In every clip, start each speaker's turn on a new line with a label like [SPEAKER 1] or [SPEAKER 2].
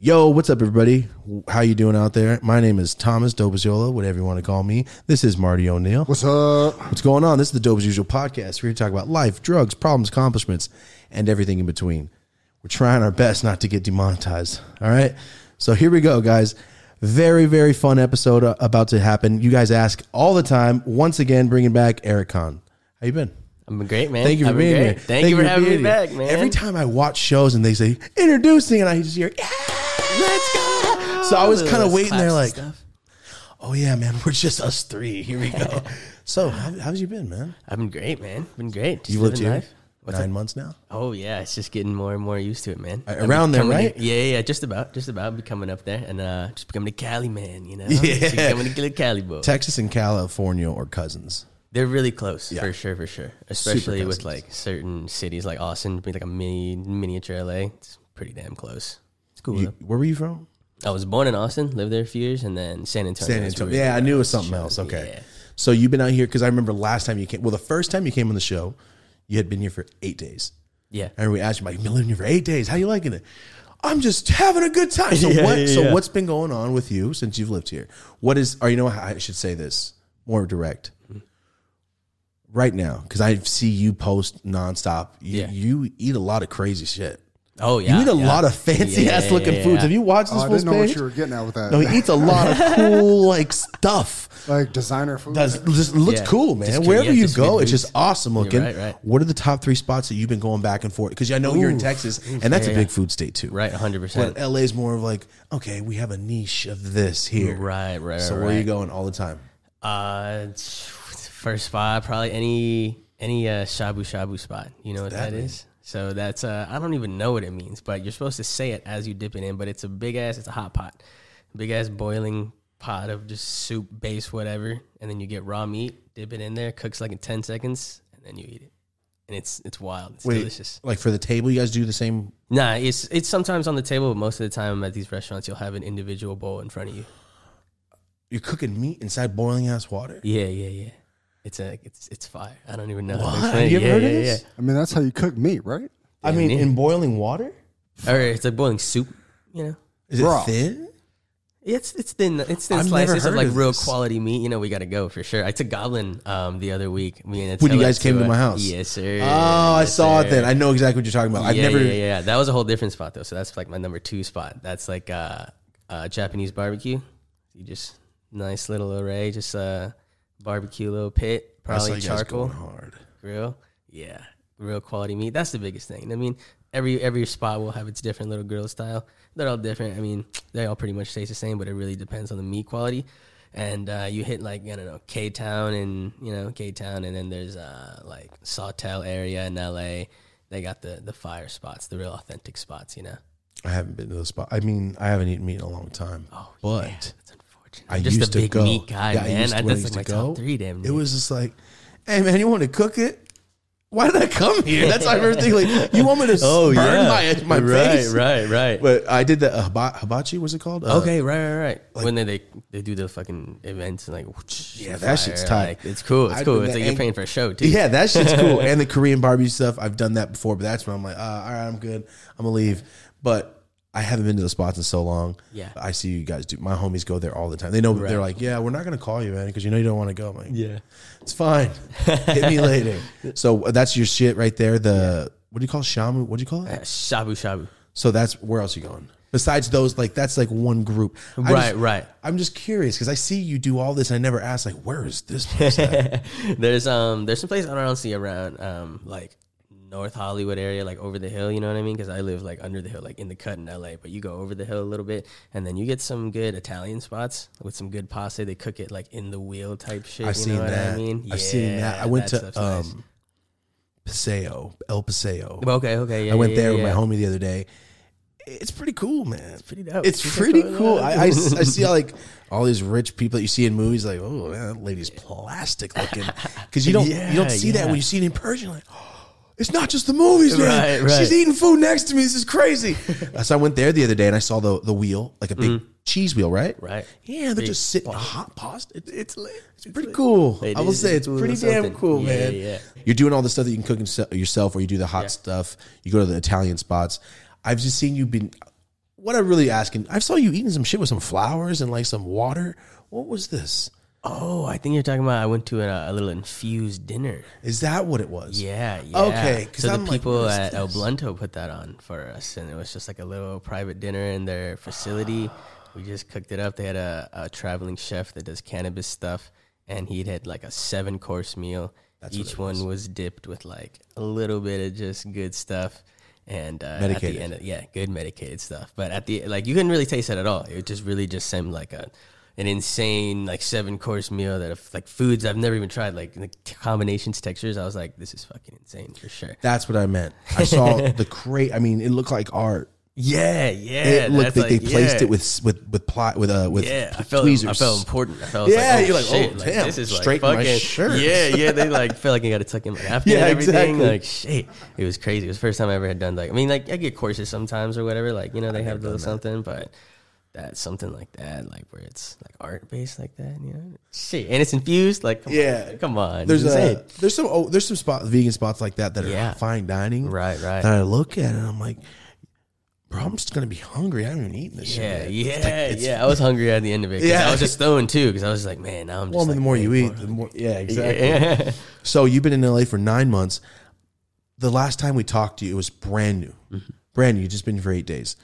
[SPEAKER 1] Yo, what's up, everybody? How you doing out there? My name is Thomas Dobaziola, whatever you want to call me. This is Marty O'Neill.
[SPEAKER 2] What's up?
[SPEAKER 1] What's going on? This is the Dope as Usual podcast. We're here to talk about life, drugs, problems, accomplishments, and everything in between. We're trying our best not to get demonetized. All right. So here we go, guys. Very, very fun episode uh, about to happen. You guys ask all the time. Once again, bringing back Eric Khan. How you been?
[SPEAKER 3] I'm great, man.
[SPEAKER 1] Thank you for
[SPEAKER 3] I'm
[SPEAKER 1] being
[SPEAKER 3] great.
[SPEAKER 1] here.
[SPEAKER 3] Thank, you for having me
[SPEAKER 1] being here.
[SPEAKER 3] back, man.
[SPEAKER 1] Every time I watch shows and they say introducing, and I just hear, yeah, let's go. So I was kind of waiting there, like, oh yeah, man, we're just us three. Here we go. so how, how's you been, man?
[SPEAKER 3] I've been great, man. Been great. Just
[SPEAKER 1] You lived
[SPEAKER 3] living
[SPEAKER 1] here
[SPEAKER 3] life.
[SPEAKER 1] nine months now.
[SPEAKER 3] Oh yeah, it's just getting more and more used to it, man.
[SPEAKER 1] Uh,
[SPEAKER 3] I'm
[SPEAKER 1] around there,
[SPEAKER 3] becoming a-
[SPEAKER 1] right?
[SPEAKER 3] yeah, yeah, yeah, just about, just about becoming up there and uh just becoming a Cali man, you know.
[SPEAKER 1] Yeah.
[SPEAKER 3] just becoming a little Cali boy.
[SPEAKER 1] Texas and California are cousins.
[SPEAKER 3] They're really close,
[SPEAKER 1] Yeah.
[SPEAKER 3] for sure, for sure. Especially with
[SPEAKER 1] cousins.
[SPEAKER 3] like certain cities like Austin, be like a mini miniature LA. It's pretty damn close. It's cool.
[SPEAKER 1] You,
[SPEAKER 3] though.
[SPEAKER 1] where were you from?
[SPEAKER 3] I was born in Austin, lived there a few years, and then San Antonio.
[SPEAKER 1] San
[SPEAKER 3] is
[SPEAKER 1] Antonio.
[SPEAKER 3] really
[SPEAKER 1] Yeah, I
[SPEAKER 3] where
[SPEAKER 1] knew it
[SPEAKER 3] was
[SPEAKER 1] was something
[SPEAKER 3] chilling.
[SPEAKER 1] else. Okay.
[SPEAKER 3] Yeah.
[SPEAKER 1] So you've been out here because I remember last time you came. Well, the first time you came on the show, you had been here for eight days.
[SPEAKER 3] Yeah.
[SPEAKER 1] And we asked you, Mike, you've been living here for eight days. How you liking it? I'm just having a good time. So what?
[SPEAKER 3] yeah,
[SPEAKER 1] So
[SPEAKER 3] yeah.
[SPEAKER 1] what's been going on with you since you've lived here? What is? Or you know, how I should say this more direct. Right now, because I see you post nonstop. You,
[SPEAKER 3] Yeah.
[SPEAKER 1] you eat a lot of crazy shit.
[SPEAKER 3] Oh yeah.
[SPEAKER 1] you eat a
[SPEAKER 3] yeah.
[SPEAKER 1] lot of fancy
[SPEAKER 3] Yeah,
[SPEAKER 1] ass looking
[SPEAKER 3] yeah,
[SPEAKER 1] foods.
[SPEAKER 3] yeah.
[SPEAKER 1] Have you watched this
[SPEAKER 2] Oh, I
[SPEAKER 1] fool's
[SPEAKER 2] didn't know
[SPEAKER 1] page?
[SPEAKER 2] what you were getting at with that.
[SPEAKER 1] No, he eats a lot of cool like stuff.
[SPEAKER 2] like designer food.
[SPEAKER 1] Does just looks
[SPEAKER 3] Yeah.
[SPEAKER 1] cool, man.
[SPEAKER 3] Just good-
[SPEAKER 1] Wherever
[SPEAKER 3] yeah,
[SPEAKER 1] you
[SPEAKER 3] just good
[SPEAKER 1] go, it's
[SPEAKER 3] foods.
[SPEAKER 1] just awesome looking.
[SPEAKER 3] right, right.
[SPEAKER 1] What are the top three spots that you've been going back and forth? Because I know you're in Texas, and that's a big food state too.
[SPEAKER 3] Right, hundred percent.
[SPEAKER 1] But LA's more of like, okay, we have a niche of this here.
[SPEAKER 3] Right, right,
[SPEAKER 1] So
[SPEAKER 3] right,
[SPEAKER 1] where are you
[SPEAKER 3] right.
[SPEAKER 1] going all the time?
[SPEAKER 3] Uh, first spot, probably any any uh, shabu shabu spot. You know what that is? So that's uh, I don't even know what it means, but you're supposed to say it as you dip it in. But it's a big ass, it's a hot pot, big ass boiling pot of just soup base whatever, and then you get raw meat, dip it in there, cooks like in ten seconds, and then you eat it. And it's it's wild, it's delicious.
[SPEAKER 1] like for the table, you guys do the same.
[SPEAKER 3] Nah, it's it's sometimes on the table, but most of the time at these restaurants, you'll have an individual bowl in front of you.
[SPEAKER 1] You're cooking meat inside boiling ass water.
[SPEAKER 3] Yeah, yeah, yeah. It's a it's it's fire. I don't even know. What?
[SPEAKER 1] What? You ever
[SPEAKER 3] yeah,
[SPEAKER 1] heard
[SPEAKER 3] yeah,
[SPEAKER 1] of this?
[SPEAKER 2] I mean, that's how you cook meat, right?
[SPEAKER 1] I mean,
[SPEAKER 3] neat.
[SPEAKER 1] in boiling water,
[SPEAKER 3] Yeah. Or it's like boiling soup. You know,
[SPEAKER 1] is it
[SPEAKER 2] Raw.
[SPEAKER 1] thin?
[SPEAKER 3] it's it's thin. It's thin
[SPEAKER 1] I've never
[SPEAKER 3] slices of
[SPEAKER 1] heard
[SPEAKER 3] like
[SPEAKER 1] of
[SPEAKER 3] real
[SPEAKER 1] this.
[SPEAKER 3] quality meat. You know, we got to go for sure. I took Goblin um the other week. Me and
[SPEAKER 1] When you
[SPEAKER 3] Attila
[SPEAKER 1] guys came to
[SPEAKER 3] a-
[SPEAKER 1] my house?
[SPEAKER 3] Yes, sir.
[SPEAKER 1] Oh, I saw it then. I know exactly what you're talking about. I've
[SPEAKER 3] yeah,
[SPEAKER 1] never.
[SPEAKER 3] yeah, yeah, yeah. That was a whole different spot though. So that's like my number two spot. That's like uh, uh Japanese barbecue. You just nice little array, just uh barbecue little pit,
[SPEAKER 1] I saw
[SPEAKER 3] probably
[SPEAKER 1] you guys
[SPEAKER 3] charcoal.
[SPEAKER 1] going hard.
[SPEAKER 3] grill. Yeah, real quality meat. That's the biggest thing. I mean, every every spot will have its different little grill style. They're all different. I mean, they all pretty much taste the same, but it really depends on the meat quality. And uh, you hit like I don't know K Town and you know K Town, and then there's uh, like Sawtell area in L.A. They got the the fire spots, the real authentic spots. You know.
[SPEAKER 1] I haven't been to the spot. I mean, I haven't eaten meat in a long time. Oh, but.
[SPEAKER 3] It's unfortunate.
[SPEAKER 1] I
[SPEAKER 3] I'm just
[SPEAKER 1] used
[SPEAKER 3] a big
[SPEAKER 1] to go.
[SPEAKER 3] meat guy,
[SPEAKER 1] Yeah, I
[SPEAKER 3] man.
[SPEAKER 1] used to-
[SPEAKER 3] I,
[SPEAKER 1] when I
[SPEAKER 3] that's
[SPEAKER 1] used
[SPEAKER 3] like my
[SPEAKER 1] to go,
[SPEAKER 3] top three, damn.
[SPEAKER 1] It was just like, hey man, you want to cook it? Why did I come here? That's how I remember thinking. Like, you want me to oh, burn my my
[SPEAKER 3] right,
[SPEAKER 1] face?
[SPEAKER 3] right, right.
[SPEAKER 1] But I did the uh, hiba- hibachi. Was it called? Uh,
[SPEAKER 3] Okay, right, right, right. when they, they they do the fucking events and like,
[SPEAKER 1] Yeah, that shit's tight.
[SPEAKER 3] Like, it's cool. It's
[SPEAKER 1] I've
[SPEAKER 3] cool.
[SPEAKER 1] been
[SPEAKER 3] It's
[SPEAKER 1] to
[SPEAKER 3] like you're
[SPEAKER 1] Ang-
[SPEAKER 3] paying for a show too.
[SPEAKER 1] Yeah, that shit's cool. and the Korean barbecue stuff, I've done that before, but that's when I'm like, uh, all right, I'm good. I'm gonna leave. But I haven't been to the spots in so long.
[SPEAKER 3] Yeah.
[SPEAKER 1] I see you guys do. My homies go there all the time. They know they're like, yeah, we're not gonna call you, man, because you know you don't want to go. I'm like,
[SPEAKER 3] yeah.
[SPEAKER 1] It's fine. Hit me later. So uh, that's your shit right there. The what do you call it? shamu? What do you call it?
[SPEAKER 3] Shabu shabu.
[SPEAKER 1] So that's where else you going? Besides those, like that's like one group. I just-
[SPEAKER 3] Right, right.
[SPEAKER 1] I'm just curious because I see you do all this and I never ask like where is this place at?
[SPEAKER 3] There's um there's some place I don't see around um like North Hollywood area, like over the hill. You know what I mean? Because I live like under the hill, like in the cut in LA. But you go over the hill a little bit, and then you get some good Italian spots with some good pasta. They cook it like in the wheel type shit.
[SPEAKER 1] I've
[SPEAKER 3] you
[SPEAKER 1] seen
[SPEAKER 3] know what
[SPEAKER 1] that.
[SPEAKER 3] I mean?
[SPEAKER 1] I've seen that. I went
[SPEAKER 3] that
[SPEAKER 1] to um
[SPEAKER 3] stuff's nice.
[SPEAKER 1] Paseo, El Paseo.
[SPEAKER 3] okay, okay. Yeah,
[SPEAKER 1] I went
[SPEAKER 3] yeah,
[SPEAKER 1] there
[SPEAKER 3] yeah,
[SPEAKER 1] with
[SPEAKER 3] yeah.
[SPEAKER 1] my homie the other day it's pretty cool, man. It's
[SPEAKER 3] pretty dope.
[SPEAKER 1] It's
[SPEAKER 3] She's like,
[SPEAKER 1] pretty
[SPEAKER 3] "Oh,
[SPEAKER 1] cool.
[SPEAKER 3] yeah."
[SPEAKER 1] I, I, I see like all these rich people that you see in movies, like, oh, man, that lady's plastic looking, because you don't you
[SPEAKER 3] Yeah,
[SPEAKER 1] don't see that
[SPEAKER 3] yeah.
[SPEAKER 1] when you see it in person. You're like, "Oh, it's not just the movies, man.
[SPEAKER 3] Right, right.
[SPEAKER 1] She's eating food next to me. This is crazy. so I went there the other day and I saw the the wheel, like a big cheese wheel, right?
[SPEAKER 3] Mm-hmm. Right.
[SPEAKER 1] Yeah, they're just sitting on hot pasta. It- it's
[SPEAKER 3] lit.
[SPEAKER 1] it's pretty cool.
[SPEAKER 3] It
[SPEAKER 1] I will
[SPEAKER 3] is-
[SPEAKER 1] say
[SPEAKER 3] it's
[SPEAKER 1] it's
[SPEAKER 3] doing
[SPEAKER 1] pretty damn
[SPEAKER 3] something.
[SPEAKER 1] cool,
[SPEAKER 3] Yeah,
[SPEAKER 1] man.
[SPEAKER 3] yeah.
[SPEAKER 1] You're doing all the stuff that you can cook yourse- yourself, or you do the hot stuff. You go to the Italian spots. I've just seen you been. What I'm really asking, I saw you eating some shit with some flowers and like some water. What was this?
[SPEAKER 3] Oh, I think you're talking about. I went to a, a little infused dinner.
[SPEAKER 1] Is that what it was?
[SPEAKER 3] Yeah. yeah.
[SPEAKER 1] Okay, 'cause
[SPEAKER 3] So
[SPEAKER 1] I'm
[SPEAKER 3] the
[SPEAKER 1] like,
[SPEAKER 3] people
[SPEAKER 1] what is
[SPEAKER 3] at El
[SPEAKER 1] this?
[SPEAKER 3] Blunto put that on for us, and it was just like a little private dinner in their
[SPEAKER 1] Ah.
[SPEAKER 3] facility. we just cooked it up. They had a, a traveling chef that does cannabis stuff, and he had like a seven course meal. Each one was. dipped with like a little bit of just good stuff. And uh, at
[SPEAKER 1] Medicated.
[SPEAKER 3] the end, of- yeah, good medicated stuff. But at the like, you couldn't really taste it at all. It just really just seemed like a an insane like seven course meal that if, like foods I've never even tried like the t- combinations textures. I was like, this is fucking insane for sure.
[SPEAKER 1] That's what I meant. I saw the crate. I mean, it looked like art.
[SPEAKER 3] Yeah, yeah.
[SPEAKER 1] It looked
[SPEAKER 3] that's
[SPEAKER 1] like they
[SPEAKER 3] like-
[SPEAKER 1] placed
[SPEAKER 3] yeah.
[SPEAKER 1] it with with with plot with uh with
[SPEAKER 3] yeah, I
[SPEAKER 1] tweezers.
[SPEAKER 3] felt I felt important. I felt I was
[SPEAKER 1] Yeah,
[SPEAKER 3] like, oh,
[SPEAKER 1] you're like,
[SPEAKER 3] shit,
[SPEAKER 1] oh,
[SPEAKER 3] like,
[SPEAKER 1] damn,
[SPEAKER 3] this is
[SPEAKER 1] straighten my
[SPEAKER 3] like fucking
[SPEAKER 1] shirt.
[SPEAKER 3] Yeah, yeah, they like felt like I got to tuck in my after
[SPEAKER 1] Yeah,
[SPEAKER 3] and everything.
[SPEAKER 1] exactly.
[SPEAKER 3] Like shit, it was crazy. It was the first time I ever had done like I mean like I get courses sometimes or whatever. Like you know they have a little something, but that's something like that, like where it's like art based like that. You know, shit, and it's infused. Like come
[SPEAKER 1] Yeah.
[SPEAKER 3] on, come on.
[SPEAKER 1] There's
[SPEAKER 3] it's insane.
[SPEAKER 1] a, there's some oh, there's some spot vegan spots like that that are
[SPEAKER 3] Yeah.
[SPEAKER 1] fine dining.
[SPEAKER 3] Right, right.
[SPEAKER 1] And I look at it and I'm like, bro, I'm just gonna be hungry. I haven't even eaten this
[SPEAKER 3] yeah,
[SPEAKER 1] shit. yet."
[SPEAKER 3] yeah, yeah. I was hungry at the end of it. 'cause
[SPEAKER 1] Yeah.
[SPEAKER 3] I was just stoned too because I was just like, man, now I'm just
[SPEAKER 1] Well, I mean,
[SPEAKER 3] like,
[SPEAKER 1] the more
[SPEAKER 3] way
[SPEAKER 1] you eat, the more yeah, exactly.
[SPEAKER 3] Yeah.
[SPEAKER 1] So you've been in LA for nine months. The last time we talked to you, it was brand new,
[SPEAKER 3] Mm-hmm.
[SPEAKER 1] brand new. You just been here for eight days.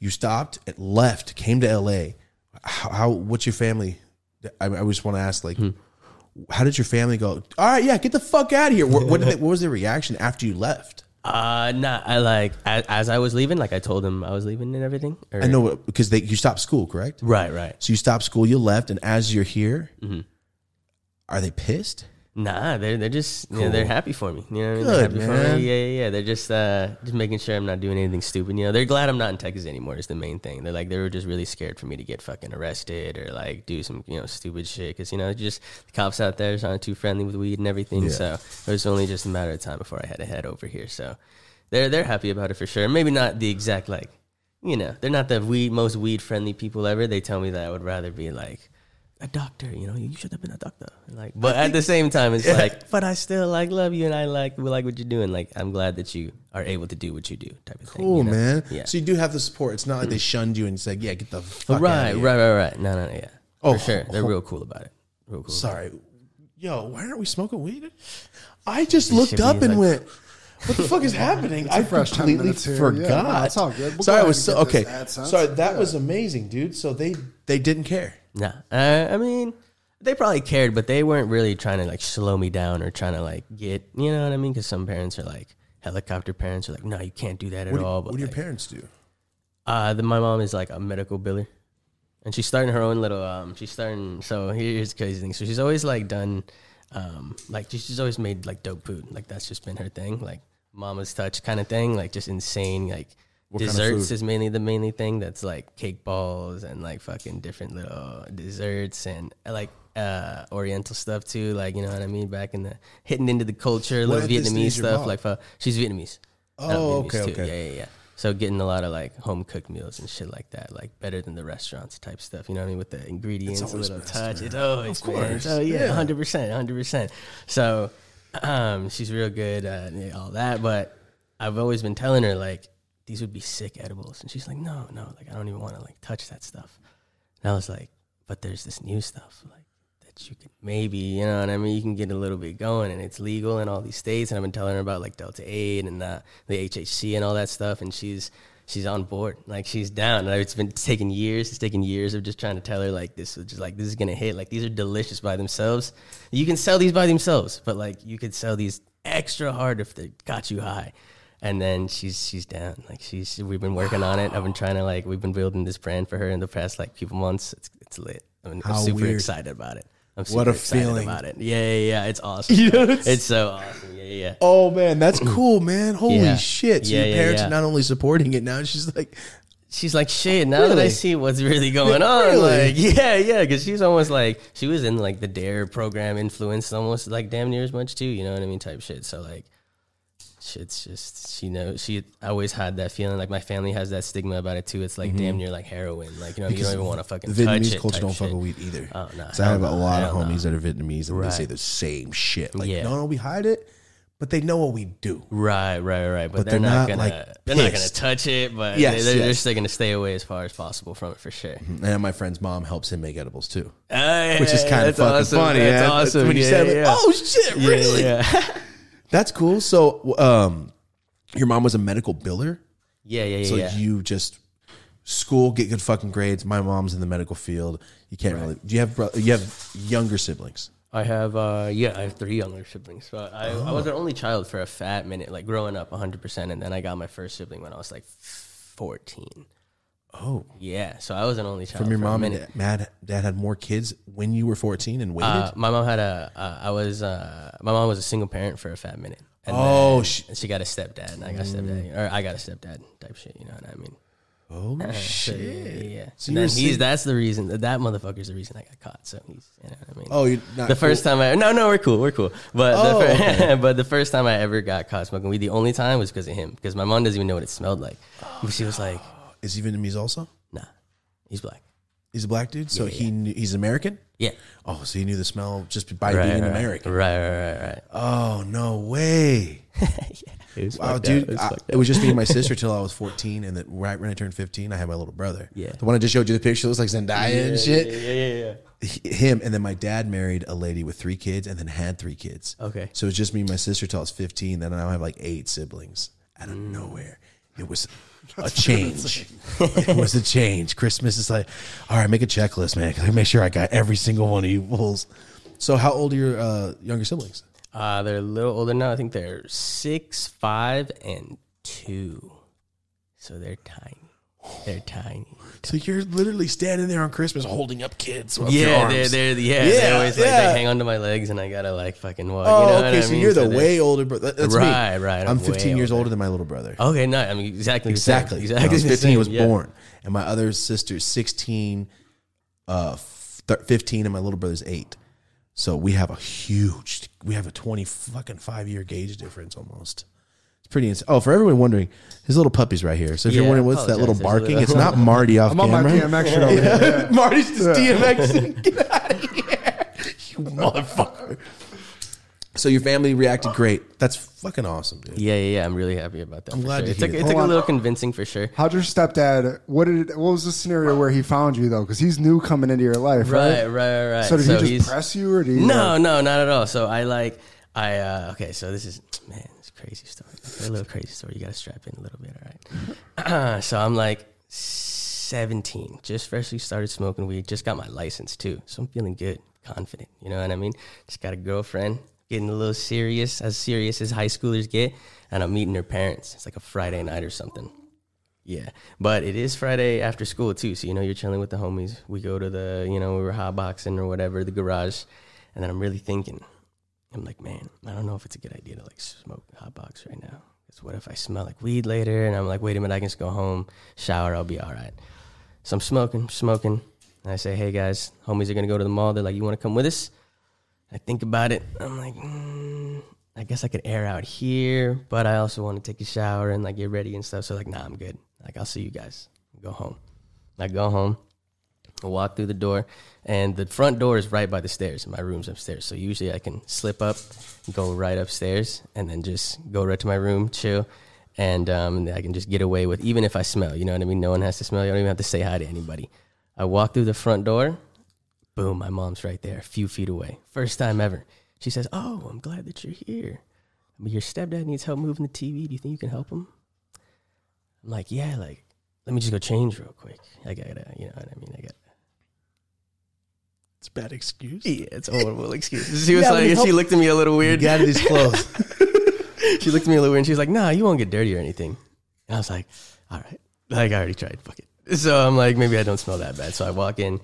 [SPEAKER 1] You stopped, and left, came to LA. How? how what's your family? I, I just want to ask, like,
[SPEAKER 3] Hmm.
[SPEAKER 1] how did your family go? All right, yeah, get the fuck out of here. What, what, did they, what was their reaction after you left?
[SPEAKER 3] Uh, nah. I like as, as I was leaving, like I told him I was leaving and everything. Or,
[SPEAKER 1] I know because they you stopped school, correct?
[SPEAKER 3] Right, right.
[SPEAKER 1] So you stopped school, you left, and as you're here, are they pissed?
[SPEAKER 3] Nah, they're they're just you know, they're happy for me. You know, what I mean?
[SPEAKER 1] Good,
[SPEAKER 3] they're happy for
[SPEAKER 1] man.
[SPEAKER 3] me. Yeah, yeah, yeah. They're just uh just making sure I'm not doing anything stupid. You know, they're glad I'm not in Texas anymore. Is the main thing. They're like they were just really scared for me to get fucking arrested or like do some you know stupid shit because you know just the cops out there aren't too friendly with weed and everything. So it was only just a matter of time before I had to head over here. So they're they're happy about it for sure. Maybe not the exact like you know they're not the weed most weed friendly people ever. They tell me that I would rather be like a doctor, you know, you should have been a doctor. Like, but at the same time, it's like, but I still like love you, and I like we like what you're doing. Like, I'm glad that you are able to do what you do, type of thing.
[SPEAKER 1] Cool,
[SPEAKER 3] you know?
[SPEAKER 1] Oh, man.
[SPEAKER 3] Yeah.
[SPEAKER 1] So you do have the support. It's not like they shunned you and said, "Yeah, get the fuck out
[SPEAKER 3] right,
[SPEAKER 1] of here."
[SPEAKER 3] right, right, right. No, no, no, yeah.
[SPEAKER 1] Oh,
[SPEAKER 3] Oh, for sure. They're
[SPEAKER 1] ho-
[SPEAKER 3] real cool about it. Real cool.
[SPEAKER 1] Sorry, yo, why aren't we smoking weed? I just looked
[SPEAKER 3] should
[SPEAKER 1] up
[SPEAKER 3] be
[SPEAKER 1] and
[SPEAKER 3] like-
[SPEAKER 1] went, "What the fuck is happening?" I
[SPEAKER 2] fresh 10
[SPEAKER 1] completely
[SPEAKER 2] minutes here. Yeah, no,
[SPEAKER 1] forgot.
[SPEAKER 2] it's all good. We'll go
[SPEAKER 1] Sorry, I
[SPEAKER 2] ahead
[SPEAKER 1] was
[SPEAKER 2] and
[SPEAKER 1] so
[SPEAKER 2] get
[SPEAKER 1] okay.
[SPEAKER 2] this ad sunset.
[SPEAKER 1] Sorry, that was amazing, dude. So they they didn't care.
[SPEAKER 3] Nah, uh, I mean, they probably cared, but they weren't really trying to like slow me down or trying to like get, you know what I mean? Because some parents are like helicopter parents are like, no, you can't do that at
[SPEAKER 1] What do,
[SPEAKER 3] all.
[SPEAKER 1] what
[SPEAKER 3] but
[SPEAKER 1] do your
[SPEAKER 3] like-
[SPEAKER 1] parents do?
[SPEAKER 3] Uh, the, my mom is like a medical biller, and she's starting her own little. Um, she's starting. So here's the crazy thing. So she's always like done, um, like she's she's always made like dope food. Like that's just been her thing. Like mama's touch kind of thing. Like just insane. Like
[SPEAKER 1] kind of
[SPEAKER 3] desserts
[SPEAKER 1] food?
[SPEAKER 3] is mainly the mainly thing. That's like cake balls and like fucking different little desserts and uh, like uh Oriental stuff too. Like you know what I mean. Back in the hitting into the culture, little
[SPEAKER 1] ethnicity is
[SPEAKER 3] Vietnamese
[SPEAKER 1] your
[SPEAKER 3] stuff.
[SPEAKER 1] mom?
[SPEAKER 3] Like fu- uh, she's Vietnamese.
[SPEAKER 1] Oh,
[SPEAKER 3] Not Vietnamese,
[SPEAKER 1] okay, okay.
[SPEAKER 3] Yeah, yeah, yeah. So getting a lot of like home cooked meals and shit like that, like better than the restaurants type stuff. You know what I mean? With the ingredients, a
[SPEAKER 1] always
[SPEAKER 3] little
[SPEAKER 1] best,
[SPEAKER 3] touch. It's always
[SPEAKER 1] Of
[SPEAKER 3] of
[SPEAKER 1] course,
[SPEAKER 3] course. Oh yeah,
[SPEAKER 1] yeah.
[SPEAKER 3] hundred percent, hundred percent. So um, she's real good at yeah, all that, but I've always been telling her like these would be sick edibles, and she's like, no, no, like I don't even want to like touch that stuff. And I was like, but there's this new stuff like that you can maybe, you know what I mean? You can get a little bit going and it's legal in all these states. And I've been telling her about like Delta 8 and the, the HHC and all that stuff. And she's, she's on board. Like she's down. And it's been taking years. It's taken years of just trying to tell her like this is just like, this is going to hit. Like these are delicious by themselves. You can sell these by themselves, but like you could sell these extra hard if they got you high and then she's she's down. Like she's we've been working on it. I've been trying to like we've been building this brand for her in the past like few months. It's it's lit. I mean, I'm
[SPEAKER 1] How
[SPEAKER 3] super
[SPEAKER 1] weird.
[SPEAKER 3] excited about it. I'm super
[SPEAKER 1] What a
[SPEAKER 3] excited
[SPEAKER 1] feeling.
[SPEAKER 3] about it. Yeah, yeah, yeah. It's awesome. bro. it's, so awesome. Yeah, yeah. yeah.
[SPEAKER 1] Oh man, that's cool, man. Holy
[SPEAKER 3] Yeah.
[SPEAKER 1] shit! So
[SPEAKER 3] Yeah,
[SPEAKER 1] your
[SPEAKER 3] yeah,
[SPEAKER 1] parents
[SPEAKER 3] yeah.
[SPEAKER 1] are not only supporting it now, she's like,
[SPEAKER 3] she's like, shit, now that I
[SPEAKER 1] Really?
[SPEAKER 3] see what's really going on, like, yeah, yeah, because she's almost like, she was in like the DARE program, influenced almost like damn near as much too, you know what I mean, type shit. So, like, shit's just, she knows, she I always had that feeling, like, my family has that stigma about it too. It's like damn near like heroin, like, you know, you don't even want to fucking
[SPEAKER 1] The
[SPEAKER 3] touch
[SPEAKER 1] Mm-hmm. Vietnamese
[SPEAKER 3] it.
[SPEAKER 1] culture
[SPEAKER 3] type
[SPEAKER 1] don't fuck
[SPEAKER 3] shit.
[SPEAKER 1] with weed either.
[SPEAKER 3] Oh, no,
[SPEAKER 1] so I have a
[SPEAKER 3] hell no,
[SPEAKER 1] lot of
[SPEAKER 3] hell no.
[SPEAKER 1] homies that are Vietnamese, and they
[SPEAKER 3] Right.
[SPEAKER 1] say the same shit. Like,
[SPEAKER 3] Yeah.
[SPEAKER 1] no, no, we hide it, but they know what we do.
[SPEAKER 3] Right, right, right. But,
[SPEAKER 1] But they're
[SPEAKER 3] they're,
[SPEAKER 1] not,
[SPEAKER 3] not, gonna
[SPEAKER 1] like,
[SPEAKER 3] they're not gonna
[SPEAKER 1] pissed.
[SPEAKER 3] touch it, but
[SPEAKER 1] Yes,
[SPEAKER 3] they, are
[SPEAKER 1] yes.
[SPEAKER 3] just they're gonna stay away as far as possible from it for sure.
[SPEAKER 1] And my friend's mom helps him make edibles too,
[SPEAKER 3] Hey,
[SPEAKER 1] which is kind of
[SPEAKER 3] that's
[SPEAKER 1] fucking
[SPEAKER 3] awesome.
[SPEAKER 1] funny.
[SPEAKER 3] That's
[SPEAKER 1] yeah.
[SPEAKER 3] awesome.
[SPEAKER 1] When you
[SPEAKER 3] yeah,
[SPEAKER 1] said, it, I'm
[SPEAKER 3] yeah.
[SPEAKER 1] like, "Oh shit,
[SPEAKER 3] Yeah,
[SPEAKER 1] really?"
[SPEAKER 3] Yeah,
[SPEAKER 1] That's cool. So, um, your mom was a medical biller.
[SPEAKER 3] yeah, yeah. yeah,
[SPEAKER 1] So
[SPEAKER 3] yeah.
[SPEAKER 1] you just school, get good fucking grades. My mom's in the medical field. You can't really. Do you have bro- you have younger siblings?
[SPEAKER 3] I have, uh, yeah, I have three younger siblings. But I, I was an
[SPEAKER 1] Oh.
[SPEAKER 3] only child for a fat minute, like growing up 100%. And then I got my first sibling when I was like 14.
[SPEAKER 1] Oh,
[SPEAKER 3] Yeah, so I was an only child.
[SPEAKER 1] from your
[SPEAKER 3] Oh, for a
[SPEAKER 1] mom and
[SPEAKER 3] minute.
[SPEAKER 1] dad, Mad- dad had more kids when you were fourteen and waited.
[SPEAKER 3] Uh, my mom had a. Uh, I was. Uh, my mom was a single parent for a fat minute. And
[SPEAKER 1] Oh,
[SPEAKER 3] then
[SPEAKER 1] sh-
[SPEAKER 3] she got a stepdad, and I got a
[SPEAKER 1] Mm.
[SPEAKER 3] stepdad, or I got a stepdad type shit. You know what I mean?
[SPEAKER 1] oh
[SPEAKER 3] So, yeah,
[SPEAKER 1] shit!
[SPEAKER 3] yeah, yeah.
[SPEAKER 1] So
[SPEAKER 3] and
[SPEAKER 1] you're
[SPEAKER 3] then he's.
[SPEAKER 1] sing-
[SPEAKER 3] That's the reason. That motherfucker's the reason I got caught. So he's. You know what I mean?
[SPEAKER 1] Oh, you're not
[SPEAKER 3] the first time I no no we're cool we're cool but
[SPEAKER 1] Oh,
[SPEAKER 3] the fir-
[SPEAKER 1] okay.
[SPEAKER 3] but the first time I ever got caught smoking weed the only time was because of him because my mom doesn't even know what it smelled like she was like
[SPEAKER 1] cool. is he Vietnamese also?
[SPEAKER 3] nah he's black
[SPEAKER 1] He's a black dude, so he knew, he's American.
[SPEAKER 3] yeah
[SPEAKER 1] Oh, so he knew the smell just by
[SPEAKER 3] right
[SPEAKER 1] being
[SPEAKER 3] right,
[SPEAKER 1] American.
[SPEAKER 3] right right right right
[SPEAKER 1] Oh no way!
[SPEAKER 3] It was
[SPEAKER 1] Wow,
[SPEAKER 3] fucked up. It
[SPEAKER 1] dude,
[SPEAKER 3] was
[SPEAKER 1] I-
[SPEAKER 3] fucked
[SPEAKER 1] it was just me and my sister till I was fourteen, and then right when I turned fifteen, I had my little brother.
[SPEAKER 3] Yeah.
[SPEAKER 1] the one I just showed you the picture looks like Zendaya and shit.
[SPEAKER 3] up. yeah yeah yeah
[SPEAKER 1] H- him and then my dad married a lady with three kids and then had three kids
[SPEAKER 3] Okay.
[SPEAKER 1] so it's just me and my sister till i was 15 then i now have like eight siblings out of
[SPEAKER 3] Mm.
[SPEAKER 1] nowhere it was a change it was a change christmas is like all right make a checklist man 'cause I make sure i got every single one of you fools so how old are your uh, younger siblings
[SPEAKER 3] Uh, they're a little older now. I think they're six, five, and two. So they're tiny. They're tiny.
[SPEAKER 1] so you're literally standing there on christmas holding up kids with your
[SPEAKER 3] Yeah,
[SPEAKER 1] arms.
[SPEAKER 3] they're, they're yeah,
[SPEAKER 1] Yeah,
[SPEAKER 3] They always like
[SPEAKER 1] yeah.
[SPEAKER 3] they hang onto my legs, and I gotta like fucking walk.
[SPEAKER 1] oh
[SPEAKER 3] you know
[SPEAKER 1] okay
[SPEAKER 3] what I
[SPEAKER 1] so
[SPEAKER 3] mean?
[SPEAKER 1] you're the
[SPEAKER 3] they're-
[SPEAKER 1] way older brother that's
[SPEAKER 3] Right,
[SPEAKER 1] me.
[SPEAKER 3] right,
[SPEAKER 1] i'm,
[SPEAKER 3] I'm
[SPEAKER 1] 15
[SPEAKER 3] way
[SPEAKER 1] years older than my little brother
[SPEAKER 3] Okay, no, I mean exactly, the same.
[SPEAKER 1] Exactly.
[SPEAKER 3] exactly.
[SPEAKER 1] When I was
[SPEAKER 3] the
[SPEAKER 1] 15,
[SPEAKER 3] same,
[SPEAKER 1] was
[SPEAKER 3] yeah.
[SPEAKER 1] born. And my other sister's 16, uh, thir 15, and my little brother's eight. So we have a huge, we have a 20 fucking five year gage difference almost. It's pretty insane. Oh, for everyone wondering, his little puppy's right here. So if you're
[SPEAKER 3] Yeah,
[SPEAKER 1] wondering what's that
[SPEAKER 3] apologize.
[SPEAKER 1] little
[SPEAKER 3] There's a
[SPEAKER 1] barking,
[SPEAKER 3] little-
[SPEAKER 1] it's not Marty off
[SPEAKER 2] I'm on
[SPEAKER 1] camera.
[SPEAKER 2] my DMX shit over here.
[SPEAKER 1] Marty's just DMXing. Get out of here, you motherfucker. So your family reacted great. That's fucking awesome, dude.
[SPEAKER 3] Yeah, yeah, yeah. I'm really happy about that. I'm
[SPEAKER 1] glad to
[SPEAKER 3] it
[SPEAKER 1] hear
[SPEAKER 3] took,
[SPEAKER 1] that.
[SPEAKER 3] it took
[SPEAKER 2] Hold
[SPEAKER 3] a
[SPEAKER 2] on.
[SPEAKER 3] little convincing for sure.
[SPEAKER 2] How'd your stepdad? What did? What was the scenario where he found you though? Because he's new coming into your life, right?
[SPEAKER 3] Right, right, right.
[SPEAKER 2] So did he
[SPEAKER 3] he's-
[SPEAKER 2] just press you, or did he?
[SPEAKER 3] No,
[SPEAKER 2] like-
[SPEAKER 3] no, not at all. So I like I uh okay, so this is man, it's a crazy story. a little crazy story. You gotta strap in a little bit, all right. so I'm like seventeen, just freshly started smoking weed, just got my license too. So I'm feeling good, confident, you know what I mean? Just got a girlfriend, getting a little serious, as serious as high schoolers get, and I'm meeting her parents. It's like a Friday night or something. Yeah, but it is Friday after school too, so you know you're chilling with the homies. We go to the, you know, we were hotboxing or whatever, the garage, and then I'm really thinking, I'm like, man, I don't know if it's a good idea to like smoke hotbox right now. Because what if I smell like weed later? And I'm like, wait a minute, I can just go home, shower, I'll be all right. So I'm smoking, smoking, and I say, hey guys, homies are gonna go to the mall. They're like, you want to come with us? I think about it. I'm like, mm, I guess I could air out here, but I also want to take a shower and like get ready and stuff. So like, nah, I'm good. Like I'll see you guys. Go home. I go home. I walk through the door, and the front door is right by the stairs. and My room's upstairs, so usually I can slip up, go right upstairs, and then just go right to my room, chill, and um, I can just get away with even if I smell. You know what I mean? No one has to smell. I don't even have to say hi to anybody. I walk through the front door, boom, my mom's right there, a few feet away. First time ever. She says, "Oh, I'm glad that you're here. I mean, your stepdad needs help moving the TV. Do you think you can help him?" I'm like, "Yeah, like, let me just go change real quick. I gotta, you know what I mean? I got."
[SPEAKER 1] It's a bad excuse.
[SPEAKER 3] Yeah, it's a horrible excuse. She was
[SPEAKER 1] Yeah, but
[SPEAKER 3] like,
[SPEAKER 1] help-
[SPEAKER 3] she looked at me a little
[SPEAKER 1] You
[SPEAKER 3] weird.
[SPEAKER 1] got these clothes.
[SPEAKER 3] She looked at me a little weird, and she was like, "Nah, you won't get dirty or anything." And I was like, "All right, like I already tried. Fuck it." So I'm like, maybe I don't smell that bad. So I walk in.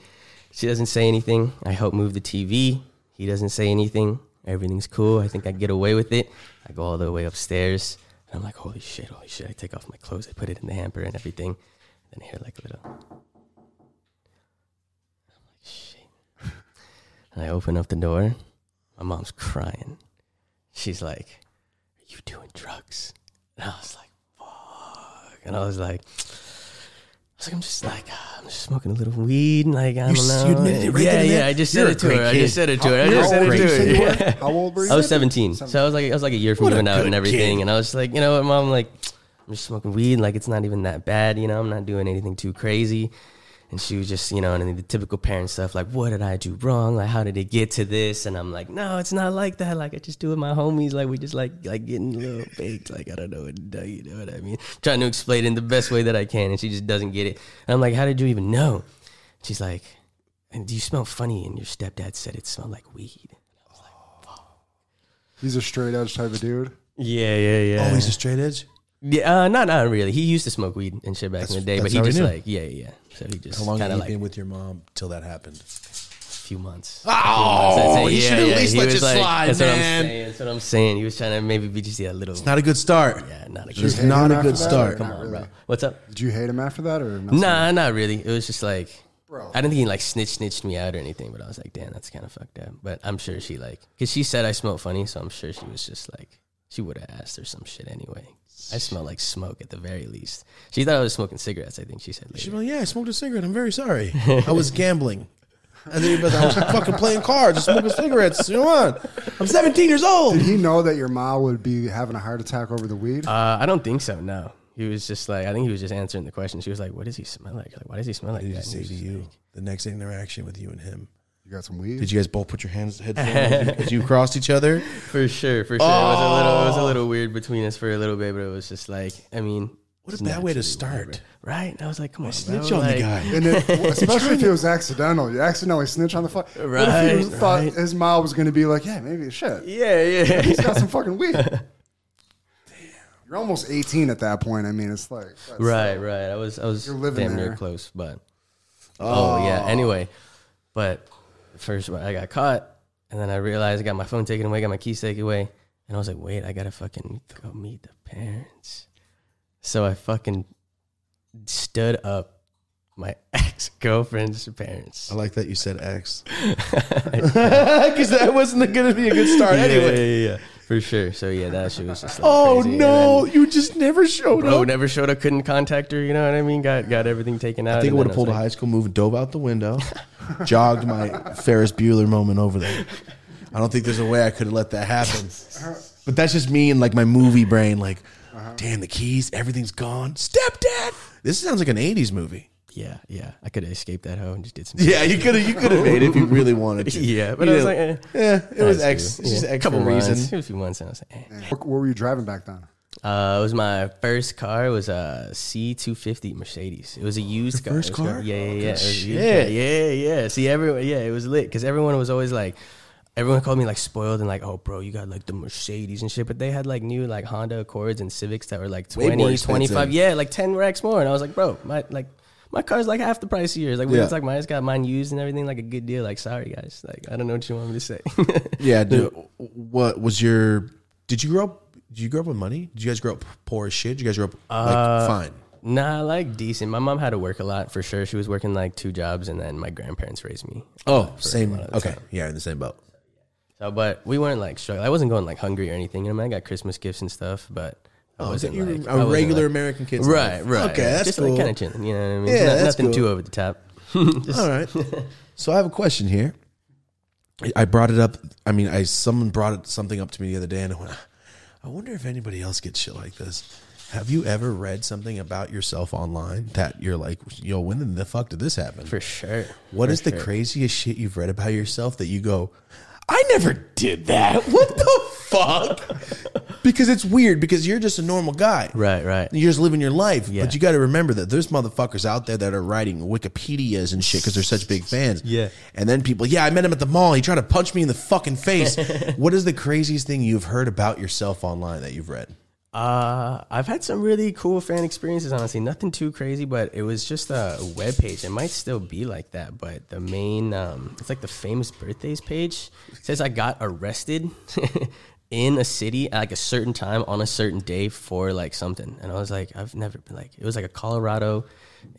[SPEAKER 3] She doesn't say anything. I help move the TV. He doesn't say anything. Everything's cool. I think I get away with it. I go all the way upstairs, and I'm like, "Holy shit! Holy shit!" I take off my clothes. I put it in the hamper and everything. and hear like a little. I'm like, shit. and I open up the door. My mom's crying. She's like, Are you doing drugs? And I was like, Fuck. And I was like, I was like, I'm just like, ah, I'm just smoking a little weed, and like I
[SPEAKER 1] You
[SPEAKER 3] don't
[SPEAKER 1] s-
[SPEAKER 3] know.
[SPEAKER 1] you admitted it right
[SPEAKER 3] yeah,
[SPEAKER 1] then and
[SPEAKER 3] yeah.
[SPEAKER 1] there?
[SPEAKER 3] I just said
[SPEAKER 1] You're a
[SPEAKER 3] it to
[SPEAKER 1] great
[SPEAKER 3] her. I
[SPEAKER 1] kid.
[SPEAKER 3] just said it to her. I
[SPEAKER 2] How
[SPEAKER 3] just said
[SPEAKER 2] old
[SPEAKER 3] it
[SPEAKER 2] were you?
[SPEAKER 3] to her.
[SPEAKER 2] So you were-
[SPEAKER 3] Yeah.
[SPEAKER 2] How old were you?
[SPEAKER 3] I was 17, so I was like, I was like a year from
[SPEAKER 1] What a
[SPEAKER 3] coming out and
[SPEAKER 1] good
[SPEAKER 3] everything,
[SPEAKER 1] kid.
[SPEAKER 3] and I was like, you know what, mom, like, I'm just smoking weed, like it's not even that bad, you know, I'm not doing anything too crazy, and she was just, you know, and the typical parent stuff, like, what did I do wrong, like, how did it get to this, and I'm like, no, it's not like that, like I just do it with my homies, like we just like like getting a little baked, like I don't know what to do, you know what I mean, trying to explain it in the best way that I can, and she just doesn't get it, and I'm like, how did you even know? She's like, and do you smell funny? And your stepdad said it smelled like weed.
[SPEAKER 2] He's a straight edge type of dude.
[SPEAKER 3] Yeah, yeah, yeah.
[SPEAKER 1] Oh, he's a straight edge.
[SPEAKER 3] Yeah, uh, not not really. He used to smoke weed and shit back in the day,
[SPEAKER 1] that's
[SPEAKER 3] but he
[SPEAKER 1] how he
[SPEAKER 3] just
[SPEAKER 1] knew.
[SPEAKER 3] like yeah, yeah. yeah. So he just
[SPEAKER 1] How long had
[SPEAKER 3] kind of
[SPEAKER 1] you
[SPEAKER 3] like
[SPEAKER 1] been with your mom till that happened?
[SPEAKER 3] a few months.
[SPEAKER 1] Oh,
[SPEAKER 3] That's it.
[SPEAKER 1] you should at least
[SPEAKER 3] he
[SPEAKER 1] let
[SPEAKER 3] was
[SPEAKER 1] it slide,
[SPEAKER 3] that's
[SPEAKER 1] man.
[SPEAKER 3] What I'm saying. That's what I'm saying. He was trying to maybe be just yeah, a little.
[SPEAKER 1] Not a good start.
[SPEAKER 3] yeah, not a
[SPEAKER 1] It's
[SPEAKER 3] good.
[SPEAKER 2] hate
[SPEAKER 1] not
[SPEAKER 2] him
[SPEAKER 1] a
[SPEAKER 2] after
[SPEAKER 1] good
[SPEAKER 2] that,
[SPEAKER 1] start.
[SPEAKER 2] or
[SPEAKER 1] Come
[SPEAKER 2] not
[SPEAKER 1] on,
[SPEAKER 2] really?
[SPEAKER 1] bro.
[SPEAKER 3] What's up?
[SPEAKER 2] Did you hate him after that or not?
[SPEAKER 3] Nah, not really. It was just like,
[SPEAKER 2] Bro.
[SPEAKER 3] I didn't think he like snitch snitched me out or anything, but I was like, damn, that's kind of fucked up. But I'm sure she like, cause she said I smelled funny, so I'm sure she was just like, she would have asked or some shit anyway. I smell like smoke at the very least. She thought I was smoking cigarettes. I think she said.
[SPEAKER 1] She'd
[SPEAKER 3] Later.
[SPEAKER 1] be like, yeah, I smoked a cigarette. I'm very sorry. I was gambling. And then you'd be like, I was fucking playing cards and smoking cigarettes. Come on. I'm 17 years old.
[SPEAKER 2] Did he know that your mom would be having a heart attack over the weed?
[SPEAKER 3] Uh, I don't think so. No, he was just like I think he was just answering the question. She was like, "What does he smell like? Like, why does he smell like
[SPEAKER 1] What did he
[SPEAKER 3] that?" And
[SPEAKER 1] say
[SPEAKER 3] he was
[SPEAKER 1] to
[SPEAKER 3] just
[SPEAKER 1] you the next interaction with you and him?
[SPEAKER 2] you got some weed?
[SPEAKER 1] Did you guys both put your hands head down as you crossed each other?
[SPEAKER 3] like- Oh. For sure, for sure. It was a little, it was a little weird between us for a little bit, but it was just like, I mean,
[SPEAKER 1] What
[SPEAKER 3] it's
[SPEAKER 1] a bad way to
[SPEAKER 3] naturally
[SPEAKER 1] start.
[SPEAKER 3] right? And I was like, "Come on,
[SPEAKER 1] Snitch
[SPEAKER 3] bro,
[SPEAKER 1] on the
[SPEAKER 3] like-
[SPEAKER 1] guy.
[SPEAKER 2] and it, especially if it was accidental, you accidentally snitch on the fuck. What if
[SPEAKER 3] Right,
[SPEAKER 2] he was, thought
[SPEAKER 3] right.
[SPEAKER 2] his mom was going to be like, yeah, maybe shit.
[SPEAKER 3] Yeah, yeah.
[SPEAKER 2] He's got some fucking weed. You're almost 18 at that point. I mean, it's like that's-
[SPEAKER 3] Right, right. I was, I was
[SPEAKER 2] You're living
[SPEAKER 3] damn near
[SPEAKER 2] there.
[SPEAKER 3] close, but oh. yeah. Anyway, but first I got caught, and then I realized I got my phone taken away, got my keys taken away, and I was like, wait, I gotta fucking go meet the parents. So I fucking stood up my ex girlfriend's parents.
[SPEAKER 1] I like that you said X. Because that wasn't going to be a good start anyway.
[SPEAKER 3] yeah, yeah, for sure. So yeah, that shit was just. Like
[SPEAKER 1] Oh,
[SPEAKER 3] crazy. And then-
[SPEAKER 1] no. You just never showed
[SPEAKER 3] Bro
[SPEAKER 1] up.
[SPEAKER 3] never showed up, couldn't contact her. You know what I mean? Got got everything taken out.
[SPEAKER 1] I think I
[SPEAKER 3] and
[SPEAKER 1] would
[SPEAKER 3] then
[SPEAKER 1] have
[SPEAKER 3] was
[SPEAKER 1] pulled a
[SPEAKER 3] like-
[SPEAKER 1] high school move, dove out the window, jogged my Ferris Bueller moment over there. I don't think there's a way I could have let that happen. But that's just me and like my movie brain. Like, damn, the keys, everything's gone. Stepdad. This sounds like an '80s movie.
[SPEAKER 3] Yeah, yeah. I could have escaped that hoe and just did some.
[SPEAKER 1] Yeah, you could have. You could have made it if you really wanted to.
[SPEAKER 3] Yeah, but
[SPEAKER 1] You
[SPEAKER 3] I was
[SPEAKER 1] know,
[SPEAKER 3] like, eh.
[SPEAKER 1] yeah, it was X.
[SPEAKER 3] That's cool.
[SPEAKER 1] It's just
[SPEAKER 3] Yeah.
[SPEAKER 1] X
[SPEAKER 3] couple
[SPEAKER 1] for a
[SPEAKER 3] months.
[SPEAKER 1] reason.
[SPEAKER 3] It was a few months, and I was like, eh.
[SPEAKER 2] What, what were you driving back then?
[SPEAKER 3] uh, it was my first car. It was a C two fifty Mercedes. It was a used car.
[SPEAKER 1] first
[SPEAKER 3] It was-
[SPEAKER 1] car?
[SPEAKER 3] Yeah, yeah, yeah. It was a used
[SPEAKER 1] shit.
[SPEAKER 3] car. Yeah, yeah. See, everyone. Yeah, it was lit because everyone was always like. Everyone called me like spoiled and like, oh, bro, you got like the Mercedes and shit. But they had like new like Honda Accords and Civics that were like
[SPEAKER 1] Way more
[SPEAKER 3] 20,
[SPEAKER 1] expensive.
[SPEAKER 3] 25. Yeah, like 10 racks more. And I was like, bro, my like my car's like half the price of yours. Like, we
[SPEAKER 1] Yeah.
[SPEAKER 3] just like, mine just got mine used and everything, like a good deal. Like, sorry, guys. Like, I don't know what you want me to say.
[SPEAKER 1] Yeah, dude. What was your? Did you grow up? Did you grow up with money? Did you guys grow up poor as shit? Did you guys grow up like fine?
[SPEAKER 3] Nah, like decent. My mom had to work a lot for sure. She was working like two jobs, and then my grandparents raised me.
[SPEAKER 1] Oh, same. Okay, yeah, in the same boat.
[SPEAKER 3] So, but we weren't like struggling. I wasn't going like hungry or anything. You know, I, mean, I got Christmas gifts and stuff, but
[SPEAKER 1] Oh,
[SPEAKER 3] I
[SPEAKER 1] so
[SPEAKER 3] wasn't
[SPEAKER 1] you were
[SPEAKER 3] like
[SPEAKER 1] a
[SPEAKER 3] I wasn't,
[SPEAKER 1] regular
[SPEAKER 3] like-
[SPEAKER 1] American kid's
[SPEAKER 3] Right,
[SPEAKER 1] life.
[SPEAKER 3] right.
[SPEAKER 1] Okay, that's
[SPEAKER 3] just
[SPEAKER 1] cool.
[SPEAKER 3] like kind of chilling. You know what I mean?
[SPEAKER 1] Yeah,
[SPEAKER 3] Yeah,
[SPEAKER 1] that's
[SPEAKER 3] nothing
[SPEAKER 1] cool.
[SPEAKER 3] too over the top. Just-
[SPEAKER 1] All right. so I have a question here. I- I brought it up. I mean, I someone brought it- something up to me the other day, and I went, I wonder if anybody else gets shit like this. Have you ever read something about yourself online that you're like, yo, when the fuck did this happen?
[SPEAKER 3] for sure.
[SPEAKER 1] What is the craziest shit you've read about yourself that you go, I never did that? What the fuck? Because it's weird because you're just a normal guy.
[SPEAKER 3] Right, right.
[SPEAKER 1] You're just living your life.
[SPEAKER 3] Yeah.
[SPEAKER 1] But you got to remember that there's motherfuckers out there that are writing Wikipedias and shit because they're such big fans.
[SPEAKER 3] Yeah.
[SPEAKER 1] And then people, yeah, I met him at the mall. He tried to punch me in the fucking face. what is the craziest thing you've heard about yourself online that you've read?
[SPEAKER 3] Uh, I've had some really cool fan experiences, honestly. Nothing too crazy, but it was just a web page. It might still be like that, but the main, um, it's like the famous birthdays page. It says I got arrested in a city at like a certain time on a certain day for like something. And I was like, I've never been like it was like a Colorado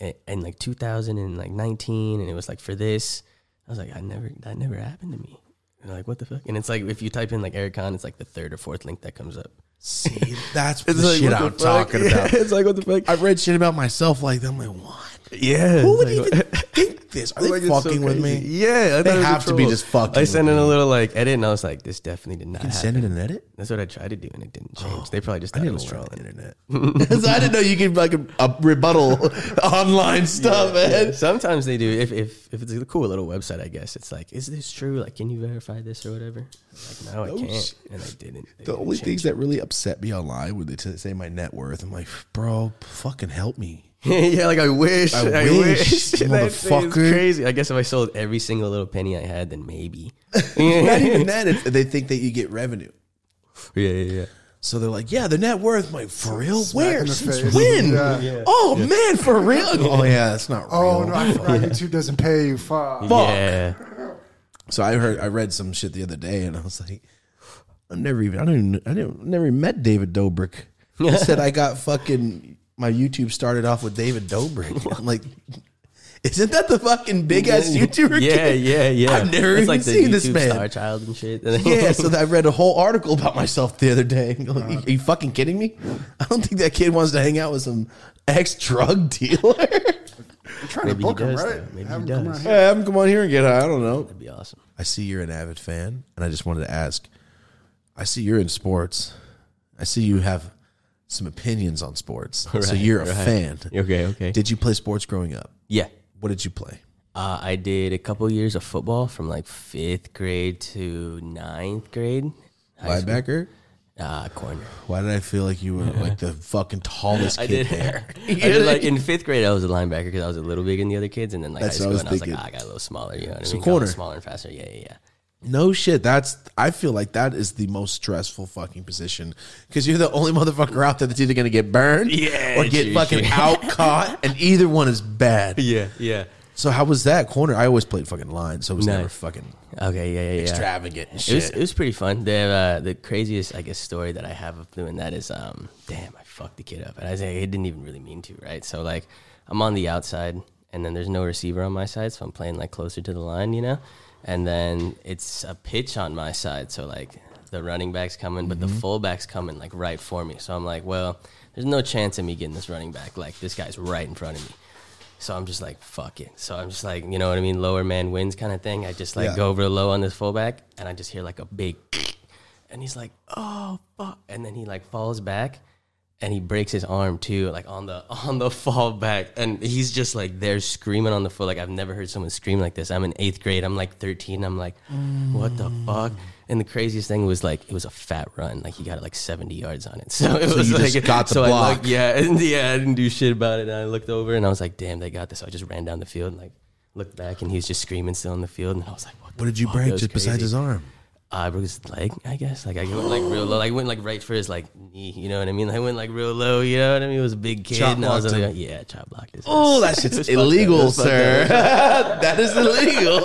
[SPEAKER 3] in, in like 2000 and like 19 and it was like for this. I was like, I never that never happened to me. And they're like, what the fuck? And it's like if you type in like Eric Khan, it's like the third or fourth link that comes up.
[SPEAKER 1] See, that's the
[SPEAKER 3] like,
[SPEAKER 1] shit
[SPEAKER 3] what the
[SPEAKER 1] I'm
[SPEAKER 3] fuck?
[SPEAKER 1] talking about.
[SPEAKER 3] it's like what the fuck?
[SPEAKER 1] I've read shit about myself like that. I'm like, what?
[SPEAKER 3] yeah.
[SPEAKER 1] Who would
[SPEAKER 3] it's like,
[SPEAKER 1] even think this? Are they
[SPEAKER 3] Like, it's so
[SPEAKER 1] fucking with
[SPEAKER 3] crazy.
[SPEAKER 1] me?
[SPEAKER 3] Yeah, I
[SPEAKER 1] They
[SPEAKER 3] thought it was a
[SPEAKER 1] have to be
[SPEAKER 3] troll.
[SPEAKER 1] just fucking
[SPEAKER 3] I sent
[SPEAKER 1] with
[SPEAKER 3] in a
[SPEAKER 1] me.
[SPEAKER 3] little like edit, and I was like, "This definitely did not happen."
[SPEAKER 1] Send it an edit.
[SPEAKER 3] That's what I tried to do, and it didn't change. they probably just
[SPEAKER 1] I
[SPEAKER 3] thought
[SPEAKER 1] didn't
[SPEAKER 3] it was
[SPEAKER 1] know
[SPEAKER 3] trolling.
[SPEAKER 1] the internet. so I didn't know you could like a, a rebuttal online stuff, man.
[SPEAKER 3] Sometimes they do. If, if if it's a cool little website, I guess it's like, "Is this true? Like, can you verify this or whatever?" I'm Like, no, I
[SPEAKER 1] No
[SPEAKER 3] can't,
[SPEAKER 1] shit.
[SPEAKER 3] and I didn't. They
[SPEAKER 1] The
[SPEAKER 3] didn't
[SPEAKER 1] only
[SPEAKER 3] change
[SPEAKER 1] things that really upset me online when they t- say my net worth, I'm like, bro, fucking help me.
[SPEAKER 3] it. yeah, like I wish,
[SPEAKER 1] I
[SPEAKER 3] I,
[SPEAKER 1] wish,
[SPEAKER 3] wish, That shit is
[SPEAKER 1] motherfucker.
[SPEAKER 3] Crazy. I guess if I sold every single little penny I had, then maybe.
[SPEAKER 1] Not
[SPEAKER 3] yeah,
[SPEAKER 1] even that. If they think that you get revenue.
[SPEAKER 3] yeah, yeah.
[SPEAKER 1] So they're like, yeah, the net worth. I'm like, for real?
[SPEAKER 2] Smack
[SPEAKER 1] Where?
[SPEAKER 2] in the
[SPEAKER 1] Since
[SPEAKER 2] face.
[SPEAKER 1] when?
[SPEAKER 2] Yeah.
[SPEAKER 1] Oh, man, for real? Oh, yeah, that's not
[SPEAKER 2] Oh
[SPEAKER 1] real.
[SPEAKER 2] no, I forgot YouTube doesn't pay you. Fuck.
[SPEAKER 1] Fuck.
[SPEAKER 3] Yeah.
[SPEAKER 1] So I heard, I read some shit the other day and I was like, I've never even, I didn't, I didn't, never even met David Dobrik. I said, I got fucking, my YouTube started off with David Dobrik. I'm like, isn't that the fucking big ass YouTuber?
[SPEAKER 3] Yeah,
[SPEAKER 1] kid?
[SPEAKER 3] yeah, yeah.
[SPEAKER 1] I've never
[SPEAKER 3] It's
[SPEAKER 1] even
[SPEAKER 3] like the
[SPEAKER 1] seen this
[SPEAKER 3] YouTube
[SPEAKER 1] man.
[SPEAKER 3] Star child and shit.
[SPEAKER 1] Yeah, so I read a whole article about myself the other day. Are you, are you fucking kidding me? I don't think that kid wants to hang out with some ex drug dealer.
[SPEAKER 2] I'm trying
[SPEAKER 3] Maybe
[SPEAKER 2] to
[SPEAKER 3] he
[SPEAKER 2] book him,
[SPEAKER 3] does,
[SPEAKER 2] right?
[SPEAKER 3] though. Maybe
[SPEAKER 2] Have
[SPEAKER 3] he
[SPEAKER 2] him come
[SPEAKER 3] does.
[SPEAKER 2] around here.
[SPEAKER 1] hey, have him come on here and get high. I don't know.
[SPEAKER 3] that'd be awesome.
[SPEAKER 1] I see you're an avid fan, and I just wanted to ask. I see you're in sports. I see you have some opinions on sports. so
[SPEAKER 3] Right,
[SPEAKER 1] you're a
[SPEAKER 3] right.
[SPEAKER 1] fan.
[SPEAKER 3] Okay, okay.
[SPEAKER 1] Did you play sports growing up?
[SPEAKER 3] Yeah,
[SPEAKER 1] What did you play?
[SPEAKER 3] uh, I did a couple years of football from like fifth grade to ninth grade. High school.
[SPEAKER 1] Linebacker?
[SPEAKER 3] Uh, corner.
[SPEAKER 1] Why did I feel like you were like the fucking tallest kid
[SPEAKER 3] I did
[SPEAKER 1] there?
[SPEAKER 3] hair. I did, like in fifth grade, I was a linebacker because I was a little bigger than the other kids, and then like
[SPEAKER 1] That's
[SPEAKER 3] high school,
[SPEAKER 1] what I
[SPEAKER 3] and I
[SPEAKER 1] was
[SPEAKER 3] was like,
[SPEAKER 1] thinking.
[SPEAKER 3] ah, I got a little smaller. You know what I mean? Got a
[SPEAKER 1] corner.
[SPEAKER 3] little smaller and faster. Yeah, yeah, yeah.
[SPEAKER 1] No shit. That's I feel like that is the most stressful fucking position because you're the only motherfucker out there that's either gonna get burned,
[SPEAKER 3] Yeah,
[SPEAKER 1] or get
[SPEAKER 3] true,
[SPEAKER 1] fucking
[SPEAKER 3] true.
[SPEAKER 1] out caught, and either one is bad.
[SPEAKER 3] Yeah, yeah.
[SPEAKER 1] So how was that corner? I always played fucking line, so it was
[SPEAKER 3] Nice.
[SPEAKER 1] never fucking
[SPEAKER 3] Okay, yeah, yeah, yeah.
[SPEAKER 1] extravagant and
[SPEAKER 3] It was,
[SPEAKER 1] shit.
[SPEAKER 3] it was pretty fun. The uh, the craziest, I guess, story that I have of doing that is, um, damn, I fucked the kid up, and I was like, I didn't even really mean to, right? So like, I'm on the outside, and then there's no receiver on my side, so I'm playing like closer to the line, you know, and then it's a pitch on my side, so like the running back's coming, but the
[SPEAKER 1] Mm-hmm.
[SPEAKER 3] fullback's coming like right for me, so I'm like, well, there's no chance of me getting this running back. Like this guy's right in front of me. So I'm just like, fuck it. So I'm just like, you know what I mean? Lower man wins kind of thing. I just like
[SPEAKER 1] Yeah.
[SPEAKER 3] go over the low on this fullback and I just hear like a big and he's like, oh fuck. And then he like falls back and he breaks his arm too, like on the on the fall back. And he's just like there screaming on the floor. Like I've never heard someone scream like this. I'm in eighth grade. I'm like 13. I'm like, what the fuck? And the craziest thing was like it was a fat run. Like he got like 70 yards on it. So it was
[SPEAKER 1] you
[SPEAKER 3] like
[SPEAKER 1] just got the
[SPEAKER 3] so I
[SPEAKER 1] block.
[SPEAKER 3] looked- yeah, and yeah, I didn't do shit about it. And I looked over and I was like, damn, they got this. So I just ran down the field and like looked back and he was just screaming still on the field. And I was like, what, the
[SPEAKER 1] what did you
[SPEAKER 3] fuck?
[SPEAKER 1] break
[SPEAKER 3] That was
[SPEAKER 1] just besides
[SPEAKER 3] crazy.
[SPEAKER 1] his arm?
[SPEAKER 3] I broke his leg, I guess. Like I went like real low. Like went like right for his like knee. You know what I mean? I went like real low. You know what I mean? It was a big kid.
[SPEAKER 1] Chop
[SPEAKER 3] and I was
[SPEAKER 1] blocked
[SPEAKER 3] like, yeah, chop blocked his.
[SPEAKER 1] Oh,
[SPEAKER 3] ass.
[SPEAKER 1] that shit's
[SPEAKER 3] fucked up. It
[SPEAKER 1] illegal,
[SPEAKER 3] was fucked
[SPEAKER 1] sir. that is illegal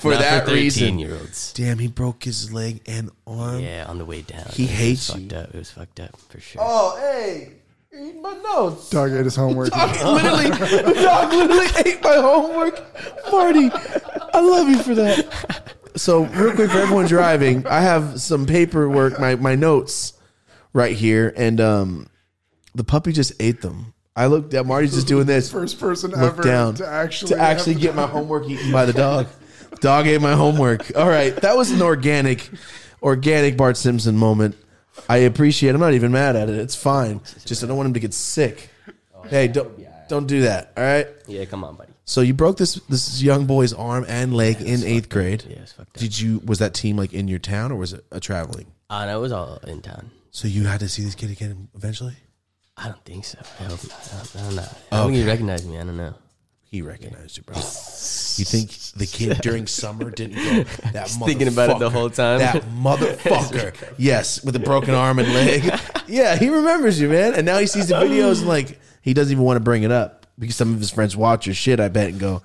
[SPEAKER 1] for
[SPEAKER 3] Not
[SPEAKER 1] that
[SPEAKER 3] for
[SPEAKER 1] reason.
[SPEAKER 3] year olds.
[SPEAKER 1] Damn, he broke his leg and arm.
[SPEAKER 3] Yeah, on the way down.
[SPEAKER 1] He
[SPEAKER 3] It was
[SPEAKER 1] hates
[SPEAKER 3] fucked
[SPEAKER 1] you.
[SPEAKER 3] up. It was fucked up for sure.
[SPEAKER 1] Oh, hey, eat my notes.
[SPEAKER 2] Dog ate his homework.
[SPEAKER 1] Dog literally, dog literally ate my homework. Marty, I love you for that. So, real quick for everyone driving, I have some paperwork, my my notes right here, and um, the puppy just ate them. I looked at Marty's just doing this.
[SPEAKER 2] First person
[SPEAKER 1] Look
[SPEAKER 2] ever
[SPEAKER 1] down
[SPEAKER 2] to actually
[SPEAKER 1] to actually
[SPEAKER 2] have-
[SPEAKER 1] get my homework eaten by the dog. Dog ate my homework. All right, that was an organic, organic Bart Simpson moment. I appreciate. I'm not even mad at it. It's fine. Just I don't want him to get sick. Hey, don't don't do that. All right.
[SPEAKER 3] Yeah, come on, buddy.
[SPEAKER 1] So you broke this this young boy's arm and leg in eighth grade.
[SPEAKER 3] Yeah, it's fucked up.
[SPEAKER 1] Did you was that team like in your town or was it a traveling?
[SPEAKER 3] Uh, and I was all in town.
[SPEAKER 1] So you had to see this kid again eventually.
[SPEAKER 3] I don't think so. I hope not. I don't, I don't know. I don't think he recognized me. I don't know.
[SPEAKER 1] He recognized you, bro. You think the kid during summer didn't go? That motherfucker.
[SPEAKER 3] thinking about it the whole time.
[SPEAKER 1] That motherfucker. yes, with a broken arm and leg. Yeah, he remembers you, man. And now he sees the videos and like he doesn't even want to bring it up because some of his friends watch your shit. I bet and go,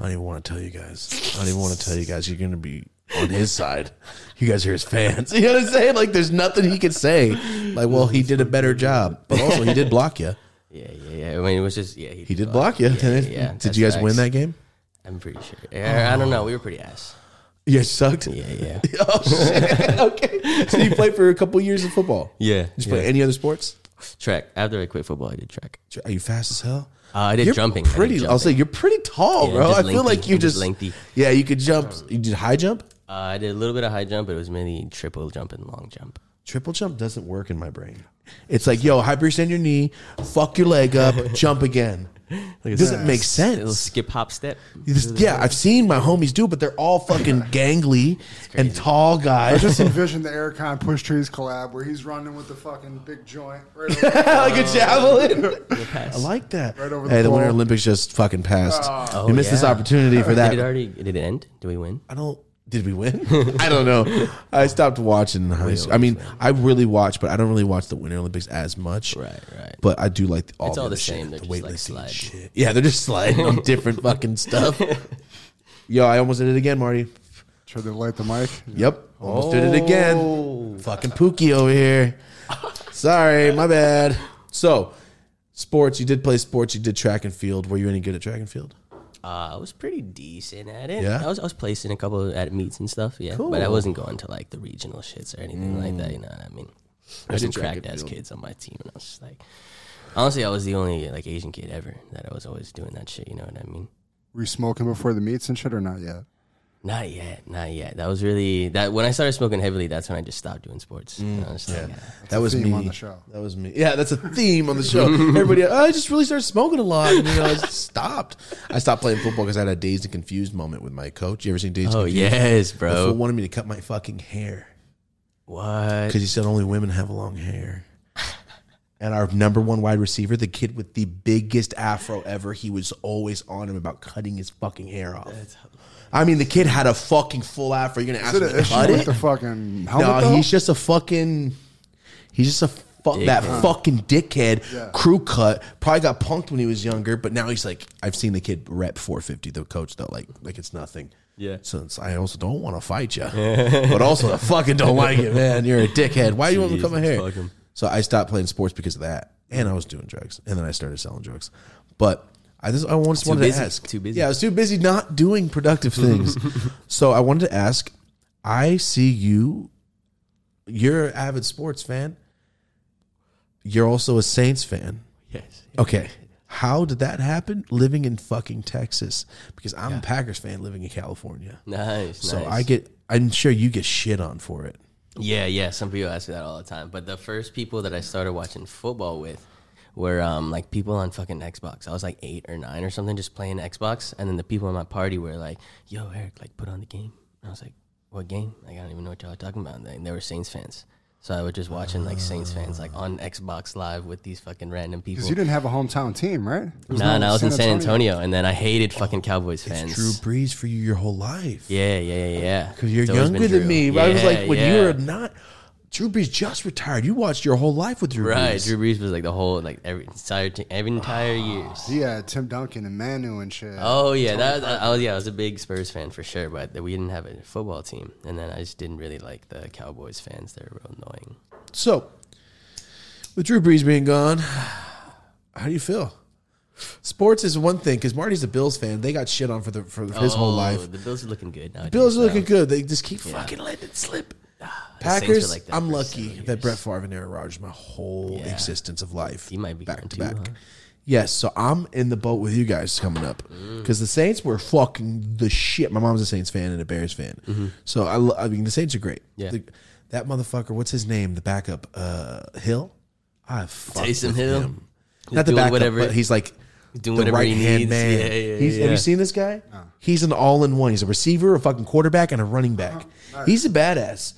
[SPEAKER 1] I don't even want to tell you guys. I don't even want to tell you guys. You're gonna be on his side. You guys are his fans. You know what I'm saying? Like, there's nothing he could say. Like, well, he did a better job, but also he did block you.
[SPEAKER 3] Yeah, yeah, yeah. I mean, it was just yeah.
[SPEAKER 1] He did block you.
[SPEAKER 3] Yeah,
[SPEAKER 1] Didn't
[SPEAKER 3] yeah,
[SPEAKER 1] it?
[SPEAKER 3] yeah.
[SPEAKER 1] did
[SPEAKER 3] That's
[SPEAKER 1] you guys
[SPEAKER 3] facts.
[SPEAKER 1] win that game?
[SPEAKER 3] I'm pretty sure. Yeah, I don't know. We were pretty ass.
[SPEAKER 1] You guys sucked.
[SPEAKER 3] Yeah, yeah,
[SPEAKER 1] Oh shit. okay. So you played for a couple years of football.
[SPEAKER 3] yeah.
[SPEAKER 1] Did you play any other sports?
[SPEAKER 3] Track. After I quit football, I did track.
[SPEAKER 1] Are you fast as hell?
[SPEAKER 3] Uh, I did
[SPEAKER 1] you're
[SPEAKER 3] jumping. I did
[SPEAKER 1] Pretty. I'll
[SPEAKER 3] jumping.
[SPEAKER 1] say you're pretty tall,
[SPEAKER 3] Yeah,
[SPEAKER 1] bro.
[SPEAKER 3] just
[SPEAKER 1] I feel
[SPEAKER 3] lanky.
[SPEAKER 1] like you
[SPEAKER 3] I'm
[SPEAKER 1] just,
[SPEAKER 3] just lanky.
[SPEAKER 1] Yeah, you could jump. You did high jump.
[SPEAKER 3] Uh, I did a little bit of high jump, but it was mainly triple jump and long jump.
[SPEAKER 1] Triple jump doesn't work in my brain. It's like, yo, hyperextend your knee, fuck your leg up, jump again. It doesn't make
[SPEAKER 3] It'll
[SPEAKER 1] sense.
[SPEAKER 3] skip, hop, step.
[SPEAKER 1] This- yeah, I've seen my homies do, it, but they're all fucking gangly and tall guys.
[SPEAKER 2] Just envision the Aircon Push Trees collab where he's running with the fucking big joint right over
[SPEAKER 1] like a javelin.
[SPEAKER 3] Pass.
[SPEAKER 1] I like that.
[SPEAKER 2] Right over the
[SPEAKER 1] hey, the Winter
[SPEAKER 2] ball.
[SPEAKER 1] Olympics just fucking passed.
[SPEAKER 3] Oh,
[SPEAKER 1] we missed this
[SPEAKER 3] yeah.
[SPEAKER 1] opportunity for
[SPEAKER 3] Did it
[SPEAKER 1] that.
[SPEAKER 3] already? Did it end? Do we win?
[SPEAKER 1] I don't. Did we win? I don't know. I stopped watching in high school. I mean, I really watch, but I don't really watch the Winter Olympics as much.
[SPEAKER 3] Right, right.
[SPEAKER 1] But I do like the, all
[SPEAKER 3] It's
[SPEAKER 1] the,
[SPEAKER 3] all
[SPEAKER 1] other
[SPEAKER 3] the same.
[SPEAKER 1] Shit, the
[SPEAKER 3] They're just, like,
[SPEAKER 1] weightlifting
[SPEAKER 3] sliding.
[SPEAKER 1] shit. Yeah, they're just sliding on different fucking stuff. Yo, I almost did it again, Marty.
[SPEAKER 2] Try to light the mic.
[SPEAKER 1] Yep, almost did it again.
[SPEAKER 2] Oh.
[SPEAKER 1] Fucking Pookie over here. Sorry, my bad. So, sports. You did play sports. You did track and field. Were you any good at track and field?
[SPEAKER 3] Uh, I was pretty decent at it.
[SPEAKER 1] Yeah?
[SPEAKER 3] I was I was placing a couple at meets and stuff. Yeah, but I wasn't going to like the regional shits or anything like that. You know what I mean? There's some
[SPEAKER 1] Mm. did track
[SPEAKER 3] cracked
[SPEAKER 1] and
[SPEAKER 3] ass
[SPEAKER 1] field.
[SPEAKER 3] kids on my team, and I was just like, honestly, I was the only like Asian kid ever that I was always doing that shit. You know what I mean?
[SPEAKER 2] Were you smoking before the meets and shit or not yet?
[SPEAKER 3] Not yet, not yet. That was really that when I started smoking heavily. That's when I just stopped doing sports.
[SPEAKER 1] Mm.
[SPEAKER 3] And I was just like, yeah.
[SPEAKER 1] that was
[SPEAKER 2] theme
[SPEAKER 1] me
[SPEAKER 2] on the show.
[SPEAKER 1] That was me. Yeah, that's a theme on the show. Everybody, "Oh, I just really started smoking a lot, and you know, I just stopped. I stopped playing football because I had a dazed and confused moment with my coach. You ever seen dazed?
[SPEAKER 3] Oh
[SPEAKER 1] and
[SPEAKER 3] yes,
[SPEAKER 1] confused? The fool
[SPEAKER 3] bro.
[SPEAKER 1] wanted me to cut my fucking hair
[SPEAKER 3] What?
[SPEAKER 1] because he said only women have long hair. And our number one wide receiver, the kid with the biggest afro ever, he was always on him about cutting his fucking hair off. I mean, the kid had a fucking full afro. You're gonna ask
[SPEAKER 2] Is
[SPEAKER 1] him
[SPEAKER 2] it an
[SPEAKER 1] to
[SPEAKER 2] issue
[SPEAKER 1] cut
[SPEAKER 2] with
[SPEAKER 1] it?
[SPEAKER 2] the fucking
[SPEAKER 1] No,
[SPEAKER 2] helmet? though?
[SPEAKER 1] he's just a fucking. He's just a fuck that fucking dickhead. Crew cut. Probably got punked when he was younger, but now he's like, I've seen the kid rep 450. The coach though, like, like it's nothing.
[SPEAKER 3] Yeah.
[SPEAKER 1] Since I also don't want to fight you, but also I fucking don't like it, man. You're a dickhead. Why do you want me to
[SPEAKER 3] Jesus,
[SPEAKER 1] come in here?
[SPEAKER 3] fuck him.
[SPEAKER 1] So I stopped playing sports because of that, and I was doing drugs, and then I started selling drugs. But I just I just wanted
[SPEAKER 3] busy.
[SPEAKER 1] to ask.
[SPEAKER 3] Too busy.
[SPEAKER 1] Yeah, I was too busy not doing productive things. so I wanted to ask. I see you. You're an avid sports fan. You're also a Saints fan.
[SPEAKER 3] Yes.
[SPEAKER 1] Okay. How did that happen? Living in fucking Texas, because I'm a Packers fan living in California.
[SPEAKER 3] Nice.
[SPEAKER 1] So
[SPEAKER 3] nice.
[SPEAKER 1] I get. I'm sure you get shit on for it.
[SPEAKER 3] Yeah, yeah. Some people ask me that all the time. But the first people that I started watching football with were um, like people on fucking Xbox. I was like eight or nine or something, just playing Xbox. And then the people in my party were like, "Yo, Eric, like put on the game." And I was like, "What game?" Like I don't even know what y'all are talking about. And they- they were Saints fans, so I was just watching like Saints fans like on Xbox Live with these fucking random people.
[SPEAKER 2] Because you didn't have a hometown team, right?
[SPEAKER 3] Nah, and I was in San Antonio, and then I hated fucking Cowboys fans.
[SPEAKER 1] Drew Brees for you your whole life.
[SPEAKER 3] Yeah, yeah, yeah, yeah.
[SPEAKER 1] Because you're younger than me. But I was like, when you were not, Drew Brees just retired. You watched your whole life with Drew
[SPEAKER 3] right,
[SPEAKER 1] Brees.
[SPEAKER 3] Drew Brees was like the whole like every entire t- every entire
[SPEAKER 1] Ah,
[SPEAKER 3] years.
[SPEAKER 2] Yeah, Tim Duncan and Manu and shit.
[SPEAKER 3] Oh yeah, that I was yeah, I was a big Spurs fan for sure, but we didn't have a football team, and then I just didn't really like the Cowboys fans. They're real annoying.
[SPEAKER 1] So, with Drew Brees being gone, how do you feel? Sports is one thing because Marty's a Bills fan. They got shit on for the for his whole
[SPEAKER 3] Oh,
[SPEAKER 1] life.
[SPEAKER 3] the Bills are looking good now.
[SPEAKER 1] Bills are looking good. They just keep fucking letting it slip.
[SPEAKER 3] Ah, Saints were
[SPEAKER 1] Packers.
[SPEAKER 3] like that
[SPEAKER 1] I'm
[SPEAKER 3] for
[SPEAKER 1] lucky
[SPEAKER 3] several
[SPEAKER 1] that
[SPEAKER 3] years.
[SPEAKER 1] Brett Favre and Aaron Rodgers my whole
[SPEAKER 3] Yeah.
[SPEAKER 1] existence of life.
[SPEAKER 3] He might be
[SPEAKER 1] back
[SPEAKER 3] gone
[SPEAKER 1] to
[SPEAKER 3] too,
[SPEAKER 1] back.
[SPEAKER 3] huh?
[SPEAKER 1] Yes, so I'm in the boat with you guys coming up
[SPEAKER 3] Mm.
[SPEAKER 1] because the Saints were fucking the shit. My mom's a Saints fan and a Bears fan, so I, lo- I mean the Saints are great.
[SPEAKER 3] Mm-hmm. Yeah.
[SPEAKER 1] The- that motherfucker, what's his name? The backup, uh, Hill. I fucked
[SPEAKER 3] Taysom
[SPEAKER 1] with
[SPEAKER 3] Hill?
[SPEAKER 1] him.
[SPEAKER 3] He's
[SPEAKER 1] Not the
[SPEAKER 3] doing
[SPEAKER 1] backup,
[SPEAKER 3] whatever-
[SPEAKER 1] but he's like
[SPEAKER 3] doing
[SPEAKER 1] the
[SPEAKER 3] whatever
[SPEAKER 1] right
[SPEAKER 3] he
[SPEAKER 1] hand
[SPEAKER 3] needs.
[SPEAKER 1] man.
[SPEAKER 3] Yeah, yeah,
[SPEAKER 1] he's, Have
[SPEAKER 3] yeah.
[SPEAKER 1] you seen this guy? He's an all in one. He's a receiver, a fucking quarterback, and a running back. He's a badass.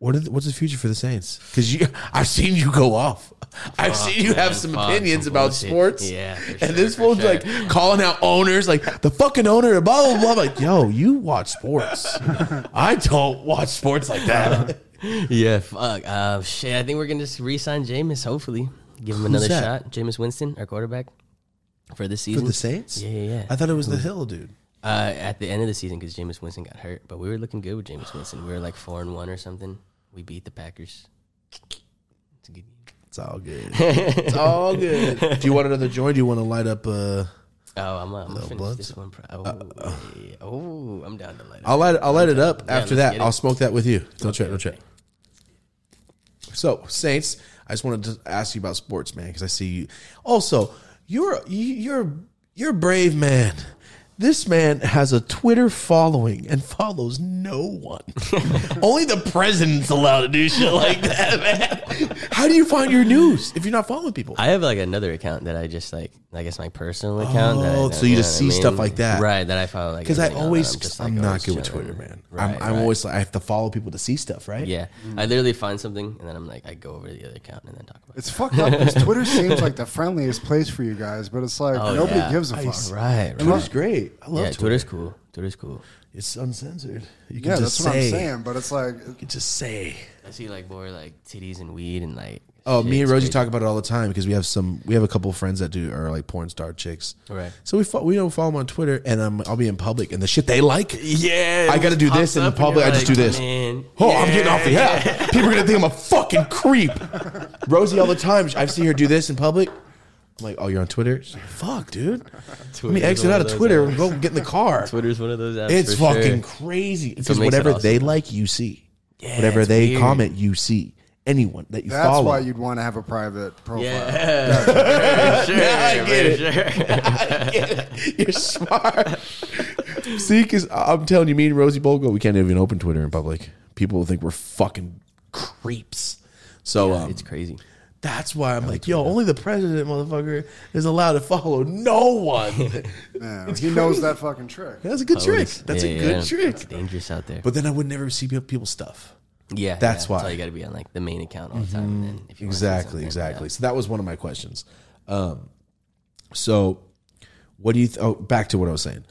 [SPEAKER 1] What are the, what's the future for the Saints? Because you, I've seen you go off. I've seen you have
[SPEAKER 3] man,
[SPEAKER 1] some
[SPEAKER 3] fuck,
[SPEAKER 1] opinions
[SPEAKER 3] some
[SPEAKER 1] about
[SPEAKER 3] bullshit.
[SPEAKER 1] sports.
[SPEAKER 3] Yeah, for sure,
[SPEAKER 1] and this
[SPEAKER 3] for
[SPEAKER 1] fool's
[SPEAKER 3] sure.
[SPEAKER 1] like calling out owners, like the fucking owner, and blah blah blah. I'm like, yo, you watch sports? I don't watch sports like
[SPEAKER 3] Uh-huh.
[SPEAKER 1] that.
[SPEAKER 3] Yeah, fuck. Uh, shit, I think we're gonna just re-sign Jameis. Hopefully, give him another
[SPEAKER 1] that?
[SPEAKER 3] shot. Jameis Winston, our quarterback for this
[SPEAKER 1] for
[SPEAKER 3] season.
[SPEAKER 1] the Saints?
[SPEAKER 3] Yeah, yeah, yeah.
[SPEAKER 1] I thought it was the Hill dude.
[SPEAKER 3] Uh, at the end of the season, because Jameis Winston got hurt, but we were looking good with Jameis Winston. We were like four and one or something. We beat the Packers. It's a good game.
[SPEAKER 1] It's all good. it's all good. Do you want another joint? Do you want to light up? Uh,
[SPEAKER 3] Oh, I'm, uh, I'm gonna finish
[SPEAKER 1] blunts?
[SPEAKER 3] this one. Pro- oh, yeah. oh, I'm down to light up.
[SPEAKER 1] Uh, I'll light. I'll light it up after
[SPEAKER 3] let's
[SPEAKER 1] that.
[SPEAKER 3] get it.
[SPEAKER 1] I'll smoke that with you. Don't trip. Don't trip. So Saints, I just wanted to ask you about sports, man, because I see you. Also, you're you- you're you're a brave man. This man has a Twitter following and follows no one. Only the president's allowed to do shit like that, man. How do you find your news if you're not following people?
[SPEAKER 3] I have like another account that I just like. I guess my personal account. that I-
[SPEAKER 1] Oh,
[SPEAKER 3] that-
[SPEAKER 1] so you
[SPEAKER 3] know
[SPEAKER 1] just
[SPEAKER 3] what I
[SPEAKER 1] see stuff
[SPEAKER 3] mean?
[SPEAKER 1] like that.
[SPEAKER 3] right? That I follow. like,
[SPEAKER 1] Because I
[SPEAKER 3] everything on that.
[SPEAKER 1] always, I'm, oh,
[SPEAKER 3] just, like,
[SPEAKER 1] not
[SPEAKER 3] always
[SPEAKER 1] good with
[SPEAKER 3] chilling.
[SPEAKER 1] Twitter, man.
[SPEAKER 3] Right,
[SPEAKER 1] I'm, I'm
[SPEAKER 3] right.
[SPEAKER 1] always Mm. like, I have to follow people to see stuff, right?
[SPEAKER 3] Yeah, I literally find something and then I'm like, I go over to the other account and then talk about
[SPEAKER 2] It's fucked up because Twitter seems like the friendliest place for you guys, but it's like
[SPEAKER 3] Oh,
[SPEAKER 2] nobody
[SPEAKER 3] yeah.
[SPEAKER 2] gives a
[SPEAKER 1] I
[SPEAKER 3] it.
[SPEAKER 2] fuck.
[SPEAKER 3] Right, right.
[SPEAKER 1] Twitter's great. I love
[SPEAKER 3] yeah,
[SPEAKER 1] Twitter.
[SPEAKER 3] Twitter's cool. Twitter's cool.
[SPEAKER 1] It's uncensored. You can
[SPEAKER 2] Yeah,
[SPEAKER 1] just
[SPEAKER 2] that's
[SPEAKER 1] say.
[SPEAKER 2] what I'm saying. But it's like
[SPEAKER 1] You can just say.
[SPEAKER 3] I see like more like titties and weed and like.
[SPEAKER 1] Oh,
[SPEAKER 3] shit,
[SPEAKER 1] me and
[SPEAKER 3] it's
[SPEAKER 1] Rosie
[SPEAKER 3] crazy.
[SPEAKER 1] talk about it all the time because we have some. We have a couple friends that do are like porn star chicks.
[SPEAKER 3] Right.
[SPEAKER 1] So we fo- we don't follow them on Twitter, and um, I'll be in public, and the shit they like.
[SPEAKER 3] Yeah,
[SPEAKER 1] I
[SPEAKER 3] it
[SPEAKER 1] gotta
[SPEAKER 3] just
[SPEAKER 1] do
[SPEAKER 3] pops
[SPEAKER 1] this in
[SPEAKER 3] up and
[SPEAKER 1] public,
[SPEAKER 3] you're
[SPEAKER 1] I just
[SPEAKER 3] like,
[SPEAKER 1] do this.
[SPEAKER 3] Man,
[SPEAKER 1] Oh, I'm getting off the
[SPEAKER 3] yeah.
[SPEAKER 1] yeah. People are gonna think I'm a fucking creep. Rosie all the time. I've seen her do this in public. I'm like, oh, you're on Twitter. She's like, Fuck, dude. Let me
[SPEAKER 3] Twitter's
[SPEAKER 1] exit
[SPEAKER 3] one
[SPEAKER 1] out
[SPEAKER 3] of
[SPEAKER 1] of
[SPEAKER 3] those
[SPEAKER 1] Twitter
[SPEAKER 3] apps.
[SPEAKER 1] and go get in the car.
[SPEAKER 3] Twitter's one of those apps.
[SPEAKER 1] It's
[SPEAKER 3] for sure.
[SPEAKER 1] fucking crazy. Because
[SPEAKER 3] makes it
[SPEAKER 1] whatever
[SPEAKER 3] awesome.
[SPEAKER 1] they like, you see.
[SPEAKER 3] Yeah,
[SPEAKER 1] whatever
[SPEAKER 3] it's
[SPEAKER 1] they
[SPEAKER 3] weird.
[SPEAKER 1] comment, you see. Anyone that you
[SPEAKER 2] that's
[SPEAKER 1] follow.
[SPEAKER 2] why you'd want to have a private profile.
[SPEAKER 3] Yeah, for sure,
[SPEAKER 1] Now I get
[SPEAKER 3] for sure.
[SPEAKER 1] I get it. You're smart. See, because I'm telling you, me and Rosie Bolgo, we can't even open Twitter in public. People will think we're fucking creeps. So um,
[SPEAKER 3] It's crazy.
[SPEAKER 1] that's why I'm like, yo, only the president, motherfucker, is allowed to follow no one.
[SPEAKER 2] Yeah, he knows that fucking trick.
[SPEAKER 1] that's a good trick.
[SPEAKER 3] It's-
[SPEAKER 1] That's
[SPEAKER 3] yeah,
[SPEAKER 1] a
[SPEAKER 3] yeah,
[SPEAKER 1] good
[SPEAKER 3] it's- It's
[SPEAKER 1] trick.
[SPEAKER 3] dangerous out there.
[SPEAKER 1] But then I would never see pe- people's stuff.
[SPEAKER 3] yeah,
[SPEAKER 1] that's
[SPEAKER 3] yeah,
[SPEAKER 1] why.
[SPEAKER 3] you got to be on like the main account all the time. And then if you wanna see
[SPEAKER 1] Exactly,
[SPEAKER 3] something,
[SPEAKER 1] exactly. So that was one of my questions. Um, so, what do you? Th- oh, back to what I was saying.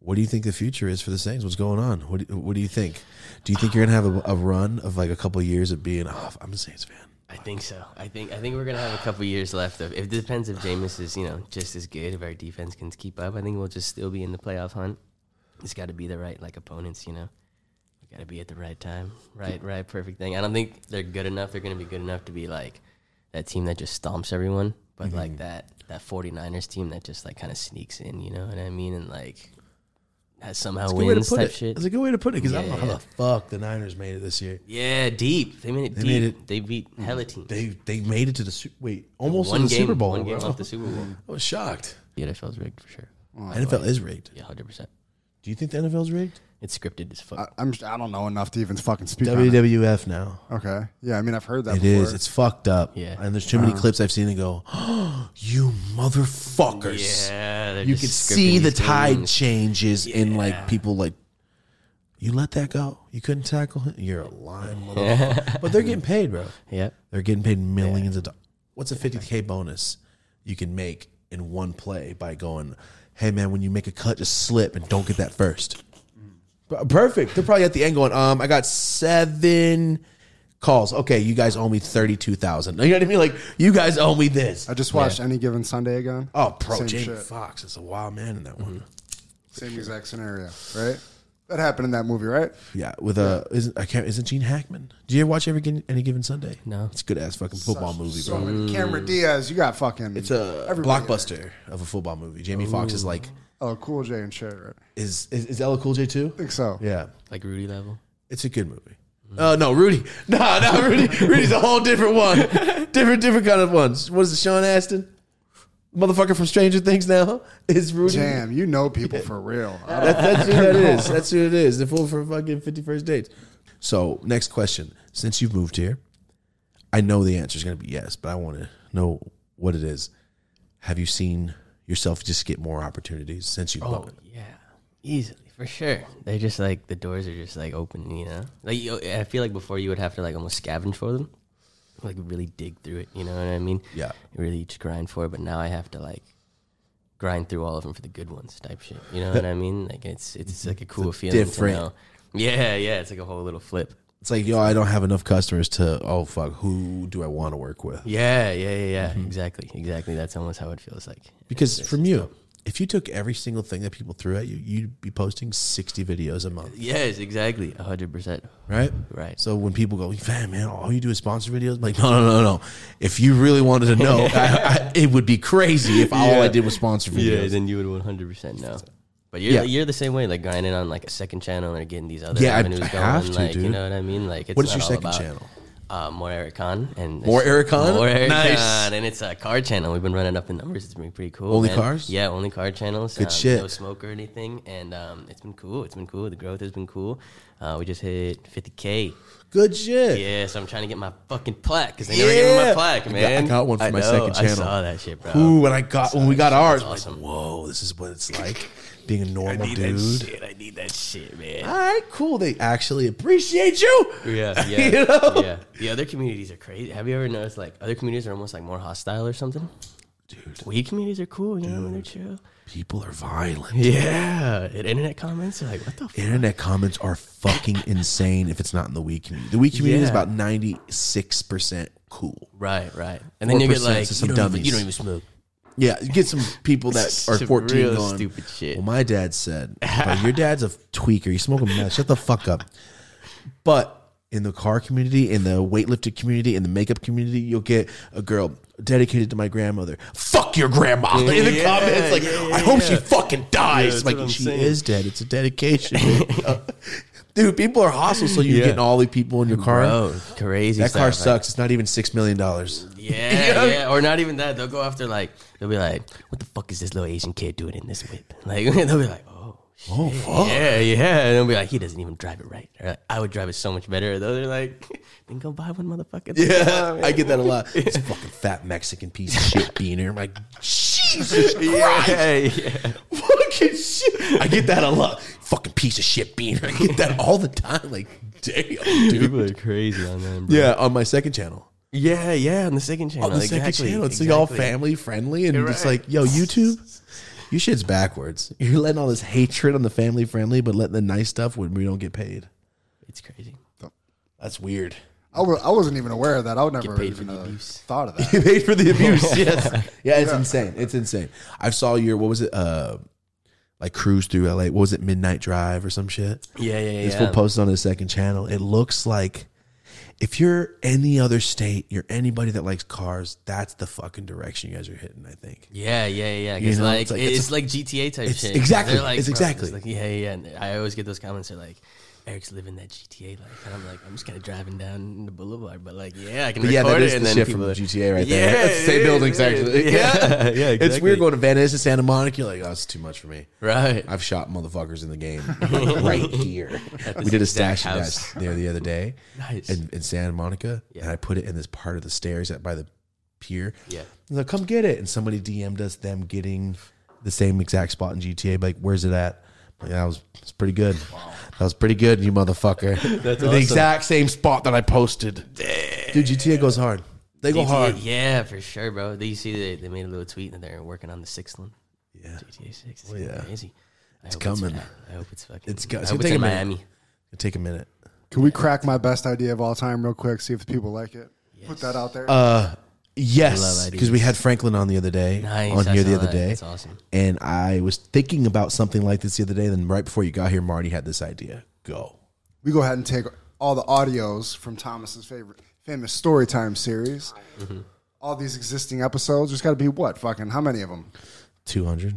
[SPEAKER 1] What do you think the future is for the Saints? What's going on? What do, What do you think? Do you think you're gonna have a, a run of like a couple of years of being off? I'm a Saints fan.
[SPEAKER 3] I think so. I think I think we're gonna have a couple years left of. It depends if Jameis is you know just as good if our defense can keep up. I think we'll just still be in the playoff hunt. It's got to be the right like opponents. You know, we got to be at the right time, right, right, perfect thing. I don't think they're good enough. They're gonna be good enough to be like that team that just stomps everyone, but
[SPEAKER 1] Mm-hmm.
[SPEAKER 3] like that that 49ers team that just like kind of sneaks in. You know what I mean? And like that somehow
[SPEAKER 1] Good way to
[SPEAKER 3] wins
[SPEAKER 1] put
[SPEAKER 3] type
[SPEAKER 1] it.
[SPEAKER 3] shit.
[SPEAKER 1] That's a good way to put it because I don't
[SPEAKER 3] Yeah,
[SPEAKER 1] know how
[SPEAKER 3] yeah.
[SPEAKER 1] the fuck the Niners made it this year.
[SPEAKER 3] yeah, deep. They made it. deep.
[SPEAKER 1] made
[SPEAKER 3] They beat hella teams.
[SPEAKER 1] They they made it to the Su- wait almost
[SPEAKER 3] one
[SPEAKER 1] to the
[SPEAKER 3] game,
[SPEAKER 1] Super Bowl.
[SPEAKER 3] One game
[SPEAKER 1] bro.
[SPEAKER 3] off the Super Bowl.
[SPEAKER 1] I was shocked.
[SPEAKER 3] The NFL's rigged for sure.
[SPEAKER 1] NFL is rigged.
[SPEAKER 3] Yeah, hundred percent.
[SPEAKER 1] Do you think the NFL's rigged?
[SPEAKER 3] It's scripted as fuck.
[SPEAKER 2] I, I'm I don't know enough to even fucking speak on it.
[SPEAKER 1] WWF now.
[SPEAKER 2] Okay, yeah, I mean I've heard that.
[SPEAKER 1] It
[SPEAKER 2] before.
[SPEAKER 1] is. It's fucked up.
[SPEAKER 3] Yeah. Uh-huh.
[SPEAKER 1] And there's too many clips I've seen and go, oh, you motherfuckers.
[SPEAKER 3] yeah,
[SPEAKER 1] you could see the tide changes in like people like, you let that go. You couldn't tackle him. You're a lying motherfucker. but they're getting paid, bro.
[SPEAKER 3] Yeah,
[SPEAKER 1] They're getting paid millions of dollars. What's a 50K bonus you can make in one play by going, hey, man, when you make a cut, just slip and don't get that first? P- Perfect. They're probably at the end going, um, I got seven calls. Okay, you guys owe me 32,000. You know what I mean? Like, you guys owe me this.
[SPEAKER 2] I just watched Any Given Sunday again.
[SPEAKER 1] Oh, pro
[SPEAKER 2] Same
[SPEAKER 1] Jamie
[SPEAKER 2] shit.
[SPEAKER 1] Fox is a wild man in that one.
[SPEAKER 2] Same exact scenario, right? That happened in that movie, right?
[SPEAKER 1] Yeah, with a isn't I can't isn't Gene Hackman? Do you ever watch every Gi- any given Sunday?
[SPEAKER 3] No.
[SPEAKER 1] it's a good ass fucking football movie,
[SPEAKER 2] So
[SPEAKER 1] bro.
[SPEAKER 2] many Cameron Diaz, you got fucking.
[SPEAKER 1] It's a blockbuster of a football movie. Jamie Fox is like
[SPEAKER 2] Oh, Cool J and shit, right? I
[SPEAKER 1] is is, is LL Cool J too?
[SPEAKER 2] think so.
[SPEAKER 1] Yeah,
[SPEAKER 3] like Rudy level.
[SPEAKER 1] it's a good movie. Uh, no, Rudy. Nah, not Rudy. Rudy's a whole different one. Different, different kind of ones. What is it, Sean Astin? Motherfucker from Stranger Things now is Rudy.
[SPEAKER 2] Damn, you know people for real. I don't-
[SPEAKER 1] That, that's who that is. That's who it is. The fool for fucking 51st dates. So, next question. Since you've moved here, I know the answer is going to be yes, but I want to know what it is. Have you seen yourself just get more opportunities since you've
[SPEAKER 3] Oh
[SPEAKER 1] moved?
[SPEAKER 3] yeah, easily for sure. They just like the doors are just like open. You know, like you- I feel like before you would have to like almost scavenge for them, like really dig through it. You know what I mean?
[SPEAKER 1] Yeah.
[SPEAKER 3] Really just grind for it. But now I have to like grind through all of them for the good ones type shit. You know what I mean? Like it's it's like a cool feeling.
[SPEAKER 1] different-
[SPEAKER 3] To know. Yeah, yeah. It's like a whole little flip.
[SPEAKER 1] It's like, yo, I don't have enough customers to, oh, fuck, who do I want to work with?
[SPEAKER 3] Mm-hmm. Yeah, yeah, yeah, yeah. Exactly, exactly. That's almost how it feels like.
[SPEAKER 1] Because from you, if you took every single thing that people threw at you, you'd be posting 60 videos a month,
[SPEAKER 3] Yes, exactly. 100%.
[SPEAKER 1] right?
[SPEAKER 3] Right.
[SPEAKER 1] So when people go, man, man, all you do is sponsor videos, I'm like, no, no, no, no. If you really wanted to know, I, I, it would be crazy if all I
[SPEAKER 3] Yeah.
[SPEAKER 1] did was sponsor videos.
[SPEAKER 3] Yeah, then you would 100% know. But you're,
[SPEAKER 1] Yeah.
[SPEAKER 3] you're the same way, like grinding on like a second channel and getting these other
[SPEAKER 1] Yeah, I-
[SPEAKER 3] avenues
[SPEAKER 1] I
[SPEAKER 3] going.
[SPEAKER 1] have to,
[SPEAKER 3] like, You
[SPEAKER 1] dude.
[SPEAKER 3] know what I mean? Like, it's
[SPEAKER 1] What is
[SPEAKER 3] not
[SPEAKER 1] your
[SPEAKER 3] all
[SPEAKER 1] second
[SPEAKER 3] about,
[SPEAKER 1] channel?
[SPEAKER 3] Uh, more Eric Khan and
[SPEAKER 1] More Eric Khan?
[SPEAKER 3] More Eric
[SPEAKER 1] Nice.
[SPEAKER 3] Khan, and it's a car channel. We've been running up in numbers. It's been pretty cool.
[SPEAKER 1] Only
[SPEAKER 3] man.
[SPEAKER 1] cars?
[SPEAKER 3] Yeah, only car channels.
[SPEAKER 1] Good
[SPEAKER 3] um,
[SPEAKER 1] shit.
[SPEAKER 3] No smoke or anything, and um, it's been cool. It's been cool. The growth has been cool. Uh, we just hit 50k.
[SPEAKER 1] Good shit.
[SPEAKER 3] Yeah, so I'm trying to get my fucking plaque because they never gave me
[SPEAKER 1] Yeah.
[SPEAKER 3] my plaque,
[SPEAKER 1] I got-
[SPEAKER 3] man.
[SPEAKER 1] I got one for my
[SPEAKER 3] know,
[SPEAKER 1] second
[SPEAKER 3] I
[SPEAKER 1] channel.
[SPEAKER 3] saw that shit, bro.
[SPEAKER 1] Ooh, when I got when we got ours, I'm
[SPEAKER 3] awesome.
[SPEAKER 1] like, whoa, this is what it's like being a
[SPEAKER 3] I
[SPEAKER 1] normal
[SPEAKER 3] need
[SPEAKER 1] dude.
[SPEAKER 3] that shit. I need that shit, man.
[SPEAKER 1] All right, cool. They actually appreciate you.
[SPEAKER 3] Yeah, yeah,
[SPEAKER 1] You know?
[SPEAKER 3] yeah. The other communities are crazy. Have you ever noticed like other communities are almost like more hostile or something?
[SPEAKER 1] Dude,
[SPEAKER 3] Weed communities are cool, you know, when they're chill.
[SPEAKER 1] people are violent.
[SPEAKER 3] Yeah, and internet comments are like, what the? F-?
[SPEAKER 1] Internet comments are fucking insane if it's not in the weed community. The weed community is
[SPEAKER 3] Yeah.
[SPEAKER 1] about 96% cool.
[SPEAKER 3] Right, right. And then you get
[SPEAKER 1] 4% to
[SPEAKER 3] like,
[SPEAKER 1] some
[SPEAKER 3] you don't, even,
[SPEAKER 1] dummies.
[SPEAKER 3] you don't even smoke.
[SPEAKER 1] Yeah, you get some people that are
[SPEAKER 3] Some
[SPEAKER 1] 14
[SPEAKER 3] real
[SPEAKER 1] going,
[SPEAKER 3] stupid shit.
[SPEAKER 1] Well, my dad said, but your dad's a tweaker. You smoking meth. Shut the fuck up. But in the car community, in the weightlifting community, in the makeup community, you'll get a girl dedicated to my grandmother. Fuck your grandma in the
[SPEAKER 3] Yeah,
[SPEAKER 1] comments. Like,
[SPEAKER 3] yeah,
[SPEAKER 1] I hope she
[SPEAKER 3] yeah.
[SPEAKER 1] fucking dies.
[SPEAKER 3] that's what
[SPEAKER 1] like,
[SPEAKER 3] I'm
[SPEAKER 1] she
[SPEAKER 3] saying.
[SPEAKER 1] is dead. It's a dedication. man. Dude, people are hostile, so you're
[SPEAKER 3] Yeah.
[SPEAKER 1] getting all the people in your car.
[SPEAKER 3] Bro, crazy.
[SPEAKER 1] that
[SPEAKER 3] stuff,
[SPEAKER 1] car
[SPEAKER 3] like-
[SPEAKER 1] sucks. It's not even six million dollars.
[SPEAKER 3] Yeah, yeah, Or not even that. They'll go after like they'll be like, what the fuck is this little Asian kid doing in this whip? Like they'll be like, oh.
[SPEAKER 1] Oh fuck.
[SPEAKER 3] Yeah, yeah. And they'll be like, he doesn't even drive it right. Or like, I would drive it so much better. Those are like, then go buy one motherfucker.
[SPEAKER 1] Yeah, I get that a lot. This fucking fat Mexican piece of shit beaner. I'm like, Jesus Christ,
[SPEAKER 3] Yeah, yeah.
[SPEAKER 1] fucking shit. I get that a lot. Fucking piece of shit beaner. I get that all the time. Like, damn, dude.
[SPEAKER 3] People are crazy on them. Bro.
[SPEAKER 1] Yeah, on my second channel.
[SPEAKER 3] yeah, yeah. On the second channel,
[SPEAKER 1] On the second
[SPEAKER 3] exactly,
[SPEAKER 1] channel, it's like all
[SPEAKER 3] exactly.
[SPEAKER 1] family friendly and it's like, yo, YouTube, your shit's backwards. You're letting all this hatred on the family friendly, but letting the nice stuff when we don't get paid.
[SPEAKER 3] It's crazy.
[SPEAKER 1] That's weird.
[SPEAKER 2] I w- I wasn't even aware of that. I would never
[SPEAKER 3] paid for
[SPEAKER 2] even
[SPEAKER 3] the
[SPEAKER 2] uh,
[SPEAKER 3] abuse.
[SPEAKER 2] thought of that.
[SPEAKER 1] You paid for the abuse. Yes. Yeah, it's insane. It's insane. I saw your what was it? Uh, like cruise through LA. What was it? Midnight Drive or some shit.
[SPEAKER 3] Yeah, yeah, yeah.
[SPEAKER 1] This fool posted on his second channel. It looks like if you're any other state, you're anybody that likes cars. That's the fucking direction you guys are hitting. I think.
[SPEAKER 3] Yeah, yeah, yeah. 'cause
[SPEAKER 1] You know,
[SPEAKER 3] like,
[SPEAKER 1] it's
[SPEAKER 3] it's
[SPEAKER 1] like-
[SPEAKER 3] like
[SPEAKER 1] it's
[SPEAKER 3] it's,
[SPEAKER 1] a-
[SPEAKER 3] like GTA type
[SPEAKER 1] it's
[SPEAKER 3] shit.
[SPEAKER 1] exactly-
[SPEAKER 3] They're like,
[SPEAKER 1] it's
[SPEAKER 3] bro,
[SPEAKER 1] exactly.
[SPEAKER 3] like, yeah, yeah. And I always get those comments. They're like, Eric's living that GTA life, and I'm like, I'm just kind of driving down the boulevard, but like, yeah, I can
[SPEAKER 1] But yeah,
[SPEAKER 3] record
[SPEAKER 1] that is
[SPEAKER 3] it, and
[SPEAKER 1] the
[SPEAKER 3] then
[SPEAKER 1] shit from
[SPEAKER 3] people are,
[SPEAKER 1] GTA right
[SPEAKER 3] Yeah,
[SPEAKER 1] there. That's the same
[SPEAKER 3] it is,
[SPEAKER 1] buildings
[SPEAKER 3] it is.
[SPEAKER 1] actually.
[SPEAKER 3] Yeah, yeah,
[SPEAKER 1] It's weird
[SPEAKER 3] exactly.
[SPEAKER 1] going to Van Ness to Santa Monica. You're like, oh, it's too much for me.
[SPEAKER 3] right?
[SPEAKER 1] I've shot motherfuckers in the game like, right here. We did a
[SPEAKER 3] exact
[SPEAKER 1] stash and
[SPEAKER 3] house.
[SPEAKER 1] dash there the other day
[SPEAKER 3] Nice.
[SPEAKER 1] in, in Santa Monica, and
[SPEAKER 3] Yeah.
[SPEAKER 1] I put it in this part of the stairs at by the pier.
[SPEAKER 3] Yeah.
[SPEAKER 1] They're like, come get it, and somebody DM'd us them getting the same exact spot in GTA. Like, where's it at? Like, that was it's pretty good. That was pretty good, you motherfucker. That's the exact same spot that I posted. Dude, GTA goes hard. They go
[SPEAKER 3] GTA
[SPEAKER 1] hard.
[SPEAKER 3] Yeah, for sure, bro. They- You see, they, they made a little tweet that they're working on the sixth one. Yeah, GTA Six. It's
[SPEAKER 1] yeah.
[SPEAKER 3] yeah, crazy. I hope
[SPEAKER 1] coming.
[SPEAKER 3] It's, I hope it's fucking.
[SPEAKER 1] It's go-
[SPEAKER 3] I
[SPEAKER 1] it's
[SPEAKER 3] hope
[SPEAKER 1] gonna take
[SPEAKER 3] it's in
[SPEAKER 1] a minute.
[SPEAKER 3] Miami.
[SPEAKER 1] Take a minute.
[SPEAKER 2] Can we crack my best idea of all time real quick? See if people like it. Put that out there.
[SPEAKER 1] Yes, because we
[SPEAKER 3] ideas.
[SPEAKER 1] had Franklin on the other day,
[SPEAKER 3] Nice,
[SPEAKER 1] on
[SPEAKER 3] I
[SPEAKER 1] here the
[SPEAKER 3] saw
[SPEAKER 1] other
[SPEAKER 3] that.
[SPEAKER 1] day.
[SPEAKER 3] That's awesome.
[SPEAKER 1] And I was thinking about something like this the other day. Then right before you got here, Marty had this idea. Go.
[SPEAKER 2] we go ahead and take all the audios from Thomas's favorite famous Storytime series. All these existing episodes. There's got to be what fucking how many of them?
[SPEAKER 1] Two hundred.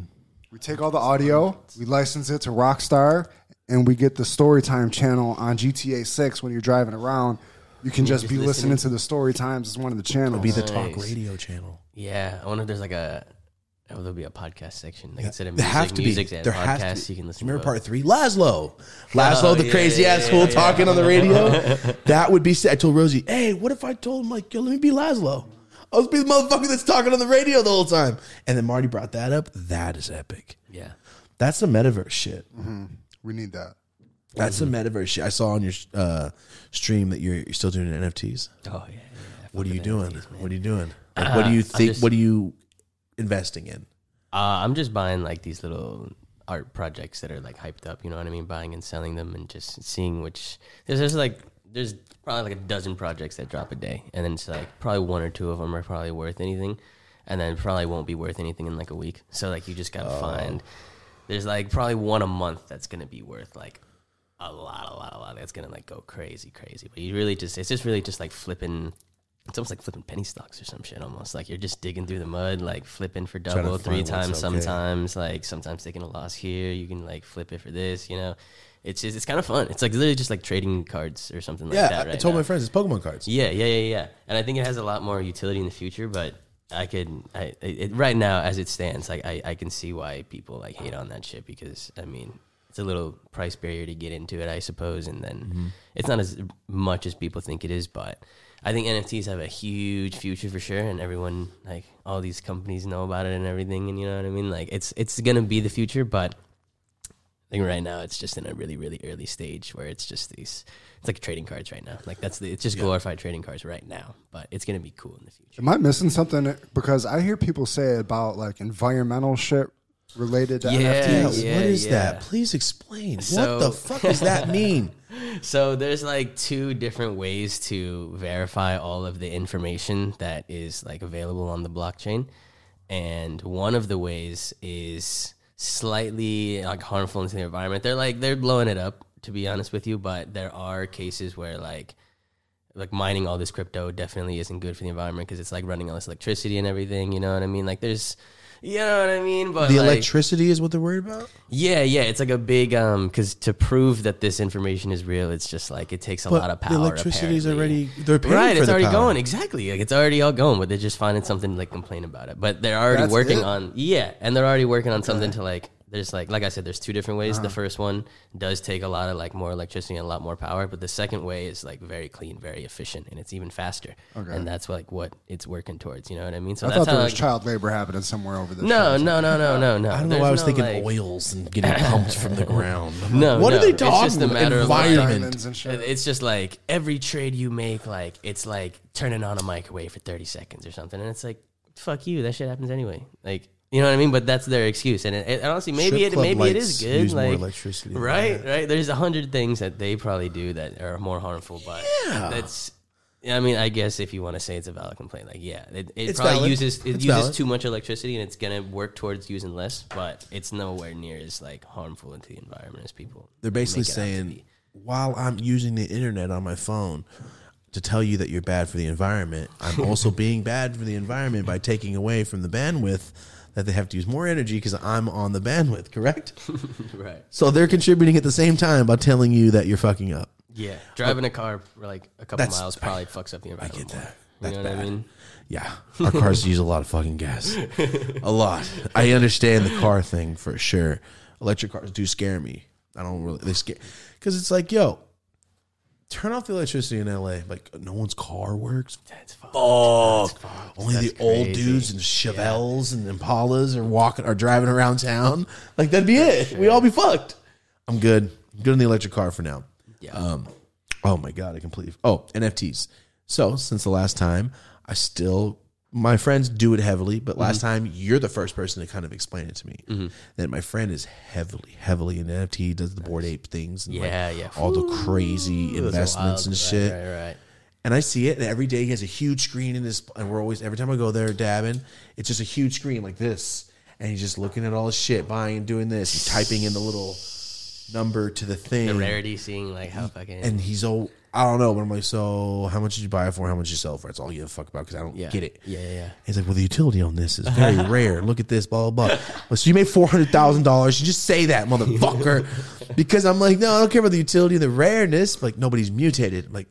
[SPEAKER 2] We take all the audio, we license it to Rockstar, and we get the Storytime channel on GTA Six. When you're driving around, you can just, be listening. to the story times as one of the channels.
[SPEAKER 1] Be the talk
[SPEAKER 3] Nice.
[SPEAKER 1] radio channel.
[SPEAKER 3] Yeah, I wonder if there's like a oh, there'll be a podcast section. Like instead of
[SPEAKER 1] There
[SPEAKER 3] music,
[SPEAKER 1] have to
[SPEAKER 3] music
[SPEAKER 1] be.
[SPEAKER 3] and
[SPEAKER 1] There
[SPEAKER 3] podcasts,
[SPEAKER 1] has to be.
[SPEAKER 3] you can listen.
[SPEAKER 1] Do you remember
[SPEAKER 3] to Oh,
[SPEAKER 1] part three? Laszlo. Laszlo, the
[SPEAKER 3] yeah,
[SPEAKER 1] crazy
[SPEAKER 3] yeah,
[SPEAKER 1] asshole
[SPEAKER 3] yeah,
[SPEAKER 1] talking on the radio. that would be sick. I told Rosie, hey, what if I told him, like, yo, let me be Laszlo? I'll just be the motherfucker that's talking on the radio the whole time. And then Marty brought that up. That is epic.
[SPEAKER 3] both. Yeah,
[SPEAKER 1] That's the metaverse shit.
[SPEAKER 2] we need that.
[SPEAKER 1] That's the metaverse shit. I saw on your uh, stream that you're, you're still doing NFTs.
[SPEAKER 3] oh yeah. yeah, yeah.
[SPEAKER 1] What are you doing? what are you doing? Like, what do you
[SPEAKER 3] I'm
[SPEAKER 1] think?
[SPEAKER 3] just-
[SPEAKER 1] what are you investing in?
[SPEAKER 3] Uh, I'm just buying like these little art projects that are like hyped up. You know what I mean? Buying and selling them, and just seeing which there's, there's like there's probably like a dozen projects that drop a day, and then it's like probably one or two of them are probably worth anything. and then probably won't be worth anything in like a week. So like you just gotta
[SPEAKER 1] Oh.
[SPEAKER 3] find. There's like probably one a month that's gonna be worth like a lot, a lot, a lot. That's gonna like go crazy, crazy. But you really just it's just really just like flipping. It's almost like flipping penny stocks or some shit. Almost like you're just digging through the mud, like flipping for
[SPEAKER 1] to
[SPEAKER 3] double, three
[SPEAKER 1] find what's
[SPEAKER 3] times.
[SPEAKER 1] okay.
[SPEAKER 3] Sometimes like sometimes taking a loss here, you can like flip it for this. You know, it's just it's kind of fun. It's like literally just like trading cards or something
[SPEAKER 1] Yeah,
[SPEAKER 3] like that.
[SPEAKER 1] I-
[SPEAKER 3] Right
[SPEAKER 1] I told
[SPEAKER 3] now.
[SPEAKER 1] my friends it's Pokemon cards.
[SPEAKER 3] Yeah, yeah, yeah, yeah. And I think it has a lot more utility in the future, but I could, I, I- it, right now as it stands, like I, I can see why people like hate on that shit because I mean, it's a little price barrier to get into it, I suppose, and then it's not as much as people think it is, but I think NFTs have a huge future for sure, and everyone like all these companies know about it and everything, and you know what I mean. Like it's it's gonna be the future, but I think right now it's just in a really, really early stage where it's just these. It's like trading cards right now. Like that's the, it's just glorified trading cards right now. But it's gonna be cool in the future.
[SPEAKER 2] Am I missing something? Because I hear people say about like environmental shit related to
[SPEAKER 3] Yeah.
[SPEAKER 1] Yeah,
[SPEAKER 2] NFTs.
[SPEAKER 1] what
[SPEAKER 3] yeah,
[SPEAKER 1] is
[SPEAKER 3] yeah.
[SPEAKER 1] that? Please explain.
[SPEAKER 3] So-
[SPEAKER 1] what the fuck does that mean?
[SPEAKER 3] So there's like two different ways to verify all of the information that is like available on the blockchain, and one of the ways is slightly like harmful into the environment. They're like they're blowing it up to be honest with you, but there are cases where like like mining all this crypto definitely isn't good for the environment because it's like running all this electricity and everything. You know what I mean? Like there's, you know what I mean? But
[SPEAKER 1] The
[SPEAKER 3] like,
[SPEAKER 1] electricity is what they're worried about.
[SPEAKER 3] yeah, yeah, it's like a big um because to prove that this information is real, it's just like it takes a lot of power.
[SPEAKER 1] The electricity is
[SPEAKER 3] apparently.
[SPEAKER 1] already they're paying
[SPEAKER 3] right.
[SPEAKER 1] for
[SPEAKER 3] It's
[SPEAKER 1] the
[SPEAKER 3] already
[SPEAKER 1] power.
[SPEAKER 3] going exactly. Like it's already all going, but they're just finding something to like complain about it. But they're already
[SPEAKER 2] That's
[SPEAKER 3] working
[SPEAKER 2] it?
[SPEAKER 3] on yeah, and they're already working on something to like. There's like like I said, there's two different ways.
[SPEAKER 1] Uh-huh.
[SPEAKER 3] The first one does take a lot of like more electricity and a lot more power, but the second way is like very clean, very efficient, and it's even faster. And that's like what it's working towards. You know what I mean? So
[SPEAKER 2] I
[SPEAKER 3] that's
[SPEAKER 2] thought
[SPEAKER 3] how.
[SPEAKER 2] there was
[SPEAKER 3] like-
[SPEAKER 2] child labor happening somewhere over there.
[SPEAKER 3] no, no, no, no, no, no.
[SPEAKER 1] I don't know why I was thinking oils and getting pumped from the ground. I'm
[SPEAKER 3] No,
[SPEAKER 1] like, what
[SPEAKER 3] no,
[SPEAKER 1] are they
[SPEAKER 3] it's just
[SPEAKER 1] talking
[SPEAKER 3] a
[SPEAKER 1] about?
[SPEAKER 3] matter of, like,
[SPEAKER 1] Environment.
[SPEAKER 2] Diamonds and
[SPEAKER 3] It-
[SPEAKER 2] shit.
[SPEAKER 3] It's just like every trade you make, like it's like turning on a microwave for thirty seconds or something, and it's like fuck you, that shit happens anyway. Like you know what I mean? But that's their excuse, and, it, it- honestly, maybe
[SPEAKER 1] Strip
[SPEAKER 3] it
[SPEAKER 1] club
[SPEAKER 3] maybe it is
[SPEAKER 1] lights
[SPEAKER 3] good.
[SPEAKER 1] use more
[SPEAKER 3] like
[SPEAKER 1] electricity than
[SPEAKER 3] right? Right? There's a hundred things that they probably do that are more harmful, but that's. I mean, I guess if you want to say it's a valid complaint, like yeah, it, it
[SPEAKER 1] It's
[SPEAKER 3] probably
[SPEAKER 1] valid.
[SPEAKER 3] uses it
[SPEAKER 1] It's
[SPEAKER 3] uses
[SPEAKER 1] valid.
[SPEAKER 3] too much electricity, and it's gonna work towards using less, but it's nowhere near as like harmful into the environment as people.
[SPEAKER 1] They're basically
[SPEAKER 3] make it out to
[SPEAKER 1] saying
[SPEAKER 3] be.
[SPEAKER 1] while I'm using the internet on my phone to tell you that you're bad for the environment, I'm also being bad for the environment by taking away from the bandwidth that they have to use more energy because I'm on the bandwidth, correct?
[SPEAKER 3] right.
[SPEAKER 1] so they're contributing at the same time by telling you that you're fucking up.
[SPEAKER 3] Yeah, driving a car like a couple
[SPEAKER 1] That's-
[SPEAKER 3] miles probably fucks up the environment.
[SPEAKER 1] get
[SPEAKER 3] more.
[SPEAKER 1] that. That's
[SPEAKER 3] you know what
[SPEAKER 1] bad.
[SPEAKER 3] I mean?
[SPEAKER 1] Yeah, our cars use a lot of fucking gas. A lot. I understand the car thing for sure. Electric cars do scare me. I don't really they scare because it's like, yo, turn off the electricity in LA. Like no one's car works. That's fuck. Only the old dudes and Chevelles and Impalas are walking are driving around town. Like that'd be it. We'd all be fucked. I'm good. I'm good in the electric car for now.
[SPEAKER 3] Yeah.
[SPEAKER 1] Um, oh my god, I completely. Oh, NFTs. So since the last time, I still my friends do it heavily, but last
[SPEAKER 3] Mm-hmm.
[SPEAKER 1] time you're the first person to kind of explain it to me. That my friend is heavily, heavily in NFT, does the board ape things, and like,
[SPEAKER 3] Yeah, yeah.
[SPEAKER 1] all the crazy
[SPEAKER 3] Those are
[SPEAKER 1] investments
[SPEAKER 3] wild.
[SPEAKER 1] and
[SPEAKER 3] Right,
[SPEAKER 1] shit.
[SPEAKER 3] Right, right.
[SPEAKER 1] And I see it, and every day he has a huge screen in this. And we're always every time I go there dabbing, it's just a huge screen like this, and he's just looking at all his shit, buying and doing this, and typing in the little number to the thing
[SPEAKER 3] The rarity, seeing like how fucking
[SPEAKER 1] and he's all I don't know, but I'm like, so how much did you buy it for? How much did you sell it for? It's all you give a fuck about because I don't
[SPEAKER 3] yeah.
[SPEAKER 1] get it.
[SPEAKER 3] Yeah, yeah, yeah.
[SPEAKER 1] He's like, well, the utility on this is very rare. Look at this, blah blah blah. Well, so you made four hundred thousand dollars. You just say that, motherfucker, because I'm like, no, I don't care about the utility and the rareness. Like nobody's mutated. I'm like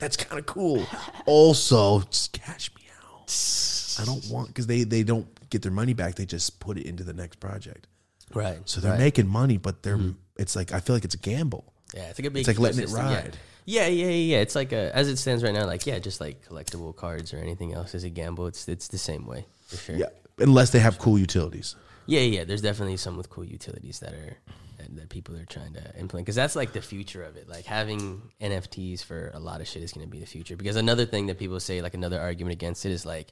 [SPEAKER 1] that's kind of cool. Also, just cash me out. I don't want because they they don't get their money back. They just put it into the next project.
[SPEAKER 3] Right.
[SPEAKER 1] So they're
[SPEAKER 3] right. Mm-hmm.
[SPEAKER 1] making money, but they're it's like I feel like it's a gamble.
[SPEAKER 3] Yeah, it's like a big.
[SPEAKER 1] It's like letting it
[SPEAKER 3] ecosystem, yeah.
[SPEAKER 1] ride.
[SPEAKER 3] Yeah. yeah, yeah, yeah, It's like a, as it stands right now, like yeah, just like collectible cards or anything else is a gamble. It's it's the same way for sure.
[SPEAKER 1] Yeah, unless they have cool utilities.
[SPEAKER 3] Yeah, yeah. There's definitely some with cool utilities that are that, that people are trying to implement because that's like the future of it. Like having NFTs for a lot of shit is going to be the future. Because another thing that people say, like another argument against it, is like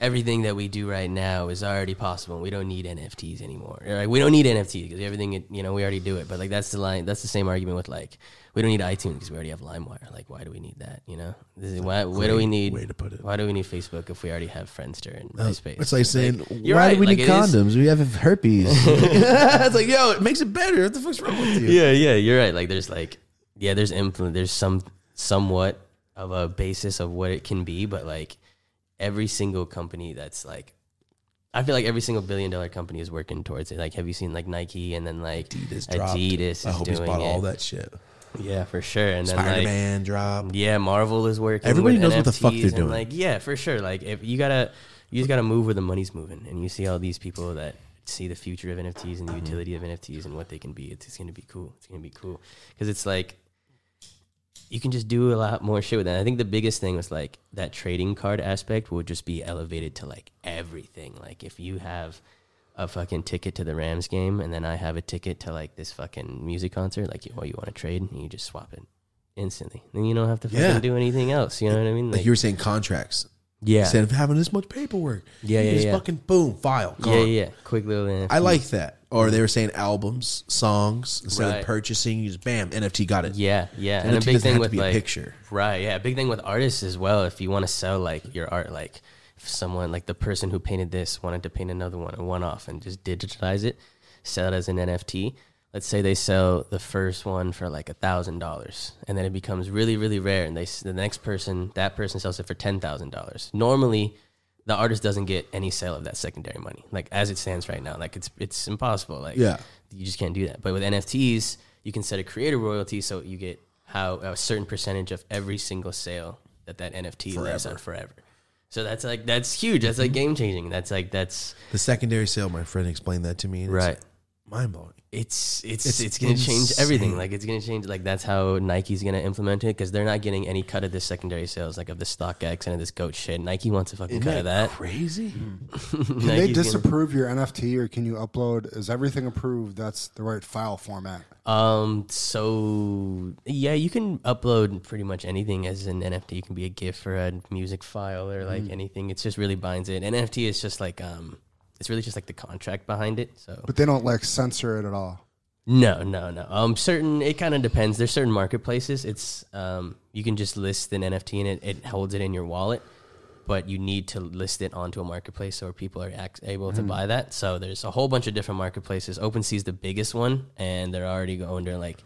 [SPEAKER 3] everything that we do right now is already possible. We don't need NFTs anymore. Like, we don't need NFTs because everything, you know, we already do it. But like that's the line. That's the same argument with like we don't need iTunes because we already have LimeWire. Like why do we need that? You know, this is, why why do we need
[SPEAKER 1] way to put it.
[SPEAKER 3] Why do we need Facebook if we already have Friendster and
[SPEAKER 1] Uh,
[SPEAKER 3] MySpace?
[SPEAKER 1] It's like saying, why
[SPEAKER 3] you're
[SPEAKER 1] do we
[SPEAKER 3] right, like,
[SPEAKER 1] need
[SPEAKER 3] it is-
[SPEAKER 1] condoms? We have herpes. it's like, yo, it makes it better. What the fuck's wrong with you?
[SPEAKER 3] yeah, yeah, you're right. Like there's like yeah, there's influence. There's some somewhat of a basis of what it can be, but like every single company that's like. I feel like every single billion dollar company is working towards it. Like, have you seen like Nike and then like
[SPEAKER 1] Adidas dropped.
[SPEAKER 3] Adidas is
[SPEAKER 1] I hope
[SPEAKER 3] doing
[SPEAKER 1] he's bought
[SPEAKER 3] it.
[SPEAKER 1] all that shit.
[SPEAKER 3] Yeah, for sure. And then
[SPEAKER 1] Spider
[SPEAKER 3] like,
[SPEAKER 1] Man drop.
[SPEAKER 3] Um, yeah, Marvel is working.
[SPEAKER 1] Everybody
[SPEAKER 3] with
[SPEAKER 1] knows what the fuck
[SPEAKER 3] NFTs
[SPEAKER 1] they're
[SPEAKER 3] and,
[SPEAKER 1] doing.
[SPEAKER 3] Like, yeah, for sure. Like, if you gotta, you just gotta move where the money's moving, and you see all these people that see the future of NFTs and the utility of NFTs and what they can be. It's, it's gonna be cool. It's gonna be cool because it's like you can just do a lot more shit with that. I think the biggest thing was like that trading card aspect would just be elevated to like everything. Like if you have a fucking ticket to the Rams game and then I have a ticket to like this fucking music concert, like oh you want to trade and you just swap it instantly. Then you don't have to fucking
[SPEAKER 1] Yeah.
[SPEAKER 3] do anything else. You know what I mean?
[SPEAKER 1] Like you were saying, contracts.
[SPEAKER 3] yeah.
[SPEAKER 1] Instead of having this much paperwork,
[SPEAKER 3] Yeah,
[SPEAKER 1] you
[SPEAKER 3] yeah,
[SPEAKER 1] just
[SPEAKER 3] yeah.
[SPEAKER 1] fucking boom, file. Gone.
[SPEAKER 3] yeah, yeah. Quick little NFT.
[SPEAKER 1] I like that. Or they were saying albums, songs instead
[SPEAKER 3] Right.
[SPEAKER 1] of purchasing. You just bam, NFT got it.
[SPEAKER 3] Yeah, yeah.
[SPEAKER 1] So
[SPEAKER 3] And,
[SPEAKER 1] NFT
[SPEAKER 3] a big
[SPEAKER 1] doesn't
[SPEAKER 3] thing
[SPEAKER 1] have to
[SPEAKER 3] with
[SPEAKER 1] be a
[SPEAKER 3] like
[SPEAKER 1] picture.
[SPEAKER 3] Right, yeah. A big thing with artists as well. If you want to sell like your art, like if someone like the person who painted this wanted to paint another one, a one off and just digitize it, sell it as an NFT. Let's say they sell the first one for like a thousand dollars, and then it becomes really, really rare. And they s- the next person, that person sells it for ten thousand dollars. Normally, the artist doesn't get any sale of that secondary money. Like as it stands right now, like it's it's impossible. Like
[SPEAKER 1] Yeah.
[SPEAKER 3] you just can't do that. But with NFTs, you can set a creator royalty, so you get how a certain percentage of every single sale that that NFT lives on forever. So that's like that's huge. That's
[SPEAKER 1] Mm-hmm.
[SPEAKER 3] like game changing. That's like that's
[SPEAKER 1] The secondary sale, my friend explained that to me. and it's
[SPEAKER 3] Right.
[SPEAKER 1] Mind blowing.
[SPEAKER 3] it's it's
[SPEAKER 1] It's
[SPEAKER 3] it's, gonna change
[SPEAKER 1] insane.
[SPEAKER 3] everything. Like it's gonna change. Like that's how Nike's gonna implement it because they're not getting any cut of this secondary sales, like of the stock X and of this goat shit. Nike wants a fucking
[SPEAKER 1] Isn't
[SPEAKER 3] cut of that. Mm.
[SPEAKER 1] crazy?
[SPEAKER 2] Can
[SPEAKER 3] Nike's
[SPEAKER 2] they
[SPEAKER 3] gonna-
[SPEAKER 2] disapprove your NFT or can you upload? Is everything approved? That's the right file format.
[SPEAKER 3] Um. So yeah, you can upload pretty much anything as an NFT. It can be a GIF or a music file or like anything. It's just really binds it. NFT is just like um, it's really just like the contract behind it. So
[SPEAKER 2] But they don't like censor it at all.
[SPEAKER 3] no, no, no. Um, certain it kind of depends. There's certain marketplaces. It's um, you can just list an NFT and it, it holds it in your wallet, but you need to list it onto a marketplace so people are ac- able to buy that. So there's a whole bunch of different marketplaces. OpenSea is the biggest one, and they're already go- under like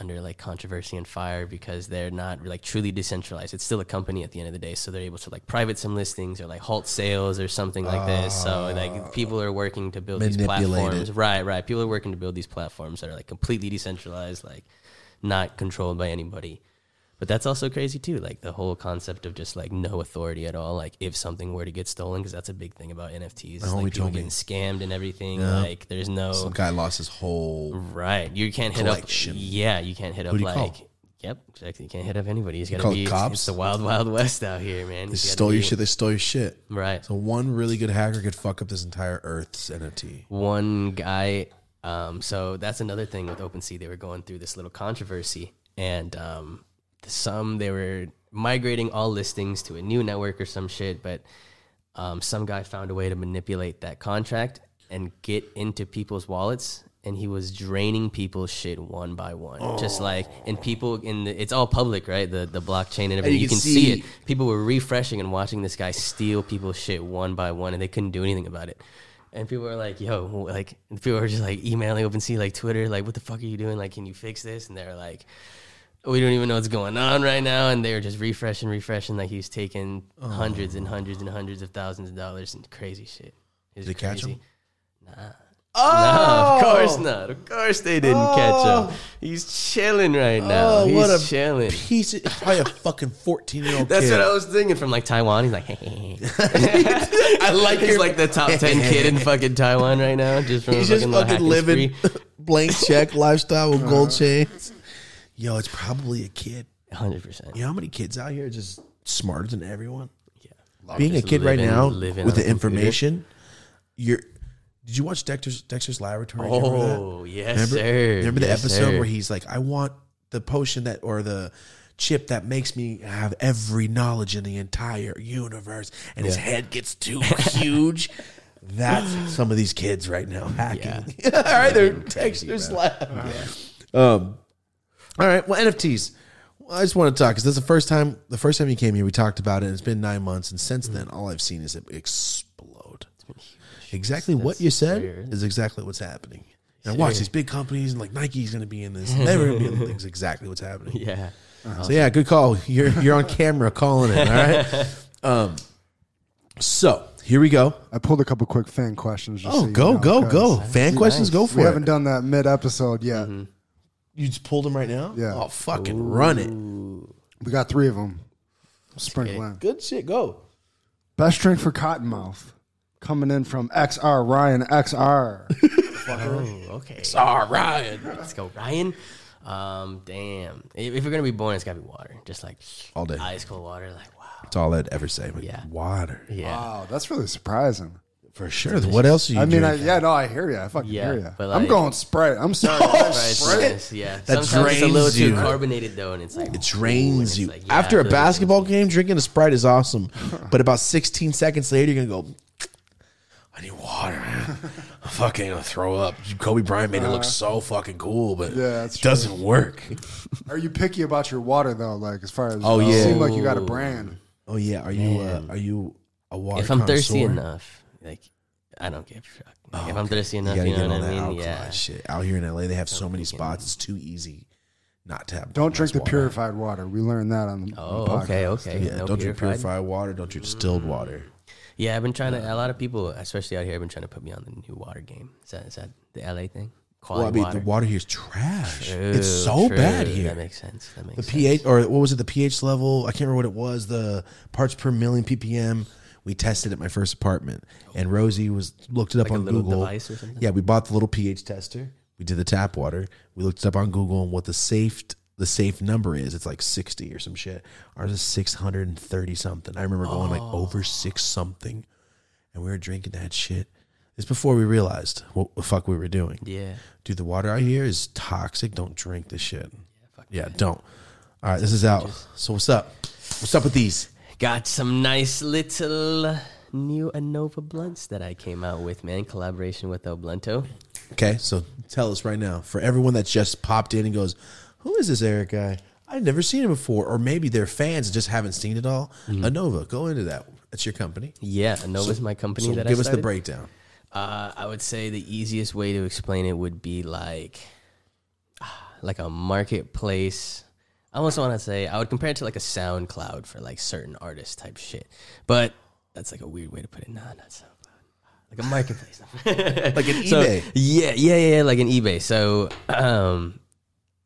[SPEAKER 3] under like controversy and fire because they're not like truly decentralized. It's still a company at the end of the day, so they're able to like private some listings or like halt sales or something like this. So like people are working to build these
[SPEAKER 1] Manipulated.
[SPEAKER 3] platforms Right, right. People are working to build these platforms that are like completely decentralized, like not controlled by anybody. But that's also crazy too. Like the whole concept of just like no authority at all. Like if something were to get stolen, because that's a big thing about NFTs.
[SPEAKER 1] My
[SPEAKER 3] like
[SPEAKER 1] homie
[SPEAKER 3] people
[SPEAKER 1] told me.
[SPEAKER 3] getting scammed and everything.
[SPEAKER 1] Yeah.
[SPEAKER 3] Like there's no
[SPEAKER 1] Some guy lost his whole.
[SPEAKER 3] right. You can't hit
[SPEAKER 1] Collection.
[SPEAKER 3] up. Yeah, you can't hit up
[SPEAKER 1] do you
[SPEAKER 3] like.
[SPEAKER 1] call?
[SPEAKER 3] Yep, exactly. You can't hit up anybody. He's got
[SPEAKER 1] call
[SPEAKER 3] to
[SPEAKER 1] the
[SPEAKER 3] be. it's-
[SPEAKER 1] cops?
[SPEAKER 3] It's the wild, wild west out here, man.
[SPEAKER 1] They stole your shit. They stole your shit.
[SPEAKER 3] Right.
[SPEAKER 1] So one really good hacker could fuck up this entire Earth's NFT.
[SPEAKER 3] one guy. Um, so that's another thing with OpenSea. They were going through this little controversy, and um, some they were migrating all listings to a new network or some shit. But um, some guy found a way to manipulate that contract and get into people's wallets. And he was draining people's shit one by one, just like and people in the, it's all public, right? The the blockchain and everything. you, can see it people were refreshing and watching this guy steal people's shit one by one, and they couldn't do anything about it. And people were like, "Yo, like," and people were just like emailing OpenSea, like Twitter, like, "What the fuck are you doing? Like, can you fix this?" And they're like, "We don't even know what's going on right now." And they were just refreshing, refreshing, like he was taking
[SPEAKER 1] Oh.
[SPEAKER 3] hundreds and hundreds and hundreds of thousands of dollars and crazy shit. It was
[SPEAKER 1] Did they catch
[SPEAKER 3] crazy.
[SPEAKER 1] him? Oh!
[SPEAKER 3] No, of course not. Of course they didn't catch him. He's chilling right now. He's
[SPEAKER 1] Oh, what a
[SPEAKER 3] chilling.
[SPEAKER 1] Piece of, probably a fucking 14 year old
[SPEAKER 3] That's
[SPEAKER 1] kid.
[SPEAKER 3] what I was thinking from like Taiwan. He's like,
[SPEAKER 1] I like
[SPEAKER 3] he's like the top ten kid in fucking Taiwan right now, just from
[SPEAKER 1] He's
[SPEAKER 3] a
[SPEAKER 1] just
[SPEAKER 3] little
[SPEAKER 1] fucking
[SPEAKER 3] hacking
[SPEAKER 1] living
[SPEAKER 3] spree.
[SPEAKER 1] blank check lifestyle with gold
[SPEAKER 3] Uh-huh.
[SPEAKER 1] chains. Yo, it's probably a kid.
[SPEAKER 3] 100%.
[SPEAKER 1] You know how many kids out here are just smarter than everyone?
[SPEAKER 3] Yeah.
[SPEAKER 1] Being a
[SPEAKER 3] Just
[SPEAKER 1] kid right
[SPEAKER 3] living-
[SPEAKER 1] now
[SPEAKER 3] living
[SPEAKER 1] with
[SPEAKER 3] on
[SPEAKER 1] the
[SPEAKER 3] a computer.
[SPEAKER 1] information, you're. Did you watch Dexter's, Dexter's Laboratory? Do you remember that?
[SPEAKER 3] Oh yes,
[SPEAKER 1] Remember,
[SPEAKER 3] sir.
[SPEAKER 1] remember the
[SPEAKER 3] Yes,
[SPEAKER 1] episode
[SPEAKER 3] sir.
[SPEAKER 1] where he's like, I want the potion that, or the chip that makes me have every knowledge in the entire universe, and his head gets too huge. That's some of these kids right now hacking. All right, they're textures lab. Um, all right. Well, NFTs. Well, I just want to talk because that's the first time. The first time you came here, we talked about it. and It's been nine months, and since then, all I've seen is it explode. Exactly what you said is exactly what's happening. And I watch these big companies, and like Nike's going to be in this. and They're going to be in this. Exactly what's happening.
[SPEAKER 3] Yeah.
[SPEAKER 1] So yeah, good call. You're you're on camera calling it. All right. Um. So here we go.
[SPEAKER 2] I pulled a couple quick fan questions. Just
[SPEAKER 1] Oh,
[SPEAKER 2] so you
[SPEAKER 1] go
[SPEAKER 2] know,
[SPEAKER 1] go
[SPEAKER 2] 'cause
[SPEAKER 1] go! Fan questions, go
[SPEAKER 2] We
[SPEAKER 1] for
[SPEAKER 2] haven't
[SPEAKER 1] it.
[SPEAKER 2] done that mid episode yet.
[SPEAKER 3] Mm-hmm.
[SPEAKER 1] You just pulled them right now.
[SPEAKER 2] Yeah.
[SPEAKER 1] Oh, fucking run it.
[SPEAKER 2] We got three of them. Sprinkle in.
[SPEAKER 1] Good shit. Go.
[SPEAKER 2] Best drink for Cottonmouth. Coming in from XR Ryan XR.
[SPEAKER 3] Oh, okay.
[SPEAKER 1] All right.
[SPEAKER 3] Let's go, Ryan. Um, damn. If, if you're gonna be born, it's gotta be water. Just like
[SPEAKER 1] All day.
[SPEAKER 3] ice cold water. Like wow. Uh,
[SPEAKER 1] That's all I'd ever say. But
[SPEAKER 3] Yeah.
[SPEAKER 1] Water.
[SPEAKER 3] Yeah.
[SPEAKER 2] Wow, that's really surprising.
[SPEAKER 1] For sure. What else are you
[SPEAKER 2] I mean, I,
[SPEAKER 1] drinking?
[SPEAKER 2] yeah, no, I hear you. I fucking
[SPEAKER 3] Yeah,
[SPEAKER 2] hear you.
[SPEAKER 3] but
[SPEAKER 2] I'm
[SPEAKER 3] like-
[SPEAKER 2] going Sprite. I'm sorry.
[SPEAKER 3] Right, it's
[SPEAKER 2] Sprite.
[SPEAKER 3] nice, Yeah.
[SPEAKER 1] That
[SPEAKER 3] Sometimes it's a little
[SPEAKER 1] drains
[SPEAKER 3] too
[SPEAKER 1] you.
[SPEAKER 3] carbonated though, and it's like
[SPEAKER 1] it drains
[SPEAKER 3] it's
[SPEAKER 1] you.
[SPEAKER 3] like, yeah,
[SPEAKER 1] After
[SPEAKER 3] I
[SPEAKER 1] a
[SPEAKER 3] feel like it
[SPEAKER 1] basketball game, drinking a Sprite is awesome. but about 16 seconds later, you're going to go, I need water. man. I'm fucking going to throw up. Kobe Bryant made it look so fucking cool, but
[SPEAKER 2] Uh-huh. Yeah, that's
[SPEAKER 1] it doesn't work.
[SPEAKER 2] Are you picky about your water though? Like as far as
[SPEAKER 1] Oh,
[SPEAKER 2] you
[SPEAKER 1] yeah.
[SPEAKER 2] seem like you got a brand.
[SPEAKER 1] Oh, yeah. Are you uh, are you a water
[SPEAKER 3] if I'm thirsty
[SPEAKER 1] connoisseur?
[SPEAKER 3] enough, like I don't give a fuck. Like, if I'm thirsty enough,
[SPEAKER 1] You
[SPEAKER 3] you,
[SPEAKER 1] gotta get
[SPEAKER 3] know what
[SPEAKER 1] on that
[SPEAKER 3] I mean?
[SPEAKER 1] alkaline
[SPEAKER 3] Yeah.
[SPEAKER 1] shit. Out here in LA, they have so many spots. It's too easy not to have.
[SPEAKER 2] Don't
[SPEAKER 1] nice
[SPEAKER 2] drink the
[SPEAKER 1] water.
[SPEAKER 2] purified water. We learned that on the, on the
[SPEAKER 3] Oh,
[SPEAKER 2] podcast.
[SPEAKER 3] okay, okay.
[SPEAKER 1] Yeah,
[SPEAKER 3] No
[SPEAKER 1] don't drink
[SPEAKER 3] purified. Mm.
[SPEAKER 1] purified water. Don't drink distilled water.
[SPEAKER 3] Yeah, I've been trying to. A lot of people, especially out here, have been trying to put me on the new water game. Is that is that the LA thing? Quality
[SPEAKER 1] Well, I mean,
[SPEAKER 3] water.
[SPEAKER 1] the water here is trash.
[SPEAKER 3] True,
[SPEAKER 1] it's so
[SPEAKER 3] true.
[SPEAKER 1] bad
[SPEAKER 3] That
[SPEAKER 1] here.
[SPEAKER 3] makes sense. That makes
[SPEAKER 1] The
[SPEAKER 3] sense.
[SPEAKER 1] pH, or what was it? The pH level? I can't remember what it was. The parts per million ppm. We tested at my first apartment, and Rosie was looked it up
[SPEAKER 3] Like a
[SPEAKER 1] on
[SPEAKER 3] little
[SPEAKER 1] Google.
[SPEAKER 3] device or something?
[SPEAKER 1] Yeah, we bought the little pH tester. We did the tap water. We looked it up on Google and what the safe the safe number is. It's like sixty or some shit. Ours is six hundred and thirty something. I remember going like
[SPEAKER 3] Oh.
[SPEAKER 1] over six something, and we were drinking that shit. It's before we realized what the fuck we were doing.
[SPEAKER 3] Yeah.
[SPEAKER 1] Dude, the water out here is toxic. Don't drink this shit. Yeah, don't. All right, this is out. So what's up? What's up with these?
[SPEAKER 3] Got some nice little new Anova blunts that I came out with, man. Collaboration with El Blunto.
[SPEAKER 1] Okay, so tell us right now for everyone that just popped in and goes, "Who is this Eric guy? I've never seen him before," or maybe they're fans and just haven't seen it all.
[SPEAKER 3] Mm-hmm.
[SPEAKER 1] Anova, go into that. That's your company.
[SPEAKER 3] Yeah, Anova's my company
[SPEAKER 1] So
[SPEAKER 3] that I
[SPEAKER 1] give us the
[SPEAKER 3] started.
[SPEAKER 1] breakdown.
[SPEAKER 3] Uh, I would say the easiest way to explain it would be like, like a marketplace. I almost want to say I would compare it to like a SoundCloud for like certain artists type shit, but that's like a weird way to put it. No, not SoundCloud. Like a marketplace.
[SPEAKER 1] Like an
[SPEAKER 3] So-
[SPEAKER 1] eBay.
[SPEAKER 3] yeah, yeah, yeah, yeah, like an eBay. So um,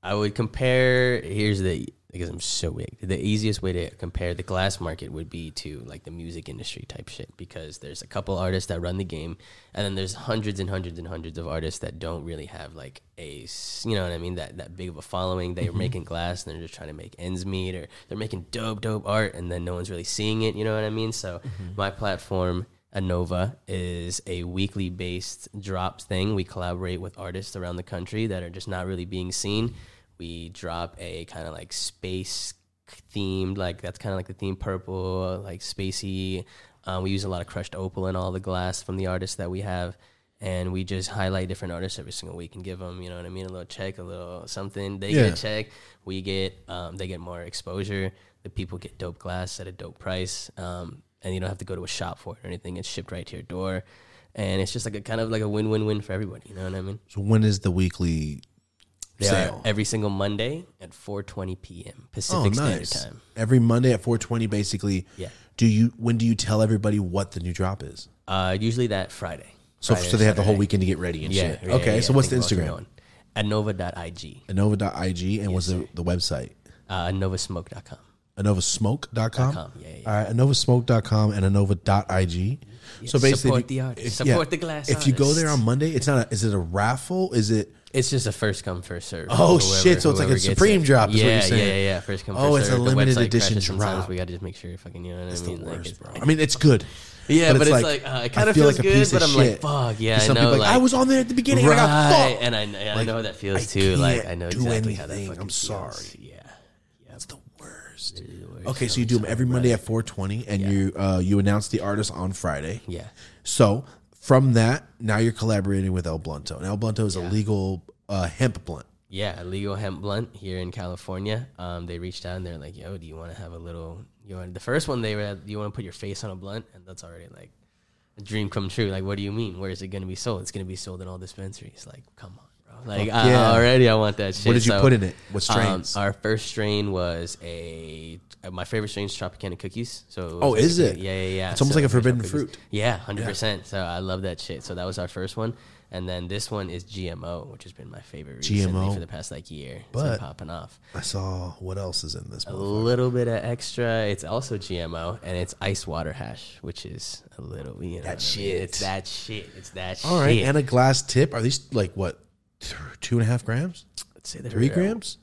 [SPEAKER 3] I would compare. Here's the because I'm so big. The easiest way to compare the glass market would be to like the music industry type shit because there's a couple artists that run the game, and then there's hundreds and hundreds and hundreds of artists that don't really have like a s- you know what I mean that that big of a following. They're making glass and they're just trying to make ends meet, or they're making dope dope art, and then no one's really seeing it. You know what I mean? So my platform Anova is a weekly based drop thing. We collaborate with artists around the country that are just not really being seen. We drop a kind of like space themed, like that's kind of like the theme purple, like spacey. Um, we use a lot of crushed opal in all the glass from the artists that we have. And we just highlight different artists every single week and give them, you know what I mean, a little check, a little something. They
[SPEAKER 1] Yeah.
[SPEAKER 3] get a check, we get, um, they get more exposure. The people get dope glass at a dope price, um, and you don't have to go to a shop for it or anything. It's shipped right to your door, and it's just like a kind of like a win-win-win for everybody. You know what I mean?
[SPEAKER 1] So when is the weekly
[SPEAKER 3] They
[SPEAKER 1] sale?
[SPEAKER 3] are every single Monday at 4:20 p.m. Pacific Standard Time.
[SPEAKER 1] Oh, Every Monday at 4:20 basically.
[SPEAKER 3] Yeah.
[SPEAKER 1] Do you when do you tell everybody what the new drop is?
[SPEAKER 3] Uh, usually that Friday.
[SPEAKER 1] So
[SPEAKER 3] Friday
[SPEAKER 1] so
[SPEAKER 3] or
[SPEAKER 1] they have the whole
[SPEAKER 3] Saturday.
[SPEAKER 1] weekend to get ready and
[SPEAKER 3] Yeah.
[SPEAKER 1] shit.
[SPEAKER 3] yeah,
[SPEAKER 1] okay,
[SPEAKER 3] yeah,
[SPEAKER 1] so
[SPEAKER 3] I
[SPEAKER 1] what's the
[SPEAKER 3] think we're
[SPEAKER 1] Instagram?
[SPEAKER 3] working on- Anova.ig.
[SPEAKER 1] Anova.ig and what's the, the website?
[SPEAKER 3] Uh, AnovaSmoke.com.
[SPEAKER 1] AnovaSmoke.com.
[SPEAKER 3] Com, yeah, yeah.
[SPEAKER 1] All right, AnovaSmoke.com and Anova.ig. so basically,
[SPEAKER 3] support
[SPEAKER 1] if you-
[SPEAKER 3] the artist.
[SPEAKER 1] if-
[SPEAKER 3] Support the glass
[SPEAKER 1] If you go
[SPEAKER 3] artist.
[SPEAKER 1] there on Monday, it's not. A, is it a raffle? Is it?
[SPEAKER 3] It's just a first come first serve.
[SPEAKER 1] Oh, shit, so it's like a
[SPEAKER 3] whoever gets
[SPEAKER 1] Supreme
[SPEAKER 3] it.
[SPEAKER 1] drop is what
[SPEAKER 3] Yeah,
[SPEAKER 1] you're saying.
[SPEAKER 3] yeah, yeah. First come.
[SPEAKER 1] Oh,
[SPEAKER 3] first
[SPEAKER 1] it's a
[SPEAKER 3] served. The
[SPEAKER 1] limited
[SPEAKER 3] website
[SPEAKER 1] edition
[SPEAKER 3] crashes sometimes.
[SPEAKER 1] drop.
[SPEAKER 3] We got to just make sure, fucking, you know what I mean. Like, it's-
[SPEAKER 1] I mean, it's good.
[SPEAKER 3] Yeah, but, it's, like, uh,
[SPEAKER 1] I
[SPEAKER 3] it kind of
[SPEAKER 1] feel
[SPEAKER 3] feels
[SPEAKER 1] like a
[SPEAKER 3] good,
[SPEAKER 1] piece
[SPEAKER 3] but
[SPEAKER 1] of
[SPEAKER 3] I'm
[SPEAKER 1] shit.
[SPEAKER 3] like, fuck, yeah,
[SPEAKER 1] Some
[SPEAKER 3] I know.
[SPEAKER 1] people are like,
[SPEAKER 3] like,
[SPEAKER 1] I was on there at the beginning,
[SPEAKER 3] right,
[SPEAKER 1] and I got fucked.
[SPEAKER 3] and I, and I know how that feels
[SPEAKER 1] I
[SPEAKER 3] too. Like
[SPEAKER 1] can't
[SPEAKER 3] I know
[SPEAKER 1] do
[SPEAKER 3] exactly how that
[SPEAKER 1] anything.
[SPEAKER 3] fucking
[SPEAKER 1] I'm
[SPEAKER 3] feels.
[SPEAKER 1] sorry.
[SPEAKER 3] Yeah, yeah,
[SPEAKER 1] That's the worst.
[SPEAKER 3] the worst.
[SPEAKER 1] Okay, so you do them every Monday at 4:20, and you uh, you announce the artist on Friday.
[SPEAKER 3] Yeah.
[SPEAKER 1] So from that, now you're collaborating with El Blunto, and El Blunto is a legal uh, hemp blunt.
[SPEAKER 3] Yeah, legal hemp blunt here in California. Um, they reached out and they're like, "Yo, do you want to have a little?" You want the first one they were, "You want to put your face on a blunt?" And that's already like a dream come true. Like, what do you mean? Where is it going to be sold? It's going to be sold in all dispensaries. Like, come on, bro. Like, I-
[SPEAKER 1] yeah.
[SPEAKER 3] already I want that shit.
[SPEAKER 1] did you
[SPEAKER 3] So,
[SPEAKER 1] put in it? What
[SPEAKER 3] um,
[SPEAKER 1] strains?
[SPEAKER 3] our first strain was a uh, my favorite strain is Tropicana cookies. So it was
[SPEAKER 1] Oh,
[SPEAKER 3] like
[SPEAKER 1] is
[SPEAKER 3] a-
[SPEAKER 1] it?
[SPEAKER 3] Yeah, yeah, yeah.
[SPEAKER 1] It's almost like a
[SPEAKER 3] there's no
[SPEAKER 1] forbidden
[SPEAKER 3] cookies.
[SPEAKER 1] fruit.
[SPEAKER 3] Yeah, hundred percent. So I love that shit. So that was our first one, and then this one is GMO, which has been my favorite
[SPEAKER 1] GMO.
[SPEAKER 3] recently for the past like year. It's been
[SPEAKER 1] But-
[SPEAKER 3] popping off.
[SPEAKER 1] I saw what else is in this.
[SPEAKER 3] A
[SPEAKER 1] motherfucker.
[SPEAKER 3] little bit of extra. It's also GMO, and it's ice water hash, which is a little you know that
[SPEAKER 1] shit.
[SPEAKER 3] It's that shit. It's that
[SPEAKER 1] All right,
[SPEAKER 3] shit.
[SPEAKER 1] and a glass tip. Are these like what, th- two and a half grams,
[SPEAKER 3] I'd say they're
[SPEAKER 1] three
[SPEAKER 3] around
[SPEAKER 1] grams?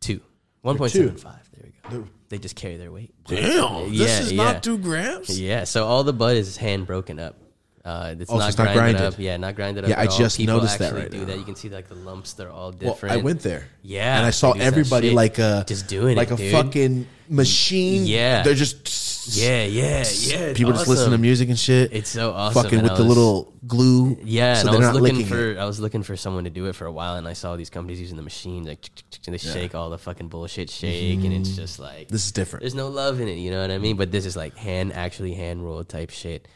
[SPEAKER 3] two, one point seven five. There we go. They just carry their weight.
[SPEAKER 1] Damn,
[SPEAKER 3] Yeah, yeah.
[SPEAKER 1] grams.
[SPEAKER 3] Yeah, so all the bud is hand broken up. Uh, it's
[SPEAKER 1] Oh, so
[SPEAKER 3] not
[SPEAKER 1] it's not
[SPEAKER 3] grinded,
[SPEAKER 1] grinded.
[SPEAKER 3] up. Yeah, not grinded up.
[SPEAKER 1] Yeah, I
[SPEAKER 3] at all.
[SPEAKER 1] just
[SPEAKER 3] People
[SPEAKER 1] noticed that
[SPEAKER 3] actually
[SPEAKER 1] right
[SPEAKER 3] do
[SPEAKER 1] now.
[SPEAKER 3] that. You can see like the lumps; they're all
[SPEAKER 1] Well,
[SPEAKER 3] different.
[SPEAKER 1] I went there.
[SPEAKER 3] Yeah,
[SPEAKER 1] and I saw
[SPEAKER 3] they do that
[SPEAKER 1] everybody
[SPEAKER 3] shit.
[SPEAKER 1] like a
[SPEAKER 3] Just doing it,
[SPEAKER 1] like a
[SPEAKER 3] dude.
[SPEAKER 1] fucking machine.
[SPEAKER 3] Yeah.
[SPEAKER 1] they're just
[SPEAKER 3] Yeah, yeah, yeah. it's
[SPEAKER 1] people just listen to
[SPEAKER 3] awesome.
[SPEAKER 1] music and shit.
[SPEAKER 3] It's so awesome,
[SPEAKER 1] Fucking
[SPEAKER 3] and
[SPEAKER 1] with
[SPEAKER 3] I
[SPEAKER 1] the
[SPEAKER 3] was-
[SPEAKER 1] little glue.
[SPEAKER 3] Yeah,
[SPEAKER 1] so
[SPEAKER 3] and
[SPEAKER 1] they're
[SPEAKER 3] I was
[SPEAKER 1] not
[SPEAKER 3] looking
[SPEAKER 1] licking
[SPEAKER 3] for
[SPEAKER 1] it.
[SPEAKER 3] I was looking for someone to do it for a while, and I saw these companies using the machine like ch- ch- ch- and they shake all the fucking bullshit shake, and it's just like
[SPEAKER 1] Mm-hmm. This is different.
[SPEAKER 3] there's no love in it, you know what I mean? But this is like hand actually hand rolled type shit.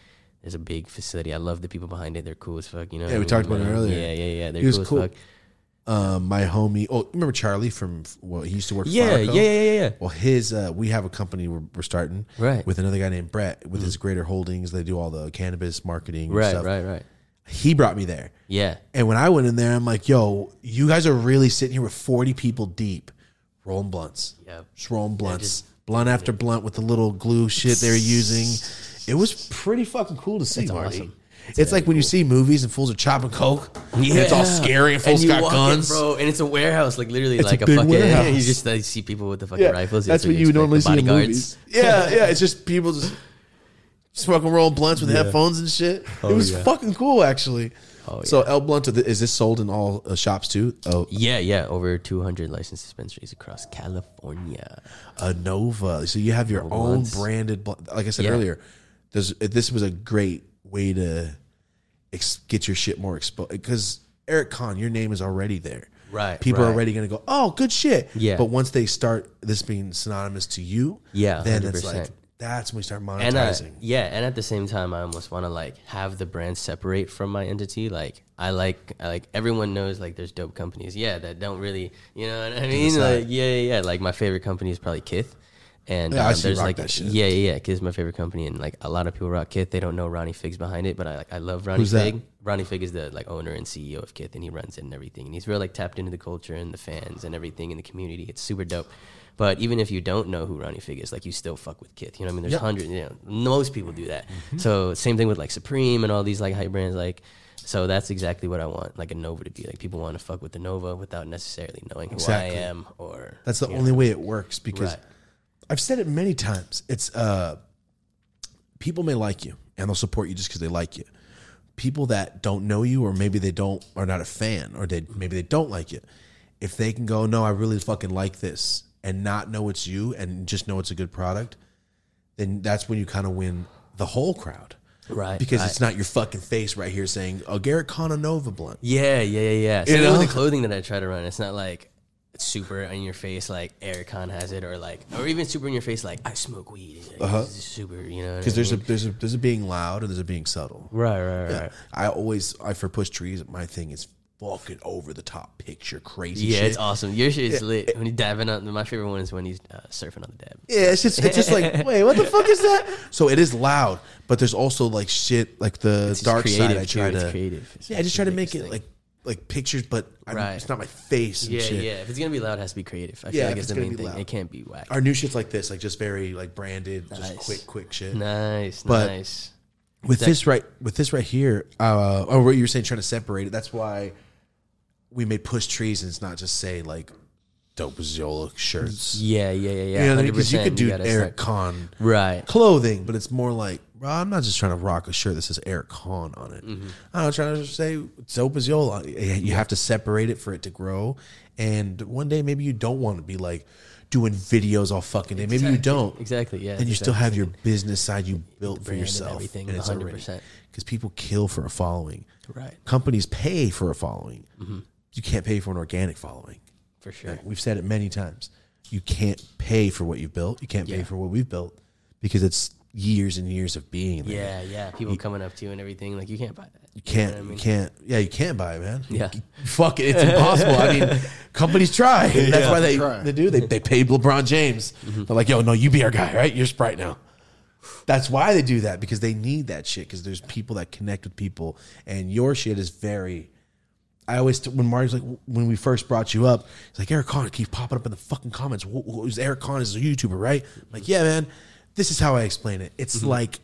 [SPEAKER 3] There's a big facility. I love the people behind it. They're cool as fuck. You know. what
[SPEAKER 1] Yeah,
[SPEAKER 3] I
[SPEAKER 1] we
[SPEAKER 3] mean?
[SPEAKER 1] talked about it
[SPEAKER 3] Yeah,
[SPEAKER 1] earlier.
[SPEAKER 3] Yeah, yeah, yeah. They're
[SPEAKER 1] He was
[SPEAKER 3] cool,
[SPEAKER 1] cool.
[SPEAKER 3] as fuck.
[SPEAKER 1] Um, my homie, oh, remember Charlie from? Well, he used to work. for
[SPEAKER 3] Yeah,
[SPEAKER 1] Fireco?
[SPEAKER 3] yeah, yeah, yeah, yeah.
[SPEAKER 1] Well, his uh, we have a company we're, we're starting
[SPEAKER 3] Right. Mm.
[SPEAKER 1] with another guy named Brett with his Greater Holdings. They do all the cannabis marketing.
[SPEAKER 3] Right,
[SPEAKER 1] and stuff.
[SPEAKER 3] right, right.
[SPEAKER 1] He brought me there.
[SPEAKER 3] Yeah,
[SPEAKER 1] And when I went in there, I'm like, yo, you guys are really sitting here with 40 people deep, rolling blunts.
[SPEAKER 3] Yep.
[SPEAKER 1] Just rolling blunts. blunt after blunt with the little glue shit they were using. It was pretty fucking cool to see, Marty.
[SPEAKER 3] awesome.
[SPEAKER 1] It's, like when you see movies and fools are chopping coke. and it's all scary and fools
[SPEAKER 3] you
[SPEAKER 1] got
[SPEAKER 3] walk in,
[SPEAKER 1] guns.
[SPEAKER 3] bro. And it's a warehouse, like literally,
[SPEAKER 1] a
[SPEAKER 3] like a,
[SPEAKER 1] big
[SPEAKER 3] fucking.
[SPEAKER 1] warehouse.
[SPEAKER 3] You just like, see people with the fucking rifles.
[SPEAKER 1] That's
[SPEAKER 3] It's
[SPEAKER 1] what you
[SPEAKER 3] expect,
[SPEAKER 1] normally
[SPEAKER 3] the
[SPEAKER 1] see in
[SPEAKER 3] bodyguards.
[SPEAKER 1] movies. Yeah, yeah. It's just people just smoking roll blunts with headphones and shit. it was
[SPEAKER 3] Oh, yeah.
[SPEAKER 1] fucking cool, actually.
[SPEAKER 3] Oh,
[SPEAKER 1] So El Blunt, is this sold in all uh, shops too? Oh,
[SPEAKER 3] Yeah, yeah. Over 200 licensed dispensaries across California.
[SPEAKER 1] a Nova. So you have your own
[SPEAKER 3] blunts.
[SPEAKER 1] branded. blunt. Like I said
[SPEAKER 3] Yeah.
[SPEAKER 1] earlier, there's, this was a great way to ex- get your shit more exposed because Eric Kahn, your name is already there.
[SPEAKER 3] Right,
[SPEAKER 1] People are
[SPEAKER 3] right.
[SPEAKER 1] already going to go, oh, good shit.
[SPEAKER 3] Yeah.
[SPEAKER 1] But once they start this being synonymous to you,
[SPEAKER 3] Yeah,
[SPEAKER 1] then it's like
[SPEAKER 3] 100%.
[SPEAKER 1] that's when we start
[SPEAKER 3] and uh,
[SPEAKER 1] monetizing.
[SPEAKER 3] yeah, and at the same time, I almost want to like have the brand separate from my entity. Like I like I like everyone knows like there's dope companies, yeah, that don't really, you know what I mean? Like yeah, yeah, yeah. Like my favorite company is probably Kith, and
[SPEAKER 1] Yeah, I
[SPEAKER 3] um,
[SPEAKER 1] see
[SPEAKER 3] there's
[SPEAKER 1] rock
[SPEAKER 3] like
[SPEAKER 1] that shit.
[SPEAKER 3] yeah, yeah, yeah. Kith is my favorite company, and like a lot of people rock Kith. They don't know Ronnie Fig's behind it, but I like I love Ronnie
[SPEAKER 1] Who's that?
[SPEAKER 3] Fig. Ronnie Fig is the like owner and CEO of Kith, and he runs it and everything. And he's really like tapped into the culture and the fans and everything in the community. It's super dope. But even if you don't know who Ronnie Fig is, like you still fuck with Kith. You know what I mean? There's
[SPEAKER 1] Yep.
[SPEAKER 3] hundred. You know, most people do that.
[SPEAKER 1] Mm-hmm.
[SPEAKER 3] So same thing with like Supreme and all these like hype brands. Like, so that's exactly what I want. Like a Nova to be like people want to fuck with the Nova without necessarily knowing who
[SPEAKER 1] Exactly.
[SPEAKER 3] I am or
[SPEAKER 1] That's the only way it works because
[SPEAKER 3] Right.
[SPEAKER 1] I've said it many times. It's uh, people may like you and they'll support you just because they like you. People that don't know you or maybe they don't are not a fan or they maybe they don't like it. If they can go, no, I really fucking like this and not know it's you and just know it's a good product, then that's when you kind of win the whole crowd.
[SPEAKER 3] Right,
[SPEAKER 1] Because
[SPEAKER 3] right.
[SPEAKER 1] it's not your fucking face right here saying, oh, Garrett Connor Nova blunt.
[SPEAKER 3] Yeah, yeah, yeah, yeah. Same
[SPEAKER 1] You
[SPEAKER 3] thing
[SPEAKER 1] know?
[SPEAKER 3] with the clothing that I try to run. It's not like it's super in your face like Eric Khan has it, or like, or even super in your face like I smoke weed. uh Super, you know,
[SPEAKER 1] Uh-huh. Because there's a there's a there's a being loud and there's a being subtle.
[SPEAKER 3] right, right, right.
[SPEAKER 1] I always I for push trees. My thing is fucking over the top picture, crazy.
[SPEAKER 3] Yeah,
[SPEAKER 1] shit.
[SPEAKER 3] it's awesome. Your shit is lit. When he's dabbing on, my favorite one is when he's uh, surfing on the dab.
[SPEAKER 1] yeah. It's just it's just like wait, what the fuck is that? So it is loud, but there's also like shit like the
[SPEAKER 3] just
[SPEAKER 1] dark side.
[SPEAKER 3] creative,
[SPEAKER 1] I try
[SPEAKER 3] too. It's
[SPEAKER 1] to
[SPEAKER 3] creative. It's
[SPEAKER 1] yeah, I just try to make it
[SPEAKER 3] thing.
[SPEAKER 1] like like pictures, but I don't
[SPEAKER 3] Right.
[SPEAKER 1] it's not my face. And
[SPEAKER 3] Yeah,
[SPEAKER 1] shit.
[SPEAKER 3] yeah. If it's gonna be loud, it has to be creative. I
[SPEAKER 1] Yeah,
[SPEAKER 3] feel
[SPEAKER 1] if
[SPEAKER 3] like it's
[SPEAKER 1] it's
[SPEAKER 3] the
[SPEAKER 1] gonna
[SPEAKER 3] main
[SPEAKER 1] be
[SPEAKER 3] thing.
[SPEAKER 1] loud.
[SPEAKER 3] It can't be whack.
[SPEAKER 1] Our new shit's like this, like just very like branded, just
[SPEAKER 3] Nice.
[SPEAKER 1] quick, quick shit.
[SPEAKER 3] Nice,
[SPEAKER 1] But-
[SPEAKER 3] nice.
[SPEAKER 1] with this right with this right here uh or what you were saying trying to separate it that's why we may push trees and it's not just say like dope Ziola shirts.
[SPEAKER 3] Yeah, yeah, yeah, yeah.
[SPEAKER 1] you know what I mean? 'Cause you
[SPEAKER 3] 100%,
[SPEAKER 1] could do
[SPEAKER 3] gotta
[SPEAKER 1] Eric
[SPEAKER 3] start-
[SPEAKER 1] Kahn
[SPEAKER 3] Right.
[SPEAKER 1] clothing, but it's more like, bro, I'm not just trying to rock a shirt that says Eric Kahn on it. I'm not trying to just say dope as Yola. eh, You have to separate it for it to grow. And one day, maybe you don't want to be like doing videos all fucking day. Maybe you don't.
[SPEAKER 3] Exactly. Yeah.
[SPEAKER 1] And you
[SPEAKER 3] that's
[SPEAKER 1] still
[SPEAKER 3] exactly.
[SPEAKER 1] have your business side you built for
[SPEAKER 3] brand and
[SPEAKER 1] yourself.
[SPEAKER 3] everything,
[SPEAKER 1] and it's
[SPEAKER 3] 100%.
[SPEAKER 1] Because people kill for a following.
[SPEAKER 3] Right.
[SPEAKER 1] Companies pay for a following. You can't pay for an organic following.
[SPEAKER 3] for sure.
[SPEAKER 1] Like, we've said it many times. You can't pay for what you've built. You can't pay
[SPEAKER 3] Yeah.
[SPEAKER 1] for what we've built because it's years and years of being there.
[SPEAKER 3] Yeah, yeah. People coming up to you and everything. Like you can't buy that.
[SPEAKER 1] You can't, you can't, yeah, you can't buy it, man.
[SPEAKER 3] Yeah.
[SPEAKER 1] You- Fuck it. It's impossible. I mean, companies try. And that's why they,
[SPEAKER 2] Try.
[SPEAKER 1] they do. They, they paid LeBron James. They're like, yo, no, you be our guy, right? You're Sprite now. That's why they do that because they need that shit because there's people that connect with people. And your shit is very, I always when Marty's like when we first brought you up, he's like Eric Kahn keeps popping up in the fucking comments. Wh- wh- Who's Eric Kahn? Is a YouTuber, right? I'm like, yeah, man. This is how I explain it. It's like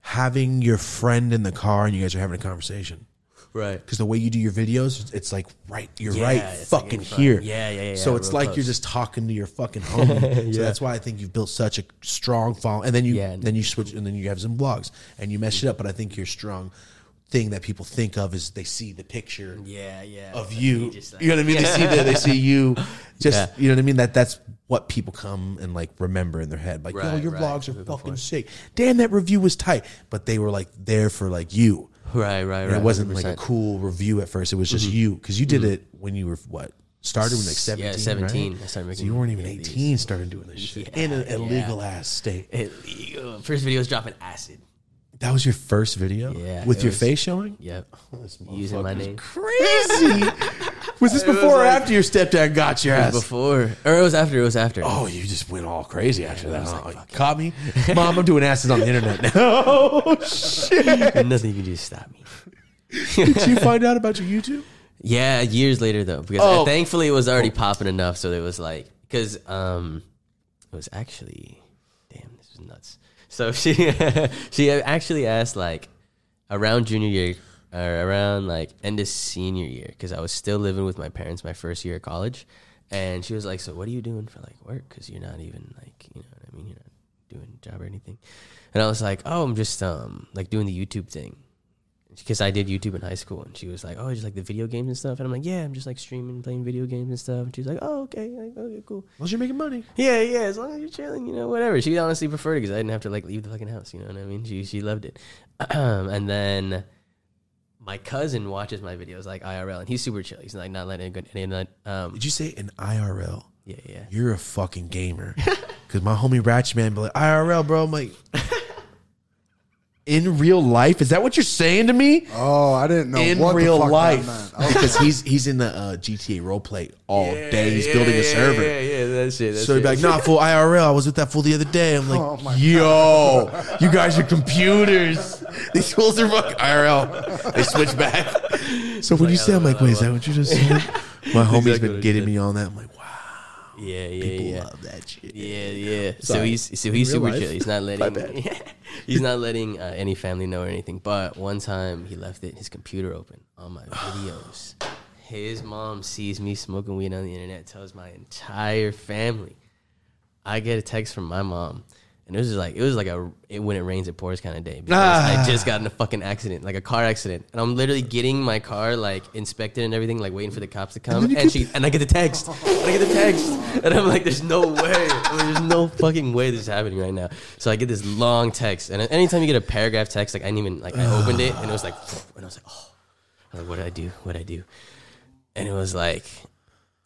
[SPEAKER 1] having your friend in the car and you guys are having a conversation
[SPEAKER 3] Right.
[SPEAKER 1] because the way you do your videos, it's like right, you're
[SPEAKER 3] Yeah,
[SPEAKER 1] right,
[SPEAKER 3] it's like
[SPEAKER 1] fucking
[SPEAKER 3] in front.
[SPEAKER 1] here.
[SPEAKER 3] Yeah, yeah, yeah,
[SPEAKER 1] So
[SPEAKER 3] yeah,
[SPEAKER 1] it's
[SPEAKER 3] real
[SPEAKER 1] like
[SPEAKER 3] close.
[SPEAKER 1] you're just talking to your fucking homie. So that's why I think you've built such a strong following. And then you,
[SPEAKER 3] Yeah.
[SPEAKER 1] then you switch, and then you have some blogs and you mesh it up. But I think your strong thing that people think of is they see the picture
[SPEAKER 3] Yeah, yeah.
[SPEAKER 1] of
[SPEAKER 3] Like,
[SPEAKER 1] you.
[SPEAKER 3] just, like-
[SPEAKER 1] You know what I mean? They see the, they see you. Just
[SPEAKER 3] Yeah.
[SPEAKER 1] you know what I mean? That that's what people come and like remember in their head. Like, yo,
[SPEAKER 3] Right,
[SPEAKER 1] your
[SPEAKER 3] right.
[SPEAKER 1] vlogs are fucking sick. Damn, that review was tight. But they were like there for like you.
[SPEAKER 3] Right, right,
[SPEAKER 1] And
[SPEAKER 3] right.
[SPEAKER 1] it wasn't like a
[SPEAKER 3] 100%.
[SPEAKER 1] cool review at first. It was just you because you did it when you were what started when like seventeen.
[SPEAKER 3] Mm-hmm. Yeah, 17.
[SPEAKER 1] right?
[SPEAKER 3] I started
[SPEAKER 1] So
[SPEAKER 3] making
[SPEAKER 1] you weren't even
[SPEAKER 3] yeah, these.
[SPEAKER 1] eighteen starting doing this shit
[SPEAKER 3] Yeah,
[SPEAKER 1] in an
[SPEAKER 3] yeah.
[SPEAKER 1] illegal ass state.
[SPEAKER 3] Illegal. First video was dropping acid.
[SPEAKER 1] That was your first video.
[SPEAKER 3] Yeah,
[SPEAKER 1] with
[SPEAKER 3] it
[SPEAKER 1] your
[SPEAKER 3] was-
[SPEAKER 1] face showing.
[SPEAKER 3] Yep. Using my name.
[SPEAKER 1] Crazy. was this before or after your stepdad got your ass?
[SPEAKER 3] Before. Or it was after. It was after.
[SPEAKER 1] Oh, you just went all crazy after that. huh? You Caught me, mom. I'm doing asses on the internet now. oh shit!
[SPEAKER 3] Nothing you can do to stop me.
[SPEAKER 1] Did you find out about your YouTube?
[SPEAKER 3] Yeah, years later though, because uh,
[SPEAKER 1] Oh.
[SPEAKER 3] thankfully it was already popping enough, so it was like because um, it was actually damn, this is nuts. So she she actually asked like around junior year or around like end of senior year because I was still living with my parents my first year of college, and she was like, "So what are you doing for like work? Because you're not even like you know what I mean, you're not doing a job or anything." And I was like, "Oh, I'm just um like doing the YouTube thing." because I did YouTube in high school, and she was like, "Oh, just like the video games and stuff," and I'm like, "Yeah, I'm just like streaming, playing video games and stuff." And she's like, "Oh, okay, like, okay, cool,
[SPEAKER 1] Well, you're making money.
[SPEAKER 3] yeah, yeah, as long as you're chilling, you know, whatever." She honestly preferred it because I didn't have to like leave the fucking house, you know what I mean? She she loved it, and then my cousin watches my videos like IRL, and he's super chill. He's like not letting it any of that. Um,
[SPEAKER 1] Did you say an IRL?
[SPEAKER 3] yeah, yeah.
[SPEAKER 1] You're a fucking gamer. Because my homie Ratchet Man be like, IRL, bro. I'm like, in real life? Is that what you're saying to me?
[SPEAKER 2] Oh, I didn't know
[SPEAKER 1] in
[SPEAKER 2] what the
[SPEAKER 1] real
[SPEAKER 2] fuck that
[SPEAKER 1] life.
[SPEAKER 2] meant. Oh,
[SPEAKER 1] Because he's he's in the uh, GTA roleplay all day. He's building a server.
[SPEAKER 3] Yeah, yeah, that's it. That's
[SPEAKER 1] So he'd be like, nah, fool, IRL. I was with that fool the other day. I'm like,
[SPEAKER 2] Oh my
[SPEAKER 1] yo, you guys are computers. These fools are fucking IRL. They switch back. So when you say, I'm like, wait, is that what you just said? My homie's
[SPEAKER 3] Exactly what
[SPEAKER 1] been
[SPEAKER 3] he
[SPEAKER 1] getting
[SPEAKER 3] said.
[SPEAKER 1] me on that. I'm like, wow,
[SPEAKER 3] yeah, yeah, yeah.
[SPEAKER 1] love that shit.
[SPEAKER 3] Yeah, yeah. So
[SPEAKER 1] Sorry.
[SPEAKER 3] he's so he's
[SPEAKER 1] In real
[SPEAKER 3] super
[SPEAKER 1] life.
[SPEAKER 3] chill. He's not letting he's not letting uh, any family know or anything. But one time he left it his computer open on my videos. His mom sees me smoking weed on the internet, tells my entire family. I get a text from my mom, and it was just like it was like a it, when it rains it pours kind of day. Because I just got in a fucking accident, like a car accident, and I'm literally getting my car like inspected and everything, like waiting for the cops to come. And, she and I get the text, and I get the text, and I'm like, "There's no way, I mean, there's no fucking way this is happening right now." So I get this long text, and anytime you get a paragraph text, like I didn't even like I opened it, and it was like, and I was like, "Oh, I was like, what did I do? What did I do?" And it was like,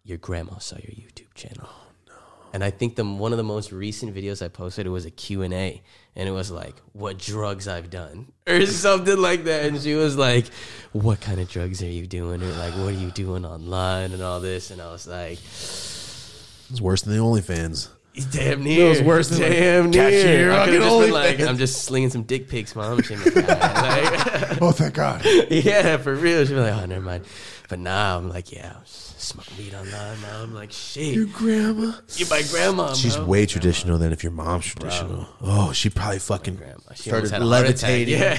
[SPEAKER 3] "Your grandma saw your YouTube channel." and I think the one of the most recent videos I posted it was a Q and A, and it was like what drugs I've done or something like that. And she was like, "What kind of drugs are you doing?" Or like, "What are you doing online?" and all this. And I was like,
[SPEAKER 1] It's worse than the OnlyFans.
[SPEAKER 3] "It's damn near,
[SPEAKER 1] was worse than, like,
[SPEAKER 3] damn
[SPEAKER 1] catching your
[SPEAKER 3] near." I
[SPEAKER 1] fucking
[SPEAKER 3] could've just been like,
[SPEAKER 1] OnlyFans.
[SPEAKER 3] "I'm just slinging some dick pics, mom." She'd be like, "All right." Like,
[SPEAKER 2] oh, thank God.
[SPEAKER 3] yeah, for real. She'd be like, "Oh, never mind." But now I'm like, "Yeah, I'm smoking weed online." Now I'm like, "Shit,
[SPEAKER 1] grandma.
[SPEAKER 3] you're my grandma."
[SPEAKER 1] She's
[SPEAKER 3] bro.
[SPEAKER 1] way traditional than if your mom's traditional. Oh, she probably fucking
[SPEAKER 3] Grandma. She almost
[SPEAKER 1] started
[SPEAKER 3] had a heart attack.
[SPEAKER 1] levitating,
[SPEAKER 3] Yeah,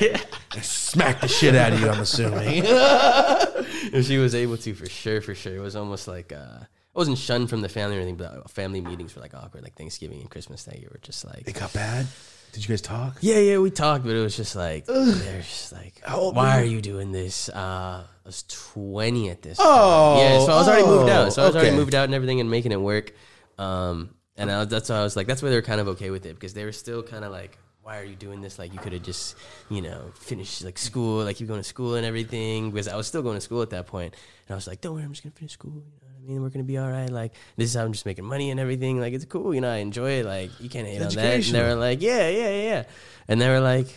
[SPEAKER 3] yeah.
[SPEAKER 1] smacked the shit out of you. I'm assuming.
[SPEAKER 3] if she was able to for sure for sure it was almost like uh wasn't shunned from the family or anything, but family meetings were like awkward, like Thanksgiving and Christmas that year were just
[SPEAKER 1] It
[SPEAKER 3] like,
[SPEAKER 1] got bad. Did you guys talk?
[SPEAKER 3] yeah, yeah, we talked, but it was just like, they're just like,
[SPEAKER 1] old
[SPEAKER 3] why are you doing this? Uh, I was 20 at this.
[SPEAKER 1] Oh,
[SPEAKER 3] yeah, so I was already moved
[SPEAKER 1] oh,
[SPEAKER 3] out. So I was already
[SPEAKER 1] okay.
[SPEAKER 3] moved out and everything and making it work. Um, and I was, that's why I was like, that's why they were kind of okay with it because they were still kind of like, why are you doing this? Like, you could have just, you know, finished like school, like you going to school and everything. Because I was still going to school at that point, and I was like, don't worry, I'm just gonna finish school. You know what I mean? We're gonna be all right. Like, this is how I'm just making money and everything. Like, it's cool. You know, I enjoy it. Like, you can't hate on that. And they
[SPEAKER 1] educational.
[SPEAKER 3] were like, yeah, yeah, yeah, yeah. And they were like,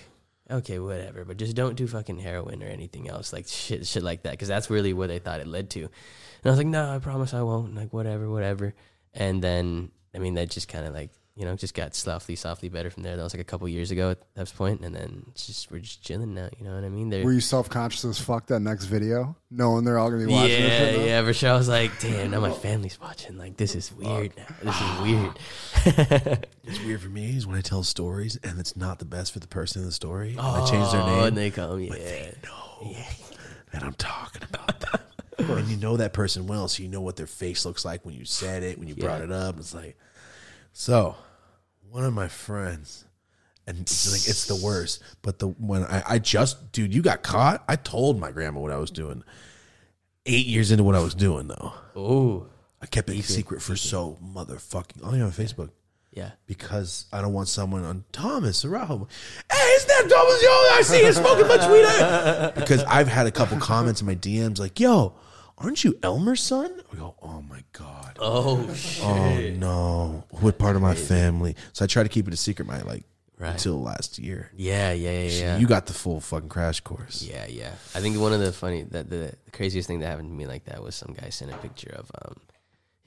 [SPEAKER 3] okay, whatever, but just don't do fucking heroin or anything else, like shit, shit like that, because that's really where they thought it led to. And I was like, no, I promise I won't, like whatever, whatever. And then, I mean, that just kind of like, you know, just got softly, softly better from there. That was like a couple years ago at that point, and then it's just we're just chilling now. You know what I mean? They're,
[SPEAKER 2] Were you self conscious as fuck that next video, knowing they're all gonna be watching? this
[SPEAKER 3] yeah,
[SPEAKER 2] shit now?
[SPEAKER 3] yeah, for sure. I was like, damn, now my family's watching. Like, this is weird. Now. This is weird.
[SPEAKER 1] It's weird for me is when I tell stories and it's not the best for the person in the story. and I change their
[SPEAKER 3] oh,
[SPEAKER 1] name.
[SPEAKER 3] and they come, yeah.
[SPEAKER 1] no. And I'm talking about that. and you know that person well, so you know what their face looks like when you said it, when you brought it up. It's like, so one of my friends, and it's like it's the worst. But the when I, I just, dude, you got caught. I told my grandma what I was doing. Eight years into what I was doing, though,
[SPEAKER 3] Oh,
[SPEAKER 1] I kept it secret for so motherfucking. Only on Facebook
[SPEAKER 3] yeah.
[SPEAKER 1] because I don't want someone on Thomas Araujo. Hey, isn't that Thomas? Yo, I see you smoking much weed. eh?" Because I've had a couple comments in my DMs like, "Yo, aren't you Elmer's son?" I go, "Oh my god, oh,
[SPEAKER 3] Oh, shit.
[SPEAKER 1] no, what part of my family?" So I try to keep it a secret, my like
[SPEAKER 3] Right.
[SPEAKER 1] until last year.
[SPEAKER 3] yeah, yeah, yeah, yeah.
[SPEAKER 1] You got the full fucking crash course.
[SPEAKER 3] Yeah, yeah. I think one of the funny that the, the craziest thing that happened to me like that was some guy sent a picture of um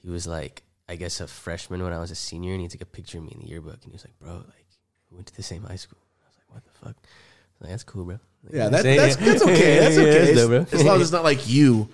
[SPEAKER 3] he was like I guess a freshman when I was a senior and he took a picture of me in the yearbook and he was like, Bro, like we went to the same high school. I was like, What the fuck? I was like, that's cool, bro. Like,
[SPEAKER 1] Yeah, that,
[SPEAKER 3] you know what I'm
[SPEAKER 1] that's,
[SPEAKER 3] saying?
[SPEAKER 1] that's okay. That's
[SPEAKER 3] Yeah, yeah,
[SPEAKER 1] okay.
[SPEAKER 3] it's
[SPEAKER 1] As-
[SPEAKER 3] dope, bro.
[SPEAKER 1] as, long as it's not like you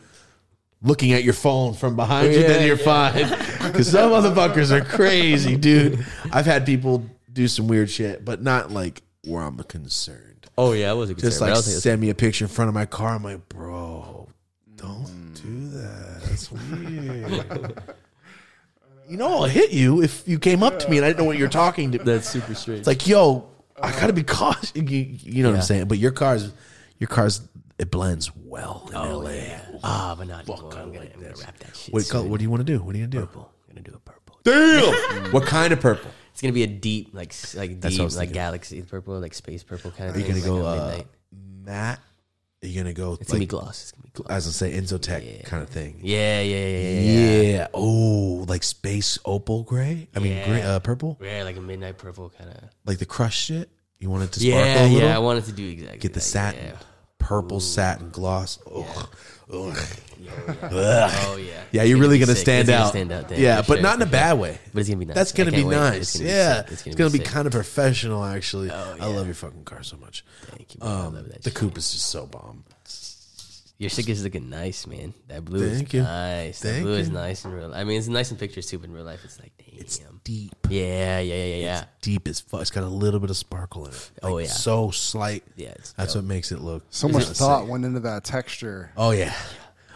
[SPEAKER 1] looking at your phone from behind you, then
[SPEAKER 3] Yeah,
[SPEAKER 1] you're fine. Because some motherfuckers are crazy, dude. I've had people do some weird shit, but not like where I'm concerned.
[SPEAKER 3] Oh yeah, I was a good
[SPEAKER 1] Just like send me a picture in front of my car. I'm like, bro, don't do that. That's weird. you know, I'll hit you if you came up to me and I didn't know what you're talking to.
[SPEAKER 3] that's super strange.
[SPEAKER 1] It's like, yo, I gotta be cautious. You, you know what I'm
[SPEAKER 3] Uh-huh. Yeah.
[SPEAKER 1] saying? But your cars, your cars, it blends well in LA.
[SPEAKER 3] ah, but not anymore.
[SPEAKER 1] Fuck, I
[SPEAKER 3] I'm gonna,
[SPEAKER 1] like
[SPEAKER 3] I'm gonna
[SPEAKER 1] this.
[SPEAKER 3] wrap that shit.
[SPEAKER 1] What color?
[SPEAKER 3] soon.
[SPEAKER 1] What do you want to do? What are you gonna do?
[SPEAKER 3] purple? I'm gonna do a purple.
[SPEAKER 1] Damn. what kind of purple?
[SPEAKER 3] It's gonna be a deep, like s- like
[SPEAKER 1] That's what I
[SPEAKER 3] deep,
[SPEAKER 1] was
[SPEAKER 3] like
[SPEAKER 1] thinking.
[SPEAKER 3] galaxy purple, like space purple kind of.
[SPEAKER 1] Are you
[SPEAKER 3] thing.
[SPEAKER 1] gonna
[SPEAKER 3] like
[SPEAKER 1] go
[SPEAKER 3] a
[SPEAKER 1] uh,
[SPEAKER 3] midnight.
[SPEAKER 1] matte? Are you gonna go
[SPEAKER 3] It's gonna be
[SPEAKER 1] like
[SPEAKER 3] gloss. It's gonna be gloss.
[SPEAKER 1] as I say, Enzotech kind of thing?
[SPEAKER 3] Yeah, yeah, yeah, yeah, yeah.
[SPEAKER 1] Yeah. Oh, like space opal gray. I mean, gray,
[SPEAKER 3] Yeah.
[SPEAKER 1] uh, purple.
[SPEAKER 3] Yeah, like a midnight purple kind of.
[SPEAKER 1] Like the crushed shit. You want it to sparkle a
[SPEAKER 3] Yeah,
[SPEAKER 1] little.
[SPEAKER 3] yeah. I wanted to do exactly.
[SPEAKER 1] Get the
[SPEAKER 3] that,
[SPEAKER 1] satin,
[SPEAKER 3] yeah.
[SPEAKER 1] purple satin gloss. Ugh. Ugh.
[SPEAKER 3] Oh yeah.
[SPEAKER 1] Yeah,
[SPEAKER 3] It's
[SPEAKER 1] you're
[SPEAKER 3] gonna
[SPEAKER 1] really
[SPEAKER 3] be
[SPEAKER 1] gonna
[SPEAKER 3] sick.
[SPEAKER 1] stand
[SPEAKER 3] It's gonna
[SPEAKER 1] out.
[SPEAKER 3] stand out there,
[SPEAKER 1] yeah,
[SPEAKER 3] for
[SPEAKER 1] but
[SPEAKER 3] sure,
[SPEAKER 1] not in a
[SPEAKER 3] for sure.
[SPEAKER 1] bad way.
[SPEAKER 3] But it's gonna be nice.
[SPEAKER 1] That's
[SPEAKER 3] I
[SPEAKER 1] gonna be
[SPEAKER 3] can't wait.
[SPEAKER 1] nice.
[SPEAKER 3] It's gonna be
[SPEAKER 1] yeah,
[SPEAKER 3] sick.
[SPEAKER 1] it's gonna, be,
[SPEAKER 3] sick. Oh,
[SPEAKER 1] kind of professional. Actually, I
[SPEAKER 3] yeah.
[SPEAKER 1] love your fucking car so much.
[SPEAKER 3] Thank you. man. I love
[SPEAKER 1] Um,
[SPEAKER 3] that
[SPEAKER 1] the
[SPEAKER 3] shit.
[SPEAKER 1] coupe is just so bomb.
[SPEAKER 3] Your sick is looking nice, man. That blue
[SPEAKER 1] Thank
[SPEAKER 3] is
[SPEAKER 1] you.
[SPEAKER 3] nice. The
[SPEAKER 1] Thank
[SPEAKER 3] blue is
[SPEAKER 1] you.
[SPEAKER 3] nice in real. I mean, it's nice in pictures too, but in real life, it's like damn.
[SPEAKER 1] It's deep,
[SPEAKER 3] yeah, yeah, yeah, yeah, yeah.
[SPEAKER 1] deep as fuck. It's got a little bit of sparkle in it.
[SPEAKER 3] Oh,
[SPEAKER 1] Like,
[SPEAKER 3] yeah.
[SPEAKER 1] so slight.
[SPEAKER 3] Yeah, it's
[SPEAKER 1] that's what makes it look
[SPEAKER 2] So much thought went into that texture.
[SPEAKER 1] Oh yeah,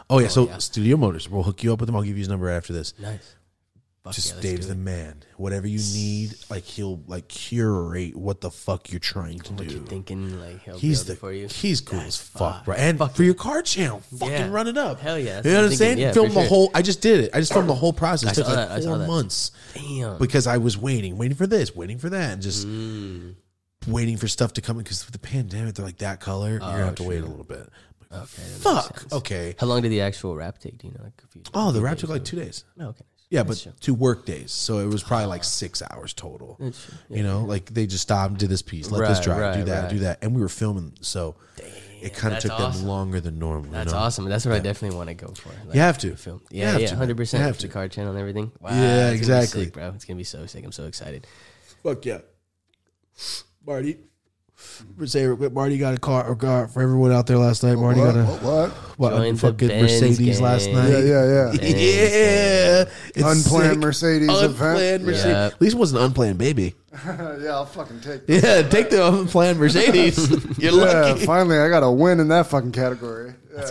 [SPEAKER 1] oh yeah. so Studio Motors, we'll hook you up with him. I'll give you his number after this.
[SPEAKER 3] Nice. Fuck
[SPEAKER 1] Just
[SPEAKER 3] yeah, let's
[SPEAKER 1] Dave's
[SPEAKER 3] do
[SPEAKER 1] the
[SPEAKER 3] it.
[SPEAKER 1] man. Whatever you need, like he'll like curate what the fuck you're trying to
[SPEAKER 3] What
[SPEAKER 1] do.
[SPEAKER 3] you thinking? Like he'll
[SPEAKER 1] He's
[SPEAKER 3] build it
[SPEAKER 1] the
[SPEAKER 3] for you.
[SPEAKER 1] he's cool as
[SPEAKER 3] That's
[SPEAKER 1] fuck,
[SPEAKER 3] fine.
[SPEAKER 1] bro. And for your card channel, fucking
[SPEAKER 3] Yeah.
[SPEAKER 1] run it up.
[SPEAKER 3] Hell yeah, that's
[SPEAKER 1] you
[SPEAKER 3] what
[SPEAKER 1] know
[SPEAKER 3] I'm
[SPEAKER 1] what I'm saying?
[SPEAKER 3] thinking. Yeah,
[SPEAKER 1] Film
[SPEAKER 3] for
[SPEAKER 1] the
[SPEAKER 3] sure.
[SPEAKER 1] whole. I just did it. I just filmed the whole process. It
[SPEAKER 3] saw
[SPEAKER 1] took like
[SPEAKER 3] that, I saw
[SPEAKER 1] four
[SPEAKER 3] that.
[SPEAKER 1] months
[SPEAKER 3] Damn.
[SPEAKER 1] because I was waiting, waiting for this, waiting for that, and just
[SPEAKER 3] Mm.
[SPEAKER 1] waiting for stuff to come. Because with the pandemic, they're like that color. You're gonna
[SPEAKER 3] Oh,
[SPEAKER 1] have to wait a little bit. I'm like, fuck. Okay.
[SPEAKER 3] How long did the actual rap take? Do you know? Like a few.
[SPEAKER 1] Oh, the
[SPEAKER 3] few
[SPEAKER 1] rap
[SPEAKER 3] days
[SPEAKER 1] took like
[SPEAKER 3] or-
[SPEAKER 1] two days.
[SPEAKER 3] No, okay.
[SPEAKER 1] Yeah,
[SPEAKER 3] That's
[SPEAKER 1] but
[SPEAKER 3] chill.
[SPEAKER 1] two work days. So it was probably like six hours total.
[SPEAKER 3] That's true.
[SPEAKER 1] You know, like they just stopped and did this piece, let this
[SPEAKER 3] Right,
[SPEAKER 1] drive, do
[SPEAKER 3] right,
[SPEAKER 1] that,
[SPEAKER 3] right.
[SPEAKER 1] do that. And we were filming, so it kind of
[SPEAKER 3] that's
[SPEAKER 1] took them
[SPEAKER 3] awesome.
[SPEAKER 1] longer than normal.
[SPEAKER 3] That's
[SPEAKER 1] you know?
[SPEAKER 3] awesome. That's what I definitely want to go for. Like,
[SPEAKER 1] You have to.
[SPEAKER 3] film.
[SPEAKER 1] You
[SPEAKER 3] Yeah,
[SPEAKER 1] have
[SPEAKER 3] yeah,
[SPEAKER 1] to, man.
[SPEAKER 3] hundred percent.
[SPEAKER 1] You have to.
[SPEAKER 3] The card channel and everything. Wow,
[SPEAKER 1] Yeah,
[SPEAKER 3] it's gonna be sick,
[SPEAKER 1] exactly.
[SPEAKER 3] bro. It's gonna be so sick. I'm so excited.
[SPEAKER 1] Fuck yeah. Marty. Mercedes, Marty got a car or car for everyone out there last night. Marty
[SPEAKER 2] What?
[SPEAKER 1] got a
[SPEAKER 2] What? what?
[SPEAKER 1] what,
[SPEAKER 3] Join
[SPEAKER 1] a
[SPEAKER 3] the
[SPEAKER 1] fucking
[SPEAKER 3] Benz
[SPEAKER 1] Mercedes last
[SPEAKER 3] gang.
[SPEAKER 1] night.
[SPEAKER 2] Yeah, yeah, yeah.
[SPEAKER 3] Benz
[SPEAKER 1] yeah. It's
[SPEAKER 2] Unplanned
[SPEAKER 1] sick.
[SPEAKER 2] Mercedes
[SPEAKER 1] Unplanned
[SPEAKER 2] event.
[SPEAKER 1] Mercedes.
[SPEAKER 3] Yeah.
[SPEAKER 1] At least it wasn't an unplanned baby.
[SPEAKER 2] yeah, I'll fucking take.
[SPEAKER 1] Yeah, take the unplanned Mercedes. You're
[SPEAKER 2] Yeah,
[SPEAKER 1] lucky.
[SPEAKER 2] finally I got a win in that fucking category.
[SPEAKER 3] Let's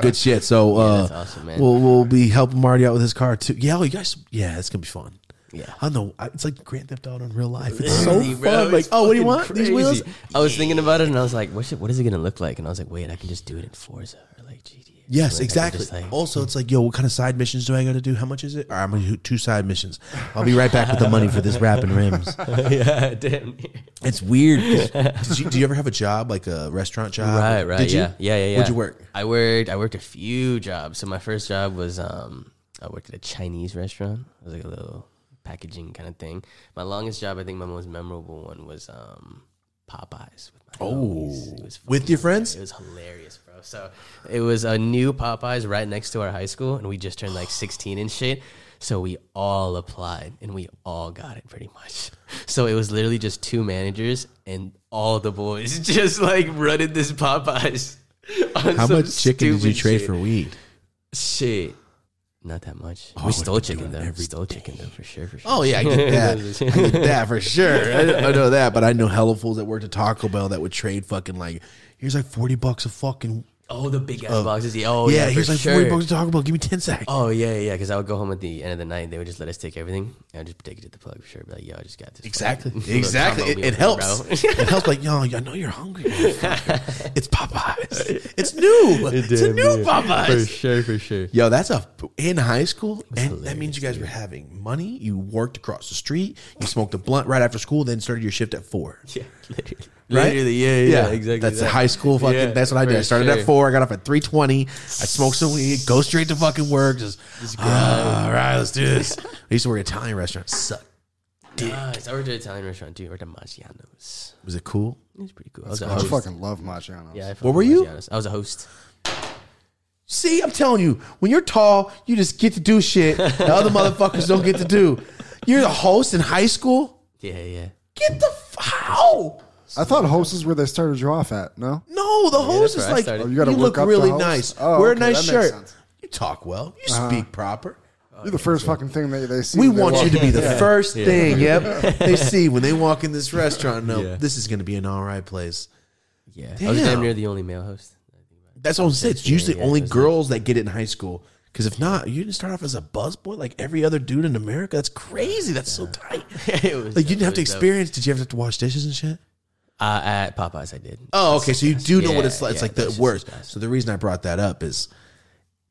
[SPEAKER 1] Good shit. So uh,
[SPEAKER 3] that's awesome, man.
[SPEAKER 1] we'll we'll be helping Marty out with his car too. Yeah, oh, you guys. Yeah, it's gonna be fun.
[SPEAKER 3] Yeah.
[SPEAKER 1] I know. I- It's like Grand Theft Auto in real life. It's so
[SPEAKER 3] Literally,
[SPEAKER 1] fun.
[SPEAKER 3] bro,
[SPEAKER 1] like,
[SPEAKER 3] it's
[SPEAKER 1] oh, what do you
[SPEAKER 3] fucking
[SPEAKER 1] want? These wheels?
[SPEAKER 3] crazy. I was thinking about it and I was like, what's it, what is it going to look like? And I was like, wait, I can just do it in Forza or like GTA.
[SPEAKER 1] Yes,
[SPEAKER 3] Like, I
[SPEAKER 1] exactly. Oh.
[SPEAKER 3] could just, like-
[SPEAKER 1] also, it's like, yo, what kind of side missions do I got to do? How much is it? All right, I'm gonna do two side missions. I'll be right back with the money for this wrap and rims.
[SPEAKER 3] yeah, damn. near.
[SPEAKER 1] It's weird. 'cause- Did you, do you ever have a job like a restaurant job?
[SPEAKER 3] Right, right.
[SPEAKER 1] Did you?
[SPEAKER 3] yeah, yeah, yeah, yeah.
[SPEAKER 1] Where'd you work?
[SPEAKER 3] I worked. I worked a few jobs. So my first job was um, I worked at a Chinese restaurant. It was like a little packaging kind of thing. My longest job, I think, my most memorable one was um, Popeyes. With my homies. It was
[SPEAKER 1] Oh, with
[SPEAKER 3] fucking
[SPEAKER 1] your friends?
[SPEAKER 3] It was hilarious, bro. So it was a new Popeyes right next to our high school, and we just turned like 16 and shit. So we all applied and we all got it pretty much. So it was literally just two managers and all the boys just like running this Popeyes. on
[SPEAKER 1] How
[SPEAKER 3] some
[SPEAKER 1] much chicken did you
[SPEAKER 3] stupid
[SPEAKER 1] trade
[SPEAKER 3] shit.
[SPEAKER 1] for weed?
[SPEAKER 3] Shit. Not that much.
[SPEAKER 1] I
[SPEAKER 3] we stole
[SPEAKER 1] would do
[SPEAKER 3] chicken
[SPEAKER 1] that
[SPEAKER 3] though.
[SPEAKER 1] Oh, every
[SPEAKER 3] We stole chicken though for sure. For sure.
[SPEAKER 1] Oh yeah, I get that. I get that for sure. I, I know that, but I know hella fools that worked at Taco Bell that would trade fucking like here's like forty bucks a fucking
[SPEAKER 3] Oh, the big ass boxes. Yeah. Oh
[SPEAKER 1] yeah,
[SPEAKER 3] yeah.
[SPEAKER 1] here's
[SPEAKER 3] for
[SPEAKER 1] like
[SPEAKER 3] sure.
[SPEAKER 1] forty bucks a Taco Bell. Give me ten seconds.
[SPEAKER 3] Oh yeah, yeah. Because I would go home at the end of the night. They would just let us take everything. I would just take it to the plug for sure. Be like, yo, I just got this.
[SPEAKER 1] Exactly.
[SPEAKER 3] fucking little
[SPEAKER 1] Exactly.
[SPEAKER 3] combo
[SPEAKER 1] It,
[SPEAKER 3] meal
[SPEAKER 1] it
[SPEAKER 3] for you,
[SPEAKER 1] helps.
[SPEAKER 3] bro."
[SPEAKER 1] it helps. Like, yo, I know you're hungry. motherfucker. it's Popeyes. It's new. it's a new Popeyes.
[SPEAKER 3] sure, for sure.
[SPEAKER 1] Yo, that's a in high school. And that means you guys were having money. You worked across the street. You smoked a blunt right after school. Then started your shift at four.
[SPEAKER 3] Yeah, literally.
[SPEAKER 1] Right?
[SPEAKER 3] Literally, yeah, yeah, exactly.
[SPEAKER 1] That's
[SPEAKER 3] that.
[SPEAKER 1] a high school fucking.
[SPEAKER 3] Yeah,
[SPEAKER 1] that's what I did. I
[SPEAKER 3] for
[SPEAKER 1] started
[SPEAKER 3] sure.
[SPEAKER 1] at four. I got up at three twenty. I smoked some weed. Go straight to fucking work. Just, "Ah, all right, let's do this. I used to work at Italian restaurant. Suck.
[SPEAKER 3] Nice. I worked at an Italian restaurant too. I worked at Maggiano's.
[SPEAKER 1] Was it cool?
[SPEAKER 3] It was pretty cool. I was a
[SPEAKER 2] I
[SPEAKER 3] host.
[SPEAKER 2] fucking love Maggiano's.
[SPEAKER 3] Yeah, I
[SPEAKER 2] Yeah,
[SPEAKER 3] fucking
[SPEAKER 1] were
[SPEAKER 3] love
[SPEAKER 1] you?
[SPEAKER 3] Maggiano's. I was a host.
[SPEAKER 1] See, I'm telling you, when you're tall, you just get to do shit that other motherfuckers don't get to do. You're the host in high school.
[SPEAKER 3] Yeah, yeah.
[SPEAKER 1] Get the f- how?
[SPEAKER 2] I thought hosts is where they started you off at. No,
[SPEAKER 1] No, the host is
[SPEAKER 3] that's where I
[SPEAKER 1] like
[SPEAKER 3] started.
[SPEAKER 1] you,
[SPEAKER 2] Oh, you gotta
[SPEAKER 1] look
[SPEAKER 2] work up the
[SPEAKER 1] really
[SPEAKER 2] host?
[SPEAKER 1] nice.
[SPEAKER 2] Oh,
[SPEAKER 1] Wear a
[SPEAKER 2] okay,
[SPEAKER 1] nice
[SPEAKER 2] that makes
[SPEAKER 1] shirt.
[SPEAKER 2] sense. Uh-huh.
[SPEAKER 1] You talk well. You speak proper.
[SPEAKER 2] you're the first fucking thing they they see.
[SPEAKER 1] Uh, We
[SPEAKER 2] when they
[SPEAKER 1] want
[SPEAKER 2] walk
[SPEAKER 1] you to
[SPEAKER 2] in.
[SPEAKER 1] be the first thing. Yep, they see when they walk in this restaurant. No,
[SPEAKER 3] Yeah.
[SPEAKER 1] this is going to be an all right place.
[SPEAKER 3] Yeah. I was damn
[SPEAKER 1] Damn.
[SPEAKER 3] near the only male host.
[SPEAKER 1] That's what I'm saying. It's usually
[SPEAKER 3] yeah,
[SPEAKER 1] only
[SPEAKER 3] that's it.
[SPEAKER 1] girls that get it in high school. Because if not, you didn't start off as a buzzboy like every other dude in America. That's crazy. That's so tight.
[SPEAKER 3] it was
[SPEAKER 1] Like you
[SPEAKER 3] dope,
[SPEAKER 1] didn't have to
[SPEAKER 3] it was dope.
[SPEAKER 1] experience. Did you ever have to wash dishes and shit?
[SPEAKER 3] Uh, at Popeyes, I did.
[SPEAKER 1] Oh, okay. So you do know what it's
[SPEAKER 3] Yeah,
[SPEAKER 1] like. It's
[SPEAKER 3] yeah,
[SPEAKER 1] like the
[SPEAKER 3] that's just
[SPEAKER 1] worst.
[SPEAKER 3] the best.
[SPEAKER 1] So the reason I brought that up is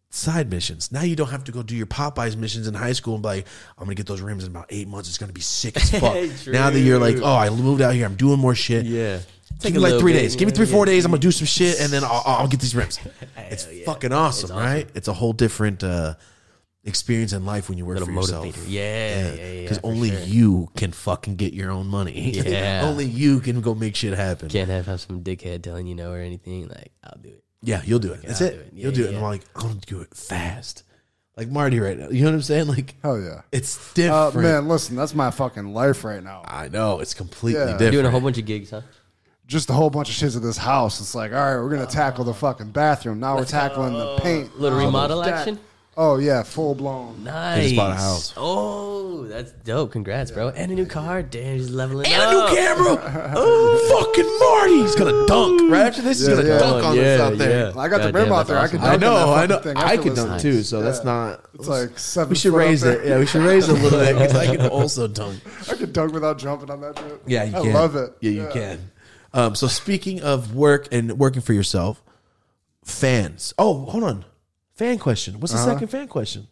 [SPEAKER 1] side missions. Now you don't have to go do your Popeyes missions in high school and be like, I'm gonna get those rims in about eight months. It's gonna be sick as fuck. now that you're like, oh, I moved out here. I'm doing more shit.
[SPEAKER 3] Yeah.
[SPEAKER 1] Give
[SPEAKER 3] Take
[SPEAKER 1] me
[SPEAKER 3] a
[SPEAKER 1] like
[SPEAKER 3] little
[SPEAKER 1] three
[SPEAKER 3] bit,
[SPEAKER 1] days. Give me
[SPEAKER 3] yeah,
[SPEAKER 1] three, four
[SPEAKER 3] yeah.
[SPEAKER 1] days. I'm gonna do some shit, and then I'll, I'll I'll get these rims. It's fucking awesome,
[SPEAKER 3] It's awesome.
[SPEAKER 1] right? It's a whole different uh, experience in life when you work
[SPEAKER 3] Little
[SPEAKER 1] for yourself.
[SPEAKER 3] motivator. Yeah, yeah, yeah,
[SPEAKER 1] Because
[SPEAKER 3] for
[SPEAKER 1] only
[SPEAKER 3] sure.
[SPEAKER 1] you can fucking get your own money.
[SPEAKER 3] Yeah.
[SPEAKER 1] only you can go make shit happen.
[SPEAKER 3] Can't have, have some dickhead telling you no or anything. Like, I'll do it.
[SPEAKER 1] Yeah, you'll do it. That's
[SPEAKER 3] I'll
[SPEAKER 1] it.
[SPEAKER 3] do it.
[SPEAKER 1] you'll
[SPEAKER 3] Yeah,
[SPEAKER 1] do it. And
[SPEAKER 3] yeah,
[SPEAKER 1] I'm like, I'm gonna do it fast, like Marty right now. You know what I'm saying? Like,
[SPEAKER 2] Hell yeah.
[SPEAKER 1] it's
[SPEAKER 2] Uh,
[SPEAKER 1] different.
[SPEAKER 2] man, listen, that's my fucking life right now.
[SPEAKER 1] I know it's completely
[SPEAKER 2] Yeah.
[SPEAKER 1] different.
[SPEAKER 3] Doing a whole bunch of gigs, huh?
[SPEAKER 2] Just a whole bunch of shits at this house. It's like, all right, we're gonna tackle the fucking bathroom. Now we're tackling the paint.
[SPEAKER 3] Little
[SPEAKER 2] Now
[SPEAKER 3] remodel
[SPEAKER 2] that-
[SPEAKER 3] action?
[SPEAKER 2] Oh yeah, full blown.
[SPEAKER 3] Nice.
[SPEAKER 1] just bought a house.
[SPEAKER 3] Oh, that's dope. Congrats, bro. And a new car. Damn, just leveling
[SPEAKER 1] and
[SPEAKER 3] up.
[SPEAKER 1] a new camera. Oh, fucking Marty. He's gonna dunk right after this. He's
[SPEAKER 2] Yeah,
[SPEAKER 1] gonna
[SPEAKER 2] yeah.
[SPEAKER 1] dunk on this
[SPEAKER 3] Yeah,
[SPEAKER 1] out there.
[SPEAKER 3] yeah.
[SPEAKER 2] I got the
[SPEAKER 3] God
[SPEAKER 2] rim
[SPEAKER 3] damn,
[SPEAKER 2] out
[SPEAKER 3] that's awesome.
[SPEAKER 2] there. I
[SPEAKER 1] I
[SPEAKER 2] could dunk
[SPEAKER 1] know,
[SPEAKER 2] on
[SPEAKER 1] I
[SPEAKER 2] that
[SPEAKER 1] know.
[SPEAKER 2] fucking thing
[SPEAKER 1] I could
[SPEAKER 2] afterwards.
[SPEAKER 1] dunk too, so that's not.
[SPEAKER 2] It's like seven.
[SPEAKER 1] we should
[SPEAKER 2] foot up
[SPEAKER 1] raise
[SPEAKER 2] there.
[SPEAKER 1] it. Yeah, we should raise it a little bit because I can also dunk.
[SPEAKER 2] I could dunk without jumping on that shit.
[SPEAKER 1] Yeah, you
[SPEAKER 2] I
[SPEAKER 1] can.
[SPEAKER 2] love it.
[SPEAKER 1] Yeah, you can. Um, so speaking of work and working for yourself, fans. Oh, hold on. Fan question. What's the
[SPEAKER 2] Uh-huh.
[SPEAKER 1] second fan question?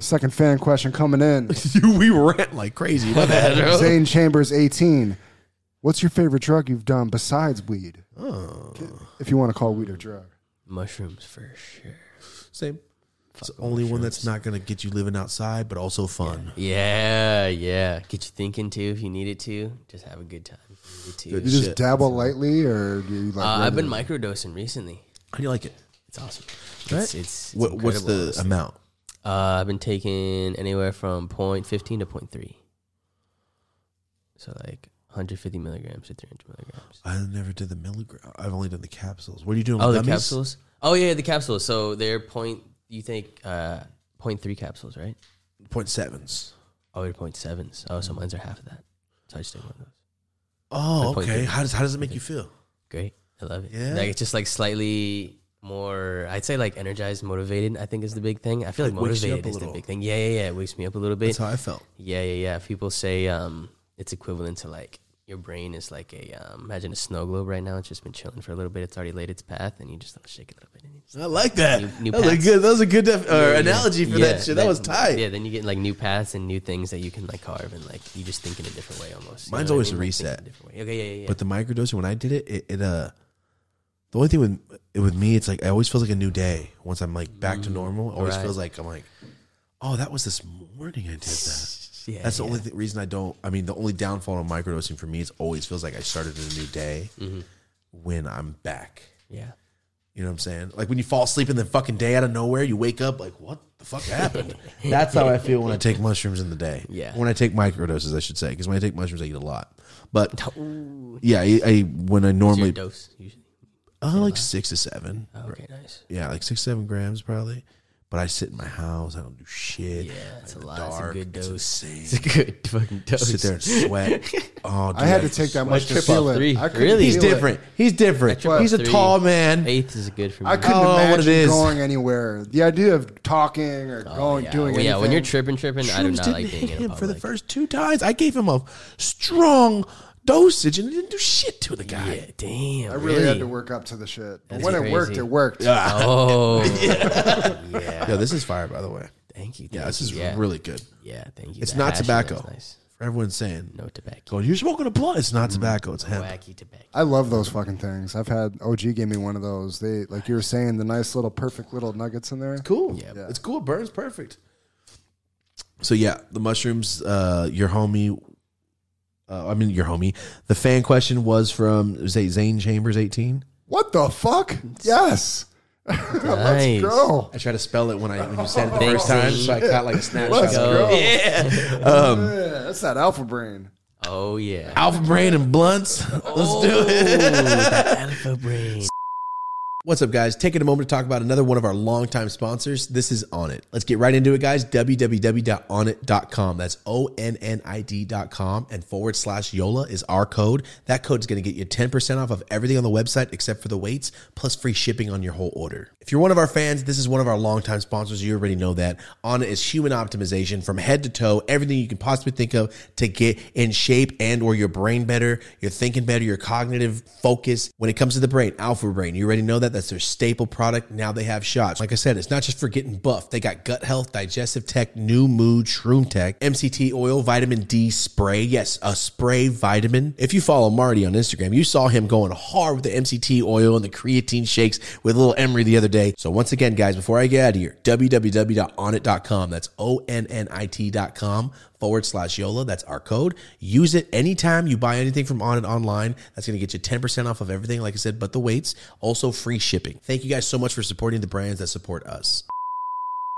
[SPEAKER 2] Second fan question coming in.
[SPEAKER 1] we rant like crazy. My bad.
[SPEAKER 2] Zane Chambers, 18. What's your favorite drug you've done besides weed?
[SPEAKER 3] Oh.
[SPEAKER 2] If you want to call weed a drug.
[SPEAKER 3] Mushrooms for sure.
[SPEAKER 1] Same. It's the only one that's not going to get you living outside, but also fun.
[SPEAKER 3] Yeah, yeah. Get you thinking too if you need it to. Just have a good time. If you need
[SPEAKER 2] You
[SPEAKER 3] it to.
[SPEAKER 2] just
[SPEAKER 1] Shit.
[SPEAKER 2] dabble lightly, or do you like?
[SPEAKER 3] Uh, I've been
[SPEAKER 2] regular?
[SPEAKER 3] microdosing recently.
[SPEAKER 1] How do you like it?
[SPEAKER 3] It's awesome.
[SPEAKER 1] Right?
[SPEAKER 3] It's, it's, it's
[SPEAKER 1] What, what's
[SPEAKER 3] incredible,
[SPEAKER 1] the um,
[SPEAKER 3] honestly.
[SPEAKER 1] amount?
[SPEAKER 3] Uh, I've been taking anywhere from 0.15 to 0.3. So like 150 milligrams to 300 milligrams.
[SPEAKER 1] I never did the milligram. I've only done the capsules. What are you doing?
[SPEAKER 3] Oh,
[SPEAKER 1] with
[SPEAKER 3] the
[SPEAKER 1] gummies?
[SPEAKER 3] capsules? Oh, yeah, the capsules. So they're point, you think uh, 0.3 capsules, right?
[SPEAKER 1] Point sevens.
[SPEAKER 3] Oh, they're 0.7s. Oh, so mine's are half of that. So I just take one of those.
[SPEAKER 1] Oh,
[SPEAKER 3] Like point
[SPEAKER 1] okay.
[SPEAKER 3] three.
[SPEAKER 1] How does how does it make you feel?
[SPEAKER 3] Great. I love it.
[SPEAKER 1] Yeah?
[SPEAKER 3] Like it's just like slightly more I'd say like energized, motivated, I think is the big thing. I feel like
[SPEAKER 1] It wakes you up
[SPEAKER 3] motivated
[SPEAKER 1] a
[SPEAKER 3] is the
[SPEAKER 1] little.
[SPEAKER 3] big thing. Yeah, yeah, yeah. It wakes me up a little bit.
[SPEAKER 1] That's how I felt.
[SPEAKER 3] Yeah, yeah, yeah. People say um, it's equivalent to like your brain is like a um, imagine a snow globe right now. It's just been chilling for a little bit. It's already laid its path, and you just little shake it a little bit. And you just,
[SPEAKER 1] I like that.
[SPEAKER 3] New- new
[SPEAKER 1] that was a
[SPEAKER 3] paths.
[SPEAKER 1] good. That was a good def- or
[SPEAKER 3] Yeah,
[SPEAKER 1] analogy for
[SPEAKER 3] yeah,
[SPEAKER 1] that shit. That, was tight.
[SPEAKER 3] Yeah, then you get like new paths and new things that you can like carve, and like you just think in a different way almost. You
[SPEAKER 1] Mine's
[SPEAKER 3] know
[SPEAKER 1] always
[SPEAKER 3] what
[SPEAKER 1] a
[SPEAKER 3] Like, think in
[SPEAKER 1] reset.
[SPEAKER 3] different way. Okay, yeah, yeah, yeah.
[SPEAKER 1] But the microdosing, when I did it, it, it uh, the only thing with it, with me, it's like I always feels like a new day once I'm like back to normal. It always
[SPEAKER 3] Mm, right.
[SPEAKER 1] feels like I'm like, oh, that was this morning I did that.
[SPEAKER 3] yeah,
[SPEAKER 1] That's the
[SPEAKER 3] yeah.
[SPEAKER 1] only th- reason I don't. I mean, the only downfall of microdosing for me is always feels like I started a new day
[SPEAKER 3] Mm-hmm.
[SPEAKER 1] when I'm back.
[SPEAKER 3] Yeah,
[SPEAKER 1] You know what I'm saying? Like when you fall asleep in the fucking day out of nowhere, you wake up like, what the fuck happened? That's how I feel when I take mushrooms in the day.
[SPEAKER 3] Yeah.
[SPEAKER 1] When I take microdoses, I should say, because when I take mushrooms, I eat a lot. But yeah, I, I when I
[SPEAKER 3] your
[SPEAKER 1] normally
[SPEAKER 3] dose usually.
[SPEAKER 1] uh, like six to seven,
[SPEAKER 3] Oh, okay, nice.
[SPEAKER 1] yeah, like six seven grams probably. But I sit in my house. I don't do shit.
[SPEAKER 3] Yeah, it's
[SPEAKER 1] I'm in
[SPEAKER 3] a
[SPEAKER 1] the
[SPEAKER 3] lot. It's a
[SPEAKER 1] dark,
[SPEAKER 3] good
[SPEAKER 1] It's
[SPEAKER 3] dose.
[SPEAKER 1] insane.
[SPEAKER 3] It's a good fucking dose.
[SPEAKER 1] sit there and sweat. Oh, dude,
[SPEAKER 2] I had to take that much to
[SPEAKER 3] trip
[SPEAKER 2] feel
[SPEAKER 3] off
[SPEAKER 2] it.
[SPEAKER 3] three.
[SPEAKER 2] I couldn't
[SPEAKER 3] Really?
[SPEAKER 1] He's
[SPEAKER 2] feel it.
[SPEAKER 1] different. He's different.
[SPEAKER 3] Trip off
[SPEAKER 1] He's a
[SPEAKER 3] three.
[SPEAKER 1] tall man.
[SPEAKER 3] Eighth is good for me.
[SPEAKER 2] I couldn't
[SPEAKER 1] Oh, what it
[SPEAKER 2] imagine
[SPEAKER 1] is.
[SPEAKER 2] going anywhere. The idea of talking or going
[SPEAKER 3] Oh, yeah.
[SPEAKER 2] doing
[SPEAKER 3] well,
[SPEAKER 2] anything.
[SPEAKER 3] yeah, when you're tripping, tripping, I do
[SPEAKER 1] Shrooms
[SPEAKER 3] not
[SPEAKER 1] didn't
[SPEAKER 3] like being
[SPEAKER 1] hit
[SPEAKER 3] in
[SPEAKER 1] him
[SPEAKER 3] a
[SPEAKER 1] for the
[SPEAKER 3] public.
[SPEAKER 1] first two times. I gave him a strong dosage and it didn't do shit to the guy.
[SPEAKER 3] Yeah, damn.
[SPEAKER 2] I really, had to work up to the shit. But when it
[SPEAKER 3] crazy.
[SPEAKER 2] worked, it worked.
[SPEAKER 3] Oh, yeah.
[SPEAKER 1] Yo, this is fire, by the way.
[SPEAKER 3] Thank you.
[SPEAKER 1] Yeah,
[SPEAKER 3] thank
[SPEAKER 1] this
[SPEAKER 3] you.
[SPEAKER 1] is
[SPEAKER 3] yeah.
[SPEAKER 1] really good.
[SPEAKER 3] Yeah, thank you.
[SPEAKER 1] It's
[SPEAKER 3] That
[SPEAKER 1] not
[SPEAKER 3] hash,
[SPEAKER 1] tobacco.
[SPEAKER 3] that's Nice.
[SPEAKER 1] For everyone's saying,
[SPEAKER 3] No Mm-hmm. tobacco.
[SPEAKER 1] "Go, you're smoking a blunt." It's not tobacco. It's hemp.
[SPEAKER 3] Wacky tobacco.
[SPEAKER 2] I love those fucking things. I've had OG gave me one of those. They like you were saying the nice little perfect little nuggets in there.
[SPEAKER 1] Cool.
[SPEAKER 3] Yeah.
[SPEAKER 1] It's cool. It burns perfect. So yeah, the mushrooms. Uh, your homie. Uh, I mean, your homie. The fan question was from say Zane Chambers, eighteen.
[SPEAKER 2] What the fuck? Yes. Let's
[SPEAKER 3] Nice.
[SPEAKER 2] go.
[SPEAKER 1] I tried to spell it when I when you said it the
[SPEAKER 3] Thanks,
[SPEAKER 1] first time,
[SPEAKER 3] Zane.
[SPEAKER 1] so I caught like a
[SPEAKER 2] Let's
[SPEAKER 1] snapshot.
[SPEAKER 2] go.
[SPEAKER 3] Yeah.
[SPEAKER 1] Um,
[SPEAKER 2] Yeah, that's that alpha brain.
[SPEAKER 3] Oh yeah.
[SPEAKER 1] Alpha brain and blunts. Let's do it.
[SPEAKER 3] Alpha brain.
[SPEAKER 1] What's up, guys? Taking a moment to talk about another one of our longtime sponsors. This is On It. Let's get right into it, guys. www.onit.com. That's O N N I D.com. And forward slash YOLA is our code. That code's going to get you 10% off of everything on the website except for the weights, plus free shipping on your whole order. If you're one of our fans, this is one of our longtime sponsors. You already know that. On It is human optimization from head to toe, everything you can possibly think of to get in shape and or your brain better, your thinking better, your cognitive focus. When it comes to the brain, Alpha Brain, you already know that that's their staple product. Now they have shots. Like I said, it's not just for getting buff. They got gut health, digestive tech, new mood, shroom tech, MCT oil, vitamin D spray. Yes, a spray vitamin. If you follow Marty on Instagram, you saw him going hard with the MCT oil and the creatine shakes with little Emery the other day. So once again, guys, before I get out of here, www.onit.com. That's O N N I T.com forward slash YOLA. That's our code. Use it anytime you buy anything from On It Online. That's going to get you 10% off of everything, like I said, but the weights. Also free shipping. Thank you guys so much for supporting the brands that support us.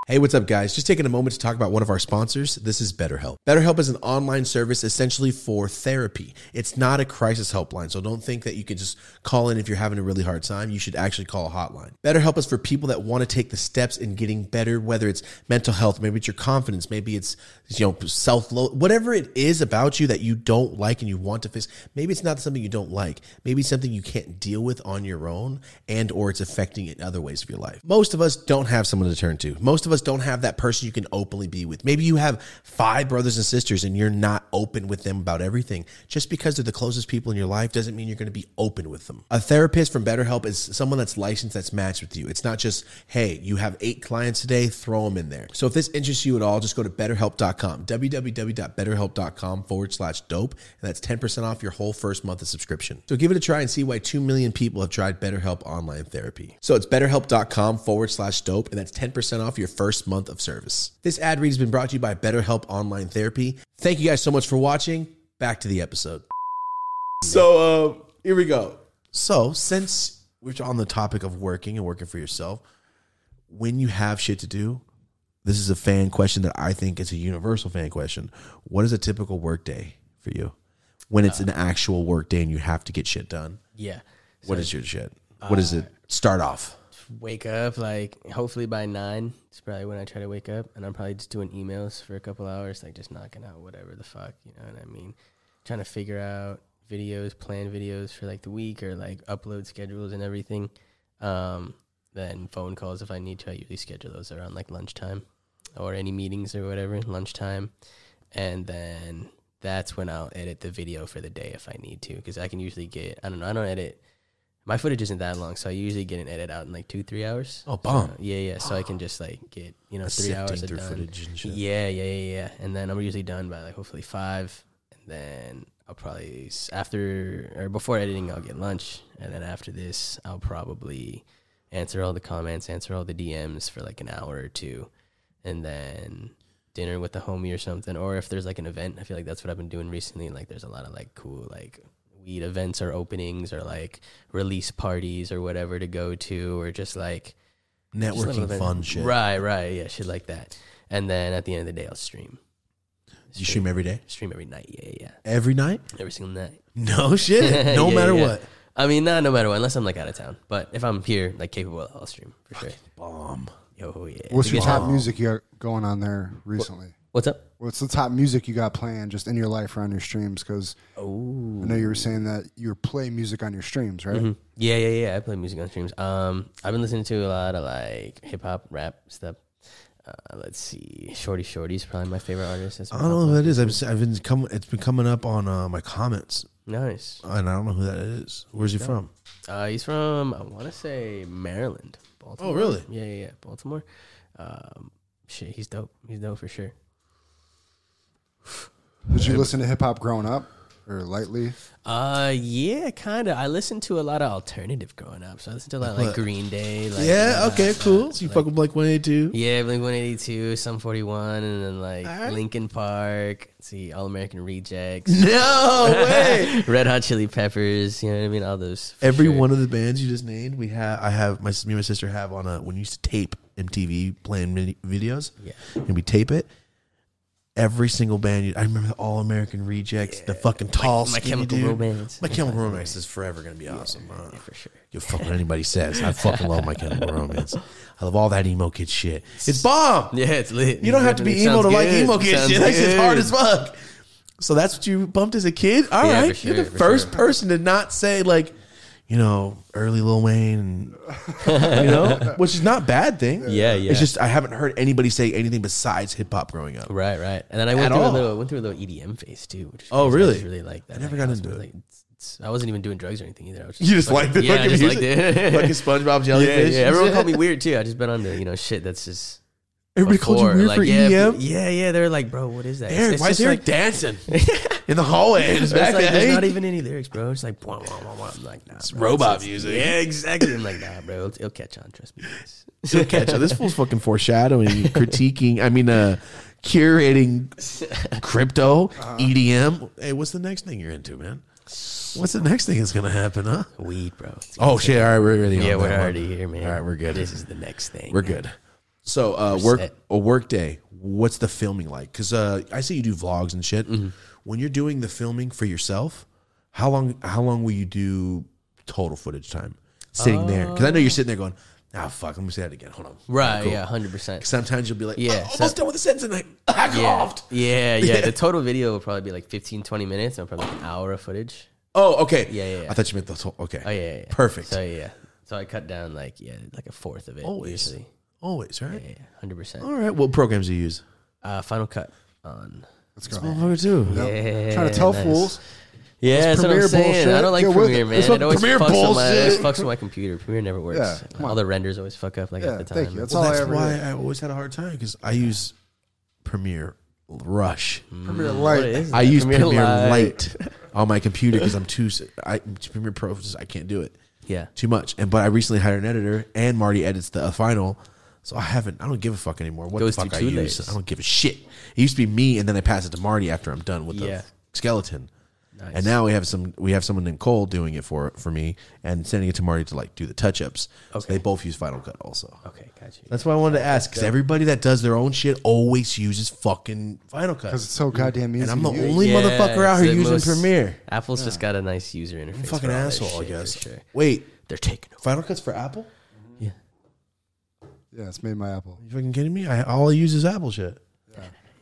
[SPEAKER 1] Hey, what's up, guys? Just taking a moment to talk about one of our sponsors. This is BetterHelp. BetterHelp is an online service essentially for therapy. It's not a crisis helpline, so don't think that you can just call in if you're having a really hard time. You should actually call a hotline. BetterHelp is for people that want to take the steps in getting better, whether it's mental health, maybe it's your confidence, maybe it's you know self love, whatever it is about you that you don't like and you want to fix. Maybe it's not something you don't like. Maybe it's something you can't deal with on your own, and or it's affecting it in other ways of your life. Most of us don't have someone to turn to. Most of us don't have that person you can openly be with. Maybe you have five brothers and sisters and you're not open with them about everything. Just because they're the closest people in your life doesn't mean you're going to be open with them. A therapist from BetterHelp is someone that's licensed that's matched with you. It's not just, hey, you have eight clients today, throw them in there. So if this interests you at all, just go to betterhelp.com, www.betterhelp.com forward slash dope, and that's 10% off your whole first month of subscription. So give it a try and see why 2 million people have tried BetterHelp online therapy. So it's betterhelp.com forward slash dope, and that's 10% off your first month of service. This ad read has been brought to you by BetterHelp Online Therapy. Thank you guys so much for watching. Back to the episode. So um, here we go. So since we're on the topic of working and working for yourself, when you have shit to do, this is a fan question that I think is a universal fan question. What is a typical work day for you? When it's
[SPEAKER 3] Uh,
[SPEAKER 1] an actual work day and you have to get shit done,
[SPEAKER 4] Yeah.
[SPEAKER 1] what is your shit? What does
[SPEAKER 3] uh,
[SPEAKER 1] it start off?
[SPEAKER 4] wake up like hopefully by nine. It's probably when I try to wake up, and I'm probably just doing emails for a couple hours, like just knocking out whatever the fuck, you know what I mean? Trying to figure out videos, plan videos for like the week or like upload schedules and everything. Um,
[SPEAKER 3] Then phone calls if I need to. I usually schedule those around like lunchtime or any meetings or whatever, lunchtime. And then that's when I'll edit the video for the day if I need to because I can usually get, I don't know, I don't edit. My footage isn't that long, so I usually get an edit out in like two, three hours.
[SPEAKER 1] Oh, bomb.
[SPEAKER 3] So, yeah, yeah. So I can just like get, you know, three
[SPEAKER 1] Sifting
[SPEAKER 3] hours of
[SPEAKER 1] through
[SPEAKER 3] done.
[SPEAKER 1] footage and shit.
[SPEAKER 3] Yeah, yeah, yeah, yeah. And then I'm usually done by like hopefully five, and then I'll probably s- after or before editing I'll get lunch, and then after this I'll probably answer all the comments, answer all the DMs for like an hour or two, and then dinner with the homie or something. Or if there's like an event, I feel like that's what I've been doing recently. Like there's a lot of like cool like weed events or openings or like release parties or whatever to go to or just like just a little
[SPEAKER 1] Networking
[SPEAKER 3] bit-
[SPEAKER 1] fun shit.
[SPEAKER 3] Right, right, yeah, shit like that. And then at the end of the day, I'll stream.
[SPEAKER 1] You stream every day?
[SPEAKER 3] Stream every night, yeah, yeah,
[SPEAKER 1] Every night?
[SPEAKER 3] yeah. every single night.
[SPEAKER 1] No shit. No
[SPEAKER 3] Yeah,
[SPEAKER 1] matter
[SPEAKER 3] yeah.
[SPEAKER 1] what.
[SPEAKER 3] I mean, not no matter what, unless I'm like out of town. But if I'm here, like capable, I'll stream for sure.
[SPEAKER 1] Bomb.
[SPEAKER 3] Oh yeah.
[SPEAKER 2] What's
[SPEAKER 3] You
[SPEAKER 2] your
[SPEAKER 3] get-
[SPEAKER 2] top music you got going on there recently?
[SPEAKER 3] What's up?
[SPEAKER 2] What's the top music you got playing just in your life or on your streams? Because I know you were saying that you play music on your streams, right?
[SPEAKER 1] Mm-hmm.
[SPEAKER 3] Yeah, yeah, yeah. I play music on streams. Um, I've been listening to a lot of like hip hop, rap stuff. Uh, let's see, Shorty Shorty's probably my favorite artist. That's
[SPEAKER 1] I don't know who that is. I've, s- I've been come, it's been coming up on uh, my comments,
[SPEAKER 3] nice.
[SPEAKER 1] and I don't know who that is. Where's he from?
[SPEAKER 3] Uh, he's from I want to say Maryland, Baltimore.
[SPEAKER 1] really?
[SPEAKER 3] Yeah, yeah, yeah. Baltimore. Um, shit, he's dope. He's dope for sure.
[SPEAKER 2] Did you listen to hip hop growing up or lightly?
[SPEAKER 3] Uh, yeah, kind of. I listened to a lot of alternative growing up, so I listened to a lot of,
[SPEAKER 1] What?
[SPEAKER 3] like Green Day. Like,
[SPEAKER 1] yeah.
[SPEAKER 3] uh,
[SPEAKER 1] Okay. Cool. So you
[SPEAKER 3] like-
[SPEAKER 1] fuck with Blake One Eighty Two.
[SPEAKER 3] Yeah, Blink One Eighty Two, Sum Forty One, and then like Lincoln Park. let's See, All American Rejects,
[SPEAKER 1] No way.
[SPEAKER 3] Red Hot Chili Peppers. You know what I mean? All those. for
[SPEAKER 1] Every
[SPEAKER 3] sure.
[SPEAKER 1] one of the bands you just named, we have. I have my s- me and my sister have on a when you used to tape MTV playing mini videos.
[SPEAKER 3] Yeah.
[SPEAKER 1] and we tape it. Every single band, you, I remember the All American Rejects, the fucking tall,
[SPEAKER 3] My
[SPEAKER 1] skinny
[SPEAKER 3] Chemical
[SPEAKER 1] dude.
[SPEAKER 3] Romance.
[SPEAKER 1] My Chemical Romance is forever gonna be awesome. huh?
[SPEAKER 3] for sure.
[SPEAKER 1] Give a fuck what anybody says. I fucking love My Chemical Romance. I love all that emo kid shit. It's bomb.
[SPEAKER 3] Yeah, it's lit.
[SPEAKER 1] You don't have to be
[SPEAKER 3] It
[SPEAKER 1] emo
[SPEAKER 3] sounds
[SPEAKER 1] to like
[SPEAKER 3] good.
[SPEAKER 1] emo kid
[SPEAKER 3] Sounds
[SPEAKER 1] shit. That shit's
[SPEAKER 3] good.
[SPEAKER 1] hard as fuck. So that's what you bumped as a kid. All
[SPEAKER 3] Yeah, for
[SPEAKER 1] right. you're the
[SPEAKER 3] sure, for
[SPEAKER 1] first
[SPEAKER 3] sure.
[SPEAKER 1] person to not say like, you know, early Lil Wayne, and, you know, which is not a bad thing.
[SPEAKER 3] Yeah, yeah.
[SPEAKER 1] It's just I haven't heard anybody say anything besides hip hop growing up.
[SPEAKER 3] Right, right. And then I went
[SPEAKER 1] At
[SPEAKER 3] through
[SPEAKER 1] all.
[SPEAKER 3] a little went through a little EDM phase too. Which is
[SPEAKER 1] Oh,
[SPEAKER 3] crazy. I
[SPEAKER 1] really?
[SPEAKER 3] just really like that.
[SPEAKER 1] never
[SPEAKER 3] Like,
[SPEAKER 1] got
[SPEAKER 3] I was
[SPEAKER 1] into it.
[SPEAKER 3] Like, it's- it's- I wasn't even doing drugs or anything either. I was
[SPEAKER 1] You just
[SPEAKER 3] fucking-
[SPEAKER 1] liked the
[SPEAKER 3] yeah,
[SPEAKER 1] fucking
[SPEAKER 3] I just
[SPEAKER 1] music,
[SPEAKER 3] liked it.
[SPEAKER 1] fucking SpongeBob
[SPEAKER 3] yeah,
[SPEAKER 1] jellyfish.
[SPEAKER 3] yeah.
[SPEAKER 1] and
[SPEAKER 3] Everyone
[SPEAKER 1] shit.
[SPEAKER 3] called me weird too. I just been on the you know shit that's just.
[SPEAKER 1] Everybody called you
[SPEAKER 3] before.
[SPEAKER 1] weird
[SPEAKER 3] like,
[SPEAKER 1] for
[SPEAKER 3] yeah,
[SPEAKER 1] EDM.
[SPEAKER 3] Yeah, yeah. They're like, bro, what is that? It's-
[SPEAKER 1] Eric,
[SPEAKER 3] it's
[SPEAKER 1] why is
[SPEAKER 3] just
[SPEAKER 1] Eric
[SPEAKER 3] like-
[SPEAKER 1] dancing in the hallway? In his
[SPEAKER 3] It's
[SPEAKER 1] back
[SPEAKER 3] like, there's not
[SPEAKER 1] hey,
[SPEAKER 3] even any lyrics, bro. It's like, wah, wah, wah, wah. I'm like, nah, it's
[SPEAKER 1] robot music.
[SPEAKER 3] Yeah, exactly. I'm like, nah, bro, it'll, it'll catch on. Trust me. It's-
[SPEAKER 1] He'll catch up. This fool's fucking foreshadowing, critiquing. I mean, uh, curating crypto, E EDM. Uh-huh. Hey, what's the next thing you're into, man? What's the next thing that's gonna happen, huh?
[SPEAKER 3] Weed, bro. It's
[SPEAKER 1] Oh shit! All right, we're already.
[SPEAKER 3] yeah,
[SPEAKER 1] on
[SPEAKER 3] we're
[SPEAKER 1] that one.
[SPEAKER 3] already here, man.
[SPEAKER 1] All right, we're good.
[SPEAKER 3] This is the next thing.
[SPEAKER 1] We're good. So, uh, work
[SPEAKER 3] set.
[SPEAKER 1] a work day. What's the filming like? Because uh, I see you do vlogs and shit. When you're doing the filming for yourself, how long? How long will you do total footage time sitting there? Because I know you're sitting there going, "Ah, fuck, let me say that again. Hold on."
[SPEAKER 3] right.
[SPEAKER 1] Cool.
[SPEAKER 3] Yeah, hundred percent.
[SPEAKER 1] Sometimes you'll be like,
[SPEAKER 3] Yeah,
[SPEAKER 1] "Oh, almost
[SPEAKER 3] so-
[SPEAKER 1] done with the sentence and I, I
[SPEAKER 3] Yeah,
[SPEAKER 1] coughed.
[SPEAKER 3] yeah, yeah. The total video will probably be like 15, 20 minutes, and probably an hour of footage.
[SPEAKER 1] Oh, okay.
[SPEAKER 3] Yeah, yeah, yeah.
[SPEAKER 1] I thought you meant the whole. Okay.
[SPEAKER 3] Oh yeah, yeah, yeah.
[SPEAKER 1] Perfect.
[SPEAKER 3] So yeah, so I cut down like yeah, like a fourth of it.
[SPEAKER 1] Always.
[SPEAKER 3] usually.
[SPEAKER 1] Always, right?
[SPEAKER 3] yeah, hundred percent.
[SPEAKER 1] All right. What programs do you use?
[SPEAKER 3] Uh, Final cut on.
[SPEAKER 2] Let's go.
[SPEAKER 1] too.
[SPEAKER 3] Yeah,
[SPEAKER 2] Trying to tell
[SPEAKER 3] nice.
[SPEAKER 2] fools.
[SPEAKER 3] Yeah, that's what I'm
[SPEAKER 2] Premiere
[SPEAKER 3] saying. I
[SPEAKER 2] bullshit.
[SPEAKER 3] don't like
[SPEAKER 2] Get with
[SPEAKER 3] Premiere,
[SPEAKER 2] it.
[SPEAKER 3] man.
[SPEAKER 2] That's
[SPEAKER 3] It
[SPEAKER 2] what
[SPEAKER 3] always
[SPEAKER 1] Premiere
[SPEAKER 3] fucks on my it
[SPEAKER 1] bullshit.
[SPEAKER 3] fucks on my computer. Premiere never works.
[SPEAKER 2] Yeah, come
[SPEAKER 3] All the renders always fuck up like
[SPEAKER 2] Yeah,
[SPEAKER 3] at the time.
[SPEAKER 2] thank you. That's
[SPEAKER 1] Well,
[SPEAKER 2] all I
[SPEAKER 1] that's
[SPEAKER 2] ever
[SPEAKER 1] why
[SPEAKER 2] do.
[SPEAKER 1] I always had a hard time because I use Premiere Rush.
[SPEAKER 2] Premier
[SPEAKER 3] Mm, What
[SPEAKER 2] Light.
[SPEAKER 3] is
[SPEAKER 1] I
[SPEAKER 3] that?
[SPEAKER 1] use Premiere, Lite on my computer because I'm too. s- I Premiere Pro just I can't do it
[SPEAKER 3] Yeah.
[SPEAKER 1] too much. And but I recently hired an editor, and Marty edits the uh, final. So I haven't. I don't give a fuck anymore. What
[SPEAKER 3] Goes
[SPEAKER 1] the fuck
[SPEAKER 3] through
[SPEAKER 1] I
[SPEAKER 3] two
[SPEAKER 1] use?
[SPEAKER 3] layers.
[SPEAKER 1] I don't give a shit. It used to be me, and then I pass it to Marty after I'm done with
[SPEAKER 3] Yeah.
[SPEAKER 1] the skeleton. And now we have some. We have someone named Cole doing it for for me, and sending it to Marty to like do the touch ups. So
[SPEAKER 3] Okay.
[SPEAKER 1] they both use Final Cut also.
[SPEAKER 3] Okay, got you.
[SPEAKER 1] That's why I wanted to ask because everybody that does their own shit always uses fucking Final
[SPEAKER 2] Because
[SPEAKER 1] Cut.
[SPEAKER 2] it's so goddamn easy.
[SPEAKER 1] And I'm
[SPEAKER 2] to
[SPEAKER 1] the
[SPEAKER 2] use.
[SPEAKER 1] only
[SPEAKER 3] Yeah,
[SPEAKER 1] motherfucker out
[SPEAKER 3] it's
[SPEAKER 1] here
[SPEAKER 3] the
[SPEAKER 1] using
[SPEAKER 3] most-
[SPEAKER 1] Premiere.
[SPEAKER 3] Apple's just got a nice user interface. for
[SPEAKER 1] Fucking
[SPEAKER 3] all this
[SPEAKER 1] asshole, I
[SPEAKER 3] shit, for
[SPEAKER 1] guess.
[SPEAKER 3] sure.
[SPEAKER 1] Wait,
[SPEAKER 3] They're taking over.
[SPEAKER 1] Final Cut's for Apple?
[SPEAKER 2] Yeah, it's made my Apple.
[SPEAKER 1] You fucking kidding me? I, all I use is Apple shit.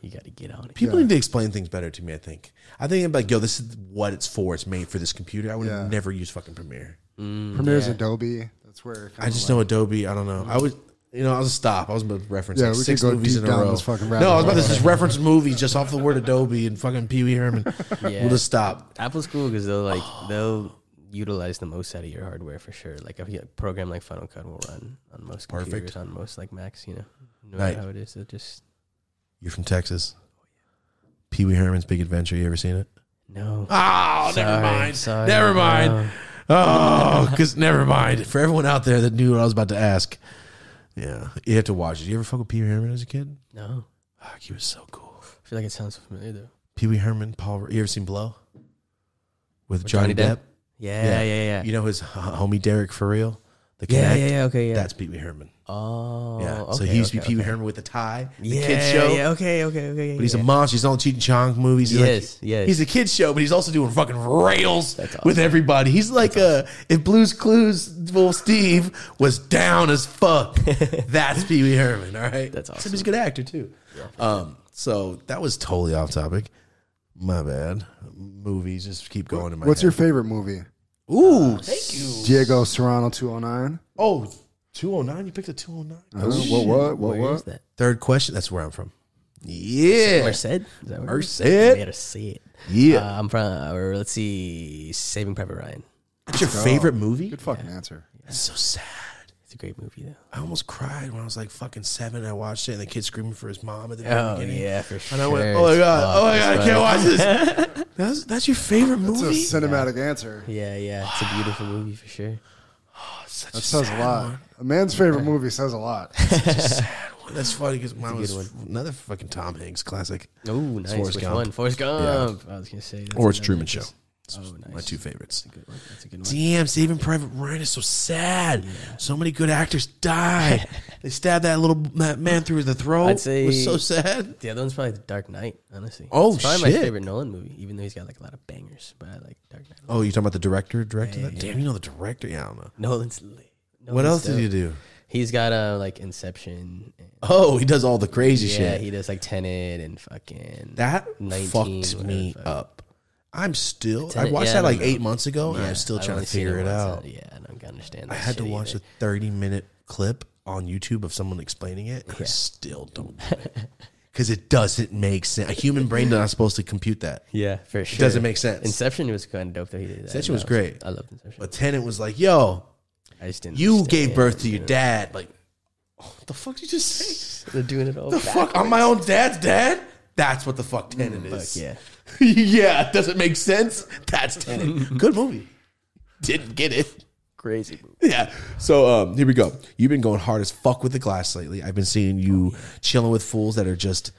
[SPEAKER 3] You got to get on it.
[SPEAKER 1] People need to explain things better to me. I think. I think I'm like, yo, this is what it's for. It's made for this computer. I would
[SPEAKER 2] Yeah.
[SPEAKER 3] Mm,
[SPEAKER 1] never use fucking Premiere.
[SPEAKER 2] Premiere's Adobe. That's where it
[SPEAKER 1] I just know Adobe. I don't know. I was, you know, I was a stop. I was about to reference
[SPEAKER 2] Yeah,
[SPEAKER 1] like
[SPEAKER 2] we could
[SPEAKER 1] six
[SPEAKER 2] go
[SPEAKER 1] movies
[SPEAKER 2] deep
[SPEAKER 1] in a
[SPEAKER 2] down
[SPEAKER 1] row.
[SPEAKER 2] this fucking rabbit
[SPEAKER 1] no, I was about to
[SPEAKER 2] hole.
[SPEAKER 1] just reference movies just off the word Adobe and fucking Pee Wee Herman. We'll just stop.
[SPEAKER 3] Apple's cool because they'll like they'll utilize the most out of your hardware for sure. Like a program like Final Cut will run on most
[SPEAKER 1] Perfect.
[SPEAKER 3] computers, on most like Macs, you know, no
[SPEAKER 1] Right.
[SPEAKER 3] matter how it is. It just
[SPEAKER 1] You're from Texas. Pee Wee Herman's Big Adventure. You ever seen it?
[SPEAKER 3] no.
[SPEAKER 1] Oh, never
[SPEAKER 3] Sorry,
[SPEAKER 1] mind.
[SPEAKER 3] sorry,
[SPEAKER 1] never mind.
[SPEAKER 3] no.
[SPEAKER 1] Oh, because never mind. For everyone out there that knew what I was about to ask, yeah, you have to watch it. You ever fuck with Pee Wee Herman as a kid?
[SPEAKER 3] No,
[SPEAKER 1] Oh, he was so cool.
[SPEAKER 3] I feel like it sounds familiar though.
[SPEAKER 1] Pee Wee Herman, Paul. You ever seen Blow? With Johnny,
[SPEAKER 3] Johnny
[SPEAKER 1] Depp?
[SPEAKER 3] Depp? Yeah, yeah, yeah.
[SPEAKER 1] You know his h- homie Derek Farrell, the
[SPEAKER 3] Yeah, yeah,
[SPEAKER 1] Connect?
[SPEAKER 3] yeah, Okay, yeah.
[SPEAKER 1] That's Pee Wee Herman.
[SPEAKER 3] oh,
[SPEAKER 1] yeah.
[SPEAKER 3] Okay,
[SPEAKER 1] so he used to
[SPEAKER 3] okay,
[SPEAKER 1] be Pee Wee
[SPEAKER 3] okay.
[SPEAKER 1] Herman with a tie, the
[SPEAKER 3] yeah,
[SPEAKER 1] kids show.
[SPEAKER 3] Yeah, okay, okay, okay.
[SPEAKER 1] But he's a monster. He's on Cheech and Chong movies. He's
[SPEAKER 3] Yes,
[SPEAKER 1] like,
[SPEAKER 3] yes.
[SPEAKER 1] He's a kids show, but he's also doing fucking rails with everybody. He's like, uh, if Blues Clues, well, Steve was down as fuck. That's Pee Wee Herman. All right, that's awesome. He's a good actor too. um, so that was totally off topic. My bad. Movies just keep going in my.
[SPEAKER 2] What's your
[SPEAKER 1] head.
[SPEAKER 2] favorite movie?
[SPEAKER 1] Ooh, thank you.
[SPEAKER 2] Diego Serrano 209.
[SPEAKER 1] Oh, 209. You picked a 209.
[SPEAKER 2] Uh, what, what, what,
[SPEAKER 3] Where is
[SPEAKER 2] what?
[SPEAKER 3] that?
[SPEAKER 1] Third question. That's where I'm from. Yeah.
[SPEAKER 3] Merced? Is that where it is?
[SPEAKER 1] Merced.
[SPEAKER 3] Merced.
[SPEAKER 1] Yeah.
[SPEAKER 3] Uh, I'm from. Or let's see, Saving Private Ryan.
[SPEAKER 1] What's your favorite movie?
[SPEAKER 2] Good fucking answer.
[SPEAKER 1] That's so sad.
[SPEAKER 3] It's a great movie though.
[SPEAKER 1] I almost cried when I was like fucking seven. And I watched it, and the kid screaming for his mom at the very
[SPEAKER 3] Oh
[SPEAKER 1] beginning.
[SPEAKER 3] yeah, for sure.
[SPEAKER 1] And I went, "Oh my god!
[SPEAKER 3] Fuck,
[SPEAKER 1] oh my
[SPEAKER 3] that's
[SPEAKER 1] god! I
[SPEAKER 3] right.
[SPEAKER 1] can't watch this." that's that's your favorite
[SPEAKER 2] It's
[SPEAKER 1] movie.
[SPEAKER 2] a cinematic answer.
[SPEAKER 3] Yeah, yeah, it's a beautiful movie for sure.
[SPEAKER 1] Such
[SPEAKER 2] That
[SPEAKER 1] a
[SPEAKER 2] says a
[SPEAKER 1] sad
[SPEAKER 2] lot.
[SPEAKER 1] one.
[SPEAKER 2] A man's favorite movie says a lot.
[SPEAKER 1] That's funny because mine was f- another fucking Tom Hanks classic,
[SPEAKER 3] Oh, nice.
[SPEAKER 1] Forrest
[SPEAKER 3] Which
[SPEAKER 1] Gump.
[SPEAKER 3] one? Forrest Gump. I was gonna say. that's
[SPEAKER 1] or it's
[SPEAKER 3] another
[SPEAKER 1] Truman
[SPEAKER 3] good-
[SPEAKER 1] Show.
[SPEAKER 3] Oh, nice.
[SPEAKER 1] My two favorites.
[SPEAKER 3] Good one. That's a good one.
[SPEAKER 1] Damn, Saving Private Ryan is so sad. So many good actors die. they stabbed that little that man through the throat.
[SPEAKER 3] I'd say-
[SPEAKER 1] it was so sad.
[SPEAKER 3] The other one's probably The Dark Knight. Honestly,
[SPEAKER 1] Oh,
[SPEAKER 3] it's probably
[SPEAKER 1] shit.
[SPEAKER 3] my favorite Nolan movie, even though he's got like a lot of bangers. But I like Dark Knight.
[SPEAKER 1] Oh, you talking about the director? Directed that? Damn, you know the director? Yeah, I don't know.
[SPEAKER 3] Nolan's. lit.
[SPEAKER 1] what
[SPEAKER 3] Nolan's
[SPEAKER 1] else did
[SPEAKER 3] dope.
[SPEAKER 1] you do?
[SPEAKER 3] He's got uh, like Inception. And,
[SPEAKER 1] Oh, he does all the crazy
[SPEAKER 3] yeah,
[SPEAKER 1] shit.
[SPEAKER 3] he does like Tenet and fucking
[SPEAKER 1] that
[SPEAKER 3] 19,
[SPEAKER 1] fucked
[SPEAKER 3] whatever
[SPEAKER 1] me
[SPEAKER 3] the fuck.
[SPEAKER 1] up. I'm still. I
[SPEAKER 3] Tenet,
[SPEAKER 1] watched
[SPEAKER 3] yeah,
[SPEAKER 1] that
[SPEAKER 3] I
[SPEAKER 1] like
[SPEAKER 3] don't
[SPEAKER 1] eight months ago, and I'm still
[SPEAKER 3] I've
[SPEAKER 1] trying
[SPEAKER 3] only
[SPEAKER 1] to
[SPEAKER 3] seen
[SPEAKER 1] figure it
[SPEAKER 3] once,
[SPEAKER 1] out.
[SPEAKER 3] uh, Yeah, I don't understand.
[SPEAKER 1] I
[SPEAKER 3] that
[SPEAKER 1] had to
[SPEAKER 3] shit
[SPEAKER 1] watch
[SPEAKER 3] either.
[SPEAKER 1] a 30 minute clip on YouTube of someone explaining it. and I still don't because it doesn't make sense. A human brain not supposed to compute that.
[SPEAKER 3] Yeah, for sure.
[SPEAKER 1] doesn't make sense.
[SPEAKER 3] Inception was kind of dope that he did that.
[SPEAKER 1] Inception
[SPEAKER 3] I
[SPEAKER 1] was
[SPEAKER 3] loved-
[SPEAKER 1] great.
[SPEAKER 3] I loved Inception.
[SPEAKER 1] But Tennant was like, "Yo,
[SPEAKER 3] I just didn't.
[SPEAKER 1] you
[SPEAKER 3] understand
[SPEAKER 1] gave
[SPEAKER 3] it,
[SPEAKER 1] birth to
[SPEAKER 3] you
[SPEAKER 1] your
[SPEAKER 3] know?
[SPEAKER 1] dad." Like, oh, the fuck did you just say?
[SPEAKER 3] They're doing it all.
[SPEAKER 1] The fuck? I'm my own dad's dad. That's what the fuck Tennant is.
[SPEAKER 3] Mm, yeah.
[SPEAKER 1] yeah, it doesn't make sense. That's Tenet. Good movie. Didn't get it.
[SPEAKER 3] Crazy movie.
[SPEAKER 1] Yeah. So um, here we go. You've been going hard as fuck with the glass lately. I've been seeing
[SPEAKER 3] Oh,
[SPEAKER 1] you chilling with fools that are just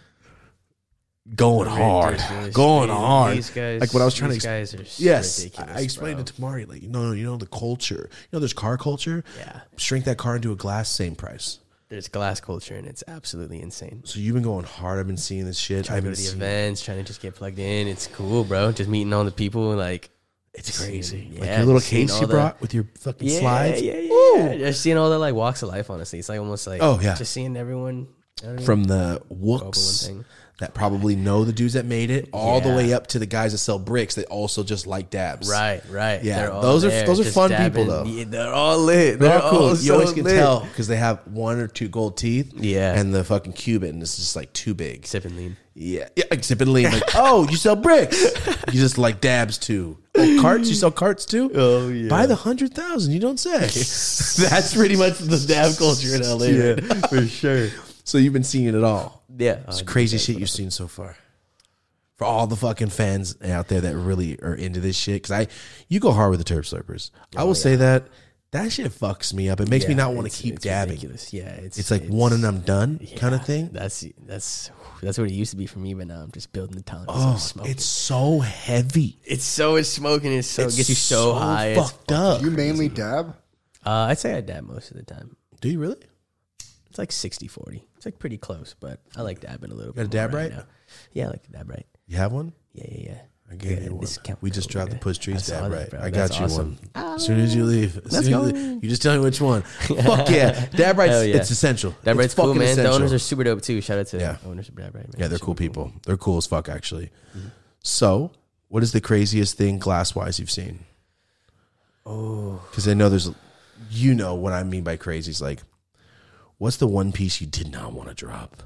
[SPEAKER 1] going hard,
[SPEAKER 3] Ridiculous.
[SPEAKER 1] going
[SPEAKER 3] These-
[SPEAKER 1] hard.
[SPEAKER 3] These guys.
[SPEAKER 1] like what I was trying to.
[SPEAKER 3] these
[SPEAKER 1] explain.
[SPEAKER 3] guys are s-
[SPEAKER 1] Yes,
[SPEAKER 3] ridiculous.
[SPEAKER 1] I I explained
[SPEAKER 3] bro.
[SPEAKER 1] it to Mari. Like, no, no, you know the culture. You know, there's car culture.
[SPEAKER 3] Yeah.
[SPEAKER 1] Shrink that car into a glass, same price.
[SPEAKER 3] There's glass culture and it's absolutely insane.
[SPEAKER 1] So you've been going hard. I've been seeing this shit. I've
[SPEAKER 3] Go
[SPEAKER 1] been
[SPEAKER 3] to the
[SPEAKER 1] seeing
[SPEAKER 3] events, trying to just get plugged in. It's cool, bro. Just meeting all the people, like
[SPEAKER 1] It's crazy.
[SPEAKER 3] Yeah,
[SPEAKER 1] like your little
[SPEAKER 3] just seeing
[SPEAKER 1] case
[SPEAKER 3] all
[SPEAKER 1] you
[SPEAKER 3] the-
[SPEAKER 1] brought with your fucking
[SPEAKER 3] yeah,
[SPEAKER 1] slides.
[SPEAKER 3] Yeah, yeah,
[SPEAKER 1] Ooh.
[SPEAKER 3] yeah. Just seeing all the like walks of life. Honestly, it's like almost like
[SPEAKER 1] Oh, yeah.
[SPEAKER 3] just seeing everyone. I don't know.
[SPEAKER 1] from the
[SPEAKER 3] Couple
[SPEAKER 1] wooks
[SPEAKER 3] and thing.
[SPEAKER 1] that probably know the dudes that made it, all the
[SPEAKER 3] Yeah.
[SPEAKER 1] way up to the guys that sell bricks that also just like dabs.
[SPEAKER 3] Right, right.
[SPEAKER 1] Yeah,
[SPEAKER 3] They're all
[SPEAKER 1] those are-
[SPEAKER 3] there,
[SPEAKER 1] those are
[SPEAKER 3] just
[SPEAKER 1] fun people, though.
[SPEAKER 3] Yeah, they're all lit.
[SPEAKER 1] They're,
[SPEAKER 3] They're,
[SPEAKER 1] all cool.
[SPEAKER 3] All
[SPEAKER 1] you always can
[SPEAKER 3] lit.
[SPEAKER 1] tell because they have one or two gold teeth.
[SPEAKER 3] Yeah.
[SPEAKER 1] And the fucking Cuban is just like too big.
[SPEAKER 3] Sipping lean.
[SPEAKER 1] Yeah. Yeah. Except in lean. Like, oh, you sell bricks. you just like dabs too. Oh, carts? You sell carts too? Oh, yeah. Buy the 100,000. You don't say. That's pretty much the dab culture in LA. Yeah, for sure. So you've been seeing it all.
[SPEAKER 3] Yeah.
[SPEAKER 1] It's crazy shit you've seen so far. For all the fucking fans out there that really are into this shit, because I, you go hard with the turp slurpers.
[SPEAKER 3] Oh,
[SPEAKER 1] I will say that that shit fucks me up. It makes me not want to keep dabbing.
[SPEAKER 3] Ridiculous. Yeah, it's
[SPEAKER 1] It's like one and I'm done kind of thing.
[SPEAKER 3] That's that's that's what it used to be for me, but now I'm just building the tolerance.
[SPEAKER 1] Oh,
[SPEAKER 3] of smoking.
[SPEAKER 1] it's so heavy.
[SPEAKER 3] it's so it's smoking. It's so
[SPEAKER 1] It's
[SPEAKER 3] it gets you so, high. It's-
[SPEAKER 1] fucked up.
[SPEAKER 2] Do you mainly dab?
[SPEAKER 3] uh, I'd say I dab most of the time.
[SPEAKER 1] Do you really?
[SPEAKER 3] It's like 60-40. It's like pretty close, but I like dabbing a little.
[SPEAKER 1] got a
[SPEAKER 3] bit
[SPEAKER 1] dab
[SPEAKER 3] more
[SPEAKER 1] right?
[SPEAKER 3] now. Yeah, I like to dab right.
[SPEAKER 1] You have one?
[SPEAKER 3] Yeah, yeah, yeah.
[SPEAKER 1] I gave
[SPEAKER 3] Yeah,
[SPEAKER 1] you one.
[SPEAKER 3] discount
[SPEAKER 1] We just
[SPEAKER 3] code.
[SPEAKER 1] dropped the push trees
[SPEAKER 3] saw
[SPEAKER 1] dab
[SPEAKER 3] that,
[SPEAKER 1] right.
[SPEAKER 3] bro.
[SPEAKER 1] I got
[SPEAKER 3] That's
[SPEAKER 1] you
[SPEAKER 3] awesome. Ah.
[SPEAKER 1] one. As soon as you leave, as soon as you,
[SPEAKER 3] go.
[SPEAKER 1] leave- you just tell me which one. Fuck yeah, dab right's
[SPEAKER 3] Hell yeah.
[SPEAKER 1] it's essential.
[SPEAKER 3] Dab
[SPEAKER 1] it's
[SPEAKER 3] right's cool,
[SPEAKER 1] fucking
[SPEAKER 3] man.
[SPEAKER 1] essential.
[SPEAKER 3] The owners are super dope too. Shout out to
[SPEAKER 1] Yeah.
[SPEAKER 3] owners of Dab Right. Man.
[SPEAKER 1] Yeah, they're cool people. They're cool as fuck, actually. So, what is the craziest thing glass wise you've seen? Oh, because I know there's you know what I mean by crazy is like, what's the one piece you did not want to drop?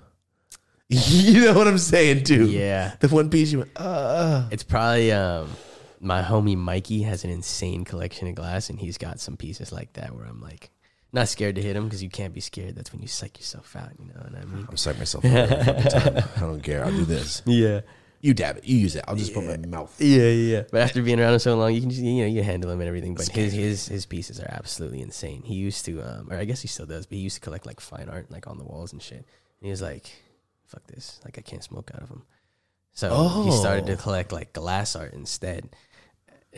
[SPEAKER 1] You know what I'm saying, dude?
[SPEAKER 3] Yeah.
[SPEAKER 1] The one piece you went, uh,
[SPEAKER 3] It's probably um, my homie Mikey has an insane collection of glass, and he's got some pieces like that where I'm like, not scared to hit him because you can't be scared. That's when you psych yourself out, you know what I mean?
[SPEAKER 1] I'm psyching myself out every fucking time. I don't care. I'll do this.
[SPEAKER 3] Yeah,
[SPEAKER 1] You dab it. You use it. I'll just put my mouth.
[SPEAKER 3] yeah, yeah. But after being around him so long, you can just you know you handle him and everything. But his his his pieces are absolutely insane. He used to, um, or I guess he still does, but he used to collect like fine art like on the walls and shit. And he was like, "Fuck this! Like I can't smoke out of them." So he started to collect like glass art instead.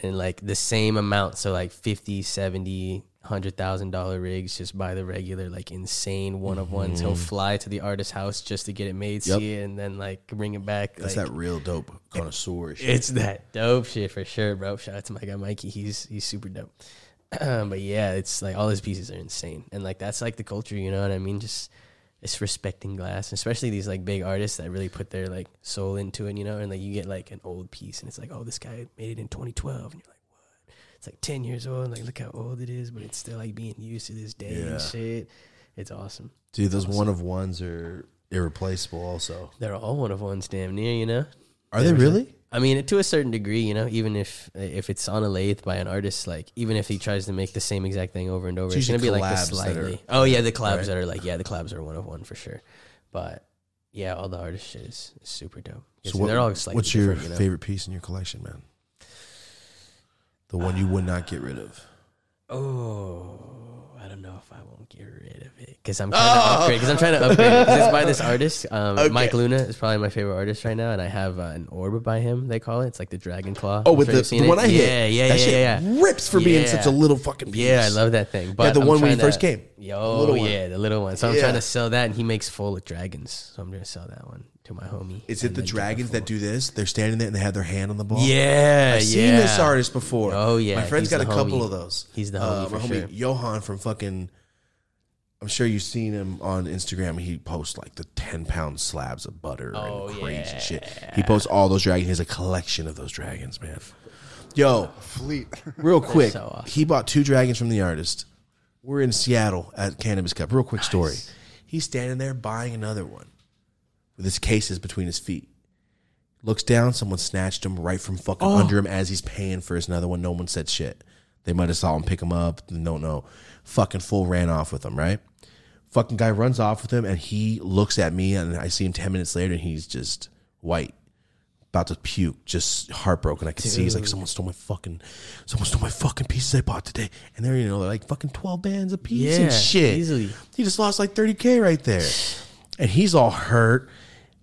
[SPEAKER 3] and like the same amount so like 50 70 hundred thousand dollar rigs just buy the regular like insane one of ones he'll fly to the artist's house just to get it made
[SPEAKER 1] Yep.
[SPEAKER 3] see it and then like bring it back
[SPEAKER 1] That's
[SPEAKER 3] like,
[SPEAKER 1] that real dope connoisseur shit.
[SPEAKER 3] it's that dope shit for sure bro shout out to my guy mikey he's he's super dope but yeah it's like all his pieces are insane and like that's like the culture you know what i mean just it's respecting glass especially these like big artists that really put their like soul into it you know and like you get like an old piece and it's like oh this guy made it in 2012 and you're like what it's like 10 years old like look how old it is but it's still like being used to this day
[SPEAKER 1] Yeah.
[SPEAKER 3] and shit it's awesome
[SPEAKER 1] Dude, those one of ones are irreplaceable also.
[SPEAKER 3] they're all one of ones damn near you know
[SPEAKER 1] Are they really?
[SPEAKER 3] I mean, to a certain degree, you know, even if if it's on a lathe by an artist, like even if he tries to make the same exact thing over and over,
[SPEAKER 1] It's
[SPEAKER 3] it's, gonna
[SPEAKER 1] usually
[SPEAKER 3] be like the
[SPEAKER 1] collabs that
[SPEAKER 3] slightly.
[SPEAKER 1] are-
[SPEAKER 3] oh yeah, the collabs
[SPEAKER 1] right?
[SPEAKER 3] that are like yeah, the collabs are one of one for sure. But yeah, all the artist shit is, is super dope.
[SPEAKER 1] So
[SPEAKER 3] So
[SPEAKER 1] what-
[SPEAKER 3] they're all slightly
[SPEAKER 1] what's your
[SPEAKER 3] different, you know?
[SPEAKER 1] favorite piece in your collection, man? The one you would not get rid of.
[SPEAKER 3] Oh, I don't know if I won't get rid of it because I'm trying
[SPEAKER 1] Oh!
[SPEAKER 3] to upgrade. Because I'm trying to upgrade. Because it's by this artist, um, Mike Luna is probably my favorite artist right now, and I have uh, an orb by him. They call it. It's like the dragon claw.
[SPEAKER 1] Oh,
[SPEAKER 3] I'm
[SPEAKER 1] with
[SPEAKER 3] sure
[SPEAKER 1] the,
[SPEAKER 3] you've seen
[SPEAKER 1] the
[SPEAKER 3] it.
[SPEAKER 1] one I hit.
[SPEAKER 3] Yeah, yeah,
[SPEAKER 1] that
[SPEAKER 3] yeah,
[SPEAKER 1] shit
[SPEAKER 3] yeah.
[SPEAKER 1] rips for being
[SPEAKER 3] Yeah.
[SPEAKER 1] such a little fucking piece.
[SPEAKER 3] Yeah, I love that thing. But
[SPEAKER 1] the
[SPEAKER 3] I'm
[SPEAKER 1] one when you
[SPEAKER 3] trying
[SPEAKER 1] first
[SPEAKER 3] to-
[SPEAKER 1] came.
[SPEAKER 3] Yo,
[SPEAKER 1] Little one.
[SPEAKER 3] yeah, the little one. So I'm
[SPEAKER 1] Yeah.
[SPEAKER 3] trying to sell that, and he makes full of dragons. So I'm gonna sell that one to my homie.
[SPEAKER 1] Is it
[SPEAKER 3] and
[SPEAKER 1] the
[SPEAKER 3] then do a
[SPEAKER 1] dragons
[SPEAKER 3] full-
[SPEAKER 1] that do this? They're standing there and they have their hand on the ball.
[SPEAKER 3] Yeah,
[SPEAKER 1] I've seen
[SPEAKER 3] yeah.
[SPEAKER 1] this artist before.
[SPEAKER 3] Oh, yeah,
[SPEAKER 1] my friend's
[SPEAKER 3] he's
[SPEAKER 1] got a
[SPEAKER 3] the
[SPEAKER 1] couple
[SPEAKER 3] homie.
[SPEAKER 1] of those.
[SPEAKER 3] He's the
[SPEAKER 1] Uh,
[SPEAKER 3] homie
[SPEAKER 1] my
[SPEAKER 3] for
[SPEAKER 1] homie
[SPEAKER 3] sure.
[SPEAKER 1] Johan from fucking. I'm sure you've seen him on Instagram. He posts like the ten pound slabs of butter
[SPEAKER 3] Oh,
[SPEAKER 1] and crazy
[SPEAKER 3] yeah.
[SPEAKER 1] shit. He posts all those dragons. He has a collection of those dragons, man. Yo,
[SPEAKER 2] Fleet.
[SPEAKER 1] real quick,
[SPEAKER 3] so awesome.
[SPEAKER 1] he bought two dragons from the artist. We're in Seattle at Cannabis Cup. Real quick story. He's standing there buying another one with his cases between his feet. Looks down, someone snatched him right from fucking
[SPEAKER 3] Oh.
[SPEAKER 1] under him as he's paying for his another one. No one said shit. They might have saw him pick him up. Don't know. Fucking fool ran off with him, right? Fucking guy runs off with him and he looks at me and I see him 10 minutes later and he's just white about to puke, just heartbroken. I could see he's like, someone stole my fucking, someone stole my fucking pieces I bought today, and they're you know they're like fucking twelve bands a piece
[SPEAKER 3] Yeah,
[SPEAKER 1] and shit.
[SPEAKER 3] easily.
[SPEAKER 1] he just lost like thirty k right there, and he's all hurt.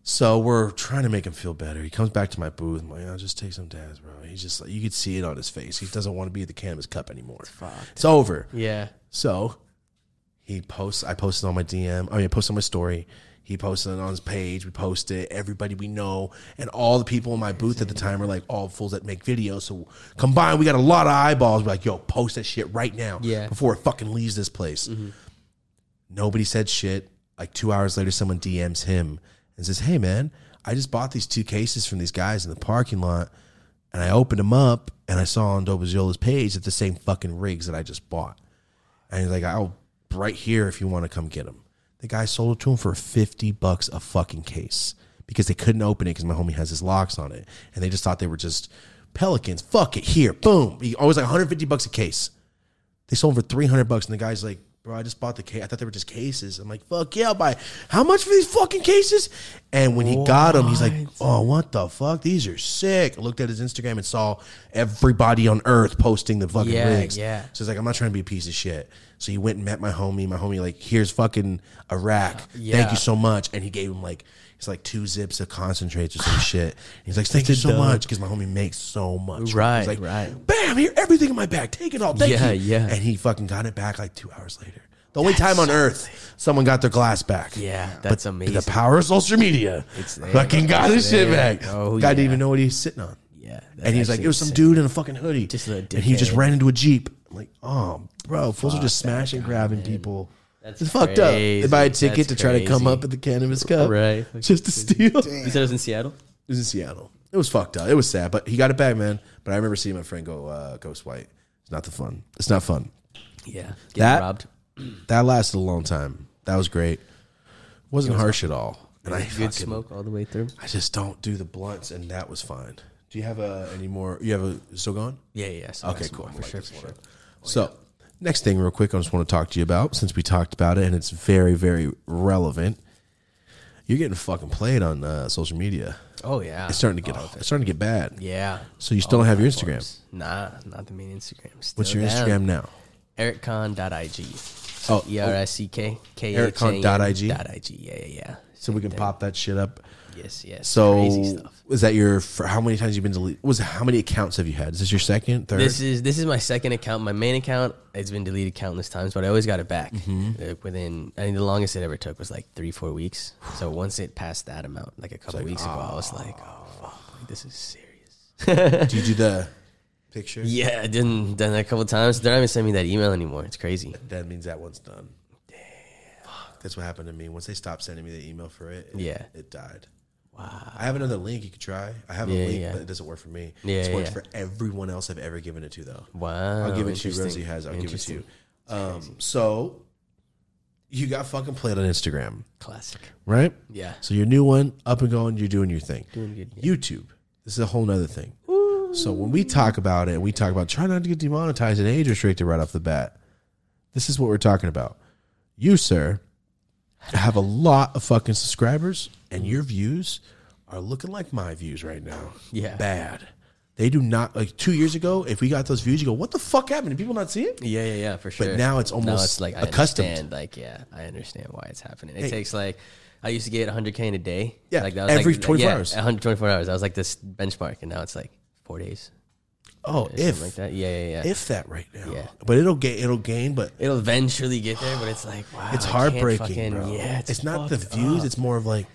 [SPEAKER 1] So we're trying to make him feel better. He comes back to my booth. I'm like, I'll just take some dabs, bro. He's just like, you could see it on his face. He doesn't want to be at the cannabis cup anymore. It's over.
[SPEAKER 3] Yeah,
[SPEAKER 1] So he posts. I posted on my DM. I mean, I posted on my story. He posted it on his page. We posted it. Everybody we know and all the people in my booth at the time are like all fools that make videos. So combined, we got a lot of eyeballs. We're like, yo, post that shit right now.
[SPEAKER 3] Yeah.
[SPEAKER 1] Before it fucking leaves this place. Nobody said shit. Like two hours later, someone DMs him and says, Hey, man, I just bought these two cases from these guys in the parking lot. And I opened them up and I saw on Dobaziola's page that the same fucking rigs that I just bought. And he's like, I'll right here if you want to come get them. The guy sold it to him for 50 bucks a fucking case because they couldn't open it because my homie has his locks on it. And they just thought they were just pelicans. Fuck it. Here. Boom. He always like 150 bucks a case they sold them for 300 bucks and the guy's like bro i just bought the case i thought they were just cases i'm like fuck yeah I'll buy it. how much for these fucking cases and when he got them he's like oh what the fuck these are sick I looked at his instagram and saw everybody on earth posting the fucking
[SPEAKER 3] Yeah,
[SPEAKER 1] rigs
[SPEAKER 3] yeah.
[SPEAKER 1] so he's like i'm not trying to be a piece of shit so he went and met my homie my homie like here's fucking a rack thank
[SPEAKER 3] Yeah.
[SPEAKER 1] you so much and he gave him like it's like two zips of concentrates or some shit. He's like, "Thank you so much," because my homie makes so much.
[SPEAKER 3] Right,
[SPEAKER 1] He's like,
[SPEAKER 3] right.
[SPEAKER 1] bam, here, everything in my bag. Take it all. Thank
[SPEAKER 3] Yeah,
[SPEAKER 1] you.
[SPEAKER 3] yeah.
[SPEAKER 1] And he fucking got it back like two hours later. The only time on earth someone got their glass back.
[SPEAKER 3] yeah, that's amazing.
[SPEAKER 1] The power of social media. It's
[SPEAKER 3] there.
[SPEAKER 1] fucking got his
[SPEAKER 3] It's
[SPEAKER 1] shit
[SPEAKER 3] there.
[SPEAKER 1] back.
[SPEAKER 3] Oh,
[SPEAKER 1] Guy didn't
[SPEAKER 3] yeah.
[SPEAKER 1] even know what he was sitting on.
[SPEAKER 3] yeah, that's
[SPEAKER 1] and he's like,
[SPEAKER 3] actually
[SPEAKER 1] it was some
[SPEAKER 3] insane.
[SPEAKER 1] dude in a fucking hoodie.
[SPEAKER 3] Just a little
[SPEAKER 1] and he just
[SPEAKER 3] dickhead.
[SPEAKER 1] ran into a Jeep. I'm like, oh, bro, fools are just smashing, grabbing people.
[SPEAKER 3] That's
[SPEAKER 1] it's fucked up. They
[SPEAKER 3] crazy.
[SPEAKER 1] buy a ticket
[SPEAKER 3] That's
[SPEAKER 1] to try to come
[SPEAKER 3] crazy.
[SPEAKER 1] up at the cannabis cup.
[SPEAKER 3] Right.
[SPEAKER 1] Just to steal.
[SPEAKER 3] You said it was in Seattle.
[SPEAKER 1] It was in Seattle. It was fucked up. It was sad, but he got it back, man. But I remember seeing my friend go uh, ghost white. It's not the fun. It's not fun.
[SPEAKER 3] Yeah, get
[SPEAKER 1] That-
[SPEAKER 3] robbed.
[SPEAKER 1] That lasted a long time. That was great. Wasn't harsh at all. And I
[SPEAKER 3] Good
[SPEAKER 1] fucking-
[SPEAKER 3] smoke all the way through.
[SPEAKER 1] I just don't do the blunts, and that was fine. Do you have a any more? You have a still going?
[SPEAKER 3] Yeah, yeah. so
[SPEAKER 1] Okay,
[SPEAKER 3] that's
[SPEAKER 1] cool.
[SPEAKER 3] more For sure, for sure.
[SPEAKER 1] So, next thing, real quick, I just want to talk to you about since we talked about it, and it's very, very relevant. You're getting fucking played on uh, social media.
[SPEAKER 3] Oh yeah.
[SPEAKER 1] It's starting to get it's starting to get bad.
[SPEAKER 3] yeah. Oh,
[SPEAKER 1] So you still don't have your Instagram.
[SPEAKER 3] Nah, not the main Instagram. Still
[SPEAKER 1] What's your
[SPEAKER 3] down.
[SPEAKER 1] Instagram now?
[SPEAKER 3] ericcon.ig.
[SPEAKER 1] Oh,
[SPEAKER 3] So E R I C K K H A N
[SPEAKER 1] ericcon.ig?
[SPEAKER 3] Dot IG. Yeah, yeah, yeah.
[SPEAKER 1] So we can pop that shit up.
[SPEAKER 3] Yes, yes. crazy
[SPEAKER 1] So
[SPEAKER 3] stuff.
[SPEAKER 1] is that your for how many times you've been deleted? Was how many accounts have you had? Is this your second, third?
[SPEAKER 3] This is this is my second account. My main account it's been deleted countless times, but I always got it back. Like within, I think the longest it ever took was like three, four weeks. So once it passed that amount, like a couple weeks ago, I was like, oh fuck, like, this is serious.
[SPEAKER 1] do you do the picture?
[SPEAKER 3] Yeah, I didn't done that a couple times. They're not even sending me that email anymore. It's crazy.
[SPEAKER 1] That means that one's done. Damn. That's what happened to me. Once they stopped sending me the email for it, it
[SPEAKER 3] Yeah.
[SPEAKER 1] it died. Wow. I have another link you could try. I have
[SPEAKER 3] Yeah,
[SPEAKER 1] a link,
[SPEAKER 3] yeah.
[SPEAKER 1] but it doesn't work for me.
[SPEAKER 3] Yeah,
[SPEAKER 1] it's
[SPEAKER 3] yeah,
[SPEAKER 1] worked
[SPEAKER 3] yeah.
[SPEAKER 1] for everyone else I've ever given it to, though.
[SPEAKER 3] Wow.
[SPEAKER 1] I'll give it to you.
[SPEAKER 3] interesting.
[SPEAKER 1] Rosie has. it. I'll give it to you.
[SPEAKER 3] Interesting.
[SPEAKER 1] Um, so you got fucking played on Instagram,
[SPEAKER 3] Classic.
[SPEAKER 1] right?
[SPEAKER 3] Yeah.
[SPEAKER 1] So your new one, up and going, you're doing your thing.
[SPEAKER 3] Doing good, yeah.
[SPEAKER 1] YouTube. This is a whole nother thing. So when we talk about it, we talk about try not to get demonetized and age restricted right off the bat. This is what we're talking about. You, sir, have a lot of fucking subscribers, and your views are looking like my views right now.
[SPEAKER 3] Yeah.
[SPEAKER 1] Bad. They do not like two years ago, if we got those views, you go, what the fuck happened? Did people not see it?
[SPEAKER 3] Yeah, yeah, yeah, for sure.
[SPEAKER 1] now it's almost
[SPEAKER 3] I
[SPEAKER 1] accustomed.
[SPEAKER 3] understand, Like, yeah, I understand why it's happening. It takes like I used to get 100k in a day.
[SPEAKER 1] Yeah,
[SPEAKER 3] like
[SPEAKER 1] every
[SPEAKER 3] like,
[SPEAKER 1] 24
[SPEAKER 3] yeah,
[SPEAKER 1] hours.
[SPEAKER 3] 124 hours. That was like this benchmark, and now it's like four days,
[SPEAKER 1] Oh,
[SPEAKER 3] or
[SPEAKER 1] if
[SPEAKER 3] something like that. Yeah, yeah, yeah.
[SPEAKER 1] if that right now.
[SPEAKER 3] Yeah.
[SPEAKER 1] But it'll gain it'll gain, but
[SPEAKER 3] It'll eventually get there, but it's like wow,
[SPEAKER 1] it's
[SPEAKER 3] I can't
[SPEAKER 1] heartbreaking,
[SPEAKER 3] fucking-
[SPEAKER 1] bro.
[SPEAKER 3] Yeah,
[SPEAKER 1] it's, not the
[SPEAKER 3] fucked
[SPEAKER 1] views.
[SPEAKER 3] up.
[SPEAKER 1] It's more of like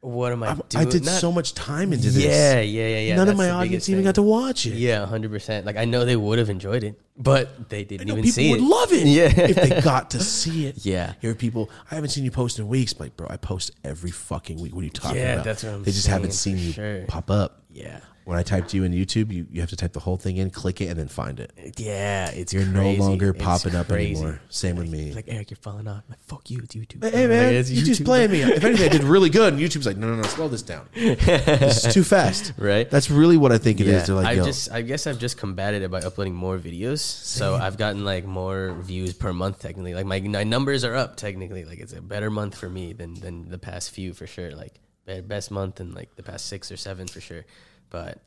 [SPEAKER 3] what am I
[SPEAKER 1] I'm- I
[SPEAKER 3] doing?
[SPEAKER 1] did
[SPEAKER 3] Not-
[SPEAKER 1] so much time into this.
[SPEAKER 3] Yeah, yeah, yeah, yeah.
[SPEAKER 1] None of
[SPEAKER 3] that's
[SPEAKER 1] my
[SPEAKER 3] the
[SPEAKER 1] audience
[SPEAKER 3] biggest
[SPEAKER 1] even
[SPEAKER 3] thing.
[SPEAKER 1] got to watch it.
[SPEAKER 3] Yeah, 100. percent Like I know they would have enjoyed it, but they
[SPEAKER 1] I
[SPEAKER 3] didn't
[SPEAKER 1] know
[SPEAKER 3] even
[SPEAKER 1] people
[SPEAKER 3] see
[SPEAKER 1] would
[SPEAKER 3] it.
[SPEAKER 1] love it
[SPEAKER 3] Yeah.
[SPEAKER 1] if they got to see it.
[SPEAKER 3] Yeah.
[SPEAKER 1] Here are people, I haven't seen you post in weeks. I'm like, bro, I post every fucking week. What are you talking
[SPEAKER 3] Yeah,
[SPEAKER 1] about?
[SPEAKER 3] that's what I'm
[SPEAKER 1] They just haven't seen
[SPEAKER 3] saying,
[SPEAKER 1] you
[SPEAKER 3] for sure.
[SPEAKER 1] pop up.
[SPEAKER 3] Yeah,
[SPEAKER 1] When I typed you in YouTube, you, you have to type the whole thing in, click it, and then find it.
[SPEAKER 3] yeah. It's
[SPEAKER 1] You're
[SPEAKER 3] crazy.
[SPEAKER 1] no longer
[SPEAKER 3] It's
[SPEAKER 1] popping up
[SPEAKER 3] crazy.
[SPEAKER 1] anymore. Same with me.
[SPEAKER 3] He's like, Eric, you're falling off. I'm like, fuck you, it's YouTube.
[SPEAKER 1] Hey
[SPEAKER 3] I'm like,
[SPEAKER 1] man,
[SPEAKER 3] "It's
[SPEAKER 1] you just
[SPEAKER 3] YouTube."
[SPEAKER 1] playing me. If anything, I did really good, and YouTube's like, no, no, no, slow this down. This is too fast.
[SPEAKER 3] Right.
[SPEAKER 1] That's really what I think it
[SPEAKER 3] Yeah,
[SPEAKER 1] is. They're like,
[SPEAKER 3] I
[SPEAKER 1] yo,
[SPEAKER 3] just, I guess I've just combated it by uploading more videos. So I've gotten like more views per month technically. Like my, my numbers are up technically. Like it's a better month for me than than the past few for sure. Like be- best month and like the past six or seven for sure. But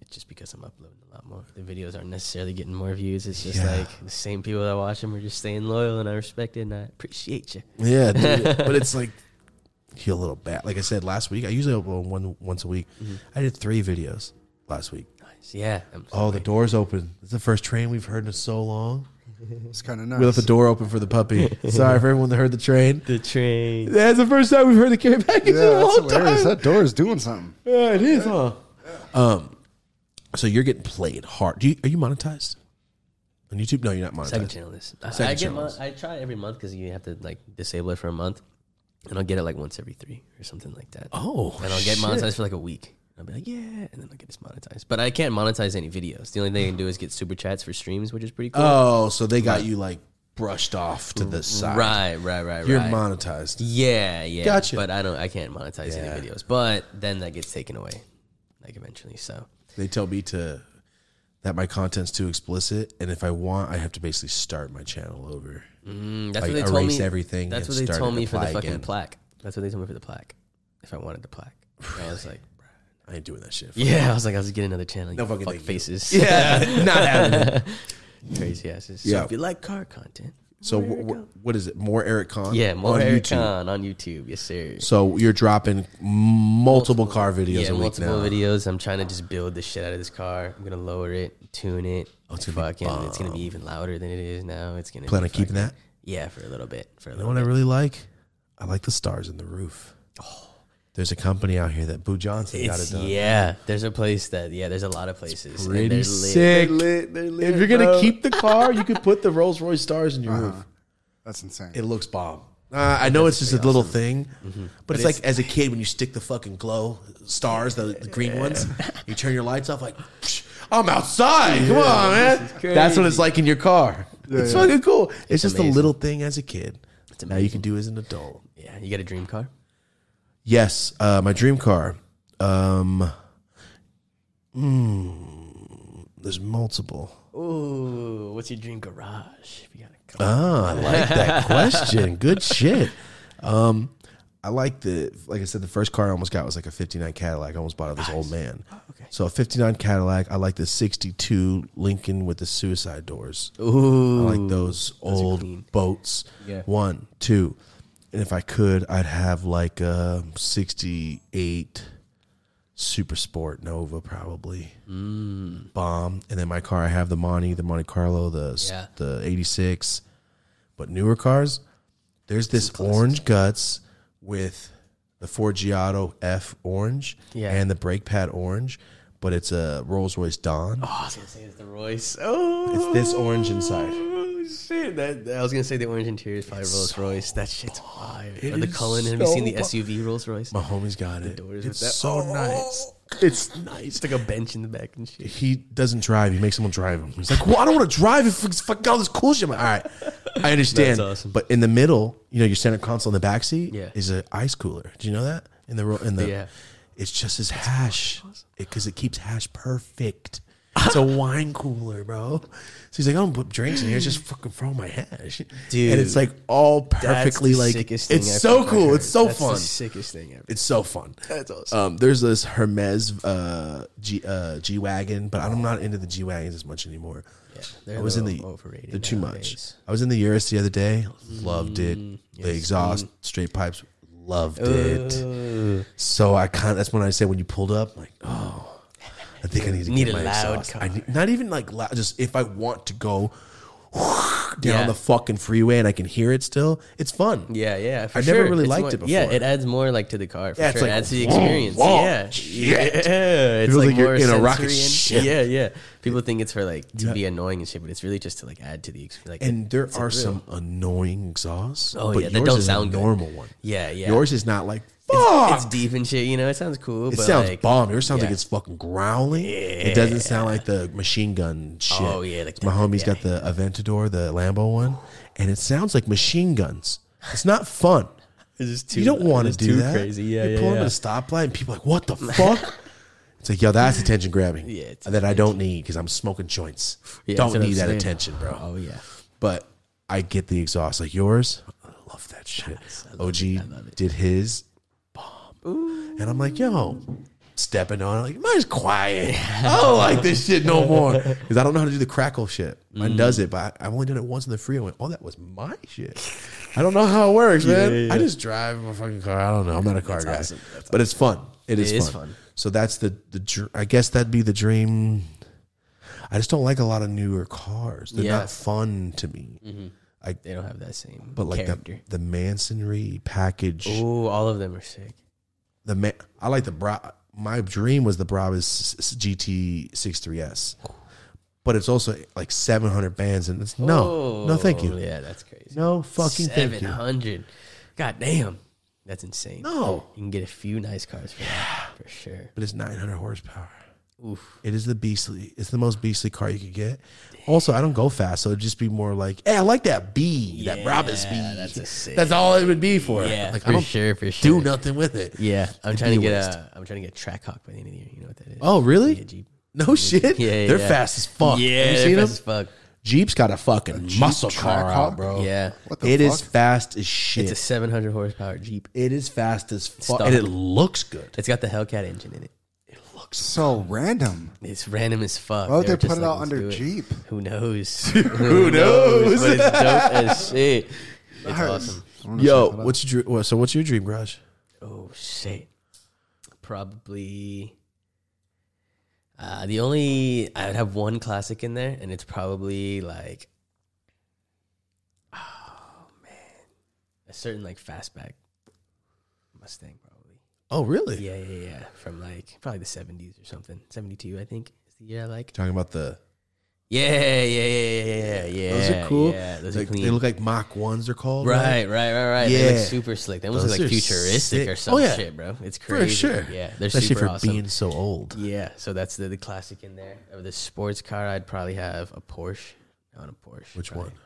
[SPEAKER 3] it's just because I'm uploading a lot more. The videos aren't necessarily getting more views. It's just
[SPEAKER 1] Yeah.
[SPEAKER 3] like the same people that watch them are just staying loyal and I respect it and I appreciate you.
[SPEAKER 1] yeah, dude. but it's like you're a little bad. Like I said last week, I usually upload one once a week. I did three videos last week.
[SPEAKER 3] Nice. Yeah. I'm
[SPEAKER 1] Oh, the door's open. It's the first train we've heard in so long.
[SPEAKER 2] It's kind of nice.
[SPEAKER 1] We left the door open for the puppy. Sorry for everyone that heard the train.
[SPEAKER 3] the train.
[SPEAKER 1] That's the first time we've heard the carry package
[SPEAKER 2] yeah,
[SPEAKER 1] in a
[SPEAKER 2] that's
[SPEAKER 1] long time.
[SPEAKER 2] hilarious. That door is doing something.
[SPEAKER 1] Yeah, it is, huh? Um, so you're getting played hard. Do you, are you monetized on YouTube? No, you're not monetized.
[SPEAKER 3] Second channel is. I-
[SPEAKER 1] Second
[SPEAKER 3] I get
[SPEAKER 1] channel
[SPEAKER 3] mon-
[SPEAKER 1] is.
[SPEAKER 3] I try every month because you have to like disable it for a month, and I'll get it like once every three or something like that.
[SPEAKER 1] Oh,
[SPEAKER 3] and I'll
[SPEAKER 1] shit.
[SPEAKER 3] get monetized for like a week. I'll be like, yeah, and then I'll get monetized. But I can't monetize any videos. The only thing I can do is get super chats for streams, which is pretty cool.
[SPEAKER 1] Oh, so they got you like brushed off to the side.
[SPEAKER 3] right, right, right,
[SPEAKER 1] You're
[SPEAKER 3] right.
[SPEAKER 1] monetized.
[SPEAKER 3] yeah, yeah.
[SPEAKER 1] Gotcha.
[SPEAKER 3] But I don't. I can't monetize
[SPEAKER 1] Yeah.
[SPEAKER 3] any videos. But then that gets taken away, like eventually. So
[SPEAKER 1] They tell me to that my content's too explicit, and if I want, I have to basically start my channel over.
[SPEAKER 3] Mm, that's
[SPEAKER 1] Like,
[SPEAKER 3] what they told
[SPEAKER 1] erase
[SPEAKER 3] me.
[SPEAKER 1] everything
[SPEAKER 3] That's
[SPEAKER 1] and
[SPEAKER 3] what they
[SPEAKER 1] start
[SPEAKER 3] told
[SPEAKER 1] and
[SPEAKER 3] me for the
[SPEAKER 1] apply
[SPEAKER 3] fucking
[SPEAKER 1] again.
[SPEAKER 3] plaque. That's what they told me for the plaque. If I wanted the plaque, And I was like,
[SPEAKER 1] I ain't doing that shit.
[SPEAKER 3] Yeah, I was like, I was getting another channel.
[SPEAKER 1] No
[SPEAKER 3] you
[SPEAKER 1] fucking
[SPEAKER 3] fuck
[SPEAKER 1] thank you.
[SPEAKER 3] faces.
[SPEAKER 1] Yeah, not happening.
[SPEAKER 3] crazy asses.
[SPEAKER 1] Yeah.
[SPEAKER 3] So if you like car content,
[SPEAKER 1] So wh- wh- what is it? More Eric Khan?
[SPEAKER 3] yeah, more
[SPEAKER 1] on
[SPEAKER 3] Eric
[SPEAKER 1] YouTube.
[SPEAKER 3] Khan on YouTube. Yes, sir.
[SPEAKER 1] So you're dropping multiple, car videos
[SPEAKER 3] yeah,
[SPEAKER 1] a week
[SPEAKER 3] multiple
[SPEAKER 1] now.
[SPEAKER 3] videos. I'm trying to just build the shit out of this car. I'm gonna lower it, tune it. Oh,
[SPEAKER 1] it's
[SPEAKER 3] it's
[SPEAKER 1] gonna be
[SPEAKER 3] fucking, it's gonna be even louder than it is now. It's gonna
[SPEAKER 1] Plan
[SPEAKER 3] be
[SPEAKER 1] on keeping
[SPEAKER 3] fucking-
[SPEAKER 1] that?
[SPEAKER 3] Yeah, for a little bit. For a
[SPEAKER 1] You know
[SPEAKER 3] little
[SPEAKER 1] what I
[SPEAKER 3] bit.
[SPEAKER 1] really like? I like the stars in the roof. There's a company out here that Boo Johnson got it
[SPEAKER 3] It's,
[SPEAKER 1] done.
[SPEAKER 3] yeah, there's a place that yeah, there's a lot of places. and
[SPEAKER 1] Pretty
[SPEAKER 3] they're lit.
[SPEAKER 1] sick. if you're gonna keep the car, you could put the Rolls Royce stars in your
[SPEAKER 3] Uh-huh.
[SPEAKER 1] roof.
[SPEAKER 2] That's insane.
[SPEAKER 1] It looks bomb. Uh, I know it's just a little thing,
[SPEAKER 3] Mm-hmm.
[SPEAKER 1] but, it's, like as a kid when you stick the fucking glow stars, the, the green ones, you turn your lights off. Like, "Psh, I'm outside. Come on, man. That's what it's like in your car. it's
[SPEAKER 2] yeah.
[SPEAKER 1] fucking cool. It's, just a
[SPEAKER 3] amazing.
[SPEAKER 1] little thing as a kid. now you can do as an adult.
[SPEAKER 3] Yeah, you got a dream car?
[SPEAKER 1] Yes, uh, my dream car. Um, mm, there's multiple.
[SPEAKER 3] Ooh, what's your dream garage? If you got a car.
[SPEAKER 1] Ah, I like that question. Good shit. Um, I like the like I said, the first car I almost got was like a '59 Cadillac. I almost bought it this old man. okay. So a '59 Cadillac. I like the '62 Lincoln with the suicide doors.
[SPEAKER 3] Ooh,
[SPEAKER 1] I like those
[SPEAKER 3] clean.
[SPEAKER 1] old boats.
[SPEAKER 4] Yeah.
[SPEAKER 1] One, two, and if I could, I'd have like a '68 Super Sport Nova probably bomb, and then my car I have the Monte, the Monte Carlo, the s-
[SPEAKER 3] Yeah.
[SPEAKER 1] the '86. But newer cars, there's this orange guts with the Forgiato F orange
[SPEAKER 3] Yeah.
[SPEAKER 1] and the brake pad orange, but it's a Rolls Royce Don.
[SPEAKER 3] Oh, I was gonna say it's the Royce. Oh,
[SPEAKER 1] It's this orange inside.
[SPEAKER 3] Oh, shit. That, that- I was gonna say the orange interior is probably Rolls Royce. That shit's fire.
[SPEAKER 1] It
[SPEAKER 3] or the
[SPEAKER 1] is
[SPEAKER 3] Cullen. Have you
[SPEAKER 1] so
[SPEAKER 3] seen the
[SPEAKER 1] bu-
[SPEAKER 3] SUV Rolls Royce?
[SPEAKER 1] My homie's got it.
[SPEAKER 3] doors
[SPEAKER 1] It's
[SPEAKER 3] with that-
[SPEAKER 1] so
[SPEAKER 3] Oh.
[SPEAKER 1] nice. It's nice.
[SPEAKER 3] It's like a bench in the back and shit.
[SPEAKER 1] He doesn't drive. He makes someone drive him. He's like, "Well, I don't want to drive if it's fucking all this cool shit." I'm like, all right, I understand.
[SPEAKER 3] That's awesome.
[SPEAKER 1] But in the middle, you know, your center console in the back seat
[SPEAKER 3] Yeah.
[SPEAKER 1] is an ice cooler. Do you know that? In the ro- in the,
[SPEAKER 3] Yeah.
[SPEAKER 1] it's just his hash because it, keeps hash perfect. It's a wine cooler, bro. So he's like, I don't put drinks in here. It's just fucking from my hash,
[SPEAKER 3] Dude,
[SPEAKER 1] And it's like all
[SPEAKER 3] That's
[SPEAKER 1] perfectly
[SPEAKER 3] the
[SPEAKER 1] like
[SPEAKER 3] sickest thing
[SPEAKER 1] it's
[SPEAKER 3] I've
[SPEAKER 1] so
[SPEAKER 3] ever
[SPEAKER 1] cool.
[SPEAKER 3] heard.
[SPEAKER 1] It's so
[SPEAKER 3] That's
[SPEAKER 1] fun.
[SPEAKER 3] The sickest thing ever.
[SPEAKER 1] It's so fun.
[SPEAKER 3] That's awesome.
[SPEAKER 1] Um, there's this Hermes uh, G uh, G wagon, but I'm not into the G wagons as much anymore.
[SPEAKER 3] they're
[SPEAKER 1] I was in
[SPEAKER 3] a
[SPEAKER 1] the
[SPEAKER 3] little overrated
[SPEAKER 1] they're too
[SPEAKER 3] nowadays. Mm,
[SPEAKER 1] much. I was in the Urus the other day. Loved it. the exhaust, straight pipes. Loved it. So I kind of that's when I said when you pulled up, like oh, I think I need to
[SPEAKER 3] Need
[SPEAKER 1] get
[SPEAKER 3] a
[SPEAKER 1] my
[SPEAKER 3] loud
[SPEAKER 1] exhaust. I need, not even like loud. Just if I want to go down
[SPEAKER 3] Yeah.
[SPEAKER 1] the fucking freeway and I can hear it still, it's fun.
[SPEAKER 3] Yeah, yeah. For
[SPEAKER 1] I never
[SPEAKER 3] sure.
[SPEAKER 1] really
[SPEAKER 3] It's
[SPEAKER 1] liked it
[SPEAKER 3] more- Yeah,
[SPEAKER 1] before.
[SPEAKER 3] it adds more like to the car. For
[SPEAKER 1] Yeah, it's
[SPEAKER 3] sure. it
[SPEAKER 1] like,
[SPEAKER 3] adds to the
[SPEAKER 1] whoa,
[SPEAKER 3] experience.
[SPEAKER 1] whoa,
[SPEAKER 3] yeah,
[SPEAKER 1] shit.
[SPEAKER 3] yeah. It's
[SPEAKER 1] feels
[SPEAKER 3] like,
[SPEAKER 1] like you're
[SPEAKER 3] more
[SPEAKER 1] in a rocket
[SPEAKER 3] sensory
[SPEAKER 1] ship.
[SPEAKER 3] and- Yeah, yeah. People think it's for like to be annoying and shit, but it's really just to like add to the experience. Like,
[SPEAKER 1] And there
[SPEAKER 3] it's a
[SPEAKER 1] are
[SPEAKER 3] thrill.
[SPEAKER 1] some annoying exhausts.
[SPEAKER 3] Oh,
[SPEAKER 1] but
[SPEAKER 3] yeah, that
[SPEAKER 1] yours
[SPEAKER 3] don't
[SPEAKER 1] is
[SPEAKER 3] sound
[SPEAKER 1] a
[SPEAKER 3] good.
[SPEAKER 1] normal one.
[SPEAKER 3] Yeah, yeah.
[SPEAKER 1] Yours is not like fuck.
[SPEAKER 3] It's, it's deep and shit. You know, it sounds cool.
[SPEAKER 1] it
[SPEAKER 3] but
[SPEAKER 1] sounds
[SPEAKER 3] like,
[SPEAKER 1] bomb. Yours sounds like
[SPEAKER 3] yeah.
[SPEAKER 1] it's fucking growling. It doesn't sound like the machine gun shit.
[SPEAKER 3] Oh, yeah, like
[SPEAKER 1] my
[SPEAKER 3] that,
[SPEAKER 1] homie's got the Aventador, the Lambo one, and it sounds like machine guns. It's not fun.
[SPEAKER 3] It's just
[SPEAKER 1] you don't want to
[SPEAKER 3] it's
[SPEAKER 1] do
[SPEAKER 3] too
[SPEAKER 1] that.
[SPEAKER 3] Crazy. Yeah,
[SPEAKER 1] you
[SPEAKER 3] yeah.
[SPEAKER 1] pull up
[SPEAKER 3] yeah.
[SPEAKER 1] at a stoplight, and people are like, "What the fuck." It's like, yo, that's attention grabbing
[SPEAKER 3] Yeah, it's
[SPEAKER 1] that I don't need because I'm smoking joints.
[SPEAKER 3] Yeah, that's
[SPEAKER 1] don't
[SPEAKER 3] what I'm
[SPEAKER 1] need that
[SPEAKER 3] saying.
[SPEAKER 1] attention, bro.
[SPEAKER 3] Oh yeah.
[SPEAKER 1] but I get the exhaust like yours. I love that shit. OG did his bomb, and I'm like, yo, stepping on it, like mine's quiet. I don't like this shit no more because I don't know how to do the crackle shit.
[SPEAKER 3] Mm.
[SPEAKER 1] Mine does it, but I- I've only done it once in the free. I went, oh, that was my shit. I don't know how it works, man. I just drive my fucking car. I don't know. I'm not a car guy, but it's fun. It is,
[SPEAKER 3] It is
[SPEAKER 1] fun.
[SPEAKER 3] fun.
[SPEAKER 1] So that's the the. dr- I guess that'd be the dream I just don't like a lot of newer cars. They're
[SPEAKER 3] Yeah.
[SPEAKER 1] not fun to me. I
[SPEAKER 3] They don't have that same
[SPEAKER 1] but like the,
[SPEAKER 3] character.
[SPEAKER 1] the Mansonry package.
[SPEAKER 3] Oh, all of them are sick.
[SPEAKER 1] The man, I like the Bra. My dream was the Brabus s- GT 63s, but it's also like 700 bands, and it's no, no, thank you,
[SPEAKER 3] Oh, Yeah, that's crazy.
[SPEAKER 1] no fucking thank
[SPEAKER 3] Seven
[SPEAKER 1] you.
[SPEAKER 3] hundred. God damn. That's insane.
[SPEAKER 1] No.
[SPEAKER 3] You can get a few nice cars for that, for sure.
[SPEAKER 1] But it's 900 horsepower.
[SPEAKER 3] Oof.
[SPEAKER 1] It is the beastly. It's the most beastly car you could get. Also, I don't go fast, so it'd just be more like, hey, I like that B, that Brabus B.
[SPEAKER 3] that's a sick-
[SPEAKER 1] That's all it would be for.
[SPEAKER 3] Yeah,
[SPEAKER 1] like,
[SPEAKER 3] for
[SPEAKER 1] I don't
[SPEAKER 3] sure, for sure.
[SPEAKER 1] do nothing with it.
[SPEAKER 3] Yeah, I'm
[SPEAKER 1] It'd
[SPEAKER 3] trying to
[SPEAKER 1] be a
[SPEAKER 3] get
[SPEAKER 1] waste.
[SPEAKER 3] a. I'm trying to get a Trackhawk by the end of the year. You know what that is?
[SPEAKER 1] Oh, really?
[SPEAKER 3] Yeah, Jeep.
[SPEAKER 1] No shit.
[SPEAKER 3] Yeah,
[SPEAKER 1] they're
[SPEAKER 3] yeah.
[SPEAKER 1] fast as fuck.
[SPEAKER 3] Yeah,
[SPEAKER 1] you
[SPEAKER 3] they're
[SPEAKER 1] seen
[SPEAKER 3] fast
[SPEAKER 1] them?
[SPEAKER 3] as fuck.
[SPEAKER 1] Jeep's got a fucking muscle car
[SPEAKER 2] Trackhawk?
[SPEAKER 1] out, bro.
[SPEAKER 3] Yeah,
[SPEAKER 2] What the
[SPEAKER 1] it is
[SPEAKER 2] fuck?
[SPEAKER 1] fast as
[SPEAKER 3] it's
[SPEAKER 1] shit.
[SPEAKER 3] a 700 horsepower Jeep.
[SPEAKER 1] it is fast as fuck,
[SPEAKER 3] Stop.
[SPEAKER 1] and it looks good.
[SPEAKER 3] It's got the Hellcat engine in it.
[SPEAKER 2] so random.
[SPEAKER 3] It's random as fuck.
[SPEAKER 2] Why would
[SPEAKER 3] were
[SPEAKER 2] they
[SPEAKER 3] just
[SPEAKER 2] put it
[SPEAKER 3] like,
[SPEAKER 2] out
[SPEAKER 3] "Let's
[SPEAKER 2] under
[SPEAKER 3] do it."
[SPEAKER 2] Jeep?
[SPEAKER 3] Who knows? Who knows? but it's dope as shit. It's awesome.
[SPEAKER 1] Yo, what's your dr- what- so? What's your dream garage?
[SPEAKER 3] Oh shit. Probably. Uh, the only I would have one classic in there, and it's probably like, oh man, a certain like fastback Mustang probably.
[SPEAKER 1] Oh, really?
[SPEAKER 3] Yeah, yeah, yeah. From like probably the seventies or something. Seventy two, I think, is the year I like.
[SPEAKER 1] Talking about the
[SPEAKER 3] Yeah, yeah, yeah, yeah, yeah, yeah.
[SPEAKER 1] those are cool.
[SPEAKER 3] Yeah, those
[SPEAKER 1] Like,
[SPEAKER 3] are clean.
[SPEAKER 1] They look like Mach ones. They're called
[SPEAKER 3] Right, right, right, right. They
[SPEAKER 1] Oh, Yeah.
[SPEAKER 3] look super slick. They almost
[SPEAKER 1] Those
[SPEAKER 3] look like
[SPEAKER 1] are
[SPEAKER 3] futuristic or
[SPEAKER 1] sick.
[SPEAKER 3] some
[SPEAKER 1] Oh, yeah.
[SPEAKER 3] shit, bro. It's
[SPEAKER 1] for
[SPEAKER 3] crazy.
[SPEAKER 1] sure.
[SPEAKER 3] Yeah, they're
[SPEAKER 1] especially
[SPEAKER 3] super
[SPEAKER 1] for
[SPEAKER 3] awesome.
[SPEAKER 1] being so old.
[SPEAKER 3] Yeah, so that's the, the classic in there. Of the sports car, I'd probably have a Porsche. I want a Porsche.
[SPEAKER 1] Which
[SPEAKER 3] probably.
[SPEAKER 1] one?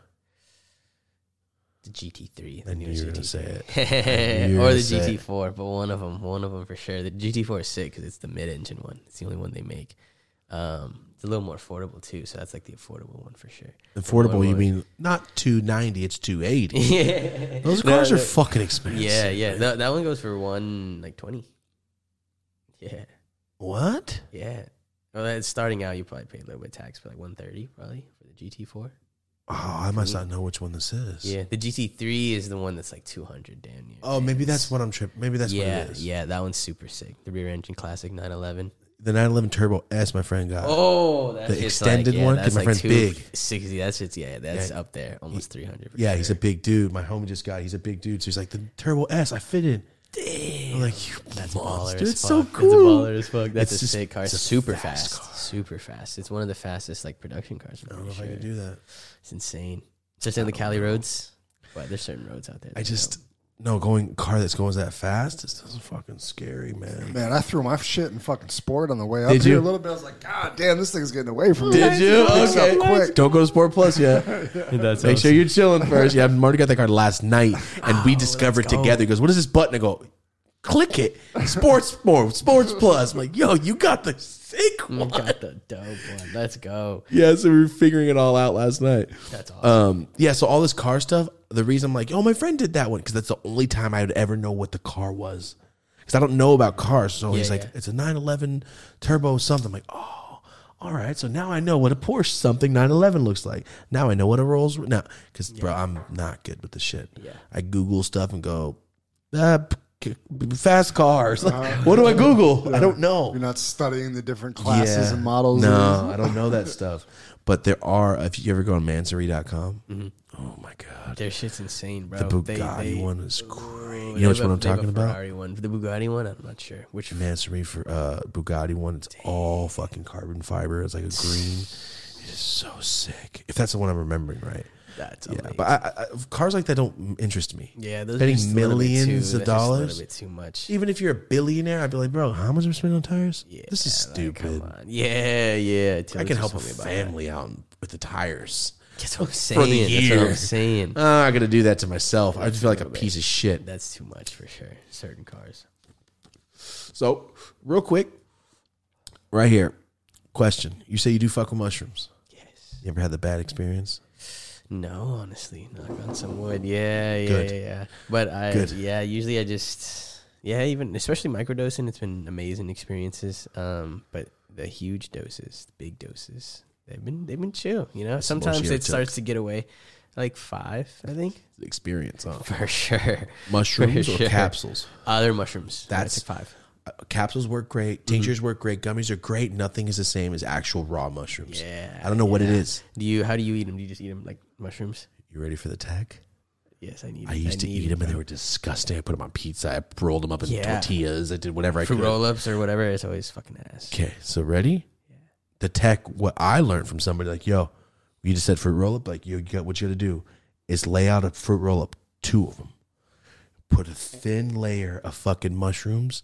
[SPEAKER 3] The GT3. The
[SPEAKER 1] I
[SPEAKER 3] new
[SPEAKER 1] knew you were
[SPEAKER 3] GT3.
[SPEAKER 1] gonna say it. knew you were
[SPEAKER 3] or the
[SPEAKER 1] gonna say it.
[SPEAKER 3] GT4, but one of them, one of them for sure. The GT4 is sick because it's the mid-engine one. It's the only one they make. Um, it's a little more affordable too, so that's like the affordable one for sure.
[SPEAKER 1] Affordable? You
[SPEAKER 3] Affordable.
[SPEAKER 1] mean not two ninety? It's two eighty.
[SPEAKER 3] yeah,
[SPEAKER 1] Those
[SPEAKER 3] No,
[SPEAKER 1] cars are
[SPEAKER 3] no.
[SPEAKER 1] fucking expensive.
[SPEAKER 3] yeah, yeah. That, that one goes for one like twenty. Yeah,
[SPEAKER 1] What?
[SPEAKER 3] yeah. Well, that's starting out. You probably pay a little bit of tax, but like one thirty probably for the GT4.
[SPEAKER 1] Oh, I must not know which one this is.
[SPEAKER 3] Mm. Yeah, the GT3 is the one that's like two hundred damn near.
[SPEAKER 1] Oh, maybe that's
[SPEAKER 3] It's-
[SPEAKER 1] what I'm tripping. Maybe that's
[SPEAKER 3] yeah,
[SPEAKER 1] what it is.
[SPEAKER 3] yeah. That one's super sick. The rear engine classic 911.
[SPEAKER 1] The 911 Turbo S, my friend got.
[SPEAKER 3] Oh, that's
[SPEAKER 1] Uh, the extended one? 'Cause my friend's big.
[SPEAKER 3] Sixty. That's it's yeah. That's up there, almost three hundred.
[SPEAKER 1] yeah, he's a big dude. My homie just got. He's a big dude. So he's like the Turbo S. I fit in. Damn. I'm like you that's
[SPEAKER 3] baller.
[SPEAKER 1] monster.
[SPEAKER 3] as
[SPEAKER 1] It's so
[SPEAKER 3] fuck.
[SPEAKER 1] cool.
[SPEAKER 3] It's a baller as fuck. That's
[SPEAKER 1] It's
[SPEAKER 3] a
[SPEAKER 1] just-
[SPEAKER 3] sick car.
[SPEAKER 1] it's a
[SPEAKER 3] super
[SPEAKER 1] fast
[SPEAKER 3] fast. Super fast. It's one of the fastest like production cars. I'm
[SPEAKER 1] I don't
[SPEAKER 3] pretty
[SPEAKER 1] know if I
[SPEAKER 3] sure.
[SPEAKER 1] can do that.
[SPEAKER 3] It's insane. Especially on the Cali roads. But there's certain roads out there.
[SPEAKER 1] I
[SPEAKER 3] that
[SPEAKER 1] just
[SPEAKER 3] don't.
[SPEAKER 1] no going car that's going that fast. It's just fucking scary, man.
[SPEAKER 2] Man, I threw my shit in fucking sport on the way up
[SPEAKER 1] Did
[SPEAKER 2] here
[SPEAKER 1] you?
[SPEAKER 2] a little bit. I was like, God damn, this thing's getting away from me.
[SPEAKER 1] Did you?
[SPEAKER 2] Picks up
[SPEAKER 1] Okay.
[SPEAKER 2] quick.
[SPEAKER 1] Don't go to Sport Plus yet. Make sure you're chilling first. Yeah, Marty got that card last night, and we discovered together. He goes, "What is this button?" I go, "Click it." Sports more, Sports Plus. I'm like, yo, you got the sick
[SPEAKER 3] Mm,
[SPEAKER 1] one.
[SPEAKER 3] got the dope one. Let's go.
[SPEAKER 1] Yeah, so we were figuring it all out last night.
[SPEAKER 3] That's awesome.
[SPEAKER 1] Um, yeah, so all this car stuff. The reason I'm like, oh, my friend did that one because that's the only time I would ever know what the car was because I don't know about cars. So he's like,
[SPEAKER 3] yeah.
[SPEAKER 1] it's a 911 turbo something. I'm like, oh, all right. So now I know what a Porsche something 911 looks like. Now I know what a Rolls now because bro, I'm not good with the shit.
[SPEAKER 3] Yeah.
[SPEAKER 1] I Google stuff and go, uh, p- p- fast cars. Like,
[SPEAKER 3] Uh-huh.
[SPEAKER 1] what do I Google? I don't know
[SPEAKER 2] You're not studying the different classes and models.
[SPEAKER 1] no, I don't know that stuff. But there are, if you ever go on Mansory.com, oh my God.
[SPEAKER 3] Their shit's insane, bro.
[SPEAKER 1] The
[SPEAKER 3] Mm-hmm. Oh, They-
[SPEAKER 1] Bugatti
[SPEAKER 3] they-
[SPEAKER 1] one is crazy.
[SPEAKER 3] Ooh,
[SPEAKER 1] You know which
[SPEAKER 3] they
[SPEAKER 1] one
[SPEAKER 3] have a-
[SPEAKER 1] I'm
[SPEAKER 3] they have a
[SPEAKER 1] talking about?
[SPEAKER 3] Ferrari one. The Bugatti one? I'm not sure. Which
[SPEAKER 1] Mansory for uh, Bugatti one. It's all fucking carbon fiber. It's like a green. It is so sick. If that's the one I'm remembering right.
[SPEAKER 3] that's
[SPEAKER 1] Yeah,
[SPEAKER 3] amazing.
[SPEAKER 1] but I, I, I- cars like that don't interest me.
[SPEAKER 3] Yeah, those are
[SPEAKER 1] Spending
[SPEAKER 3] just a little bit too-
[SPEAKER 1] millions of
[SPEAKER 3] that's just
[SPEAKER 1] dollars?
[SPEAKER 3] a little bit too much.
[SPEAKER 1] Even if you're a billionaire, I'd be like, bro, how much am I spending on tires?
[SPEAKER 3] Yeah,
[SPEAKER 1] this is
[SPEAKER 3] like,
[SPEAKER 1] stupid.
[SPEAKER 3] come on. Yeah, yeah.
[SPEAKER 1] I
[SPEAKER 3] Taylor
[SPEAKER 1] can
[SPEAKER 3] just
[SPEAKER 1] help a
[SPEAKER 3] told me about
[SPEAKER 1] family out with the tires.
[SPEAKER 3] that. That's what I'm saying.
[SPEAKER 1] the
[SPEAKER 3] That's what
[SPEAKER 1] year.
[SPEAKER 3] I'm saying.
[SPEAKER 1] Oh, I gotta do that to myself. I just feel like a piece of shit.
[SPEAKER 3] That's too much for sure. Certain cars.
[SPEAKER 1] So, real quick, right here, question: You say you do fuck with mushrooms.
[SPEAKER 3] Yes.
[SPEAKER 1] You ever had the bad experience?
[SPEAKER 3] No, honestly, knock on some wood. Yeah, yeah,
[SPEAKER 1] Good.
[SPEAKER 3] yeah, yeah. But I,
[SPEAKER 1] Good.
[SPEAKER 3] yeah, usually I just, yeah, even especially microdosing, it's been amazing experiences. Um, but the huge doses, the big doses, they've been they've been chill. You know,
[SPEAKER 1] the most
[SPEAKER 3] sometimes
[SPEAKER 1] you
[SPEAKER 3] it
[SPEAKER 1] took.
[SPEAKER 3] starts to get away, like five, I think,
[SPEAKER 1] Experience on
[SPEAKER 3] for sure.
[SPEAKER 1] mushrooms
[SPEAKER 3] For
[SPEAKER 1] or
[SPEAKER 3] sure.
[SPEAKER 1] capsules?
[SPEAKER 3] Other uh, mushrooms.
[SPEAKER 1] That's-
[SPEAKER 3] like five.
[SPEAKER 1] Uh, capsules work great. Tinctures work great. Gummies are great. Nothing is the same as actual raw mushrooms.
[SPEAKER 3] Yeah,
[SPEAKER 1] I don't know what it
[SPEAKER 3] yeah.
[SPEAKER 1] is.
[SPEAKER 3] Do you? How do you eat them? Do you just eat them like mushrooms?
[SPEAKER 1] You ready for the tech?
[SPEAKER 3] Yes, I need.
[SPEAKER 1] I used to
[SPEAKER 3] need
[SPEAKER 1] eat
[SPEAKER 3] it,
[SPEAKER 1] them and they
[SPEAKER 3] bro.
[SPEAKER 1] were disgusting. I put them on pizza. I rolled them up in
[SPEAKER 3] Yeah.
[SPEAKER 1] tortillas. I did whatever I
[SPEAKER 3] fruit
[SPEAKER 1] could.
[SPEAKER 3] roll ups or whatever. It's always fucking ass.
[SPEAKER 1] Okay, so ready? The tech, what I learned from somebody, like, yo, you just said fruit roll up, like, yo, you got what you got to do is lay out a fruit roll up, two of them, put a thin layer of fucking mushrooms,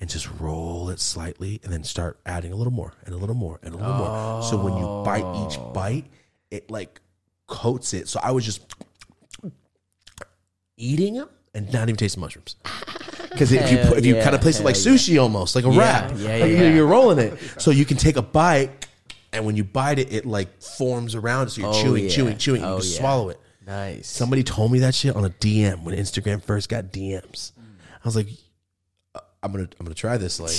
[SPEAKER 1] and just roll it slightly, and then start adding a little more and a little more and a little more. So when you bite each
[SPEAKER 3] Oh.
[SPEAKER 1] bite, it like coats it. So I was just eating them and not even tasting mushrooms. Because if you
[SPEAKER 3] Hell
[SPEAKER 1] put, if you
[SPEAKER 3] yeah,
[SPEAKER 1] kind of place it like
[SPEAKER 3] hell
[SPEAKER 1] sushi almost, like a
[SPEAKER 3] Yeah,
[SPEAKER 1] wrap,
[SPEAKER 3] yeah,
[SPEAKER 1] Like,
[SPEAKER 3] yeah.
[SPEAKER 1] you're- you're rolling it. So you can take a bite, and when you bite it, it like forms around. So you're
[SPEAKER 3] Oh,
[SPEAKER 1] chewing,
[SPEAKER 3] yeah.
[SPEAKER 1] chewing, chewing.
[SPEAKER 3] Oh,
[SPEAKER 1] you can
[SPEAKER 3] yeah.
[SPEAKER 1] swallow it.
[SPEAKER 3] Nice.
[SPEAKER 1] Somebody told me that shit on a DM when Instagram first got DMs. I was like, uh, I'm gonna, I'm gonna try this. Like,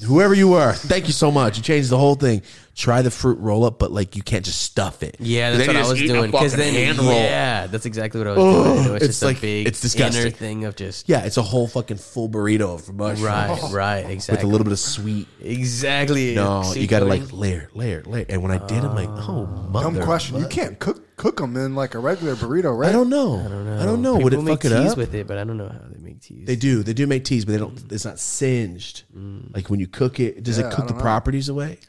[SPEAKER 1] and whoever you were, thank you so much. You changed the whole thing. Try the fruit roll up, but like you can't just stuff it.
[SPEAKER 3] Yeah,
[SPEAKER 1] Then
[SPEAKER 3] that's what
[SPEAKER 1] you
[SPEAKER 3] I
[SPEAKER 1] just
[SPEAKER 3] was
[SPEAKER 1] eat a
[SPEAKER 3] doing. Because
[SPEAKER 1] fucking
[SPEAKER 3] then,
[SPEAKER 1] hand roll.
[SPEAKER 3] yeah, that's exactly what I was doing. It was
[SPEAKER 1] it's
[SPEAKER 3] just
[SPEAKER 1] like-
[SPEAKER 3] a big,
[SPEAKER 1] it's disgusting.
[SPEAKER 3] inner thing of just
[SPEAKER 1] Yeah, it's a whole fucking full burrito of mushrooms
[SPEAKER 3] right, right,
[SPEAKER 1] Oh. with
[SPEAKER 3] exactly,
[SPEAKER 1] a little bit of sweet.
[SPEAKER 3] exactly.
[SPEAKER 1] No,
[SPEAKER 3] See,
[SPEAKER 1] you gotta
[SPEAKER 3] Cody?
[SPEAKER 1] like layer, layer, layer. And when I did, I'm like, oh, mother.
[SPEAKER 2] Dumb question. You
[SPEAKER 1] mother.
[SPEAKER 2] can't cook cook them in like a regular burrito, right?
[SPEAKER 1] I don't know. I don't know. I don't know. Would it
[SPEAKER 3] People make
[SPEAKER 1] fuck it
[SPEAKER 3] teas
[SPEAKER 1] up?
[SPEAKER 3] with it, but I don't know how they make teas.
[SPEAKER 1] they do. They do make teas, but they don't. It's not singed.
[SPEAKER 3] Mm.
[SPEAKER 1] Like when you cook it, does it
[SPEAKER 2] Yeah, I
[SPEAKER 1] cook the
[SPEAKER 2] don't know.
[SPEAKER 1] properties away?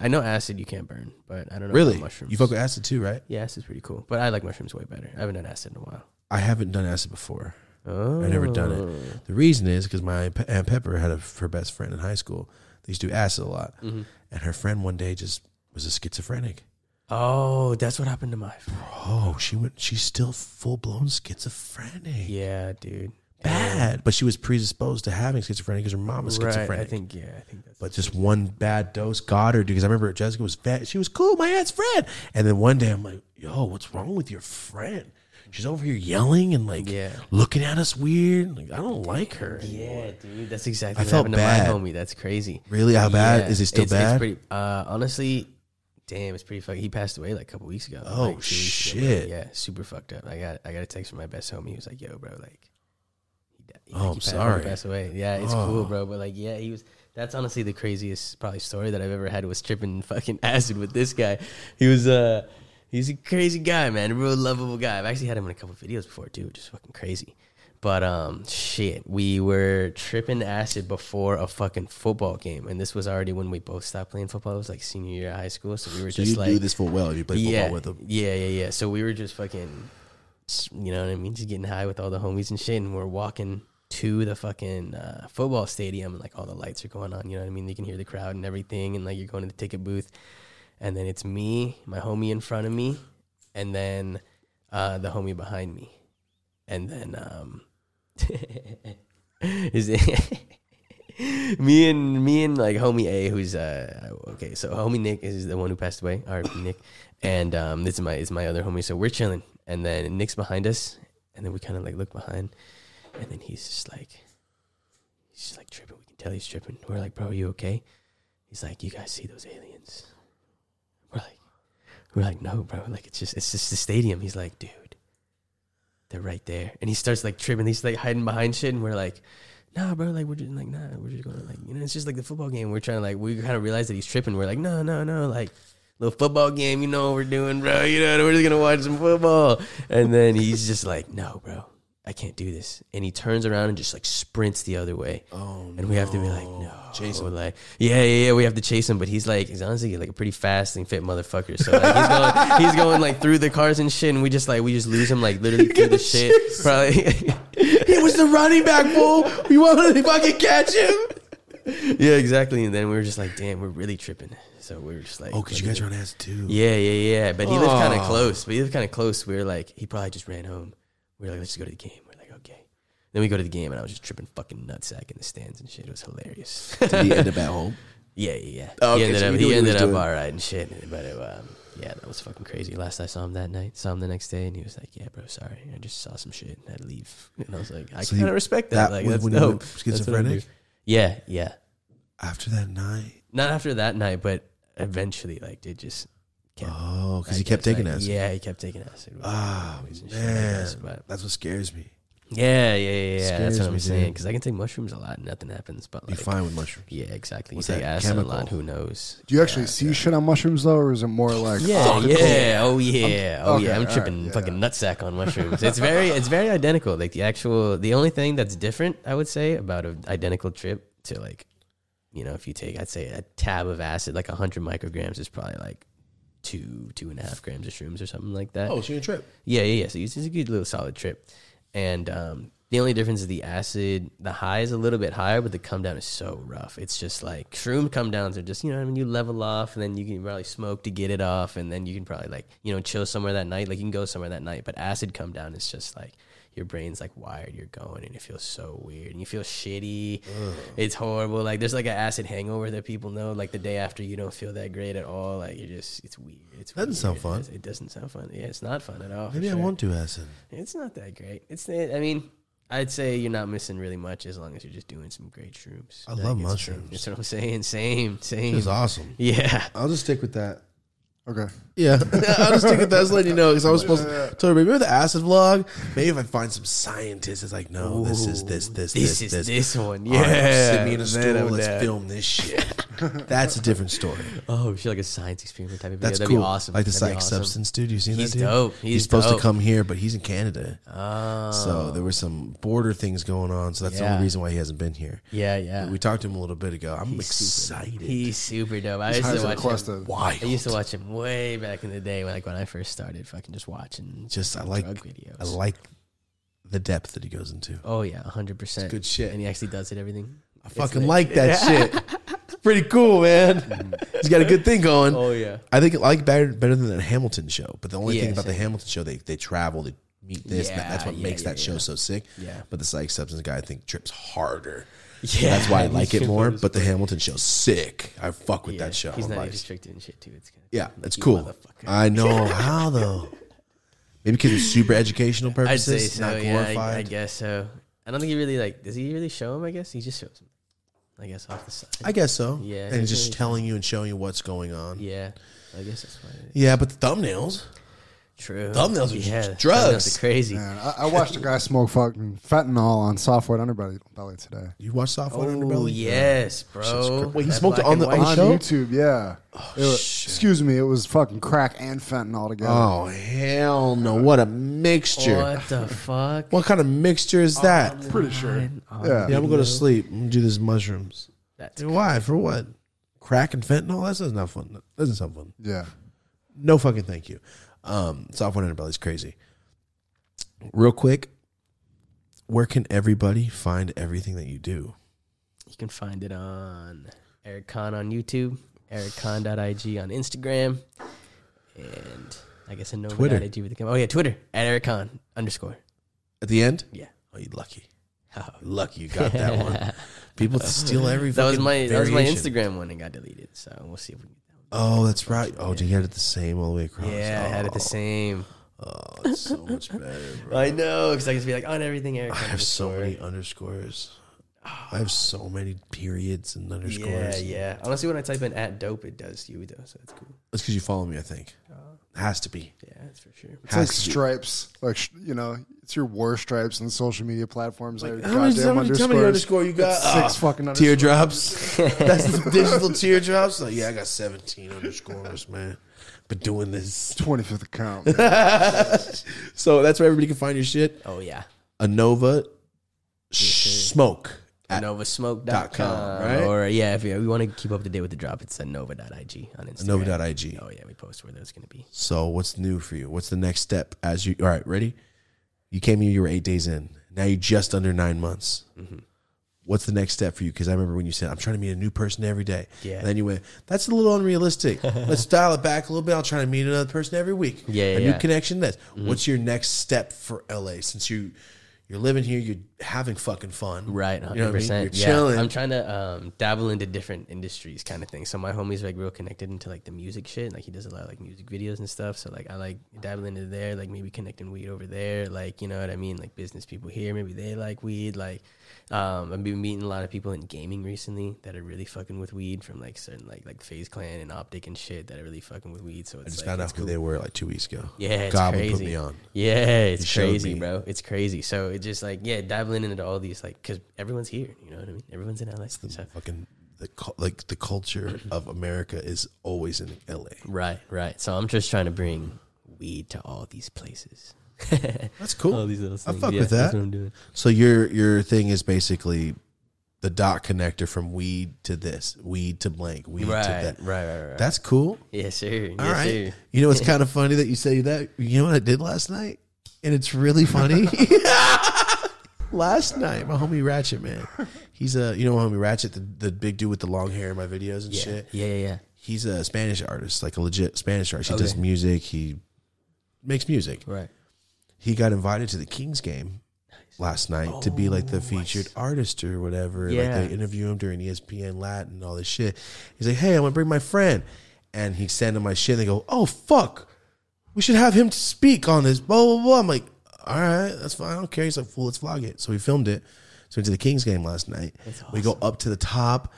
[SPEAKER 3] I know acid you can't burn, but I don't know.
[SPEAKER 1] Really?
[SPEAKER 3] about mushrooms.
[SPEAKER 1] You fuck with acid too, right?
[SPEAKER 3] yeah, acid's pretty cool, but I like mushrooms way better. I haven't done acid in a while.
[SPEAKER 1] I haven't done acid before.
[SPEAKER 3] Oh,
[SPEAKER 1] I've never done it. The reason is because my Pe- aunt Pepper had a, her best friend
[SPEAKER 3] Mm-hmm.
[SPEAKER 1] in high school. They used to do acid a lot, and her friend one day just was a schizophrenic,
[SPEAKER 3] Oh, that's what happened to my friend.
[SPEAKER 1] Oh, she went. She's still full blown schizophrenic.
[SPEAKER 3] Yeah, dude.
[SPEAKER 1] Bad, but she was predisposed to having schizophrenia because her mom was schizophrenic.
[SPEAKER 3] Right. I think yeah, I think that's
[SPEAKER 1] But just one bad dose got her, dude. Because I remember Jessica was fat. She was cool, my aunt's friend. And then one day I'm like, yo, what's wrong with your friend? She's over here yelling and like
[SPEAKER 3] Yeah.
[SPEAKER 1] looking at us weird. Like, I don't like her.
[SPEAKER 3] Yeah, dude, that's exactly
[SPEAKER 1] I
[SPEAKER 3] what
[SPEAKER 1] felt
[SPEAKER 3] happened
[SPEAKER 1] bad.
[SPEAKER 3] to my homie. That's crazy.
[SPEAKER 1] Really? How bad? Is he still
[SPEAKER 3] it's,
[SPEAKER 1] bad?
[SPEAKER 3] It's pretty, uh, honestly, damn, it's pretty fucking. He passed away like a couple weeks ago.
[SPEAKER 1] Oh,
[SPEAKER 3] like, two weeks ago, bro.
[SPEAKER 1] shit.
[SPEAKER 3] Yeah, super fucked up. I got I got a text from my best homie. He was like, "Yo, bro, like, he, di- he,
[SPEAKER 1] Oh,
[SPEAKER 3] like,
[SPEAKER 1] I'm
[SPEAKER 3] he passed,
[SPEAKER 1] sorry.
[SPEAKER 3] He passed away. Yeah, it's
[SPEAKER 1] Oh.
[SPEAKER 3] cool, bro. But like, yeah, he was. That's honestly the craziest probably story that I've ever had was tripping fucking acid with this guy. He was uh, he's a crazy guy, man. A real lovable guy. I've actually had him in a couple videos before too. Just fucking crazy. But um, shit, we were tripping acid before a fucking football game, and this was already when we both stopped playing football. It was like senior year of high school, so we were
[SPEAKER 1] So
[SPEAKER 3] just
[SPEAKER 1] you
[SPEAKER 3] like
[SPEAKER 1] do this for well if you play football
[SPEAKER 3] yeah,
[SPEAKER 1] with them.
[SPEAKER 3] Yeah, yeah, yeah. So we were just fucking, you know what I mean, just getting high with all the homies and shit, and we're walking to the fucking uh, football stadium, and like all the lights are going on. You know what I mean? You can hear the crowd and everything, and like you're going to the ticket booth, and then it's me, my homie in front of me, and then uh, the homie behind me, and then um, is it? me and me and like homie A, who's uh okay, so homie Nick is the one who passed away. All right, Nick, and um, this is my is my other homie. So we're chilling, and then Nick's behind us, and then we kind of like look behind, and then he's just like, he's just like tripping. We can tell he's tripping. We're like, bro, are you okay? He's like, you guys see those aliens? We're like, we're like, no, bro. Like it's just it's just the stadium. He's like, dude, they're right there, and he starts like tripping. He's like hiding behind shit, and we're like nah, bro, like we're just like nah, we're just going like you know, it's just like the football game. We're trying to like we kind of realize that he's tripping. We're like, no, no, no, like little football game, you know what we're doing, bro. You know, we're just gonna watch some football. And then he's just like, no, bro, I can't do this. And he turns around and just like sprints the other way.
[SPEAKER 1] Oh,
[SPEAKER 3] and we have to be like, no,
[SPEAKER 1] Chase him.
[SPEAKER 3] Like, yeah, yeah, yeah, we have to chase him. But he's like, he's honestly like a pretty fast and fit motherfucker. So like, he's going, he's going like through the cars and shit. And we just like, we just lose him like literally through the shit. Probably.
[SPEAKER 1] He was the running back, fool. You wanted to fucking catch him.
[SPEAKER 3] yeah, exactly. And then we were just like, damn, we're really tripping. So we were just like,
[SPEAKER 1] Oh, because you guys are on ass too.
[SPEAKER 3] Yeah, yeah, yeah. But he lived kind of close. But he lived kind of close. We were like, he probably just ran home. We were like, let's just go to the game. We're like, okay. Then we go to the game, and I was just tripping fucking nutsack in the stands and shit. It was hilarious.
[SPEAKER 1] Did he end up at home?
[SPEAKER 3] yeah, yeah, yeah.
[SPEAKER 1] Okay,
[SPEAKER 3] he ended
[SPEAKER 1] so you knew
[SPEAKER 3] up,
[SPEAKER 1] what
[SPEAKER 3] he
[SPEAKER 1] he
[SPEAKER 3] ended
[SPEAKER 1] was
[SPEAKER 3] up
[SPEAKER 1] doing.
[SPEAKER 3] all right and shit. But it, um, yeah, that was fucking crazy. Last I saw him that night, saw him the next day, and he was like, "Yeah, bro, sorry, I just saw some shit and I would leave." And I was like, "I
[SPEAKER 1] So you-
[SPEAKER 3] kind of respect that.
[SPEAKER 1] that
[SPEAKER 3] like,
[SPEAKER 1] was
[SPEAKER 3] that's
[SPEAKER 1] when you were
[SPEAKER 3] dope. That's what I
[SPEAKER 1] schizophrenic?
[SPEAKER 3] do. Yeah, yeah.
[SPEAKER 1] After that night.
[SPEAKER 3] not after that night, but eventually, like it just kept.
[SPEAKER 1] Oh, because
[SPEAKER 3] I
[SPEAKER 1] he kept
[SPEAKER 3] guess,
[SPEAKER 1] taking
[SPEAKER 3] like,
[SPEAKER 1] us.
[SPEAKER 3] Yeah, he kept taking acid.
[SPEAKER 1] Ah,
[SPEAKER 3] Always and shit, I
[SPEAKER 1] man.
[SPEAKER 3] guess, but
[SPEAKER 1] That's what scares me.
[SPEAKER 3] yeah, yeah, yeah, yeah.
[SPEAKER 1] Scares
[SPEAKER 3] That's what
[SPEAKER 1] me,
[SPEAKER 3] I'm saying.
[SPEAKER 1] dude.
[SPEAKER 3] Because I can take mushrooms a lot, and nothing happens. But
[SPEAKER 1] Be
[SPEAKER 3] like,
[SPEAKER 1] fine with mushrooms.
[SPEAKER 3] yeah, exactly. You
[SPEAKER 1] What's
[SPEAKER 3] take
[SPEAKER 1] that
[SPEAKER 3] acid a lot.
[SPEAKER 1] chemical?
[SPEAKER 3] Who knows?
[SPEAKER 2] Do you actually
[SPEAKER 3] Yeah,
[SPEAKER 2] see
[SPEAKER 3] yeah.
[SPEAKER 2] shit on mushrooms though, or is it more like
[SPEAKER 3] Yeah,
[SPEAKER 2] optical?
[SPEAKER 3] yeah, oh yeah, oh
[SPEAKER 2] okay,
[SPEAKER 3] yeah. I'm
[SPEAKER 2] all right,
[SPEAKER 3] tripping
[SPEAKER 2] yeah,
[SPEAKER 3] fucking nutsack on mushrooms. It's very, it's very identical. Like the actual, the only thing that's different, I would say, about an identical trip to like, you know, if you take, I'd say a tab of acid, like hundred micrograms is probably like two, two and a half grams of shrooms or something like that.
[SPEAKER 1] Oh, so you can trip.
[SPEAKER 3] Yeah, yeah, yeah. So it's it's a good little solid trip. And um, the only difference is the acid, the high is a little bit higher, but the come down is so rough. It's just like shroom come downs are just, you know what I mean? You level off and then you can probably smoke to get it off. And then you can probably like, you know, chill somewhere that night. Like you can go somewhere that night. But acid come down is just like, your brain's like wired, you're going, and it feels so weird, and you feel shitty. It's horrible. Like there's like an acid hangover that people know. Like the day after, you don't feel that great at all. Like you're just, it's weird. It's
[SPEAKER 1] Doesn't sound
[SPEAKER 3] weird.
[SPEAKER 1] fun.
[SPEAKER 3] It doesn't sound fun. Yeah, it's not fun at all. for
[SPEAKER 1] Maybe I
[SPEAKER 3] sure.
[SPEAKER 1] won't do acid.
[SPEAKER 3] It's not that great. It's I mean, I'd say you're not missing really much as long as you're just doing some great shrooms.
[SPEAKER 1] I
[SPEAKER 3] Like,
[SPEAKER 1] love
[SPEAKER 3] it's-
[SPEAKER 1] mushrooms.
[SPEAKER 3] That's what I'm saying. Same,
[SPEAKER 1] It
[SPEAKER 3] same.
[SPEAKER 1] was awesome.
[SPEAKER 3] Yeah.
[SPEAKER 1] I'll just stick with that.
[SPEAKER 2] Okay.
[SPEAKER 1] Yeah, I'll just stick with that. Just letting you know because I was supposed to tell you. Remember the acid vlog? Maybe if I find some scientist, it's like, no, this is this, this, this,
[SPEAKER 3] This
[SPEAKER 1] this.
[SPEAKER 3] is this one.
[SPEAKER 1] All
[SPEAKER 3] Yeah.
[SPEAKER 1] right, sit me in a
[SPEAKER 3] Then
[SPEAKER 1] stool.
[SPEAKER 3] I'm
[SPEAKER 1] Let's
[SPEAKER 3] down.
[SPEAKER 1] film this shit. That's a different story.
[SPEAKER 3] Oh, we should like a science experiment type of video.
[SPEAKER 1] That's
[SPEAKER 3] That'd
[SPEAKER 1] cool.
[SPEAKER 3] be awesome.
[SPEAKER 1] Like the
[SPEAKER 3] That'd be
[SPEAKER 1] psych
[SPEAKER 3] awesome.
[SPEAKER 1] substance dude. You seen
[SPEAKER 3] He's
[SPEAKER 1] that dude?
[SPEAKER 3] dope. He's
[SPEAKER 1] supposed to
[SPEAKER 3] dope.
[SPEAKER 1] come here, but he's in Canada.
[SPEAKER 3] Oh.
[SPEAKER 1] So there were some border things going on. So that's the
[SPEAKER 3] Yeah.
[SPEAKER 1] only reason why he hasn't been here.
[SPEAKER 3] yeah, yeah.
[SPEAKER 1] We talked to him a little bit ago. I'm
[SPEAKER 3] super-
[SPEAKER 1] excited.
[SPEAKER 3] He's super dope. I used to
[SPEAKER 2] How's it
[SPEAKER 3] watch him.
[SPEAKER 2] requested?
[SPEAKER 1] Wild.
[SPEAKER 3] I used to watch him way back in the day, when, like when I first started fucking just watching.
[SPEAKER 1] Just I like
[SPEAKER 3] drug videos.
[SPEAKER 1] I like the depth that he goes into.
[SPEAKER 3] oh yeah, hundred percent.
[SPEAKER 1] good shit.
[SPEAKER 3] And he actually does it everything.
[SPEAKER 1] I fucking like that shit. It's pretty cool, man. He's got a good thing going.
[SPEAKER 3] Mm-hmm. Oh, yeah.
[SPEAKER 1] I think I like better better than the Hamilton show. But the only thing
[SPEAKER 3] Yeah,
[SPEAKER 1] about the
[SPEAKER 3] same.
[SPEAKER 1] Hamilton show, they they travel, they meet this. and that. That's
[SPEAKER 3] Yeah,
[SPEAKER 1] what
[SPEAKER 3] yeah,
[SPEAKER 1] makes
[SPEAKER 3] yeah,
[SPEAKER 1] that show so sick.
[SPEAKER 3] Yeah.
[SPEAKER 1] But the psych substance guy, I think, trips harder.
[SPEAKER 3] Yeah,
[SPEAKER 1] that's why I
[SPEAKER 3] he's
[SPEAKER 1] like it
[SPEAKER 3] tripping
[SPEAKER 1] more.
[SPEAKER 3] on his
[SPEAKER 1] But the Hamilton show's sick. I fuck with
[SPEAKER 3] Yeah,
[SPEAKER 1] that show.
[SPEAKER 3] He's
[SPEAKER 1] I'm
[SPEAKER 3] not
[SPEAKER 1] biased.
[SPEAKER 3] restricted and shit too. It's kind of
[SPEAKER 1] Yeah, it's cool. I know how though. Maybe because it's super educational
[SPEAKER 3] I'd say
[SPEAKER 1] purposes,
[SPEAKER 3] so.
[SPEAKER 1] not
[SPEAKER 3] Yeah,
[SPEAKER 1] glorified.
[SPEAKER 3] I, I guess so. I don't think he really like. Does he really show him? I guess he just shows him. I guess off the side.
[SPEAKER 1] I guess so.
[SPEAKER 3] Yeah,
[SPEAKER 1] and
[SPEAKER 3] it's
[SPEAKER 1] just
[SPEAKER 3] really-
[SPEAKER 1] telling you and showing you what's going on. Yeah,
[SPEAKER 3] yeah, I guess that's why. it is.
[SPEAKER 1] but the thumbnails.
[SPEAKER 3] True.
[SPEAKER 1] Thumbnails are
[SPEAKER 3] yeah,
[SPEAKER 1] just drugs.
[SPEAKER 3] Thumbnails are crazy.
[SPEAKER 2] Man, I, I watched a guy smoke fucking fentanyl on Softwood Underbelly Belly today
[SPEAKER 1] You watch Softwood
[SPEAKER 3] Oh
[SPEAKER 1] Underbelly?
[SPEAKER 3] yes, bro.
[SPEAKER 1] Wait, he
[SPEAKER 3] That
[SPEAKER 1] smoked it
[SPEAKER 3] black
[SPEAKER 1] on
[SPEAKER 3] and
[SPEAKER 1] the-
[SPEAKER 3] white
[SPEAKER 1] on the
[SPEAKER 2] on
[SPEAKER 1] show?
[SPEAKER 2] YouTube. Yeah, It was- excuse me, it was fucking crack and fentanyl together.
[SPEAKER 1] Oh hell no! What a mixture! What,
[SPEAKER 3] What the fuck?
[SPEAKER 1] kind of mixture
[SPEAKER 3] Oh,
[SPEAKER 1] is that?
[SPEAKER 2] Pretty sure. Yeah.
[SPEAKER 1] yeah, I'm gonna go to sleep. I'm gonna do these mushrooms.
[SPEAKER 3] That's
[SPEAKER 1] Dude, Why? For what? Crack and fentanyl? That's not fun. That doesn't sound fun.
[SPEAKER 2] Yeah.
[SPEAKER 1] No fucking thank you. Um, Softwood Underbelly's crazy. Real quick, where can everybody find everything that you do?
[SPEAKER 3] You can find it on Eric Khan on YouTube, ericcon.ig on Instagram, and I guess a Nova
[SPEAKER 1] Twitter.
[SPEAKER 3] IG with the camera. Oh yeah, Twitter at Eric Khan underscore.
[SPEAKER 1] At the end?
[SPEAKER 3] Yeah.
[SPEAKER 1] Oh, you lucky.
[SPEAKER 3] Oh.
[SPEAKER 1] You lucky you got that one. People steal every.
[SPEAKER 3] That was
[SPEAKER 1] fucking
[SPEAKER 3] my that was my
[SPEAKER 1] variation.
[SPEAKER 3] Instagram one and got deleted. So we'll see if we can get that
[SPEAKER 1] Oh, that's right. Oh, do you had it the same all the way across?
[SPEAKER 3] one. Yeah, I had it the same.
[SPEAKER 1] Oh, it's so much better, bro.
[SPEAKER 3] I know because I can just be like on everything Eric.
[SPEAKER 1] I have so many underscores. I have so many periods and
[SPEAKER 3] Ah. Yeah,
[SPEAKER 1] underscores.
[SPEAKER 3] yeah. Honestly, when I type in at dope, it does you though, so that's cool.
[SPEAKER 1] That's because you follow me. I think
[SPEAKER 3] Uh-huh.
[SPEAKER 1] has to be.
[SPEAKER 3] Yeah, that's for sure.
[SPEAKER 2] It's like stripes, like sh- you know, it's your war stripes and social media platforms. Like,
[SPEAKER 1] How many, how many, how
[SPEAKER 2] goddamn
[SPEAKER 1] many
[SPEAKER 2] underscores.
[SPEAKER 1] underscore you got?
[SPEAKER 2] Six
[SPEAKER 1] Ah,
[SPEAKER 2] fucking underscores.
[SPEAKER 1] teardrops. That's the digital teardrops. Like, yeah, I got 17 underscores, man. Been doing this.
[SPEAKER 2] 25th account. man.
[SPEAKER 1] So that's where everybody can find your shit.
[SPEAKER 3] Oh yeah,
[SPEAKER 1] Anova Smoke. At, dot com,
[SPEAKER 3] novasmoke.com,
[SPEAKER 1] right?
[SPEAKER 3] right? Or yeah, if you, want to keep up to date with the drop, it's at nova.ig on Instagram.
[SPEAKER 1] Anova.ig.
[SPEAKER 3] Oh yeah, we post where there's gonna be.
[SPEAKER 1] So what's new for you? What's the next step as you all right, ready? You came here, you were eight days in. Now you're just under nine months.
[SPEAKER 3] Mm-hmm.
[SPEAKER 1] What's the next step for you? Because I remember when you said, I'm trying to meet a new person every day.
[SPEAKER 3] Yeah.
[SPEAKER 1] And then you went, that's a little unrealistic. Let's dial it back a little bit. I'll try to meet another person every week.
[SPEAKER 3] Yeah,
[SPEAKER 1] A
[SPEAKER 3] yeah, Mm-hmm.
[SPEAKER 1] new
[SPEAKER 3] yeah.
[SPEAKER 1] connection. That's what's your next step for LA? Since you you're living here, you're having fucking fun.
[SPEAKER 3] Right,
[SPEAKER 1] You know what I
[SPEAKER 3] hundred
[SPEAKER 1] mean?
[SPEAKER 3] percent.
[SPEAKER 1] You're chilling.
[SPEAKER 3] Yeah, I'm trying to um, dabble into different industries, kind of thing. So my homie's like real connected into like the music shit. Like he does a lot of like music videos and stuff. So like I like dabbling into there, like maybe connecting weed over there. Like you know what I mean? Like business people here, maybe they like weed. Like um, I've been meeting a lot of people in gaming recently that are really fucking with weed from like certain like like Phase Clan and Optic and shit that are really fucking with weed. So it's
[SPEAKER 1] I just
[SPEAKER 3] like,
[SPEAKER 1] found
[SPEAKER 3] it's
[SPEAKER 1] out who
[SPEAKER 3] cool.
[SPEAKER 1] they were like two weeks ago.
[SPEAKER 3] Yeah, it's
[SPEAKER 1] Goblin
[SPEAKER 3] crazy.
[SPEAKER 1] put me on.
[SPEAKER 3] Yeah, it's
[SPEAKER 1] showed
[SPEAKER 3] crazy,
[SPEAKER 1] me.
[SPEAKER 3] bro. It's crazy. So it just like yeah, dabbling into all these like because everyone's here. You know what I mean? Everyone's in LA. So.
[SPEAKER 1] fucking the cul- like the culture of America is always in LA.
[SPEAKER 3] Right, right. So I'm just trying to bring weed to all these places.
[SPEAKER 1] That's cool.
[SPEAKER 3] all Oh, these little
[SPEAKER 1] I
[SPEAKER 3] things.
[SPEAKER 1] fuck
[SPEAKER 3] Yeah,
[SPEAKER 1] with
[SPEAKER 3] That's what
[SPEAKER 1] that.
[SPEAKER 3] I'm doing.
[SPEAKER 1] So your your thing is basically the dot connector from weed to this, weed to blank, weed
[SPEAKER 3] Right,
[SPEAKER 1] to
[SPEAKER 3] right,
[SPEAKER 1] that.
[SPEAKER 3] right, right.
[SPEAKER 1] That's cool.
[SPEAKER 3] yes, sir. Yes,
[SPEAKER 1] All right.
[SPEAKER 3] sir.
[SPEAKER 1] You know, it's kind of funny that you say that. You know what I did last night? And it's really funny. last night, my homie Ratchet, man. He's a, you know, my homie Ratchet, the, the big dude with the long hair in my videos and
[SPEAKER 3] Yeah.
[SPEAKER 1] shit.
[SPEAKER 3] yeah, yeah, yeah.
[SPEAKER 1] He's a Spanish artist, like a legit Spanish artist. He does
[SPEAKER 3] Okay.
[SPEAKER 1] music. He makes music.
[SPEAKER 3] Right.
[SPEAKER 1] He got invited to the Kings game last night to be like the featured artist or whatever.
[SPEAKER 3] Oh, Yeah.
[SPEAKER 1] Like they interview him during E ESPN Latin and all this shit. He's like, "Hey, I'm gonna bring my friend," and he sent him my shit. And they go, "Oh fuck, we should have him speak on this." Blah blah blah. I'm like, "All right, that's fine. I don't care." He's like, "Well, let's vlog it." So we filmed it. So we did the Kings game last night. We go up to the top.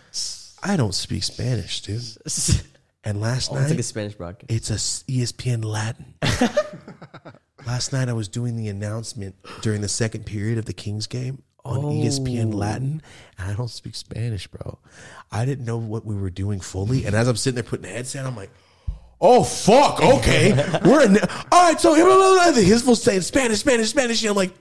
[SPEAKER 1] I don't speak Spanish, dude. And last
[SPEAKER 3] Almost
[SPEAKER 1] night,
[SPEAKER 3] Oh, like a Spanish broadcast.
[SPEAKER 1] it's a s- ESPN Latin. Last night I was doing the announcement during the second period of the Kings game on E ESPN Latin, and I don't speak Spanish, bro. I didn't know what we were doing fully, and as I'm sitting there putting the headset, on, I'm like, "Oh fuck, okay, we're in." All right, so his full saying Spanish, Spanish, Spanish, and I'm like,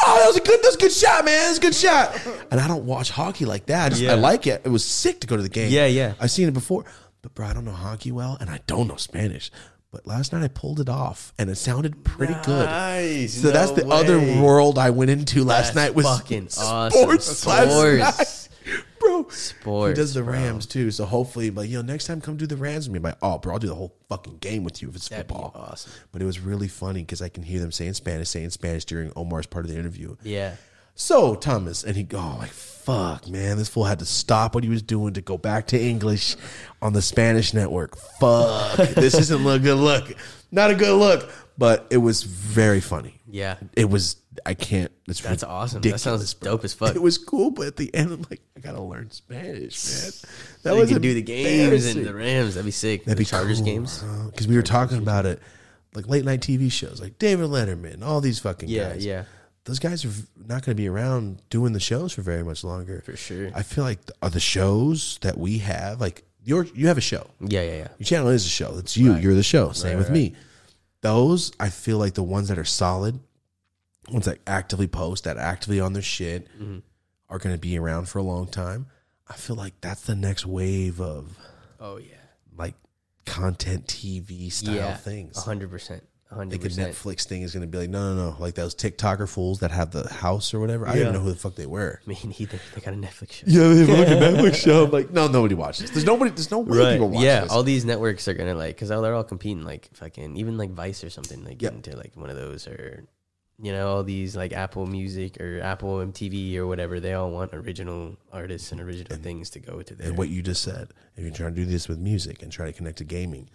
[SPEAKER 1] Oh, that was a good, that's a good shot, man. That's a good shot. And I don't watch hockey like that. I, just, I like it. It was sick to go to the game.
[SPEAKER 3] Yeah, yeah.
[SPEAKER 1] I've seen it before, but bro, I don't know hockey well, and I don't know Spanish. But last night I pulled it off, and it sounded pretty good.
[SPEAKER 3] Nice.
[SPEAKER 1] So that's
[SPEAKER 3] No
[SPEAKER 1] the other
[SPEAKER 3] way.
[SPEAKER 1] world I went into last
[SPEAKER 3] That's
[SPEAKER 1] night was
[SPEAKER 3] fucking
[SPEAKER 1] sports
[SPEAKER 3] awesome.
[SPEAKER 1] last
[SPEAKER 3] Sports.
[SPEAKER 1] night, bro. He
[SPEAKER 3] Sports.
[SPEAKER 1] does the
[SPEAKER 3] bro.
[SPEAKER 1] Rams too, so hopefully, like yo, next time come do the Rams with me. I'm like, oh, bro, I'll do the whole fucking game with you if it's
[SPEAKER 3] That'd be
[SPEAKER 1] football.
[SPEAKER 3] awesome.
[SPEAKER 1] But it was really funny because I can hear them saying Spanish, saying Spanish during Omar's part of the interview.
[SPEAKER 3] Yeah.
[SPEAKER 1] So Thomas, and he go oh, like, fuck, man, this fool had to stop what he was doing to go back to English on the Spanish network. Fuck, this isn't a good look. Not a good look, but it was very funny.
[SPEAKER 3] Yeah.
[SPEAKER 1] It was. I can't. It's
[SPEAKER 3] That's awesome. That
[SPEAKER 1] ridiculous,
[SPEAKER 3] sounds
[SPEAKER 1] bro.
[SPEAKER 3] dope as fuck.
[SPEAKER 1] It was cool, but at the end, I'm like, I gotta learn Spanish, man. That
[SPEAKER 3] So you can do the games
[SPEAKER 1] embarrassing.
[SPEAKER 3] and the Rams. That'd be sick.
[SPEAKER 1] That'd
[SPEAKER 3] the
[SPEAKER 1] be
[SPEAKER 3] Chargers games.
[SPEAKER 1] because we were talking about it, like late night TV shows, like David Letterman, all these fucking
[SPEAKER 3] Yeah,
[SPEAKER 1] guys.
[SPEAKER 3] yeah.
[SPEAKER 1] those guys are not going to be around doing the shows for very much longer.
[SPEAKER 3] For sure.
[SPEAKER 1] I feel like th- are the shows that we have, like your you have a show,
[SPEAKER 3] Yeah, yeah, yeah.
[SPEAKER 1] your channel is a show. It's you. You're the show. Same with me. Those I feel like the ones that are solid, ones that actively post, that actively on their shit,
[SPEAKER 3] Mm-hmm.
[SPEAKER 1] are going to be around for a long time. I feel like that's the next wave of
[SPEAKER 3] Oh yeah.
[SPEAKER 1] like content TV style
[SPEAKER 3] Yeah.
[SPEAKER 1] things.
[SPEAKER 3] hundred percent. hundred
[SPEAKER 1] Like the
[SPEAKER 3] percent.
[SPEAKER 1] Netflix thing is going to be like, no, no, no, like those TikToker fools that have the house or whatever. I don't even know who the fuck they were.
[SPEAKER 3] Me neither. They got a Netflix show.
[SPEAKER 1] Yeah, they look at Netflix show. I'm like, no, nobody watches. There's nobody. There's no way people watch
[SPEAKER 3] yeah,
[SPEAKER 1] this.
[SPEAKER 3] all these networks are gonna like because they're all competing. Like fucking even like Vice or something. Like get into like one of those or you know all these like Apple Music or Apple MTV or whatever. They all want original artists and original things to go to their
[SPEAKER 1] and what you just said. If you're trying to do this with music and try to connect to gaming,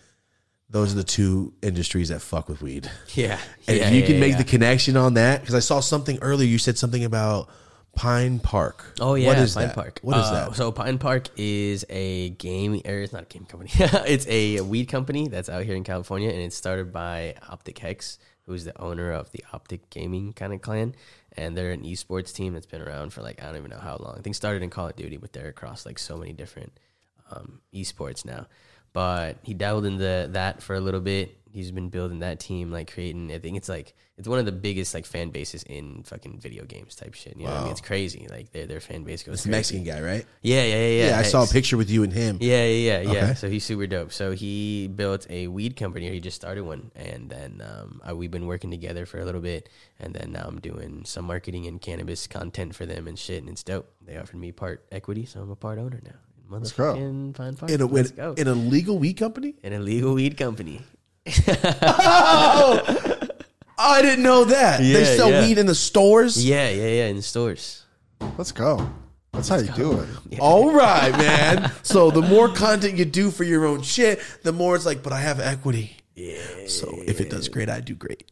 [SPEAKER 1] those are the two industries that fuck with weed.
[SPEAKER 3] yeah.
[SPEAKER 1] And
[SPEAKER 3] yeah,
[SPEAKER 1] if you
[SPEAKER 3] yeah,
[SPEAKER 1] can make
[SPEAKER 3] yeah.
[SPEAKER 1] the connection on that, because I saw something earlier. You said something about Pine Park.
[SPEAKER 3] Oh yeah,
[SPEAKER 1] what is
[SPEAKER 3] Pine
[SPEAKER 1] that?
[SPEAKER 3] Park.
[SPEAKER 1] What is
[SPEAKER 3] Uh,
[SPEAKER 1] that?
[SPEAKER 3] So Pine Park is a game, or it's not a game company. it's a weed company that's out here in California, and it's started by Optic Hex, who's the owner of the Optic Gaming kind of clan, and they're an esports team that's been around for like I don't even know how long. I think started in Call of Duty, but they're across like so many different um, esports now. But he dabbled into that for a little bit. He's been building that team, like creating. I think it's like it's one of the biggest like fan bases in fucking video games type shit. You know, what I mean, it's crazy. Like their their fan base goes.
[SPEAKER 1] It's the
[SPEAKER 3] crazy.
[SPEAKER 1] Mexican guy, right?
[SPEAKER 3] Yeah, yeah, yeah.
[SPEAKER 1] Yeah, I saw a
[SPEAKER 3] Hex.
[SPEAKER 1] picture with you and him.
[SPEAKER 3] Yeah, yeah, yeah, yeah.
[SPEAKER 1] Okay.
[SPEAKER 3] So he's super dope. So he built a weed company, or he just started one, and then um, I, we've been working together for a little bit, and then now I'm doing some marketing and cannabis content for them and shit, and it's dope. They offered me part equity, so I'm a part owner now. Let's
[SPEAKER 2] go.
[SPEAKER 3] Fine, fine.
[SPEAKER 1] In a
[SPEAKER 3] Let's go.
[SPEAKER 1] in a legal weed company.
[SPEAKER 3] An illegal weed company. Oh,
[SPEAKER 1] I didn't know that. they
[SPEAKER 3] Yeah,
[SPEAKER 1] sell
[SPEAKER 3] yeah.
[SPEAKER 1] weed in the stores.
[SPEAKER 3] Yeah, yeah, yeah. In stores.
[SPEAKER 2] Let's go. That's how you do it.
[SPEAKER 1] All right, man. so the more content you do for your own shit, the more it's like, but I have equity. Yeah. So if it does great, I do great.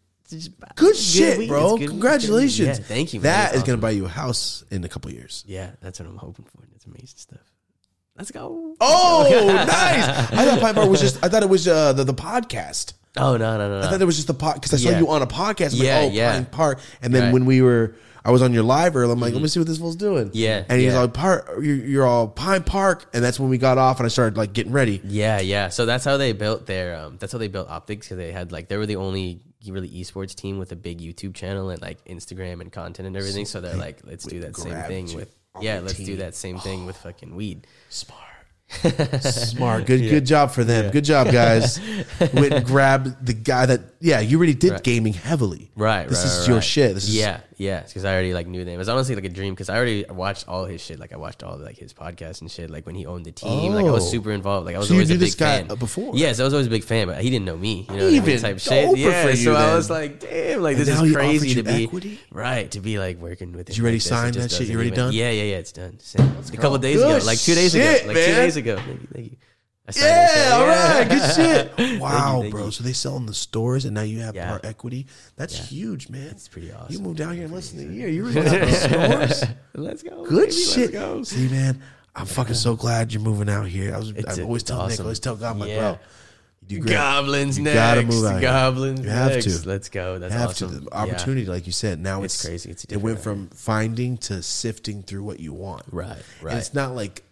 [SPEAKER 1] Good shit,
[SPEAKER 3] weed.
[SPEAKER 1] bro.
[SPEAKER 3] It's good weed.
[SPEAKER 1] Congratulations.
[SPEAKER 3] Yeah, thank you, man.
[SPEAKER 1] That
[SPEAKER 3] That's
[SPEAKER 1] is going to buy you a house in a couple years.
[SPEAKER 3] Yeah, that's what I'm hoping for. That's amazing stuff. Let's go.
[SPEAKER 1] Oh, nice. I thought Pine Bar was just, I thought it was uh, the, the podcast.
[SPEAKER 3] Oh no, no, no,
[SPEAKER 1] I
[SPEAKER 3] no.
[SPEAKER 1] thought there was just the pod because I saw
[SPEAKER 3] Yeah.
[SPEAKER 1] you on a podcast. I'm
[SPEAKER 3] Yeah,
[SPEAKER 1] like, oh,
[SPEAKER 3] yeah.
[SPEAKER 1] Pine Park. And then
[SPEAKER 3] Right.
[SPEAKER 1] when we were, I was on your live earlier. I'm like, let me see what this fool's doing.
[SPEAKER 3] Yeah,
[SPEAKER 1] and he's
[SPEAKER 3] yeah.
[SPEAKER 1] all Park. You're, you're all Pine Park, and that's when we got off, and I started like getting ready.
[SPEAKER 3] Yeah, yeah. So that's how they built their um that's how they built optics because they had like they were the only really esports team with a big YouTube channel and like Instagram and content and everything. So they're like, let's do that same
[SPEAKER 1] grabbed
[SPEAKER 3] thing
[SPEAKER 1] you
[SPEAKER 3] with
[SPEAKER 1] on
[SPEAKER 3] yeah,
[SPEAKER 1] the
[SPEAKER 3] let's do
[SPEAKER 1] team.
[SPEAKER 3] that same thing with fucking weed.
[SPEAKER 1] Smart. Smart. Good good job for them. Good job, guys. Went and grabbed the guy that yeah, you already did gaming heavily.
[SPEAKER 3] Right.
[SPEAKER 1] This
[SPEAKER 3] right,
[SPEAKER 1] is
[SPEAKER 3] right,
[SPEAKER 1] your
[SPEAKER 3] right.
[SPEAKER 1] shit. This is
[SPEAKER 3] yeah, yeah. Because I already like knew them. It was honestly like a dream because I already watched all his shit. Like I watched all like his podcasts and shit. Like when he owned the team, like I
[SPEAKER 1] Oh.
[SPEAKER 3] was super involved. Like I was
[SPEAKER 1] So you
[SPEAKER 3] always
[SPEAKER 1] knew
[SPEAKER 3] a big
[SPEAKER 1] this guy,
[SPEAKER 3] fan
[SPEAKER 1] uh, before?
[SPEAKER 3] Yes, I was always a big fan, but he didn't know me. You know, what I mean,
[SPEAKER 1] Even
[SPEAKER 3] type shit.
[SPEAKER 1] doper
[SPEAKER 3] Yeah.
[SPEAKER 1] for
[SPEAKER 3] so
[SPEAKER 1] you
[SPEAKER 3] I
[SPEAKER 1] then.
[SPEAKER 3] was like, damn, like
[SPEAKER 1] And
[SPEAKER 3] this
[SPEAKER 1] now
[SPEAKER 3] is
[SPEAKER 1] he offered
[SPEAKER 3] crazy
[SPEAKER 1] you
[SPEAKER 3] to be
[SPEAKER 1] equity?
[SPEAKER 3] right to be like working with. Did
[SPEAKER 1] you already sign that shit? You already done?
[SPEAKER 3] Yeah, yeah, yeah. It's done. Sent. A couple days
[SPEAKER 1] Good
[SPEAKER 3] ago, like two days
[SPEAKER 1] shit,
[SPEAKER 3] ago, like two
[SPEAKER 1] man.
[SPEAKER 3] days ago. Thank you. Thank you. I signed it,
[SPEAKER 1] Yeah,
[SPEAKER 3] so-
[SPEAKER 1] all right, good shit. Wow,
[SPEAKER 3] thank
[SPEAKER 1] bro.
[SPEAKER 3] you.
[SPEAKER 1] So they sell in the stores, and now you have
[SPEAKER 3] Yeah.
[SPEAKER 1] part equity. That's huge, man. That's
[SPEAKER 3] pretty
[SPEAKER 1] You
[SPEAKER 3] awesome.
[SPEAKER 1] moved down here in less than a year. You were going out in the stores.
[SPEAKER 3] Let's go.
[SPEAKER 1] Good
[SPEAKER 3] baby, let's
[SPEAKER 1] shit.
[SPEAKER 3] go.
[SPEAKER 1] See, man, I'm fucking so glad you're moving out here. I was,
[SPEAKER 3] It's-
[SPEAKER 1] I always
[SPEAKER 3] it's
[SPEAKER 1] tell Nick,
[SPEAKER 3] awesome.
[SPEAKER 1] I always tell God, I'm like,
[SPEAKER 3] Yeah.
[SPEAKER 1] bro, you do great.
[SPEAKER 3] Goblins
[SPEAKER 1] You
[SPEAKER 3] next.
[SPEAKER 1] gotta move out here.
[SPEAKER 3] Goblins
[SPEAKER 1] You have
[SPEAKER 3] next.
[SPEAKER 1] to.
[SPEAKER 3] Let's go. That's
[SPEAKER 1] have
[SPEAKER 3] awesome.
[SPEAKER 1] to the
[SPEAKER 3] Yeah.
[SPEAKER 1] opportunity like you said now it's,
[SPEAKER 3] It's crazy. It's a
[SPEAKER 1] it went
[SPEAKER 3] different
[SPEAKER 1] from finding to sifting through what you want
[SPEAKER 3] Right,
[SPEAKER 1] and
[SPEAKER 3] right.
[SPEAKER 1] it's not like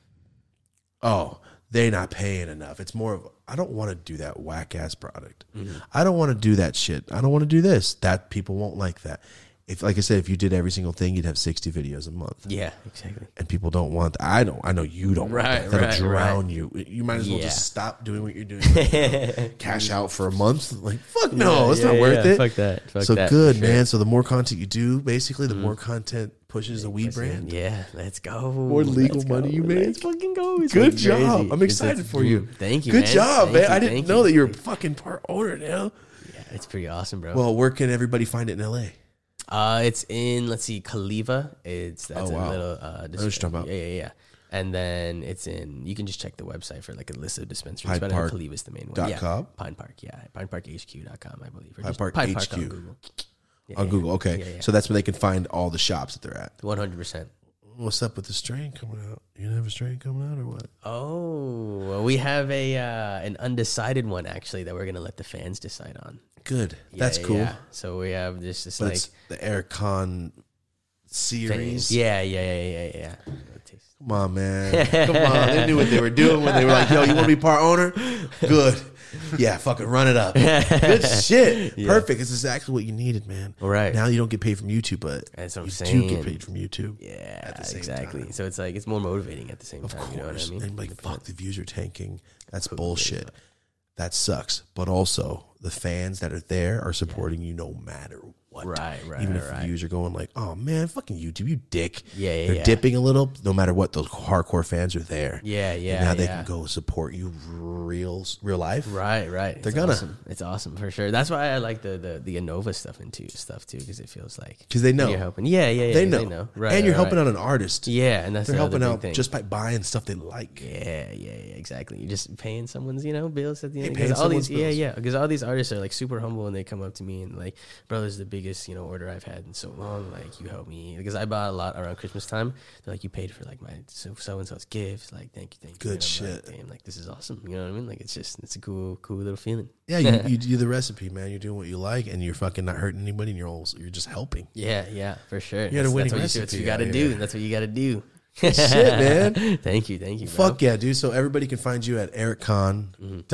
[SPEAKER 1] oh they're not paying enough it's more of i don't want to do that whack ass product
[SPEAKER 3] Mm-hmm.
[SPEAKER 1] i don't want to do that shit i don't want to do this that people won't like that if like i said if you did every single thing you'd have 60 videos a month
[SPEAKER 3] Yeah, exactly.
[SPEAKER 1] and people don't want that. I don't. I know you don't
[SPEAKER 3] Right,
[SPEAKER 1] want that. That'll
[SPEAKER 3] right,
[SPEAKER 1] drown you. You might as well
[SPEAKER 3] Yeah.
[SPEAKER 1] just stop doing what you're doing. right now. Cash out for a month. Like fuck no,
[SPEAKER 3] Yeah,
[SPEAKER 1] it's
[SPEAKER 3] yeah,
[SPEAKER 1] not worth
[SPEAKER 3] yeah.
[SPEAKER 1] it.
[SPEAKER 3] Fuck that. Fuck
[SPEAKER 1] so
[SPEAKER 3] that,
[SPEAKER 1] good,
[SPEAKER 3] for sure.
[SPEAKER 1] man. So the more content you do, basically, the more content Mm-hmm. pushes the weed brand.
[SPEAKER 3] Yeah, let's go.
[SPEAKER 1] More legal
[SPEAKER 3] Let's go.
[SPEAKER 1] money you made.
[SPEAKER 3] Let's fucking go. It's
[SPEAKER 1] Good
[SPEAKER 3] like
[SPEAKER 1] job.
[SPEAKER 3] crazy.
[SPEAKER 1] I'm
[SPEAKER 3] It's-
[SPEAKER 1] excited
[SPEAKER 3] it's-
[SPEAKER 1] for you.
[SPEAKER 3] Thank you.
[SPEAKER 1] Good
[SPEAKER 3] man.
[SPEAKER 1] job,
[SPEAKER 3] Thank
[SPEAKER 1] man.
[SPEAKER 3] you,
[SPEAKER 1] I didn't
[SPEAKER 3] thank
[SPEAKER 1] know that you're a fucking part owner now.
[SPEAKER 3] Yeah, it's pretty awesome, bro.
[SPEAKER 1] Well, where can everybody find it in LA?
[SPEAKER 3] Uh, it's in let's see, Kaliva. It's that's
[SPEAKER 1] Oh, wow.
[SPEAKER 3] a little. Uh,
[SPEAKER 1] what you're talking about.
[SPEAKER 3] Yeah, yeah, yeah. And then it's in. You can just check the website for like a list of dispensaries.
[SPEAKER 1] Hyde
[SPEAKER 3] but I know
[SPEAKER 1] Park
[SPEAKER 3] Kaliva is the main one.
[SPEAKER 1] dot
[SPEAKER 3] yeah,
[SPEAKER 1] com?
[SPEAKER 3] Pine Park. Yeah, pineparkhq.com, I believe. Or
[SPEAKER 1] Hyde
[SPEAKER 3] just
[SPEAKER 1] Park HQ.
[SPEAKER 3] on Google. Yeah,
[SPEAKER 1] on
[SPEAKER 3] yeah.
[SPEAKER 1] Google. Okay.
[SPEAKER 3] Yeah, yeah.
[SPEAKER 1] So that's where they can find all the shops that they're at.
[SPEAKER 3] One hundred percent.
[SPEAKER 1] What's up with the strain coming out? You gonna have a strain coming out or what?
[SPEAKER 3] Oh, well, we have a uh, an undecided one actually that we're gonna let the fans decide on.
[SPEAKER 1] Good.
[SPEAKER 3] Yeah,
[SPEAKER 1] that's
[SPEAKER 3] yeah,
[SPEAKER 1] cool.
[SPEAKER 3] yeah. So we have this this like
[SPEAKER 1] That's the Aircon
[SPEAKER 3] thing.
[SPEAKER 1] series.
[SPEAKER 3] Yeah, yeah, yeah, yeah, yeah. It tastes-
[SPEAKER 1] Come on, man. Come on. They knew what they were doing when they were like, yo, you want to be part owner? Good. Yeah, fucking run it up. Good shit. Perfect. It's exactly what you needed, man.
[SPEAKER 3] All right.
[SPEAKER 1] Now you don't get paid from YouTube, but
[SPEAKER 3] That's what I'm
[SPEAKER 1] you do
[SPEAKER 3] saying.
[SPEAKER 1] get paid from YouTube.
[SPEAKER 3] Yeah,
[SPEAKER 1] the same
[SPEAKER 3] exactly.
[SPEAKER 1] time.
[SPEAKER 3] So it's like it's more motivating at the same
[SPEAKER 1] Of
[SPEAKER 3] time.
[SPEAKER 1] course.
[SPEAKER 3] You know what I mean?
[SPEAKER 1] And like, fuck, the views are tanking. That's bullshit. That sucks. But also, the fans that are there are supporting you no matter what.
[SPEAKER 3] Right, right,
[SPEAKER 1] Even if
[SPEAKER 3] right.
[SPEAKER 1] the views are going like, oh man, fucking YouTube, you dick.
[SPEAKER 3] Yeah, yeah,
[SPEAKER 1] They're
[SPEAKER 3] yeah.
[SPEAKER 1] dipping a little. No matter what, those hardcore fans are there.
[SPEAKER 3] Yeah,
[SPEAKER 1] And
[SPEAKER 3] yeah,
[SPEAKER 1] now they
[SPEAKER 3] yeah.
[SPEAKER 1] can go support you real, real life.
[SPEAKER 3] Right, right. They're
[SPEAKER 1] gonna.
[SPEAKER 3] Awesome. It's awesome for sure. That's why I like the the, the Innova stuff into stuff too, because it feels like
[SPEAKER 1] 'Cause they know.
[SPEAKER 3] you're helping. Yeah, yeah, yeah.
[SPEAKER 1] They
[SPEAKER 3] 'cause
[SPEAKER 1] know.
[SPEAKER 3] Right,
[SPEAKER 1] and you're
[SPEAKER 3] right,
[SPEAKER 1] helping
[SPEAKER 3] right.
[SPEAKER 1] out an artist.
[SPEAKER 3] Yeah, and that's
[SPEAKER 1] They're
[SPEAKER 3] the
[SPEAKER 1] helping
[SPEAKER 3] other big
[SPEAKER 1] out
[SPEAKER 3] thing.
[SPEAKER 1] just by buying stuff they like.
[SPEAKER 3] Yeah, yeah, yeah, exactly. You're just paying someone's, you know, bills at the
[SPEAKER 1] Hey,
[SPEAKER 3] end.
[SPEAKER 1] paying
[SPEAKER 3] Because all these,
[SPEAKER 1] someone's
[SPEAKER 3] yeah,
[SPEAKER 1] bills.
[SPEAKER 3] yeah, because all these artists are like super humble and they come up to me and like, bro, this is the biggest, you know, order I've had in so long. Like, you helped me because I bought a lot around Christmas time. They're like, you paid for like my so and so's gifts. Like, thank you, thank you.
[SPEAKER 1] Good
[SPEAKER 3] And I'm like,
[SPEAKER 1] shit.
[SPEAKER 3] Damn, like this is awesome. You know what I mean? Like, it's just it's a cool, cool little feeling.
[SPEAKER 1] Yeah, you, you do the recipe, man. You're doing what you like, and you're fucking not hurting anybody, and you're also, you're just helping.
[SPEAKER 3] Yeah, yeah, for sure.
[SPEAKER 1] got a
[SPEAKER 3] That's-
[SPEAKER 1] winning
[SPEAKER 3] that's what you- that's
[SPEAKER 1] recipe
[SPEAKER 3] what you got to
[SPEAKER 1] out
[SPEAKER 3] do.
[SPEAKER 1] here.
[SPEAKER 3] That's what you got to do.
[SPEAKER 1] Shit, man.
[SPEAKER 3] thank you, thank you. Bro.
[SPEAKER 1] Fuck yeah, dude. So everybody can find you at ericcon.ig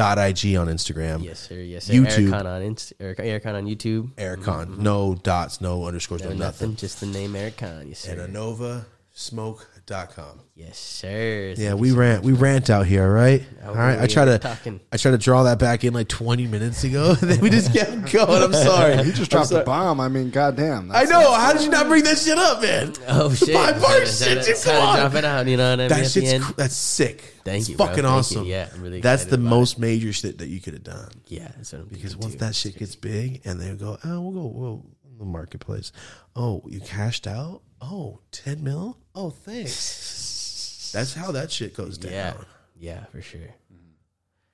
[SPEAKER 1] on Instagram.
[SPEAKER 3] Mm-hmm. Yes, sir. Yes, sir.
[SPEAKER 1] YouTube.
[SPEAKER 3] Ericon on Inst- Eric, Ericon on YouTube.
[SPEAKER 1] Ericon. No dots, no underscores, no,
[SPEAKER 3] Mm-hmm. No,
[SPEAKER 1] nothing.
[SPEAKER 3] nothing. Just the name Eric Khan. Yes,
[SPEAKER 1] And
[SPEAKER 3] sir.
[SPEAKER 1] AnovaSmoke.com.
[SPEAKER 3] Yes, sir.
[SPEAKER 1] Yeah, we rant. We rant out here, all right?
[SPEAKER 3] Oh,
[SPEAKER 1] All right. I try
[SPEAKER 3] we're
[SPEAKER 1] to
[SPEAKER 3] talking.
[SPEAKER 1] I try to draw that back in like 20 minutes ago. and then we just kept going. I'm sorry.
[SPEAKER 2] He just dropped a bomb. I mean, goddamn.
[SPEAKER 1] I know. How did you not bring that shit up, man?
[SPEAKER 3] Oh
[SPEAKER 1] The
[SPEAKER 3] shit!
[SPEAKER 1] Pie
[SPEAKER 3] I'm
[SPEAKER 1] bar
[SPEAKER 3] trying to-
[SPEAKER 1] shit.
[SPEAKER 3] trying
[SPEAKER 1] you
[SPEAKER 3] to-
[SPEAKER 1] come
[SPEAKER 3] trying to
[SPEAKER 1] on.
[SPEAKER 3] Drop it out. You know what I mean?
[SPEAKER 1] That
[SPEAKER 3] At the
[SPEAKER 1] shit's
[SPEAKER 3] end.
[SPEAKER 1] cr- that's sick.
[SPEAKER 3] Thank
[SPEAKER 1] It's
[SPEAKER 3] you, bro.
[SPEAKER 1] fucking
[SPEAKER 3] Thank you.
[SPEAKER 1] awesome.
[SPEAKER 3] Yeah, I'm really
[SPEAKER 1] That's
[SPEAKER 3] excited
[SPEAKER 1] the
[SPEAKER 3] about
[SPEAKER 1] most major shit that you could have done.
[SPEAKER 3] yeah, that's what I'm
[SPEAKER 1] Because
[SPEAKER 3] thinking,
[SPEAKER 1] once
[SPEAKER 3] too.
[SPEAKER 1] that shit gets big and they go, oh, we'll go, well, the marketplace. Oh, you cashed out? Oh, 10 mil? Oh, thanks. That's how that shit goes down.
[SPEAKER 3] yeah, yeah, for sure.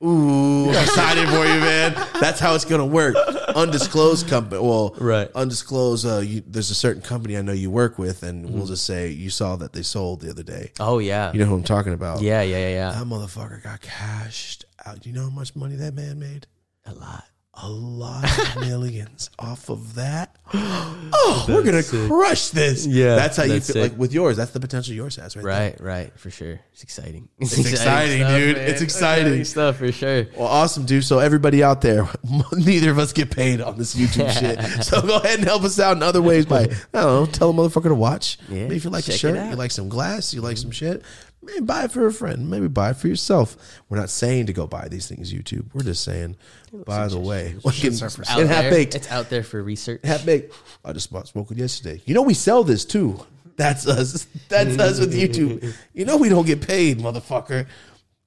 [SPEAKER 1] Ooh, I'm excited for you, man. That's how it's gonna work. Undisclosed company. Well,
[SPEAKER 3] Right.
[SPEAKER 1] Undisclosed. Uh, you, there's a certain company I know you work with, and we'll
[SPEAKER 3] Mm-hmm.
[SPEAKER 1] just say you saw that they sold the other day.
[SPEAKER 3] Oh yeah,
[SPEAKER 1] You know who I'm talking about?
[SPEAKER 3] yeah, yeah, yeah, yeah.
[SPEAKER 1] That motherfucker got cashed out. You know how much money that man made?
[SPEAKER 3] A lot.
[SPEAKER 1] A lot of millions off of that. Oh, we're gonna crush this.
[SPEAKER 3] Yeah,
[SPEAKER 1] that's how
[SPEAKER 3] that's
[SPEAKER 1] you feel
[SPEAKER 3] sick.
[SPEAKER 1] like with yours. That's the potential yours has, right? there.
[SPEAKER 3] Right, right, for sure. It's exciting. It's,
[SPEAKER 1] exciting, dude. It's exciting.
[SPEAKER 3] stuff for sure.
[SPEAKER 1] Well, awesome, dude. So everybody out there, neither of us get paid on this YouTube shit. So go ahead and help us out in other ways by I don't know, tell a motherfucker to watch.
[SPEAKER 3] Yeah,
[SPEAKER 1] Maybe if you like a
[SPEAKER 3] check it
[SPEAKER 1] shirt,
[SPEAKER 3] out.
[SPEAKER 1] you like some glass, you like some shit. Maybe buy it for a friend. Maybe buy it for yourself. We're not saying to go buy these things YouTube. We're just saying, by the way, fucking-
[SPEAKER 2] are for
[SPEAKER 1] and half
[SPEAKER 3] there.
[SPEAKER 1] baked,
[SPEAKER 3] It's out there for research.
[SPEAKER 1] half baked. I just bought smoking yesterday. You know we sell this too. That's us. That's us with YouTube. You know we don't get paid, motherfucker.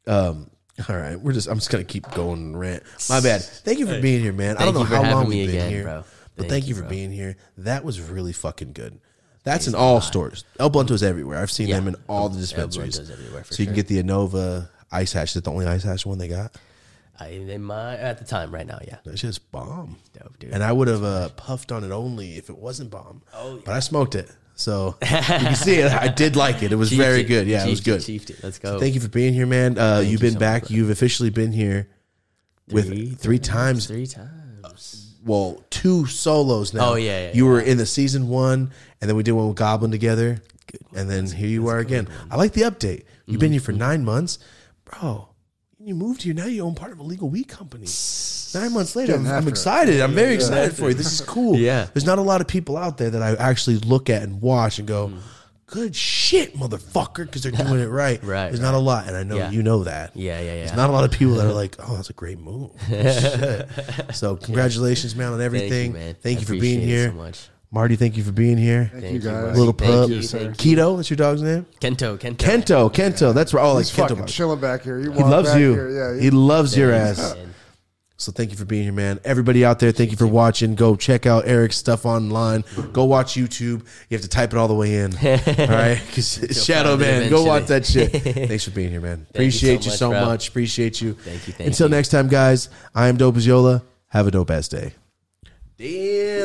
[SPEAKER 1] Um, all right, we're just. I'm just gonna keep going and rant. My bad. Thank you for being here, man. I don't
[SPEAKER 3] Thank
[SPEAKER 1] know
[SPEAKER 3] you for
[SPEAKER 1] how
[SPEAKER 3] having
[SPEAKER 1] long
[SPEAKER 3] me
[SPEAKER 1] we've been
[SPEAKER 3] again,
[SPEAKER 1] here,
[SPEAKER 3] bro.
[SPEAKER 1] but thank,
[SPEAKER 3] Thank
[SPEAKER 1] you
[SPEAKER 3] you,
[SPEAKER 1] for
[SPEAKER 3] bro.
[SPEAKER 1] being here. That was really fucking good. That's in all stores. El Blunto's everywhere. I've seen them in all the dispensaries.
[SPEAKER 3] Blunto's everywhere, for
[SPEAKER 1] so you can
[SPEAKER 3] sure.
[SPEAKER 1] get the Innova Ice Hash. Is that the only Ice Hash one they got?
[SPEAKER 3] I, they might at the time right now. Yeah,
[SPEAKER 1] That shit's bomb.
[SPEAKER 3] dope, dude.
[SPEAKER 1] And I would have uh, puffed on it only if it wasn't bomb. Oh, But I smoked it. So you can see it. I did like it. It was
[SPEAKER 3] Chiefed
[SPEAKER 1] very
[SPEAKER 3] it.
[SPEAKER 1] good. Yeah, it was
[SPEAKER 3] Chiefed
[SPEAKER 1] good.
[SPEAKER 3] Chiefed it. Let's go.
[SPEAKER 1] Thank you for being here, man. Uh, you've
[SPEAKER 3] you
[SPEAKER 1] been
[SPEAKER 3] so
[SPEAKER 1] back.
[SPEAKER 3] much,
[SPEAKER 1] you've officially been here with three,
[SPEAKER 3] Three
[SPEAKER 1] times.
[SPEAKER 3] Three times.
[SPEAKER 1] Well, two solos now.
[SPEAKER 3] Oh, yeah, yeah,
[SPEAKER 1] you were in the season one, and then we did one with Goblin together, and then here you are again. I like the update. You've
[SPEAKER 3] Mm-hmm.
[SPEAKER 1] been here for nine months, bro. You moved here now. You own part of a legal weed company. Nine months later, I'm,
[SPEAKER 2] Getting
[SPEAKER 1] I'm
[SPEAKER 2] after it.
[SPEAKER 1] excited. I'm very excited for you. This is cool.
[SPEAKER 3] Yeah.
[SPEAKER 1] there's not a lot of people out there that I actually look at and watch and
[SPEAKER 3] Mm-hmm.
[SPEAKER 1] go, "Good shit, motherfucker," because they're doing it right.
[SPEAKER 3] Right,
[SPEAKER 1] There's not a lot, and I know
[SPEAKER 3] Yeah.
[SPEAKER 1] you know that.
[SPEAKER 3] Yeah, yeah, yeah.
[SPEAKER 1] There's not a lot of people that are like, "Oh, that's a great move." Shit. So congratulations, man, on everything.
[SPEAKER 3] Thank you, man.
[SPEAKER 1] Thank
[SPEAKER 3] I
[SPEAKER 1] you for
[SPEAKER 3] appreciate
[SPEAKER 1] being
[SPEAKER 3] it
[SPEAKER 1] here.
[SPEAKER 3] so much.
[SPEAKER 1] Marty, thank you for being here.
[SPEAKER 2] Thank, you
[SPEAKER 3] Thank you,
[SPEAKER 2] guys.
[SPEAKER 3] Wes.
[SPEAKER 1] Little
[SPEAKER 3] Thank
[SPEAKER 1] pup.
[SPEAKER 3] you, thank
[SPEAKER 1] Keto, that's your dog's name?
[SPEAKER 3] Kento, Kento.
[SPEAKER 1] Kento, Kento. That's right. Oh, like
[SPEAKER 2] He's
[SPEAKER 1] Kento.
[SPEAKER 2] fucking
[SPEAKER 1] vibes.
[SPEAKER 2] chilling back here. You
[SPEAKER 1] He
[SPEAKER 2] walk
[SPEAKER 1] loves
[SPEAKER 2] back
[SPEAKER 1] you.
[SPEAKER 2] Here. Yeah,
[SPEAKER 1] he loves your
[SPEAKER 3] Yeah,
[SPEAKER 1] ass.
[SPEAKER 3] man.
[SPEAKER 1] So thank you for being here, man. Everybody out there, thank you for watching. Go check out Eric's stuff online. Go watch YouTube. You have to type it all the way in. all right? Because Shadow
[SPEAKER 3] find it
[SPEAKER 1] Man, go watch that
[SPEAKER 3] eventually.
[SPEAKER 1] shit. Thanks for being here, man.
[SPEAKER 3] Thank you so
[SPEAKER 1] Appreciate you
[SPEAKER 3] much,
[SPEAKER 1] so much.
[SPEAKER 3] bro.
[SPEAKER 1] Appreciate you.
[SPEAKER 3] Thank you, thank
[SPEAKER 1] Until
[SPEAKER 3] you.
[SPEAKER 1] next time, guys, I am Dope as Yola. Have a dope ass day. Damn,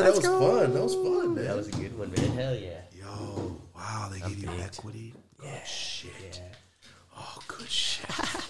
[SPEAKER 1] that was fun. That was fun, man.
[SPEAKER 3] That was a good one, man. Hell yeah.
[SPEAKER 1] Yo, wow, they gave you equity. Good shit. Oh, good shit.